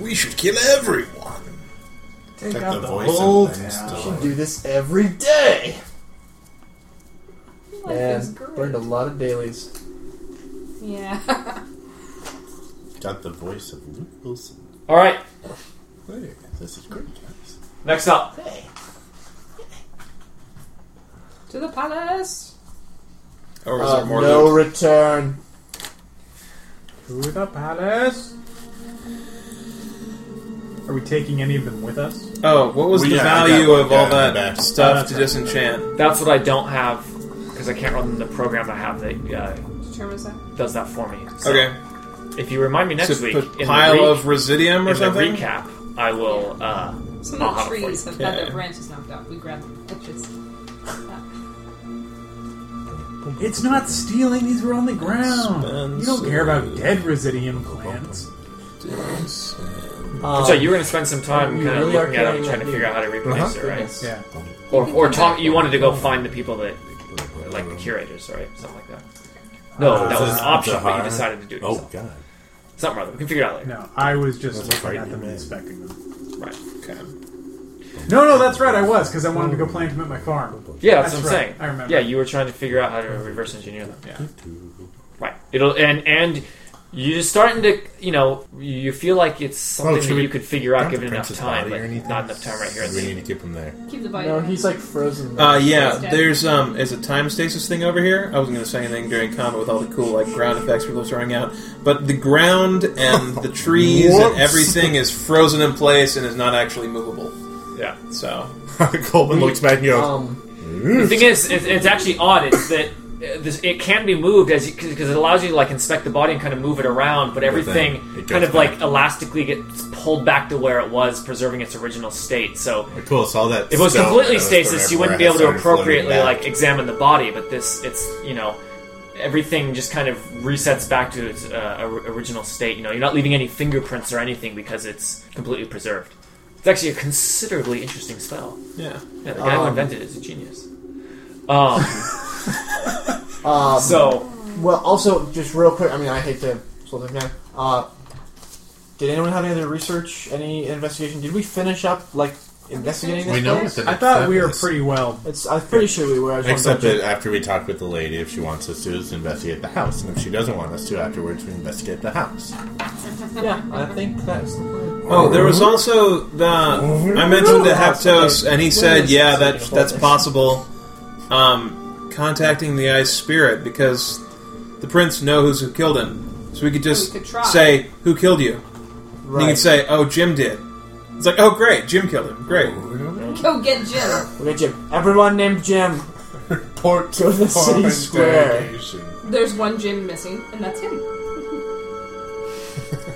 Speaker 6: We should kill everyone.
Speaker 9: Check
Speaker 7: out the
Speaker 9: voice
Speaker 7: whole
Speaker 9: and things
Speaker 7: I
Speaker 9: still.
Speaker 7: should do this every day.
Speaker 4: Life is
Speaker 7: And
Speaker 4: great.
Speaker 7: burned a lot of dailies.
Speaker 4: Yeah.
Speaker 9: Got the voice of Luke Wilson.
Speaker 3: All right,
Speaker 9: Hey, this is great, guys.
Speaker 3: next up,
Speaker 4: to the palace.
Speaker 6: Or was
Speaker 7: Uh,
Speaker 6: there more
Speaker 7: no
Speaker 6: loot?
Speaker 7: return.
Speaker 5: To the palace. Are we taking any of them with us?
Speaker 8: Oh, what was
Speaker 9: Well,
Speaker 8: the
Speaker 9: yeah, I
Speaker 8: value
Speaker 9: got-
Speaker 8: of all
Speaker 9: yeah, I'm
Speaker 8: that
Speaker 9: back.
Speaker 8: stuff
Speaker 5: That's
Speaker 8: to
Speaker 5: right.
Speaker 8: disenchant?
Speaker 3: that's what I don't have because I can't run the program I have that uh,
Speaker 4: Determines that.
Speaker 3: does that for me. So
Speaker 8: Okay,
Speaker 3: If you remind me next
Speaker 8: so
Speaker 3: week,
Speaker 8: put
Speaker 3: in
Speaker 8: pile
Speaker 3: the re-
Speaker 8: of residium or
Speaker 3: in the
Speaker 8: something.
Speaker 3: recap, I will. Uh,
Speaker 4: Some
Speaker 3: I'll
Speaker 4: of the
Speaker 3: have it for
Speaker 4: trees
Speaker 3: you.
Speaker 4: have had
Speaker 8: Yeah.
Speaker 4: their branches knocked out. We grabbed them. It's just-
Speaker 5: It's not stealing. These were on the ground. You don't care about
Speaker 6: Expensive.
Speaker 5: dead residium plants.
Speaker 7: Um,
Speaker 3: so Uh, you were going to spend some time
Speaker 7: we
Speaker 3: kind of
Speaker 7: really
Speaker 3: looking
Speaker 7: are
Speaker 3: at it,
Speaker 7: getting
Speaker 3: trying to
Speaker 7: that
Speaker 3: figure out how to replace it, right?
Speaker 7: goodness.
Speaker 5: Yeah.
Speaker 3: Or, or Tom, you wanted to go find the people that, like the curators, right? Something like that. No, that was an option, but you decided to do it
Speaker 9: Oh
Speaker 3: yourself.
Speaker 9: god,
Speaker 3: Something rather. We can figure it out later.
Speaker 5: No, I was just
Speaker 9: That's a
Speaker 5: looking at
Speaker 9: frightening
Speaker 5: them and
Speaker 9: man.
Speaker 5: inspecting them.
Speaker 3: Right.
Speaker 5: No, no, that's right. I was because I wanted to go plant them at my farm.
Speaker 3: Yeah, that's,
Speaker 5: That's
Speaker 3: what I'm
Speaker 5: right,
Speaker 3: saying.
Speaker 5: I remember.
Speaker 3: Yeah, you were trying to figure out how to reverse engineer them. Yeah. Right. It'll and and you're starting to you know you feel like it's something
Speaker 9: Well, should
Speaker 3: that
Speaker 9: we
Speaker 3: you could figure out
Speaker 9: Dr.
Speaker 3: given enough
Speaker 9: Prince's
Speaker 3: time,
Speaker 9: body
Speaker 3: but
Speaker 9: or anything?
Speaker 3: not enough time right here. At
Speaker 9: we
Speaker 3: the
Speaker 9: need to keep him there.
Speaker 4: Keep the bite.
Speaker 7: No, he's like frozen.
Speaker 8: Uh, yeah,
Speaker 4: He's dead.
Speaker 8: there's um, is a time stasis thing over here. I wasn't gonna say anything during combat with all the cool like ground effects people are throwing out, but the ground and the trees and
Speaker 9: Whoops.
Speaker 8: everything is frozen in place and is not actually movable.
Speaker 3: Yeah.
Speaker 8: So
Speaker 9: Colvin looks back and goes,
Speaker 7: Um,
Speaker 9: Mm.
Speaker 3: The thing is, it's, it's actually odd. It's that. uh, This, it can be moved as because it allows you to like inspect the body and kind of move it around, but everything
Speaker 9: then
Speaker 3: kind
Speaker 9: it goes
Speaker 3: of like
Speaker 9: back.
Speaker 3: elastically gets pulled back to where it was, preserving its original state. So
Speaker 9: "Cool, so all that."
Speaker 3: if it was
Speaker 9: stuff
Speaker 3: completely
Speaker 9: that was
Speaker 3: stasis,
Speaker 9: thrown
Speaker 3: you wouldn't be
Speaker 9: everywhere
Speaker 3: able to
Speaker 9: has started floating
Speaker 3: appropriately
Speaker 9: back.
Speaker 3: like examine the body. But this, it's you know, everything just kind of resets back to its uh, or- original state. You know, you're not leaving any fingerprints or anything because it's completely preserved. It's actually a considerably interesting spell.
Speaker 8: yeah,
Speaker 3: Yeah, the guy who
Speaker 7: Um,
Speaker 3: invented it is a genius. Um,
Speaker 7: um,
Speaker 3: so
Speaker 7: Well, also, just real quick, I mean, I hate to slow things down. Uh, did anyone have any other research, any investigation? Did we finish up, like, investigating this?
Speaker 9: We know
Speaker 7: place?
Speaker 9: what the
Speaker 5: I
Speaker 9: next
Speaker 5: thought
Speaker 9: step
Speaker 5: we were
Speaker 9: is.
Speaker 5: pretty well.
Speaker 7: It's, I'm pretty sure we were. I just wanted to
Speaker 9: Except
Speaker 7: check.
Speaker 9: that after we talk with the lady, if she wants us to, is investigate the house, and if she doesn't want us to, afterwards we investigate the house.
Speaker 7: Yeah, I think that's the plan.
Speaker 8: Oh, there was also the I mentioned to Haptos, and he said, "Yeah, that that's possible." Um, contacting the Ice Spirit because the Prince knows who killed him, so we could just
Speaker 4: We could try.
Speaker 8: say, "Who killed you?" And
Speaker 7: Right.
Speaker 8: You could say, "Oh, Jim did." It's like, "Oh, great, Jim killed him. Great."
Speaker 4: Go get Jim.
Speaker 7: Okay, Jim. Everyone named Jim.
Speaker 20: Port
Speaker 7: Go to the city square.
Speaker 4: There's one Jim missing, and that's him.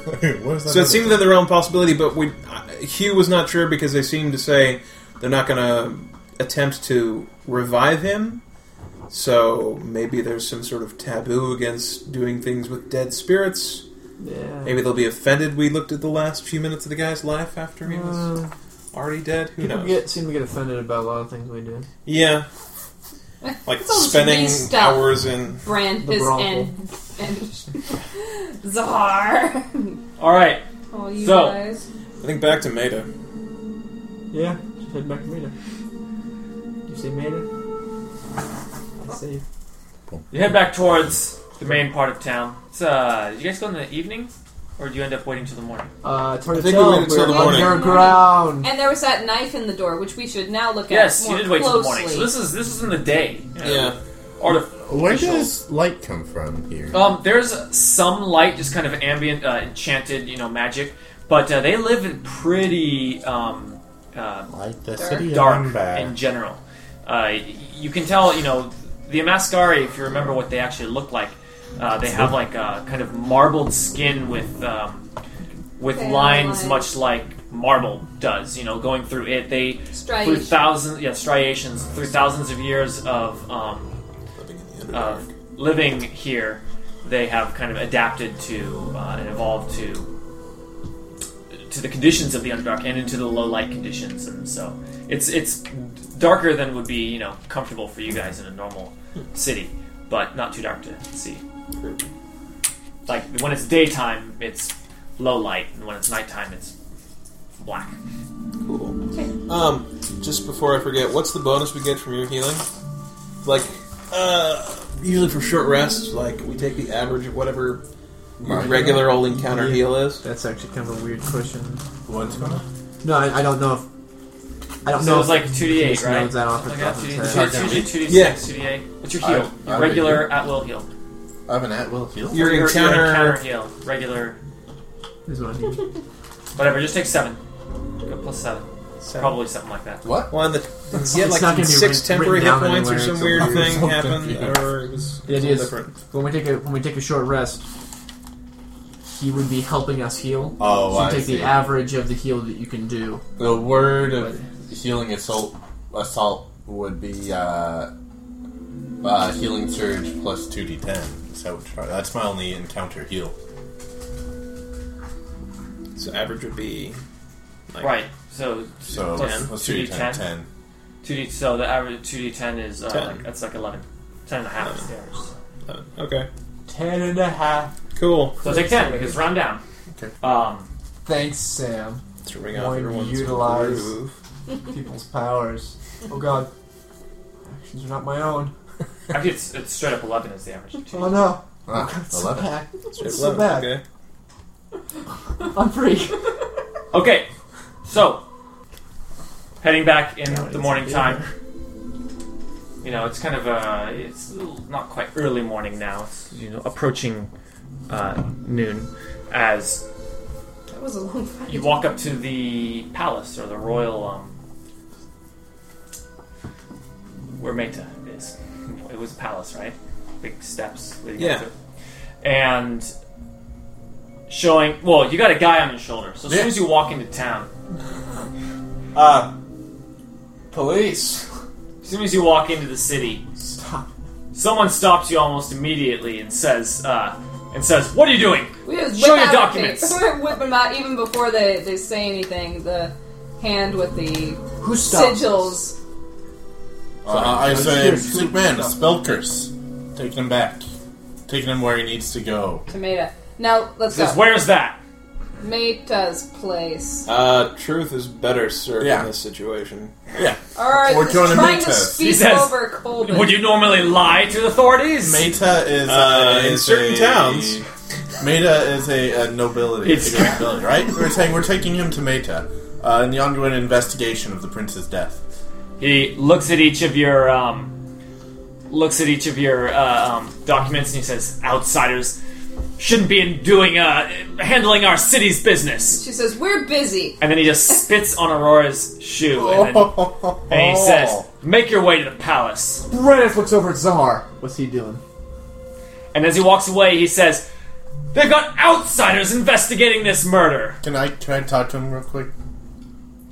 Speaker 9: what is that?
Speaker 8: So it seemed within the realm of possibility, but we uh, Hugh was not sure because they seemed to say they're not going to attempt to revive him. So maybe there's some sort of taboo against doing things with dead spirits.
Speaker 7: Yeah.
Speaker 8: Maybe they'll be offended. We looked at the last few minutes of the guy's life after he was already dead. Who
Speaker 7: Uh, People
Speaker 8: knows?
Speaker 7: get, seem to get offended about a lot of things we do.
Speaker 8: yeah, like
Speaker 4: It's all
Speaker 8: spending
Speaker 4: just stuff.
Speaker 8: hours in.
Speaker 4: Brand
Speaker 7: The
Speaker 4: is
Speaker 7: brothel.
Speaker 4: and and Zahar.
Speaker 3: all right,
Speaker 4: Oh, you
Speaker 3: So-
Speaker 4: guys.
Speaker 8: I think back to Maida.
Speaker 7: Yeah, just head back to Mater. You say Mater? I say.
Speaker 3: you head back towards the main part of town. It's, uh, did you guys go in the evening, or do you end up waiting till the morning?
Speaker 7: Uh, it's hard
Speaker 8: I
Speaker 7: to
Speaker 8: think
Speaker 7: tell.
Speaker 8: we waited till
Speaker 7: We're
Speaker 8: the morning.
Speaker 7: underground.
Speaker 4: And there was that knife in the door, which we should now look
Speaker 3: yes,
Speaker 4: at
Speaker 3: you
Speaker 4: more
Speaker 3: did wait till the
Speaker 4: closely.
Speaker 3: morning. So this is this is in the day.
Speaker 8: Yeah,
Speaker 3: Or
Speaker 9: Where does light come from here?
Speaker 3: um, there's some light, just kind of ambient, uh, enchanted, you know, magic. But uh, they live in pretty um, um,
Speaker 9: Like the
Speaker 4: Dark.
Speaker 9: city of
Speaker 3: dark
Speaker 9: Umbar.
Speaker 3: in general. Uh, y- you can tell, you know, the Amaskari, if you remember what they actually looked like, Uh, they have like a kind of marbled skin with um, with
Speaker 4: Fair
Speaker 3: lines
Speaker 4: lines.
Speaker 3: much like marble does. You know, going through it, they through
Speaker 4: Striation.
Speaker 3: thousands, yeah, striations through thousands of years of um, of living here, they have kind of adapted to uh, and evolved to to the conditions of the Underdark and into the low light conditions, and so it's it's darker than would be you know comfortable for you guys in a normal city, but not too dark to see. Like when it's daytime, it's low light, and when it's nighttime, it's black.
Speaker 6: Cool. Um, just before I forget, what's the bonus we get from your healing? Like, uh, usually for short rests, like we take the average of whatever your regular old encounter heal is.
Speaker 7: That's actually kind of a weird question.
Speaker 2: What's going on?
Speaker 7: No, I, I don't know if. I don't
Speaker 3: So
Speaker 7: know.
Speaker 3: it was
Speaker 7: if
Speaker 3: like 2d8,
Speaker 7: Jason
Speaker 3: right?
Speaker 7: knows that off the
Speaker 3: Like,
Speaker 7: top of
Speaker 3: yeah,
Speaker 7: his
Speaker 3: 2d8,
Speaker 7: head.
Speaker 3: 2d8, 2d6,
Speaker 6: Yeah.
Speaker 3: 2d8. What's your
Speaker 9: I-
Speaker 3: heal?
Speaker 9: I
Speaker 3: your
Speaker 9: already
Speaker 3: regular at will heal.
Speaker 9: I have an at will heal.
Speaker 6: Your,
Speaker 3: Your- your
Speaker 6: encounter,
Speaker 3: encounter heal. Regular.
Speaker 7: Is what I need.
Speaker 3: Whatever, just take 7. Go plus 7. Probably something like that.
Speaker 9: What?
Speaker 6: One that yeah,
Speaker 7: it's
Speaker 6: like
Speaker 7: not gonna be
Speaker 6: six
Speaker 7: writ-
Speaker 6: temporary
Speaker 7: written
Speaker 6: hit
Speaker 7: down
Speaker 6: points or
Speaker 7: anywhere,
Speaker 6: some
Speaker 7: so-
Speaker 6: weird
Speaker 7: I'm
Speaker 6: thing
Speaker 9: so
Speaker 6: happened,
Speaker 9: confused.
Speaker 6: or it was
Speaker 7: The idea
Speaker 6: it's
Speaker 7: is
Speaker 6: different.
Speaker 7: when we take a when we take a short rest, he would be helping us heal.
Speaker 9: Oh,
Speaker 7: so you
Speaker 9: I
Speaker 7: take
Speaker 9: see.
Speaker 7: the average of the heal that you can do.
Speaker 9: The word of healing assault assault would be uh, uh, healing surge plus two d10. So try- that's my only encounter heal.
Speaker 6: So average would be like,
Speaker 3: Right, so
Speaker 9: So
Speaker 3: Plus
Speaker 9: let's do
Speaker 3: 2d10.
Speaker 9: 10. 10.
Speaker 3: 2d, so the average 2d10 is, uh,
Speaker 6: 10.
Speaker 3: like, that's like 11. 10 and a half is the average.
Speaker 6: uh, Okay,
Speaker 7: Ten and a half.
Speaker 6: cool.
Speaker 3: So take 10, because round down.
Speaker 9: Okay.
Speaker 3: Um,
Speaker 7: Thanks, Sam.
Speaker 6: Let's ring
Speaker 7: Why
Speaker 6: off
Speaker 7: do you
Speaker 6: everyone's
Speaker 7: utilize-
Speaker 6: groove.
Speaker 7: People's powers. Oh God, actions are not my own.
Speaker 3: actually, it's, it's straight up 11 is the average.
Speaker 7: Oh no,
Speaker 9: Ah,
Speaker 7: so
Speaker 9: 11.
Speaker 7: bad.
Speaker 6: Straight
Speaker 7: so
Speaker 6: level,
Speaker 7: bad.
Speaker 6: Okay.
Speaker 7: I'm free.
Speaker 3: Okay, so heading back in the morning time. You know, it's kind of uh, it's not quite early morning now. It's you know approaching uh, noon as
Speaker 4: That was a long fight.
Speaker 3: you walk up to the palace or the royal um, where Meta is. It was a palace, right? Big steps leading
Speaker 6: Yeah.
Speaker 3: up to it. And showing well, you got a guy on your shoulder. So as soon as you walk into town,
Speaker 8: Uh, police.
Speaker 3: As soon as you walk into the city,
Speaker 7: Stop.
Speaker 3: someone stops you almost immediately and says, uh, "And says, what are you doing?"
Speaker 4: We just
Speaker 3: Show
Speaker 4: whip
Speaker 3: your
Speaker 4: out
Speaker 3: documents.
Speaker 4: The paper. whip them out even before they, they say anything. The hand with the
Speaker 7: Who stopped? us?
Speaker 4: sigils.
Speaker 9: So Uh, I I say,
Speaker 7: Here's two
Speaker 9: Sleep Man, a
Speaker 7: stuff.
Speaker 9: spell curse. Taking him back. Taking him where he needs to go.
Speaker 4: Tomato. Now let's
Speaker 3: Says,
Speaker 4: go.
Speaker 3: "Where's that?"
Speaker 4: Meta's place.
Speaker 6: Uh, truth is better served
Speaker 9: Yeah.
Speaker 6: in this situation.
Speaker 9: Yeah.
Speaker 4: All right,
Speaker 9: We're
Speaker 4: this-
Speaker 9: going to
Speaker 4: trying to
Speaker 9: Meta's.
Speaker 3: He
Speaker 4: speak
Speaker 3: says,
Speaker 4: over Colbin.
Speaker 3: Would you normally lie to the authorities?
Speaker 9: Meta is
Speaker 6: Uh,
Speaker 9: a,
Speaker 6: in
Speaker 9: is
Speaker 6: certain
Speaker 9: a-
Speaker 6: towns.
Speaker 9: Meta is a, a nobility,
Speaker 3: It's-
Speaker 9: it's nobility, right? We're saying we're taking him to Meta uh, in the ongoing investigation of the prince's death.
Speaker 3: He looks at each of your um, looks at each of your uh, um, documents and he says, "Outsiders shouldn't be in doing uh, handling our city's business."
Speaker 4: She says we're busy.
Speaker 3: And then he just spits on Aurora's shoe and, then, and he says, "Make your way to the palace."
Speaker 7: Renif looks over at Zahar. What's he doing?
Speaker 3: And as he walks away, he says, They've got outsiders investigating this murder.
Speaker 9: "Can I can I talk to him real quick?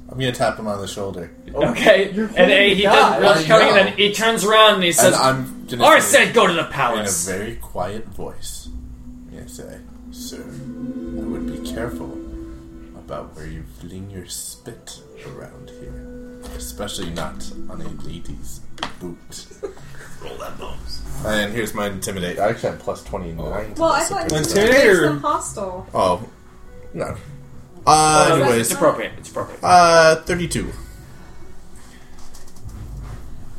Speaker 9: I'm gonna tap him on the shoulder,
Speaker 3: okay? And
Speaker 7: holding
Speaker 3: uh,
Speaker 7: the
Speaker 3: he
Speaker 7: guy.
Speaker 3: doesn't realize
Speaker 9: I
Speaker 3: coming, and
Speaker 9: know.
Speaker 3: then he turns around and he
Speaker 9: and
Speaker 3: says,
Speaker 9: I'm gonna
Speaker 3: Ars
Speaker 9: say
Speaker 3: said go to the
Speaker 9: in a
Speaker 3: palace.
Speaker 9: very quiet voice. I'm gonna say, "Sir, I would be careful about where you fling your spit around here, especially not on a lady's boot."
Speaker 6: Roll that bones. Oh.
Speaker 9: And here's my intimidate. I actually have plus twenty nine.
Speaker 4: Well, I thought you
Speaker 6: When
Speaker 4: said it
Speaker 6: Terry
Speaker 4: makes
Speaker 6: or-
Speaker 4: them hostile.
Speaker 9: Oh, no. Uh,
Speaker 3: No, it's
Speaker 9: anyways,
Speaker 3: appropriate. It's appropriate.
Speaker 9: uh, thirty-two.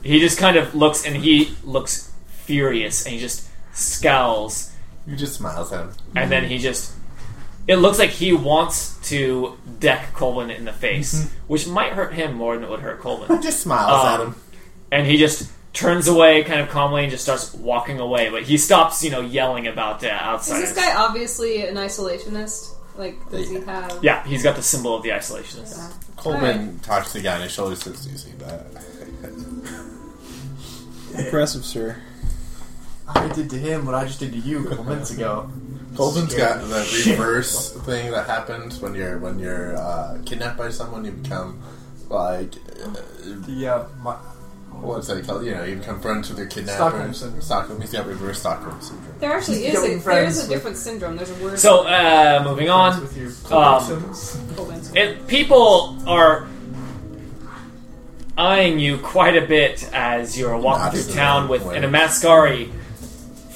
Speaker 3: He just kind of looks and he looks furious and he just scowls.
Speaker 9: You just smiles at him.
Speaker 3: And then he just. It looks like he wants to deck Colvin in the face, which might hurt him more than it would hurt Colvin.
Speaker 9: Just smiles
Speaker 6: Oh.
Speaker 3: Um,
Speaker 9: at him.
Speaker 3: and he just turns away kind of calmly and just starts walking away but he stops you know yelling about uh,
Speaker 4: Is
Speaker 3: outsiders
Speaker 4: this guy obviously an isolationist? Like, does he have?
Speaker 3: yeah he's got the symbol of the isolationists
Speaker 9: Coleman talks to the guy on his shoulder and says, "You see that?"
Speaker 6: Impressive, sir.
Speaker 7: I did to him what I just did to you a couple minutes ago.
Speaker 9: Colvin's
Speaker 7: Scary
Speaker 9: got the
Speaker 7: shit.
Speaker 9: reverse thing that happens when you're when you're uh, kidnapped by someone. You become like uh,
Speaker 7: The uh, my,
Speaker 9: what's that called? You know, you become friends with your
Speaker 7: Stockholm
Speaker 9: kidnapper.
Speaker 7: syndrome.
Speaker 9: Stockholm. He's got reverse Stockholm syndrome.
Speaker 4: There actually is
Speaker 7: He's killing
Speaker 4: a, there
Speaker 7: friends
Speaker 4: is a
Speaker 7: with-
Speaker 4: different syndrome. There's a word.
Speaker 3: So, uh, moving on.
Speaker 7: with your
Speaker 3: Um, it, people are eyeing you quite a bit as you're
Speaker 9: Not
Speaker 3: walking through
Speaker 9: so
Speaker 3: town with
Speaker 9: way.
Speaker 3: an Amaskari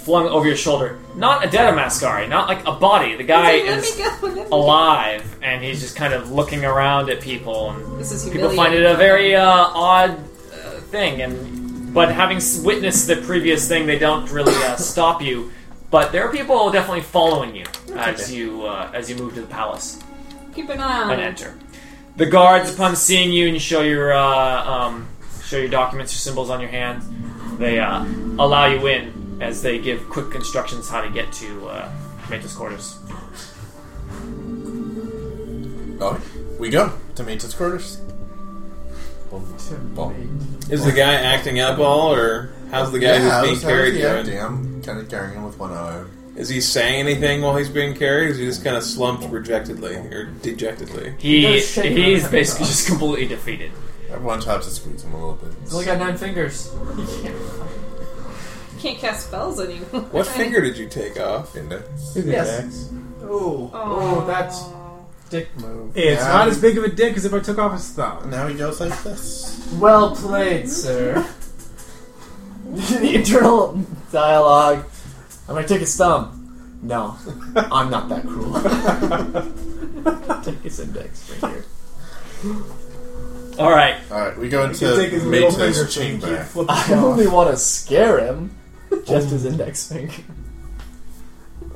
Speaker 3: flung over your shoulder. Not a dead Amaskari, not like a body. The guy
Speaker 4: He's like,
Speaker 3: is
Speaker 4: let me go. let me go."
Speaker 3: alive, and he's just kind of looking around at people. And
Speaker 4: This is
Speaker 3: people
Speaker 4: humiliating.
Speaker 3: find it a very uh, odd uh, thing, and but having s- witnessed the previous thing, they don't really uh, stop you. But there are people definitely following you as you uh, as you move to the palace
Speaker 4: Keep an eye on
Speaker 3: and
Speaker 4: it.
Speaker 3: enter. The guards, upon seeing you and you show your uh, um, show your documents, your symbols on your hand, they uh, allow you in as they give quick instructions how to get to uh, Matrix quarters.
Speaker 9: Oh, we go to Mate's quarters.
Speaker 8: Is the guy acting up all, or how's the guy
Speaker 9: I
Speaker 8: who's
Speaker 9: was-
Speaker 8: being
Speaker 9: I was-
Speaker 8: carried
Speaker 9: yeah,
Speaker 8: doing?
Speaker 9: damn, kind of carrying him with one arm.
Speaker 8: Is he saying anything while he's being carried? Is he just kind of slumped rejectedly or dejectedly?
Speaker 3: He
Speaker 7: Those shaped
Speaker 3: he's
Speaker 7: around.
Speaker 3: basically just completely defeated.
Speaker 9: Everyone tries to squeeze him a little bit.
Speaker 7: He's only got nine fingers.
Speaker 4: Can't cast spells anymore.
Speaker 8: What finger did you take off?
Speaker 9: Index.
Speaker 7: Yes. Oh, oh, that's dick move.
Speaker 20: It's
Speaker 9: Yeah.
Speaker 20: not as big of a dick as if I took off his thumb.
Speaker 9: Now he goes like this.
Speaker 7: Well played, sir. the internal dialogue. I'm gonna take his thumb. No, I'm not that cruel. take his index right here.
Speaker 3: All right,
Speaker 9: All right, we go into
Speaker 20: You take his middle finger
Speaker 9: Mate's
Speaker 20: so he
Speaker 9: chamber.
Speaker 20: can't flip it
Speaker 7: I
Speaker 20: off.
Speaker 7: only want to scare him. Just his index finger.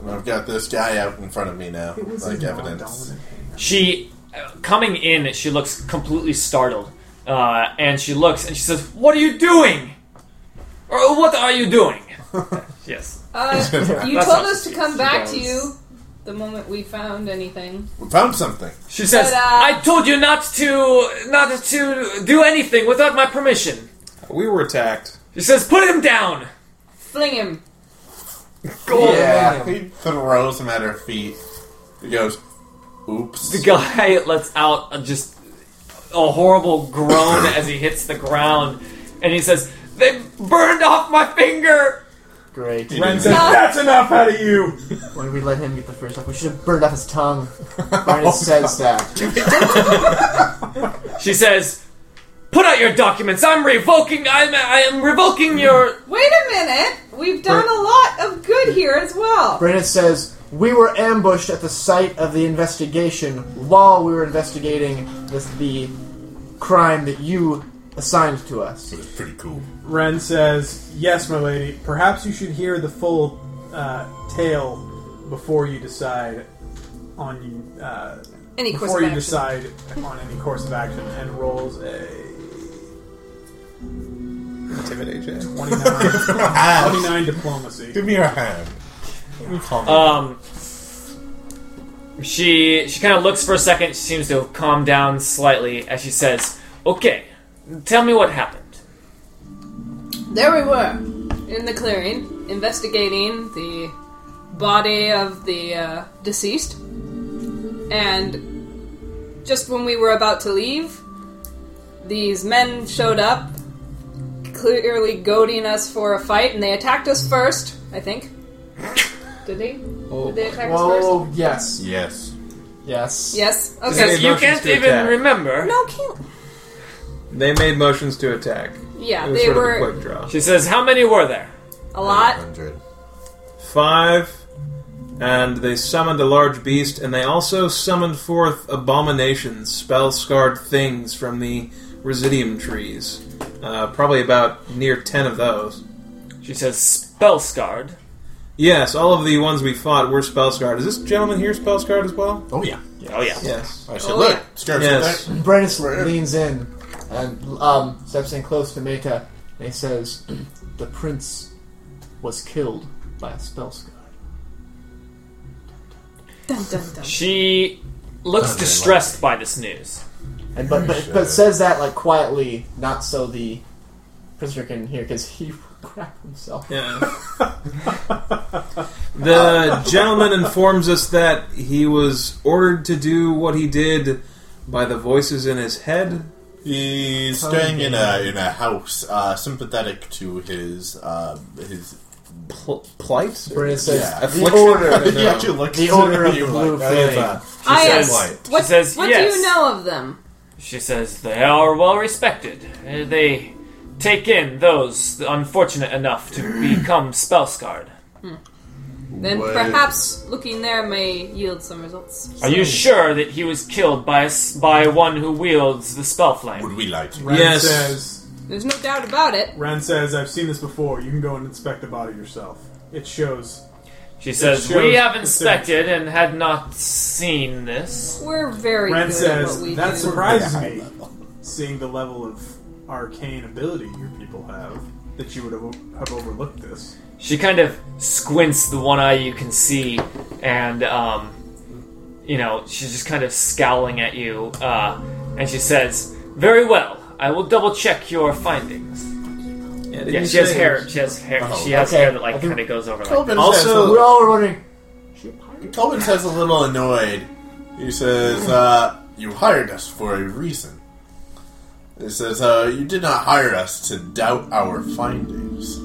Speaker 9: And I've got this guy out in front of me now, like evidence.
Speaker 3: she uh, coming in. She looks completely startled, uh, and she looks and she says, "What are you doing? Or what are you doing?" yes.
Speaker 4: Uh, you
Speaker 3: That's
Speaker 4: told
Speaker 3: not
Speaker 4: us to come back to you the moment we found anything.
Speaker 9: We found something.
Speaker 3: She says,
Speaker 4: But, uh,
Speaker 3: "I told you not to not to do anything without my permission."
Speaker 8: We were attacked.
Speaker 3: She says, "Put him down."
Speaker 4: Fling him.
Speaker 9: Yeah, he throws him at her feet. He goes, "Oops."
Speaker 3: The guy lets out a, just a horrible groan as he hits the ground, and he says, "They burned off my finger."
Speaker 7: Great.
Speaker 20: Ren says, "That's enough out of you."
Speaker 7: When we let him get the first off, we should have burned off his tongue. Barnus says that.
Speaker 3: She says, "Put out your documents. I'm revoking. I'm I am revoking your."
Speaker 4: Wait a minute. We've done a lot of good here as well.
Speaker 7: Brandon says, We were ambushed at the site of the investigation while we were investigating this, the crime that you assigned to us.
Speaker 9: It was pretty cool.
Speaker 20: Ren says, "Yes, my lady. Perhaps you should hear the full uh, tale before you decide on you uh,
Speaker 4: Any course
Speaker 20: before
Speaker 4: of
Speaker 20: you
Speaker 4: action.
Speaker 20: decide on any course of action." And rolls a
Speaker 8: Intimidate check.
Speaker 20: 29, 29 diplomacy.
Speaker 9: Give me your hand.
Speaker 3: Um, she she kind of looks for a second. She seems to have calmed down slightly as she says, "Okay, tell me what happened."
Speaker 4: There we were in the clearing, investigating the body of the uh, deceased. And just when we were about to leave, these men showed up, clearly goading us for a fight, and they attacked us first, I think. Did they?
Speaker 8: Oh.
Speaker 4: Did they attack us first?
Speaker 7: Whoa, yes.
Speaker 9: Yes.
Speaker 7: Yes.
Speaker 4: Yes.
Speaker 8: They
Speaker 4: Okay.
Speaker 8: made
Speaker 3: You
Speaker 8: motions
Speaker 3: can't
Speaker 8: to
Speaker 3: even
Speaker 8: attack.
Speaker 3: remember.
Speaker 4: No, can't.
Speaker 8: They made motions to attack.
Speaker 4: Yeah,
Speaker 8: It was
Speaker 4: they
Speaker 8: sort
Speaker 4: were
Speaker 8: of a quick draw.
Speaker 3: She says, "How many were there?"
Speaker 4: a lot.
Speaker 9: Hundred.
Speaker 8: Five, and they summoned a large beast, and they also summoned forth abominations, spell scarred things from the residium trees. Uh, probably about near ten of those.
Speaker 3: She says, "Spell scarred."
Speaker 8: Yes, all of the ones we fought were spell scarred. Is this gentleman here spell scarred as well?
Speaker 9: Oh yeah.
Speaker 3: Oh yeah.
Speaker 8: Yes.
Speaker 9: I said,
Speaker 4: Oh,
Speaker 9: look,
Speaker 4: yeah.
Speaker 9: scarves
Speaker 8: Yes.
Speaker 7: Brandis leans in and um, steps in close to Meta and he says, The prince was killed by a spell scar.
Speaker 4: Dun, dun, dun.
Speaker 3: She looks distressed by this news.
Speaker 7: And but, but, but says that like quietly, not so the prisoner can hear because he
Speaker 14: crap himself.
Speaker 8: Yeah. The gentleman informs us that he was ordered to do what he did by the voices in his head.
Speaker 9: He's staying in a in a house, uh, sympathetic to his uh, his
Speaker 8: Pl- plight?
Speaker 7: Where it says,
Speaker 9: yeah.
Speaker 8: affliction?
Speaker 9: The order.
Speaker 8: I don't
Speaker 9: he
Speaker 8: know.
Speaker 9: actually looks
Speaker 7: The
Speaker 9: at
Speaker 7: order
Speaker 9: you
Speaker 7: of the blue
Speaker 9: like, that is,
Speaker 7: flag.
Speaker 9: uh,
Speaker 4: I
Speaker 3: says-
Speaker 4: asked,
Speaker 3: She
Speaker 4: what,
Speaker 3: says
Speaker 4: what
Speaker 3: yes.
Speaker 4: do you know of them?
Speaker 3: She says they are well respected. Uh, They take in those unfortunate enough to become spell scarred.
Speaker 4: Then
Speaker 9: Well-
Speaker 4: perhaps looking there may yield some results.
Speaker 3: Are you sure that he was killed by a s- by one who wields the spell flame?
Speaker 9: uh, Would we like to?
Speaker 5: Ren
Speaker 8: Yes.
Speaker 5: says,
Speaker 4: There's no doubt about it.
Speaker 5: Ren says, I've seen this before. You can go and inspect the body yourself. It shows.
Speaker 3: She says
Speaker 5: shows
Speaker 3: we have
Speaker 5: the
Speaker 3: inspected and had not seen this.
Speaker 4: We're very
Speaker 5: Ren
Speaker 4: good at
Speaker 5: says,
Speaker 4: what we
Speaker 5: that
Speaker 4: do.
Speaker 5: surprises me, seeing the level of arcane ability your people have, that you would have, have overlooked this.
Speaker 3: She kind of squints the one eye you can see, and um, you know she's just kind of scowling at you. Uh, and she says, "Very well, I will double check your findings."
Speaker 8: Yeah, didn't
Speaker 3: Yeah,
Speaker 8: you
Speaker 3: she has
Speaker 8: say-
Speaker 3: hair. She has hair.
Speaker 9: Oh,
Speaker 3: she has
Speaker 7: okay.
Speaker 3: hair that
Speaker 7: I
Speaker 3: like
Speaker 7: think-
Speaker 3: kind of goes over. Like,
Speaker 9: Colvin
Speaker 8: Also-
Speaker 9: says,
Speaker 7: We're all wondering.
Speaker 9: Colvin says a little annoyed. He says, uh, "You hired us for a reason." He says, uh, "You did not hire us to doubt our findings."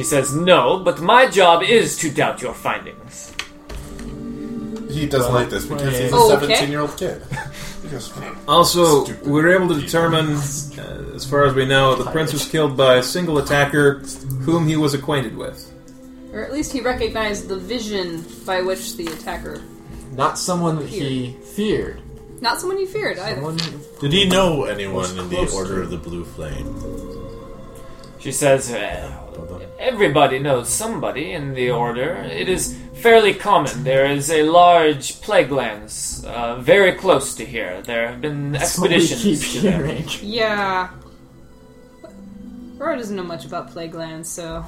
Speaker 3: she says, "No, but my job is to doubt your findings."
Speaker 9: He doesn't like this because he's a
Speaker 4: Okay.
Speaker 9: seventeen-year-old kid. He goes,
Speaker 8: Also,
Speaker 9: Stupid.
Speaker 8: we were able to determine, uh, as far as we know, the prince was killed by a single attacker whom he was acquainted with.
Speaker 4: Or at least he recognized the vision by which the attacker.
Speaker 7: Not someone that he feared.
Speaker 4: Not someone you feared either.
Speaker 7: Someone
Speaker 9: Did he know anyone in the
Speaker 7: close
Speaker 9: Order of the Blue Flame?
Speaker 3: She says, "Uh, "Everybody knows somebody in the order. It is fairly common. There is a large plague lands uh, very close to here. There have been expeditions
Speaker 7: we keep
Speaker 3: to them.
Speaker 7: hearing.
Speaker 4: Yeah. Rora doesn't know much about plague lands, so.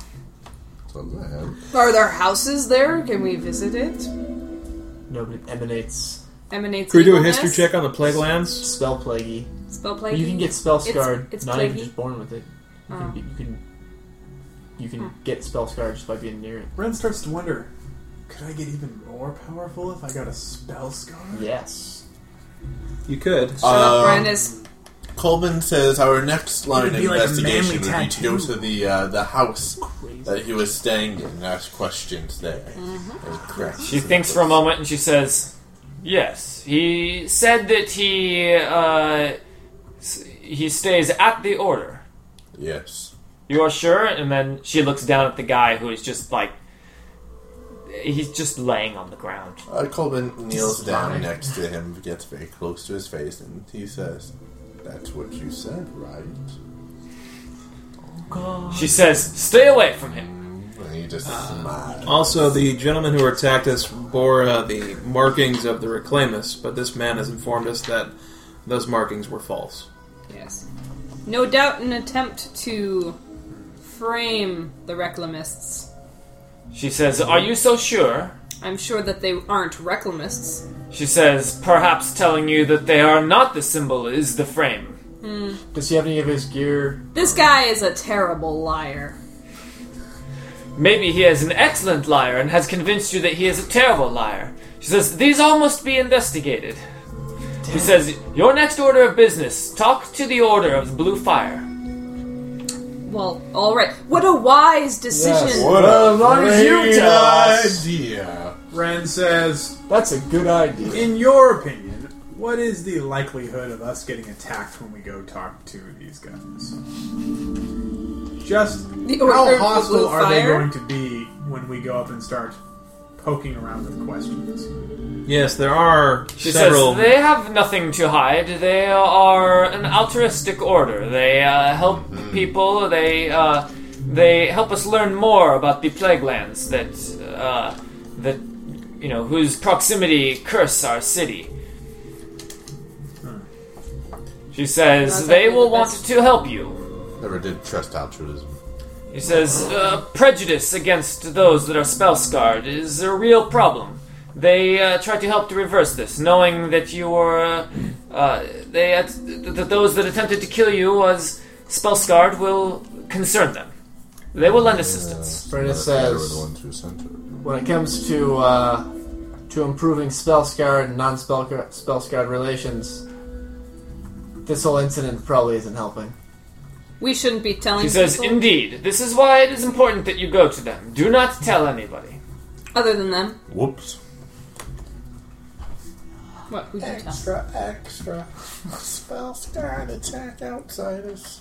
Speaker 4: Are there houses there? Can we visit it?
Speaker 7: No, but it emanates
Speaker 4: Emanates.
Speaker 8: Can we do a
Speaker 4: evilness?
Speaker 8: history check on the plague lands?
Speaker 7: spell plaguey.
Speaker 4: Spell
Speaker 7: But
Speaker 4: plague.
Speaker 7: You can get spell scarred.
Speaker 4: it's
Speaker 7: not even
Speaker 4: plaguey.
Speaker 7: just born with it. You can,
Speaker 4: Oh.
Speaker 7: be- you can, you can get spell scarred just by being near it.
Speaker 5: Ren starts to wonder, could I get even more powerful if I got a spell scar?
Speaker 7: Yes.
Speaker 8: You could.
Speaker 4: Shut up,
Speaker 9: Um,
Speaker 4: Ren is-
Speaker 9: Colvin says our next line
Speaker 5: It'd
Speaker 9: of
Speaker 5: be like a
Speaker 9: investigation
Speaker 5: manly
Speaker 9: would be to go
Speaker 5: tattoo.
Speaker 9: to the uh, the house that he was staying in and ask questions there. And correct.
Speaker 3: She thinks for a moment and she says, "Yes, he said that he uh, s- he stays at the order.
Speaker 9: Yes.
Speaker 3: You're sure?" And then she looks down at the guy who is just like he's just laying on the ground.
Speaker 9: Uh, Colvin kneels
Speaker 7: Just
Speaker 9: down
Speaker 7: lying.
Speaker 9: next to him, gets very close to his face, and he says, "That's what you said, right?"
Speaker 3: She
Speaker 7: Oh.
Speaker 3: says, "Stay away from him."
Speaker 9: And he just smiles.
Speaker 8: Also, the gentleman who attacked us bore uh, the markings of the Reclamus, but this man has informed us that those markings were false.
Speaker 4: Yes. No doubt an attempt to frame the reclamists.
Speaker 3: She says, Are you so sure?
Speaker 4: I'm sure that they aren't reclamists.
Speaker 3: She says, Perhaps telling you that they are not the symbol is the frame.
Speaker 7: Does he have any of his gear?
Speaker 4: This guy is a terrible liar.
Speaker 3: Maybe he is an excellent liar and has convinced you that he is a terrible liar. She says, These all must be investigated. She says, Your next order of business, talk to the Order of the Blue Fire.
Speaker 4: Well, alright. What a wise decision!
Speaker 9: What
Speaker 7: Well, as long as you
Speaker 9: great
Speaker 7: tell us.
Speaker 9: idea!
Speaker 5: Ren says,
Speaker 7: That's a good idea.
Speaker 5: in your opinion, what is the likelihood of us getting attacked when we go talk to these guys? Just
Speaker 4: The order
Speaker 5: how
Speaker 4: of the
Speaker 5: hostile
Speaker 4: blue
Speaker 5: are they
Speaker 4: fire?
Speaker 5: going to be when we go up and start poking around with questions?
Speaker 8: Yes, there are
Speaker 3: She
Speaker 8: several.
Speaker 3: says, They have nothing to hide. They are an altruistic order. They uh, help people. They, uh, they help us learn more about the plague lands that, uh, that, you know, whose proximity curse our city. She says,
Speaker 4: That's
Speaker 3: They
Speaker 4: actually
Speaker 3: will
Speaker 4: the
Speaker 3: want
Speaker 4: best.
Speaker 3: to help you.
Speaker 9: Never did trust altruism.
Speaker 3: He says, uh, Prejudice against those that are spell scarred is a real problem. They uh, try to help to reverse this, knowing that you were. Uh, uh, they that those that attempted to kill you was spell scarred will concern them. They will lend assistance.
Speaker 7: Furnace
Speaker 21: They were the
Speaker 7: says,
Speaker 21: ones who sent her.
Speaker 7: when it comes to uh, to improving spell scarred and non spell scarred relations, this whole incident probably isn't helping.
Speaker 4: We shouldn't be telling
Speaker 3: She says,
Speaker 4: people
Speaker 3: Indeed, this is why it is important that you go to them. Do not tell anybody.
Speaker 4: other than them.
Speaker 21: Whoops.
Speaker 4: What? Who'd you tell?
Speaker 9: Extra, extra. Spell scarred attack outsiders.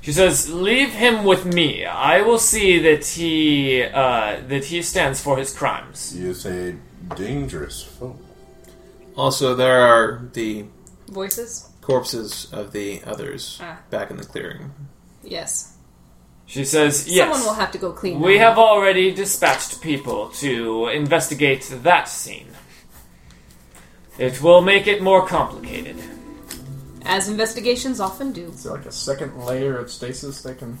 Speaker 3: She says, "Leave him with me. I will see that he uh, that he stands for his crimes."
Speaker 21: You say dangerous folk.
Speaker 8: Also, there are the
Speaker 4: Voices?
Speaker 8: corpses of the others
Speaker 4: Ah.
Speaker 8: back in the clearing.
Speaker 4: Yes.
Speaker 3: She says, "Yes,
Speaker 4: Someone will have to go clean.
Speaker 3: we
Speaker 4: them.
Speaker 3: have already dispatched people to investigate that scene. It will make it more complicated."
Speaker 4: as investigations often do.
Speaker 7: Is there like a second layer of stasis that can.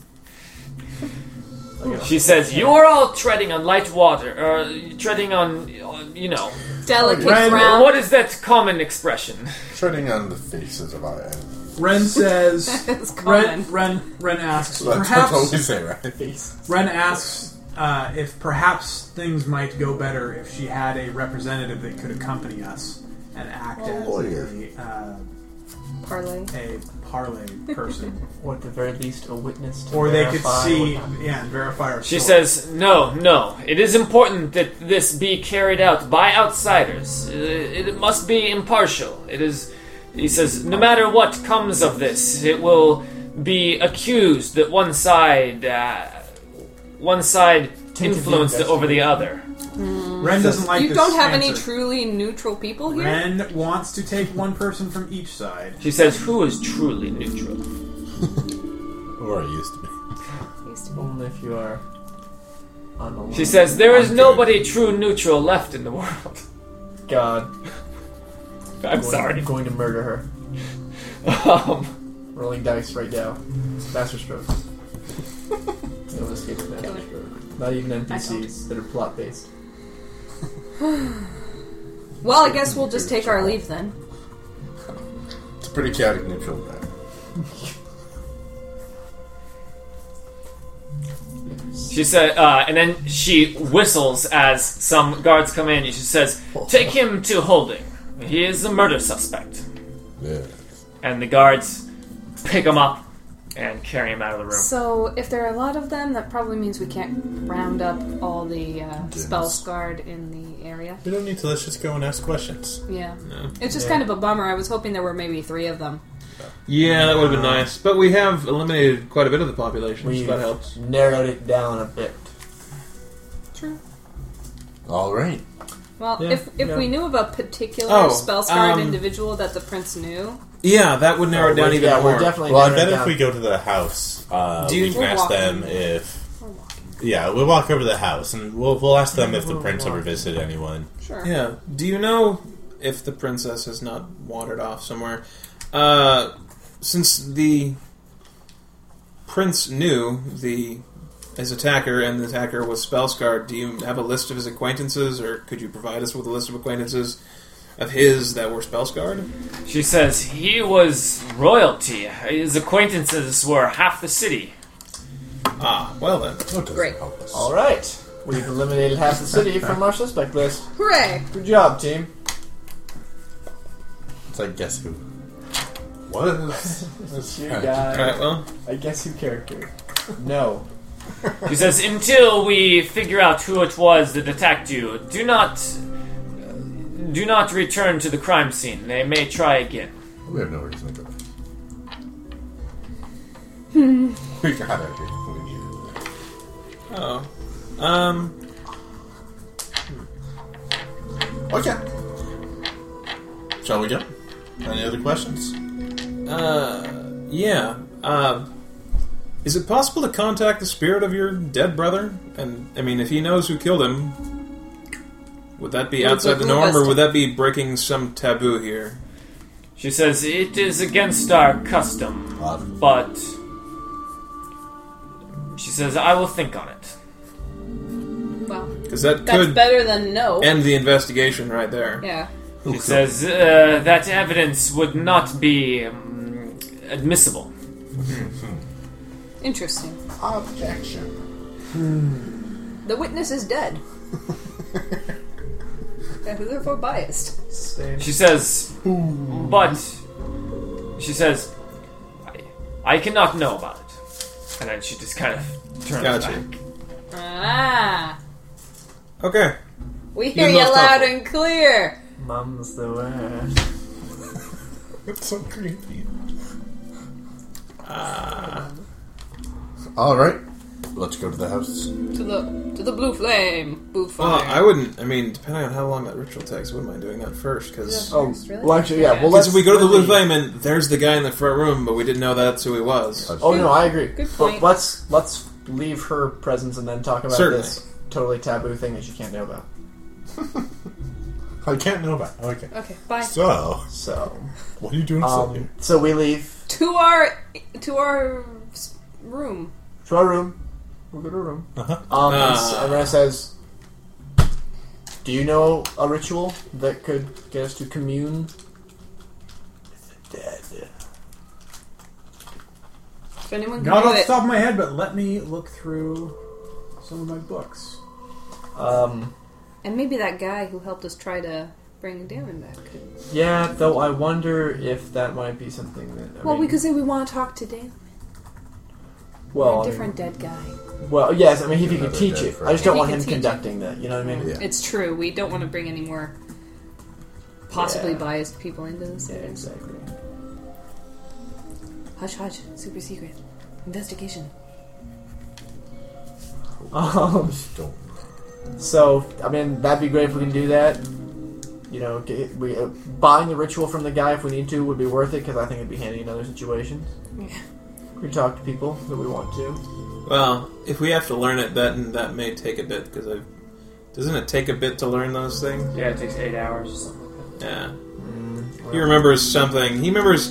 Speaker 3: She says, "You are all treading on light water, or treading on, uh, you know,
Speaker 4: Delicate
Speaker 5: Ren-
Speaker 4: ground.
Speaker 3: what is that common expression?"
Speaker 21: Treading on the faces of our enemies.
Speaker 5: Ren says.
Speaker 4: That's common.
Speaker 5: Ren, Ren, Ren
Speaker 21: That's
Speaker 5: asks.
Speaker 21: what we
Speaker 5: Perhaps
Speaker 21: say, right?
Speaker 5: Ren asks uh, if perhaps things might go better if she had a representative that could accompany us and act
Speaker 21: Oh, Lawyer.
Speaker 5: as a, uh,
Speaker 4: Parlay.
Speaker 5: a parlay person,
Speaker 7: Or at the very least, a witness to
Speaker 5: or they could
Speaker 7: verify
Speaker 5: see,
Speaker 7: what-
Speaker 5: yeah, and verify our.
Speaker 3: She
Speaker 5: source.
Speaker 3: says, No, no. It is important that this be carried out by outsiders. Uh, It must be impartial. It is. He says, No matter what comes of this, it will be accused that one side. Uh, one side influenced over the other.
Speaker 5: Ren doesn't like
Speaker 4: You
Speaker 5: this
Speaker 4: don't have any
Speaker 5: answer.
Speaker 4: truly neutral people here.
Speaker 5: Ren wants to take one person from each side.
Speaker 3: She says, Who is truly neutral?
Speaker 21: Or I used to be.
Speaker 7: Only if you are. On the
Speaker 3: She says, There is nobody true neutral left in the world.
Speaker 7: God.
Speaker 3: I'm
Speaker 7: going-
Speaker 3: sorry.
Speaker 7: going to murder her.
Speaker 3: Um,
Speaker 7: Rolling dice right now. Master stroke. no escape from master
Speaker 4: Killer.
Speaker 7: stroke. Not even NPCs that are plot based.
Speaker 4: Well, I guess we'll just take our leave then.
Speaker 21: It's a pretty chaotic neutral there.
Speaker 3: She said, uh, and then she whistles as some guards come in. and She says, "Take him to holding. He is a murder suspect."
Speaker 21: Yeah.
Speaker 3: And the guards pick him up and carry him out of the room.
Speaker 1: So, if there are a lot of them, that probably means we can't round up all the uh, spell scarred in the area.
Speaker 9: We don't need to. Let's just go and ask questions.
Speaker 4: Yeah.
Speaker 8: No.
Speaker 4: It's just kind of a bummer. I was hoping there were maybe three of them.
Speaker 8: Yeah, that would have been nice. But we have eliminated quite a bit of the population, so
Speaker 7: We've
Speaker 8: that helps.
Speaker 7: narrowed it down a bit.
Speaker 4: True.
Speaker 21: All right.
Speaker 4: Well,
Speaker 8: Yeah,
Speaker 4: if if
Speaker 7: yeah.
Speaker 4: we knew of a particular
Speaker 8: Oh,
Speaker 4: spell scarred
Speaker 8: um,
Speaker 4: individual that the prince knew,
Speaker 8: Yeah, that would narrow it down
Speaker 7: We're-
Speaker 8: even
Speaker 7: yeah,
Speaker 8: more.
Speaker 7: we're definitely
Speaker 9: Well, I
Speaker 7: narrowed
Speaker 9: bet
Speaker 7: it
Speaker 9: if
Speaker 7: down.
Speaker 9: we go to the house, uh,
Speaker 8: Do you-
Speaker 9: we can ask them
Speaker 4: We're
Speaker 9: if.
Speaker 4: we're walking.
Speaker 9: Yeah, we'll walk over to the house and we'll, we'll ask them if the
Speaker 7: We'll
Speaker 9: prince
Speaker 7: walk.
Speaker 9: ever visited anyone.
Speaker 4: Sure.
Speaker 8: Yeah. Do you know if the princess has not wandered off somewhere? Uh, since the prince knew the his attacker and the attacker was Spellscar, do you have a list of his acquaintances, or could you provide us with a list of acquaintances of his that were Spellscarred?
Speaker 3: She says, "He was royalty. His acquaintances were half the city."
Speaker 8: Ah, well then.
Speaker 21: That doesn't
Speaker 4: Great.
Speaker 21: help us.
Speaker 7: Alright. We've eliminated half the city from our suspect list.
Speaker 4: Hooray!
Speaker 7: Good job, team.
Speaker 21: It's like guess who. Was. That's
Speaker 7: You
Speaker 21: kinda-
Speaker 8: All
Speaker 7: got
Speaker 8: right. Well,
Speaker 7: I guess who character. No.
Speaker 3: She says, "Until we figure out who it was that attacked you, do not, do not return to the crime scene. They may try again."
Speaker 21: We have no reason to go back. we got everything we needed.
Speaker 8: oh, um,
Speaker 9: Okay. Shall we go? Any other questions?
Speaker 8: uh, yeah. Uh, is it possible to contact the spirit of your dead brother? And I mean, if he knows who killed him, would that be
Speaker 4: Would
Speaker 8: outside the
Speaker 4: behoove
Speaker 8: norm,
Speaker 4: us
Speaker 8: or
Speaker 4: to-
Speaker 8: would that be breaking some taboo here?
Speaker 3: She says, It is against our custom,
Speaker 9: Uh,
Speaker 21: Love.
Speaker 3: but. She says, I will think on it.
Speaker 4: Well,
Speaker 8: Because that
Speaker 4: that's
Speaker 8: could
Speaker 4: better than no.
Speaker 8: end the investigation right there.
Speaker 4: yeah.
Speaker 8: Who
Speaker 3: She
Speaker 8: killed-
Speaker 3: says, uh, That evidence would not be um, admissible.
Speaker 1: Interesting.
Speaker 21: Objection.
Speaker 4: The witness is dead. and therefore biased.
Speaker 3: She says, but she says, I, I cannot know about it. And then she just kind of turns
Speaker 6: Gotcha.
Speaker 3: back.
Speaker 4: Ah,
Speaker 6: Okay.
Speaker 4: we hear
Speaker 6: You
Speaker 4: you
Speaker 6: must
Speaker 4: loud
Speaker 6: help.
Speaker 4: and clear.
Speaker 3: Mum's the word.
Speaker 21: It's so creepy. Uh, all right, let's go to the house.
Speaker 4: To the to the blue flame, blue
Speaker 8: Uh,
Speaker 4: flame.
Speaker 6: Well, I wouldn't. I mean, depending on how long that ritual takes, I wouldn't mind doing that first because.
Speaker 4: Yeah. Oh, Really? well, actually,
Speaker 7: yeah, well, let's-
Speaker 6: we go to the
Speaker 7: let
Speaker 6: blue
Speaker 7: me-
Speaker 6: flame and there's the guy in the front room, but we didn't know that's who he was.
Speaker 7: Oh no, I agree.
Speaker 4: Good point.
Speaker 7: But let's let's leave her presence and then talk about
Speaker 6: Certainly.
Speaker 7: this totally taboo thing that you can't know about.
Speaker 21: I can't know about. Okay.
Speaker 4: Okay, bye.
Speaker 21: So,
Speaker 7: So,
Speaker 21: what are you doing sitting
Speaker 7: um,
Speaker 21: here?
Speaker 7: so we leave
Speaker 4: to our to our s- room.
Speaker 7: to our room. We go to our room.
Speaker 21: Uh-huh.
Speaker 7: Um, and s-
Speaker 6: Ah.
Speaker 7: and Rena says, "Do you know a ritual that could get us to commune?" with the Dead.
Speaker 4: If anyone can
Speaker 5: Not
Speaker 4: do
Speaker 5: off the
Speaker 4: it,
Speaker 5: top of my head, but let me look through some of my books.
Speaker 7: Um,
Speaker 4: and maybe that guy who helped us try to bring Damon back. Could...
Speaker 7: yeah, though I wonder if that might be something that. I
Speaker 4: Well, we
Speaker 7: mean,
Speaker 4: could say we want to talk to Damon,
Speaker 7: Well,
Speaker 4: a
Speaker 7: I mean-
Speaker 4: different dead guy.
Speaker 7: Well, yes. I mean, if you could
Speaker 21: Another
Speaker 7: teach
Speaker 21: dead
Speaker 7: it,
Speaker 21: friend.
Speaker 7: I just don't
Speaker 4: If
Speaker 7: want
Speaker 4: he
Speaker 7: him
Speaker 4: could teach it.
Speaker 7: conducting that. You know what I mean?
Speaker 21: Yeah.
Speaker 4: It's true. We don't want to bring any more possibly
Speaker 7: Yeah.
Speaker 4: biased people into this.
Speaker 7: Yeah,
Speaker 4: I guess.
Speaker 7: exactly.
Speaker 4: Hush, hush. Super secret investigation.
Speaker 7: Um,
Speaker 21: Don't.
Speaker 7: so I mean, that'd be great if we can do that. You know, get, we uh, buying the ritual from the guy if we need to would be worth it because I think it'd be handy in other situations.
Speaker 4: Yeah.
Speaker 7: We can talk to people that we want to.
Speaker 6: Well, if we have to learn it, that that may take a bit because I. Doesn't it take a bit to learn those things?
Speaker 3: Yeah, it takes eight hours or something. like
Speaker 6: Yeah.
Speaker 7: Mm,
Speaker 6: He remembers something. He remembers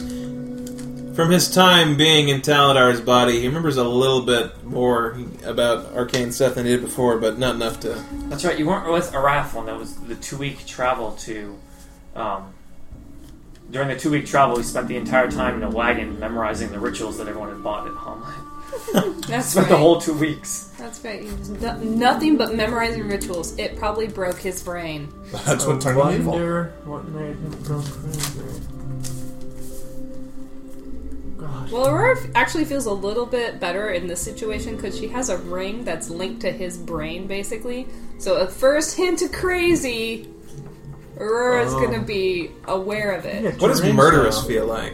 Speaker 6: from his time being in Taladar's body. He remembers a little bit more about arcane stuff than he did before, but not enough to.
Speaker 3: that. That's right. You weren't with Araf when that was the two-week travel to. Um, during the two-week travel, we spent the entire time in a wagon memorizing the rituals that everyone had bought at home.
Speaker 4: That's
Speaker 3: spent
Speaker 4: right.
Speaker 3: the whole two weeks.
Speaker 4: That's right. It was no- nothing but memorizing rituals. It probably broke his brain.
Speaker 21: That's what turned him evil.
Speaker 7: Uh, Wonder what made him go crazy. God.
Speaker 4: Well, Aurora f- actually feels a little bit better in this situation because she has a ring that's linked to his brain, basically. So a first hint of crazy, Aurora's
Speaker 7: Oh.
Speaker 4: gonna be aware of it.
Speaker 6: What does
Speaker 7: Dreams
Speaker 6: murderous
Speaker 7: now.
Speaker 6: feel like?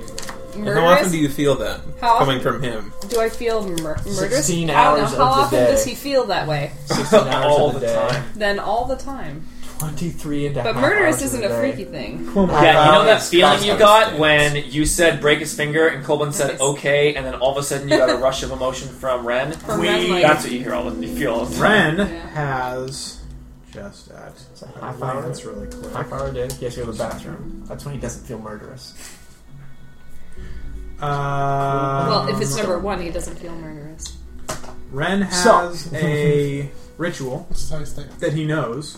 Speaker 6: And how
Speaker 4: Murderous?
Speaker 6: often do you feel that
Speaker 4: How
Speaker 6: coming from him?
Speaker 4: Do I feel mur- murderous?
Speaker 7: 16
Speaker 4: I don't
Speaker 7: hours
Speaker 4: know.
Speaker 7: of
Speaker 4: How
Speaker 7: the
Speaker 4: often
Speaker 7: day.
Speaker 4: does he feel that way?
Speaker 7: 16 hours
Speaker 3: All
Speaker 7: of
Speaker 3: the
Speaker 7: the, day.
Speaker 3: time.
Speaker 4: Then all the time.
Speaker 7: 23 and a
Speaker 4: But
Speaker 7: half
Speaker 4: murderous
Speaker 7: hours of
Speaker 4: isn't
Speaker 7: the
Speaker 4: a
Speaker 7: day.
Speaker 4: freaky thing.
Speaker 3: Yeah, you know that
Speaker 21: it's
Speaker 3: feeling
Speaker 21: crossed
Speaker 3: you
Speaker 21: out
Speaker 3: got
Speaker 21: states.
Speaker 3: when you said break his finger and Colbin said
Speaker 4: Nice.
Speaker 3: okay, and then all of a sudden you got a rush of emotion from Ren.
Speaker 4: From
Speaker 5: We-
Speaker 4: Red Light.
Speaker 3: That's what you hear all the, you feel all the time.
Speaker 5: Ren
Speaker 4: Yeah.
Speaker 5: has just at
Speaker 7: It's a half hour.
Speaker 5: That's really clear.
Speaker 7: Half hour a day. He has to go to the bathroom. That's when he doesn't feel murderous.
Speaker 5: Uh,
Speaker 4: well, if
Speaker 7: Um,
Speaker 4: it's number one, he doesn't feel murderous.
Speaker 5: Ren
Speaker 7: So-
Speaker 5: has a ritual
Speaker 21: That's how I stay.
Speaker 5: that he knows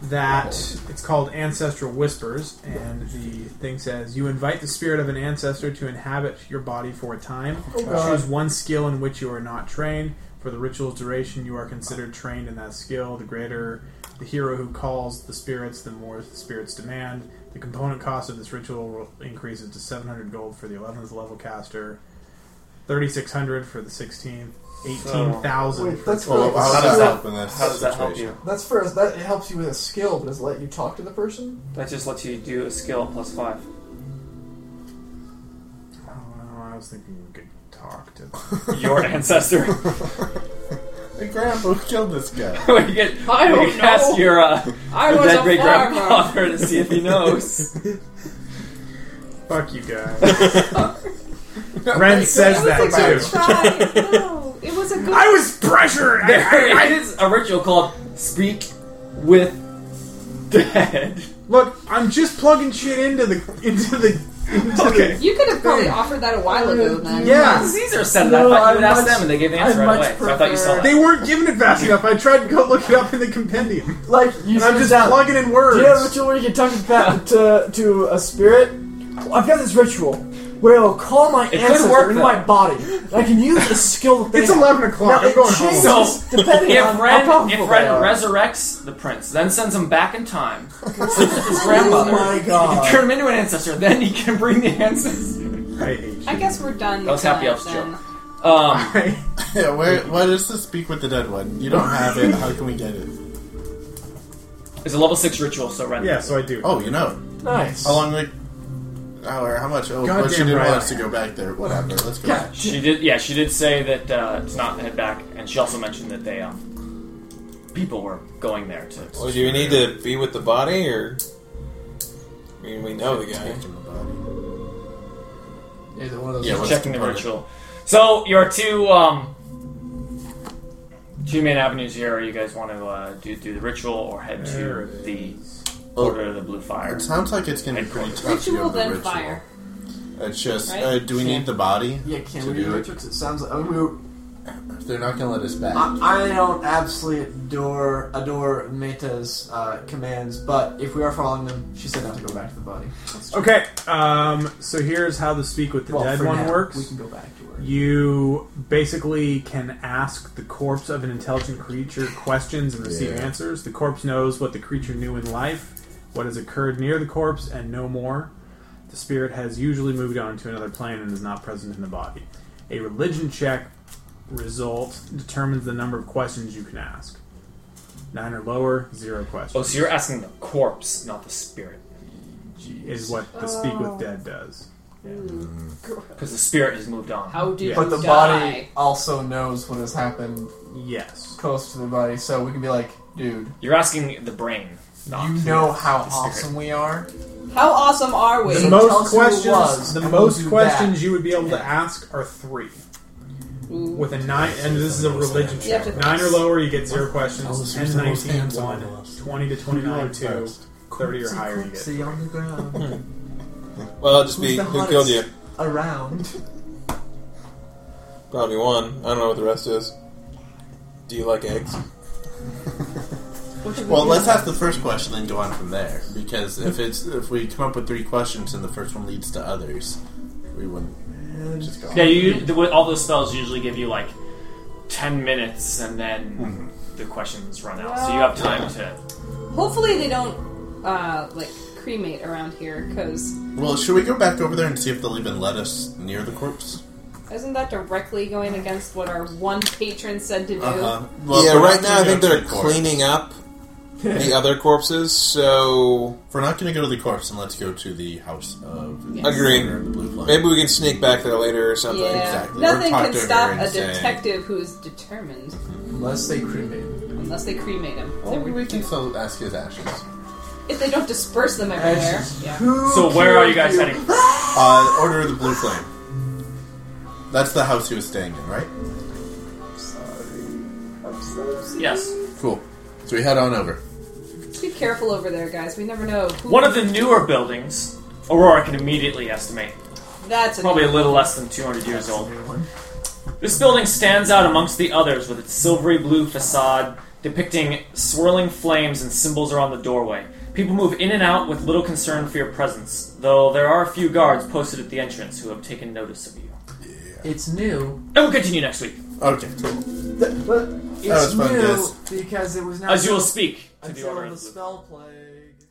Speaker 5: that it's called ancestral whispers and the thing says you invite the spirit of an ancestor to inhabit your body for a time
Speaker 7: Oh,
Speaker 5: choose one skill in which you are not trained for the ritual's duration you are considered trained in that skill the greater the hero who calls the spirits the more the spirits demand the component cost of this ritual will- increases to 700 gold for the 11th level caster 3600 for the 16th 18000
Speaker 7: Wait,
Speaker 5: for
Speaker 7: that's
Speaker 5: the
Speaker 21: Well, how does that help in this
Speaker 3: How does that help
Speaker 21: situation?
Speaker 3: you?
Speaker 7: That's first. That it helps you with a skill, but does it let you talk to the person?
Speaker 3: That just lets you do a skill at plus five.
Speaker 5: Oh, I was thinking we could talk to
Speaker 3: Your ancestor.
Speaker 21: Hey, Grandpa, who killed this guy?
Speaker 3: we get,
Speaker 4: I
Speaker 3: we
Speaker 4: don't
Speaker 3: can ask
Speaker 4: know.
Speaker 3: your, uh,
Speaker 4: I
Speaker 3: your
Speaker 4: was
Speaker 3: dead
Speaker 4: a
Speaker 3: great
Speaker 4: farmer.
Speaker 3: grandfather to see if he knows.
Speaker 5: Fuck you guys. Ren says
Speaker 4: it was a good
Speaker 5: that too.
Speaker 4: try. No, it was a good.
Speaker 5: I was pressured. I- I-
Speaker 3: there
Speaker 5: I-
Speaker 3: is a ritual called speak with dead.
Speaker 5: look, I'm just plugging shit into the into the. Into
Speaker 3: Okay.
Speaker 4: you could have probably offered that a while ago. Then.
Speaker 5: Yeah.
Speaker 3: Caesar said that.
Speaker 7: No,
Speaker 3: I thought you would
Speaker 7: I'm
Speaker 3: ask
Speaker 7: much-
Speaker 3: them and they gave the answer
Speaker 7: I'm
Speaker 3: right
Speaker 7: much
Speaker 3: away. So I thought you saw
Speaker 7: prefer-
Speaker 5: The, they
Speaker 3: that.
Speaker 5: weren't giving it fast enough. I tried to go look it up in the compendium,
Speaker 7: Like you
Speaker 5: and I'm just
Speaker 7: out.
Speaker 5: plugging in
Speaker 7: Do
Speaker 5: words.
Speaker 7: you have a ritual where you can talk to, to, to a spirit? Well, I've got this ritual. will call my
Speaker 3: could
Speaker 7: ancestor
Speaker 3: work,
Speaker 7: in
Speaker 3: though.
Speaker 7: my body. I can use a skill that they
Speaker 5: It's
Speaker 7: have.
Speaker 5: 11 o'clock.
Speaker 7: Now,
Speaker 5: I'm going
Speaker 7: it changes
Speaker 5: home.
Speaker 3: So,
Speaker 7: depending on
Speaker 3: if
Speaker 7: how
Speaker 3: Ren,
Speaker 7: powerful
Speaker 3: if Ren
Speaker 7: they are.
Speaker 3: resurrects the prince, then sends him back in time, sends him to his grandmother,
Speaker 7: Oh my God.
Speaker 3: he can turn him into an ancestor, then he can bring the ancestor.
Speaker 4: I guess we're done.
Speaker 3: That was
Speaker 4: with
Speaker 3: Happy
Speaker 4: that
Speaker 3: Elf's
Speaker 4: then.
Speaker 3: joke. Um,
Speaker 9: yeah, where, why does this speak with the dead one? You don't have it. How can we get it?
Speaker 3: it's a level 6 ritual, so Ren.
Speaker 5: Yeah, so I do.
Speaker 9: Oh, you know.
Speaker 7: Nice.
Speaker 9: How long would? Hour? How much? Oh, but she
Speaker 5: Goddamn
Speaker 9: didn't
Speaker 5: right.
Speaker 9: want us to go back there. Whatever. Let's go. back.
Speaker 3: She did, yeah, she did say that uh, to not head back, and she also mentioned that they, um, people were going there to.
Speaker 8: Well, do you need to be with the body, or I mean, we know the guy.
Speaker 7: Either one of those.
Speaker 9: Yeah, what's
Speaker 3: checking the
Speaker 9: part of it?
Speaker 3: ritual. So your two um, two main avenues here. You guys want to uh, do do the ritual or head to the Order of the Blue Fire?
Speaker 9: It Oh, sounds like it's gonna be pretty tough to
Speaker 4: Ritual
Speaker 9: go
Speaker 4: then
Speaker 9: the ritual.
Speaker 4: fire.
Speaker 9: It's just,
Speaker 4: Right?
Speaker 9: uh, do we need the body?
Speaker 7: Yeah, can
Speaker 9: to
Speaker 7: we do
Speaker 9: do it?
Speaker 7: Matrix? It sounds like I, mean, we were-
Speaker 9: They're not gonna let us back.
Speaker 4: Ah.
Speaker 7: I, I don't absolutely adore adore Meta's uh, commands, but if we are following them, she said not to go back to the body.
Speaker 5: Okay, um, so here's how the speak with the
Speaker 7: Well,
Speaker 5: dead
Speaker 7: for
Speaker 5: one
Speaker 7: now,
Speaker 5: works.
Speaker 7: We can go back to her.
Speaker 5: You basically can ask the corpse of an intelligent creature questions and receive
Speaker 9: Yeah.
Speaker 5: answers. The corpse knows what the creature knew in life, what has occurred near the corpse, and no more. The spirit has usually moved on to another plane and is not present in the body. A religion check result determines the number of questions you can ask. Nine or lower, zero
Speaker 3: Oh,
Speaker 5: questions
Speaker 3: so you're asking the corpse, not the spirit,
Speaker 5: is what the speak with dead does.
Speaker 3: because the spirit has moved on.
Speaker 20: How did
Speaker 5: Yeah.
Speaker 20: you
Speaker 7: But the
Speaker 20: die?
Speaker 7: body also knows what has happened
Speaker 5: Yes.
Speaker 7: close to the body, so we can be like, dude,
Speaker 3: You're asking the brain, not
Speaker 7: you know how
Speaker 3: the spirit.
Speaker 7: awesome we are.
Speaker 20: How awesome are we?
Speaker 5: The
Speaker 7: So tell
Speaker 5: most
Speaker 7: us who it
Speaker 5: questions,
Speaker 7: was,
Speaker 5: the
Speaker 7: and
Speaker 5: most
Speaker 7: we'll do
Speaker 5: questions
Speaker 7: that.
Speaker 5: you would be able to ask are three.
Speaker 20: Ooh.
Speaker 5: With a nine, and this is a religion
Speaker 20: You have
Speaker 5: check.
Speaker 20: to-
Speaker 5: Nine or lower, you get zero
Speaker 9: All the
Speaker 5: questions. 10
Speaker 9: systems
Speaker 5: to 19,
Speaker 9: hands on
Speaker 5: 1.
Speaker 9: us.
Speaker 5: 20 to 29, 2.
Speaker 9: Christ.
Speaker 5: 30 or higher, you get.
Speaker 7: See on the ground,
Speaker 8: Well, it'll just be
Speaker 7: Who's the
Speaker 8: who killed you.
Speaker 7: hottest? around.
Speaker 8: Probably one. I don't know what the rest is. Do you like eggs?
Speaker 9: Well, let's ask the first question and go on from there. Because if it's if we come up with three questions and the first one leads to others, we wouldn't eh, just go.
Speaker 3: Yeah, you the, all those spells usually give you like ten minutes, and then
Speaker 9: Mm-hmm.
Speaker 3: the questions run out, so you have time to.
Speaker 4: Hopefully they don't uh, like cremate around here because
Speaker 9: Well, should we go back over there and see if they'll even let us near the corpse?
Speaker 4: isn't that directly going against what our one patron said to do?
Speaker 9: Uh-huh.
Speaker 8: yeah,
Speaker 9: if we're
Speaker 8: right
Speaker 9: not
Speaker 8: now I
Speaker 9: gonna
Speaker 8: think
Speaker 9: go to
Speaker 8: they're
Speaker 9: the corpse-
Speaker 8: cleaning up the other corpses, so
Speaker 9: If we're not going to go to the corpse, then let's go to the house of
Speaker 4: Yes.
Speaker 8: Agreed.
Speaker 9: the blue flag.
Speaker 8: maybe we can sneak back there later or something.
Speaker 4: Yeah,
Speaker 9: Exactly. Or
Speaker 4: nothing
Speaker 9: talk
Speaker 4: can
Speaker 9: to her
Speaker 4: stop
Speaker 9: and
Speaker 4: a
Speaker 9: say-
Speaker 4: detective who is determined
Speaker 7: Unless they cremate.
Speaker 4: unless they cremate him.
Speaker 9: Well, we can still ask his ashes.
Speaker 4: If they don't disperse them everywhere,
Speaker 7: Ashes.
Speaker 4: yeah.
Speaker 7: Who
Speaker 3: So where are you
Speaker 7: killed
Speaker 3: guys heading?
Speaker 9: Uh, Order of the Blue Flame. That's the house he was staying in, right?
Speaker 3: Yes.
Speaker 9: Cool. So we head on over.
Speaker 4: Just be careful over there, guys. We never know. Who
Speaker 3: One of the newer buildings, Aurora can immediately estimate,
Speaker 4: that's a
Speaker 3: probably a little less than 200 years old. This building stands out amongst the others with its silvery blue facade depicting swirling flames and symbols around the doorway. People move in and out with little concern for your presence, though there are a few guards posted at the entrance who have taken notice of you.
Speaker 7: It's new.
Speaker 3: And we'll continue next week
Speaker 9: Okay, cool.
Speaker 7: It's
Speaker 9: was fun,
Speaker 7: new
Speaker 9: guys.
Speaker 7: because it was not
Speaker 3: as you will speak to the
Speaker 7: until
Speaker 3: order
Speaker 7: the
Speaker 3: of the
Speaker 7: spell plague.